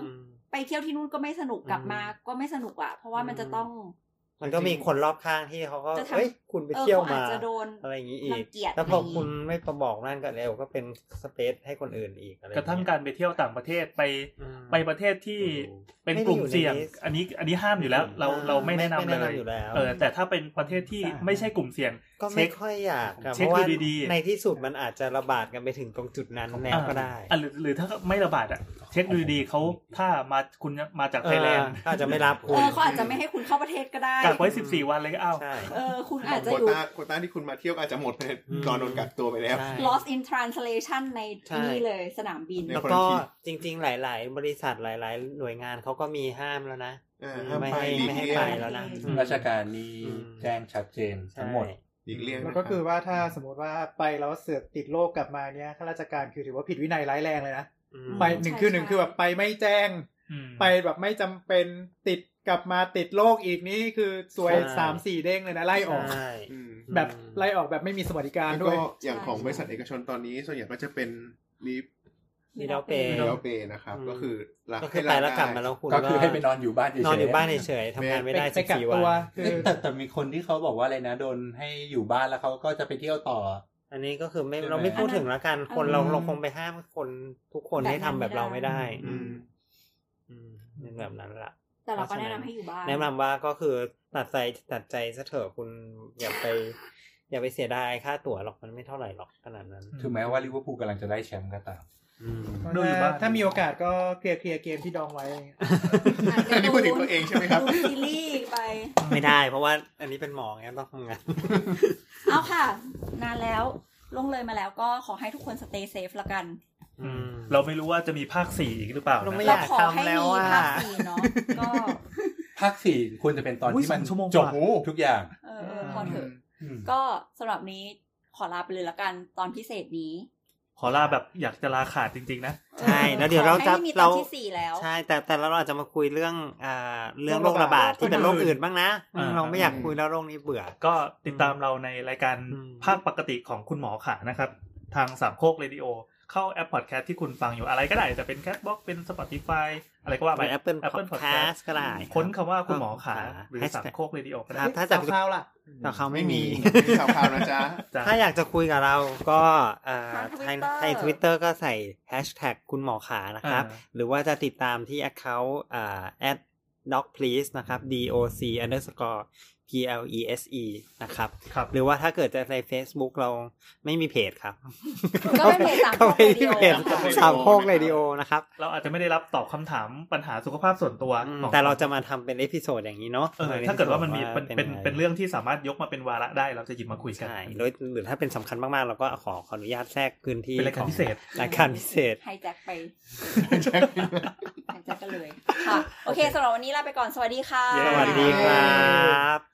ไปเที่ยวที่นู่นก็ไม่สนุกกลับมา อืม ก็ไม่สนุกอ่ะ เพราะว่ามันจะต้อง อื มันก็มีคนรอบข้างที่เขาก็ จะทำ เอ้ยคุณไป เออ เที่ยว เขาอา มา จจะโดน อะไรอย่างนี้อี รั ก งเกียจ แล้วพอ มี คุณไม่ประบอกนั่นก็เร็วก็เป็นสเปซให้คนอื่นอีกอะไรอก ระ ย่า ทั่ง เย การไปเที่ยวต่างประเทศไป อืม ไปประเทศที่ อืม เป็น ไม่ได้ กลุ่ม อยู่ใน เสี่ยง list อันนี้อันนี้ห้ามอยู่แล้ว เรา อ่า เราไม่แนะนำ ไม่แนะ เลยนำอยู่แล้ว เออแต่ถ้าเป็นประเทศที่ ใช่ ไม่ใช่กลุ่มเสี่ยง ก็ เช็ ไม่ ค ค่อยอยากอะ เช็ เพ ค ราะว่า ดูดีๆ ในที่สุดมันอาจจะระบาดกันไปถึงตรงจุดนั้นแล้วก็ได้ อ่ะหรือหรือถ้าไม่ระบาดอ่ะเช็คดูดีๆเขาถ้ามาคุณมาจากไทยแลนด์ เอออาจจะไม่รับคุ เอ ณ อเขาอาจจะไม่ให้คุณเข้าประเทศก็ได้ กักไว้ อืม 14 วันเลยก็อ้าว ใช่ เออ คุณ ข อา อ จ ง จะ โคว อยู่ ต้าโควต้าที่คุณมาเที่ยวอาจจะหมดไป อืม ตอนโดนกักตัวไปแล้ว ใช่ lost in translation ใน ใช่ นี่เลยสนามบิน ใน แล้วก็จริงๆ หลาย ๆ บริษัทหลาย ๆ หน่วยงานเขาก็มีห้ามแล้วนะ เออห้าม ไม่ ไป ให้ หลี ไม่ ก ให้ เลี่ย ไป ง แล้วนะ อืมราชการนี่แจ้งชัดเจนทั้งหมด หลีกเลี่ยง แล้ว นะ ก็คือ รับ ว่าถ้าสมมติว่าไปแล้วเสือกติดโรคกลับมาเนี่ยข้าราชการคือถือว่าผิดวินัยร้ายแรงเลยนะ อืม ไปหนึ่งคือหนึ่งคือแบบไปไม่แจ้ง อืม ไปแบบไม่จำเป็นติดกลับมาติดโรคอีกนี่คือสวยสามสี่เด้งเลยนะไล่ออก ใช่ อืม แบบไล่ออกแบบไม่มีสวัสดิการ แล้ว ด้ ก็ วย อย่างของ ใช่ บริษัทเอกชนตอนนี้ส่วนใหญ่ก็จะเป็นรีบ มีเราเปย์ เดลเปนะครับ อืม ก็คือรัก ก็คื ให้ อไป ราย แล้วกลับ ได้ มาแล้วคุณ ก็คือให้ไปนอนอยู่บ้านเฉยๆ นอนอยู่บ้านเฉยๆทำงานไม่ได้ ไป สิบ กัก สี่ ตั วัน ว เอ้ยแต่แต่มีคนที่เขาบอกว่าอะไรนะโดนให้อยู่บ้านแล้วเขาก็จะไปเที่ยวต่อ อันนี้ก็คือไม่ ใช่ไหม เราไม่พูดถึงละกัน คนเรา อืม เราคงไปห้ามคนทุกคนให้ทำแบบเราไม่ได้ อืม อืมเป็นแบบนั้นละ แต่เราก็แนะนำให้อยู่บ้าน แนะนำว่าก็คือตัดใจตัดใจซะเถอะคุณอย่าไป อย่าไปเสียดายค่าตั๋วหรอกมันไม่เท่าไหร่หรอกขนาดนั้น ถึงแม้ว่าลิเวอร์พูลกำลังจะได้แชมป์ก็ตาม ดูอยู่บ้าน ถ้ามีโอกาสก็เคลียร์เคลียร์เกมที่ดองไว้อะไรเงี้ย อันนี้พูดถึงตัวเองใช่ไหมครับ ดูซีรีส์ไป ไม่ได้ เพราะว่าอันนี้เป็นหมอไงต้องทำงาน เอาค่ะ นานแล้วลงเลยมาแล้วก็ขอให้ทุกคน stay safe ละกัน อืมเราไม่รู้ว่าจะมีภาคสี่อีกหรือเปล่า เราไม่เรานะยาก ขอให้ ทำแล้ว มี อะ ภาคสี่ เนาะก็ ภาคสี่ควรจะเป็นตอนที่มันจบทุกอย่าง เออเออพอเถอะ อืม ก็สำหรับนี้ขอลาไปเลยละกันตอนพิเศษนี้ ขอลาแบบอยากจะลาขาดจริงๆนะ ใช่แล้วเดี๋ยวเรา ขอ จะ ให้ไม่มีตอ เรา นที่สี่แล้ว ใช่ แต่แต่เราอาจจะมาคุยเรื่องอ่าเรื่องโรคระบาดที่เป็นโรคอื่นบ้างนะอืมเราไม่อยากคุยแล้วโรคนี้เบื่อ ก็ติดตามเราในรายการ อืม ภาคปกติของคุณหมอขานะครับ ทางสามโคกเรดิโอ เข้าแอปพอดแคสต์ที่คุณฟังอยู่อะไรก็ได้ จะเป็น Catbox เป็น Spotify อะไรก็ว่า ไป ไป แอปเปิลพอ Apple ดแคส Podcast ก็ได้รับ ค้นคำว่าคุณหมอขาหรือสาม Hashtag โคกเรดิโอก็ ค ได้ รับถ้า จ จะ ข่าวๆล่ะ แต่เขาไม่มี มีข่าวคราวนะจ๊ะ จ้ะ ถ้าอยากจะคุยกับเราก็เอ่อ ทา ทาง ง Twitter ทางทวิตเตอร์ก็ใส่แฮชแท็กคุณหมอขานะครับ หรือว่าจะติดตามที่ Account อ่า at doc please นะครับ doc underscore please นะครับ ครับ หรือว่าถ้าเกิดจะใน Facebook เราไม่มีเพจครับ ก็เป็นเพจสามโคก ก็ไม่มีเพจ เรดิโอ สามโคกเรดิโอนะครับ เราอาจจะไม่ได้รับตอบคำถามปัญหาสุขภาพส่วนตัว อืม ของ แต่เราจะมาทำเป็นเอพิโซดอย่างนี้เนาะ เออถ้าเกิดว่ามันมีเป็นเป็น ไ เป็นเรื่องที่สามารถยกมาเป็นวาระได้เราจะหยิบมาคุยกัน ใช่หรือหรือถ้าเป็นสำคัญมากๆ เราก็ขอขออนุญาตแทรกพื้นที่ เป็นรายการพิเศษ ของรายการพิเศษ ไฮแจ็คไปไฮแจ็คกันเลย ค่ะ โอเคสำหรับวันนี้ลาไปก่อน สวัสดีค่ะ เย้ สวัสดีครับ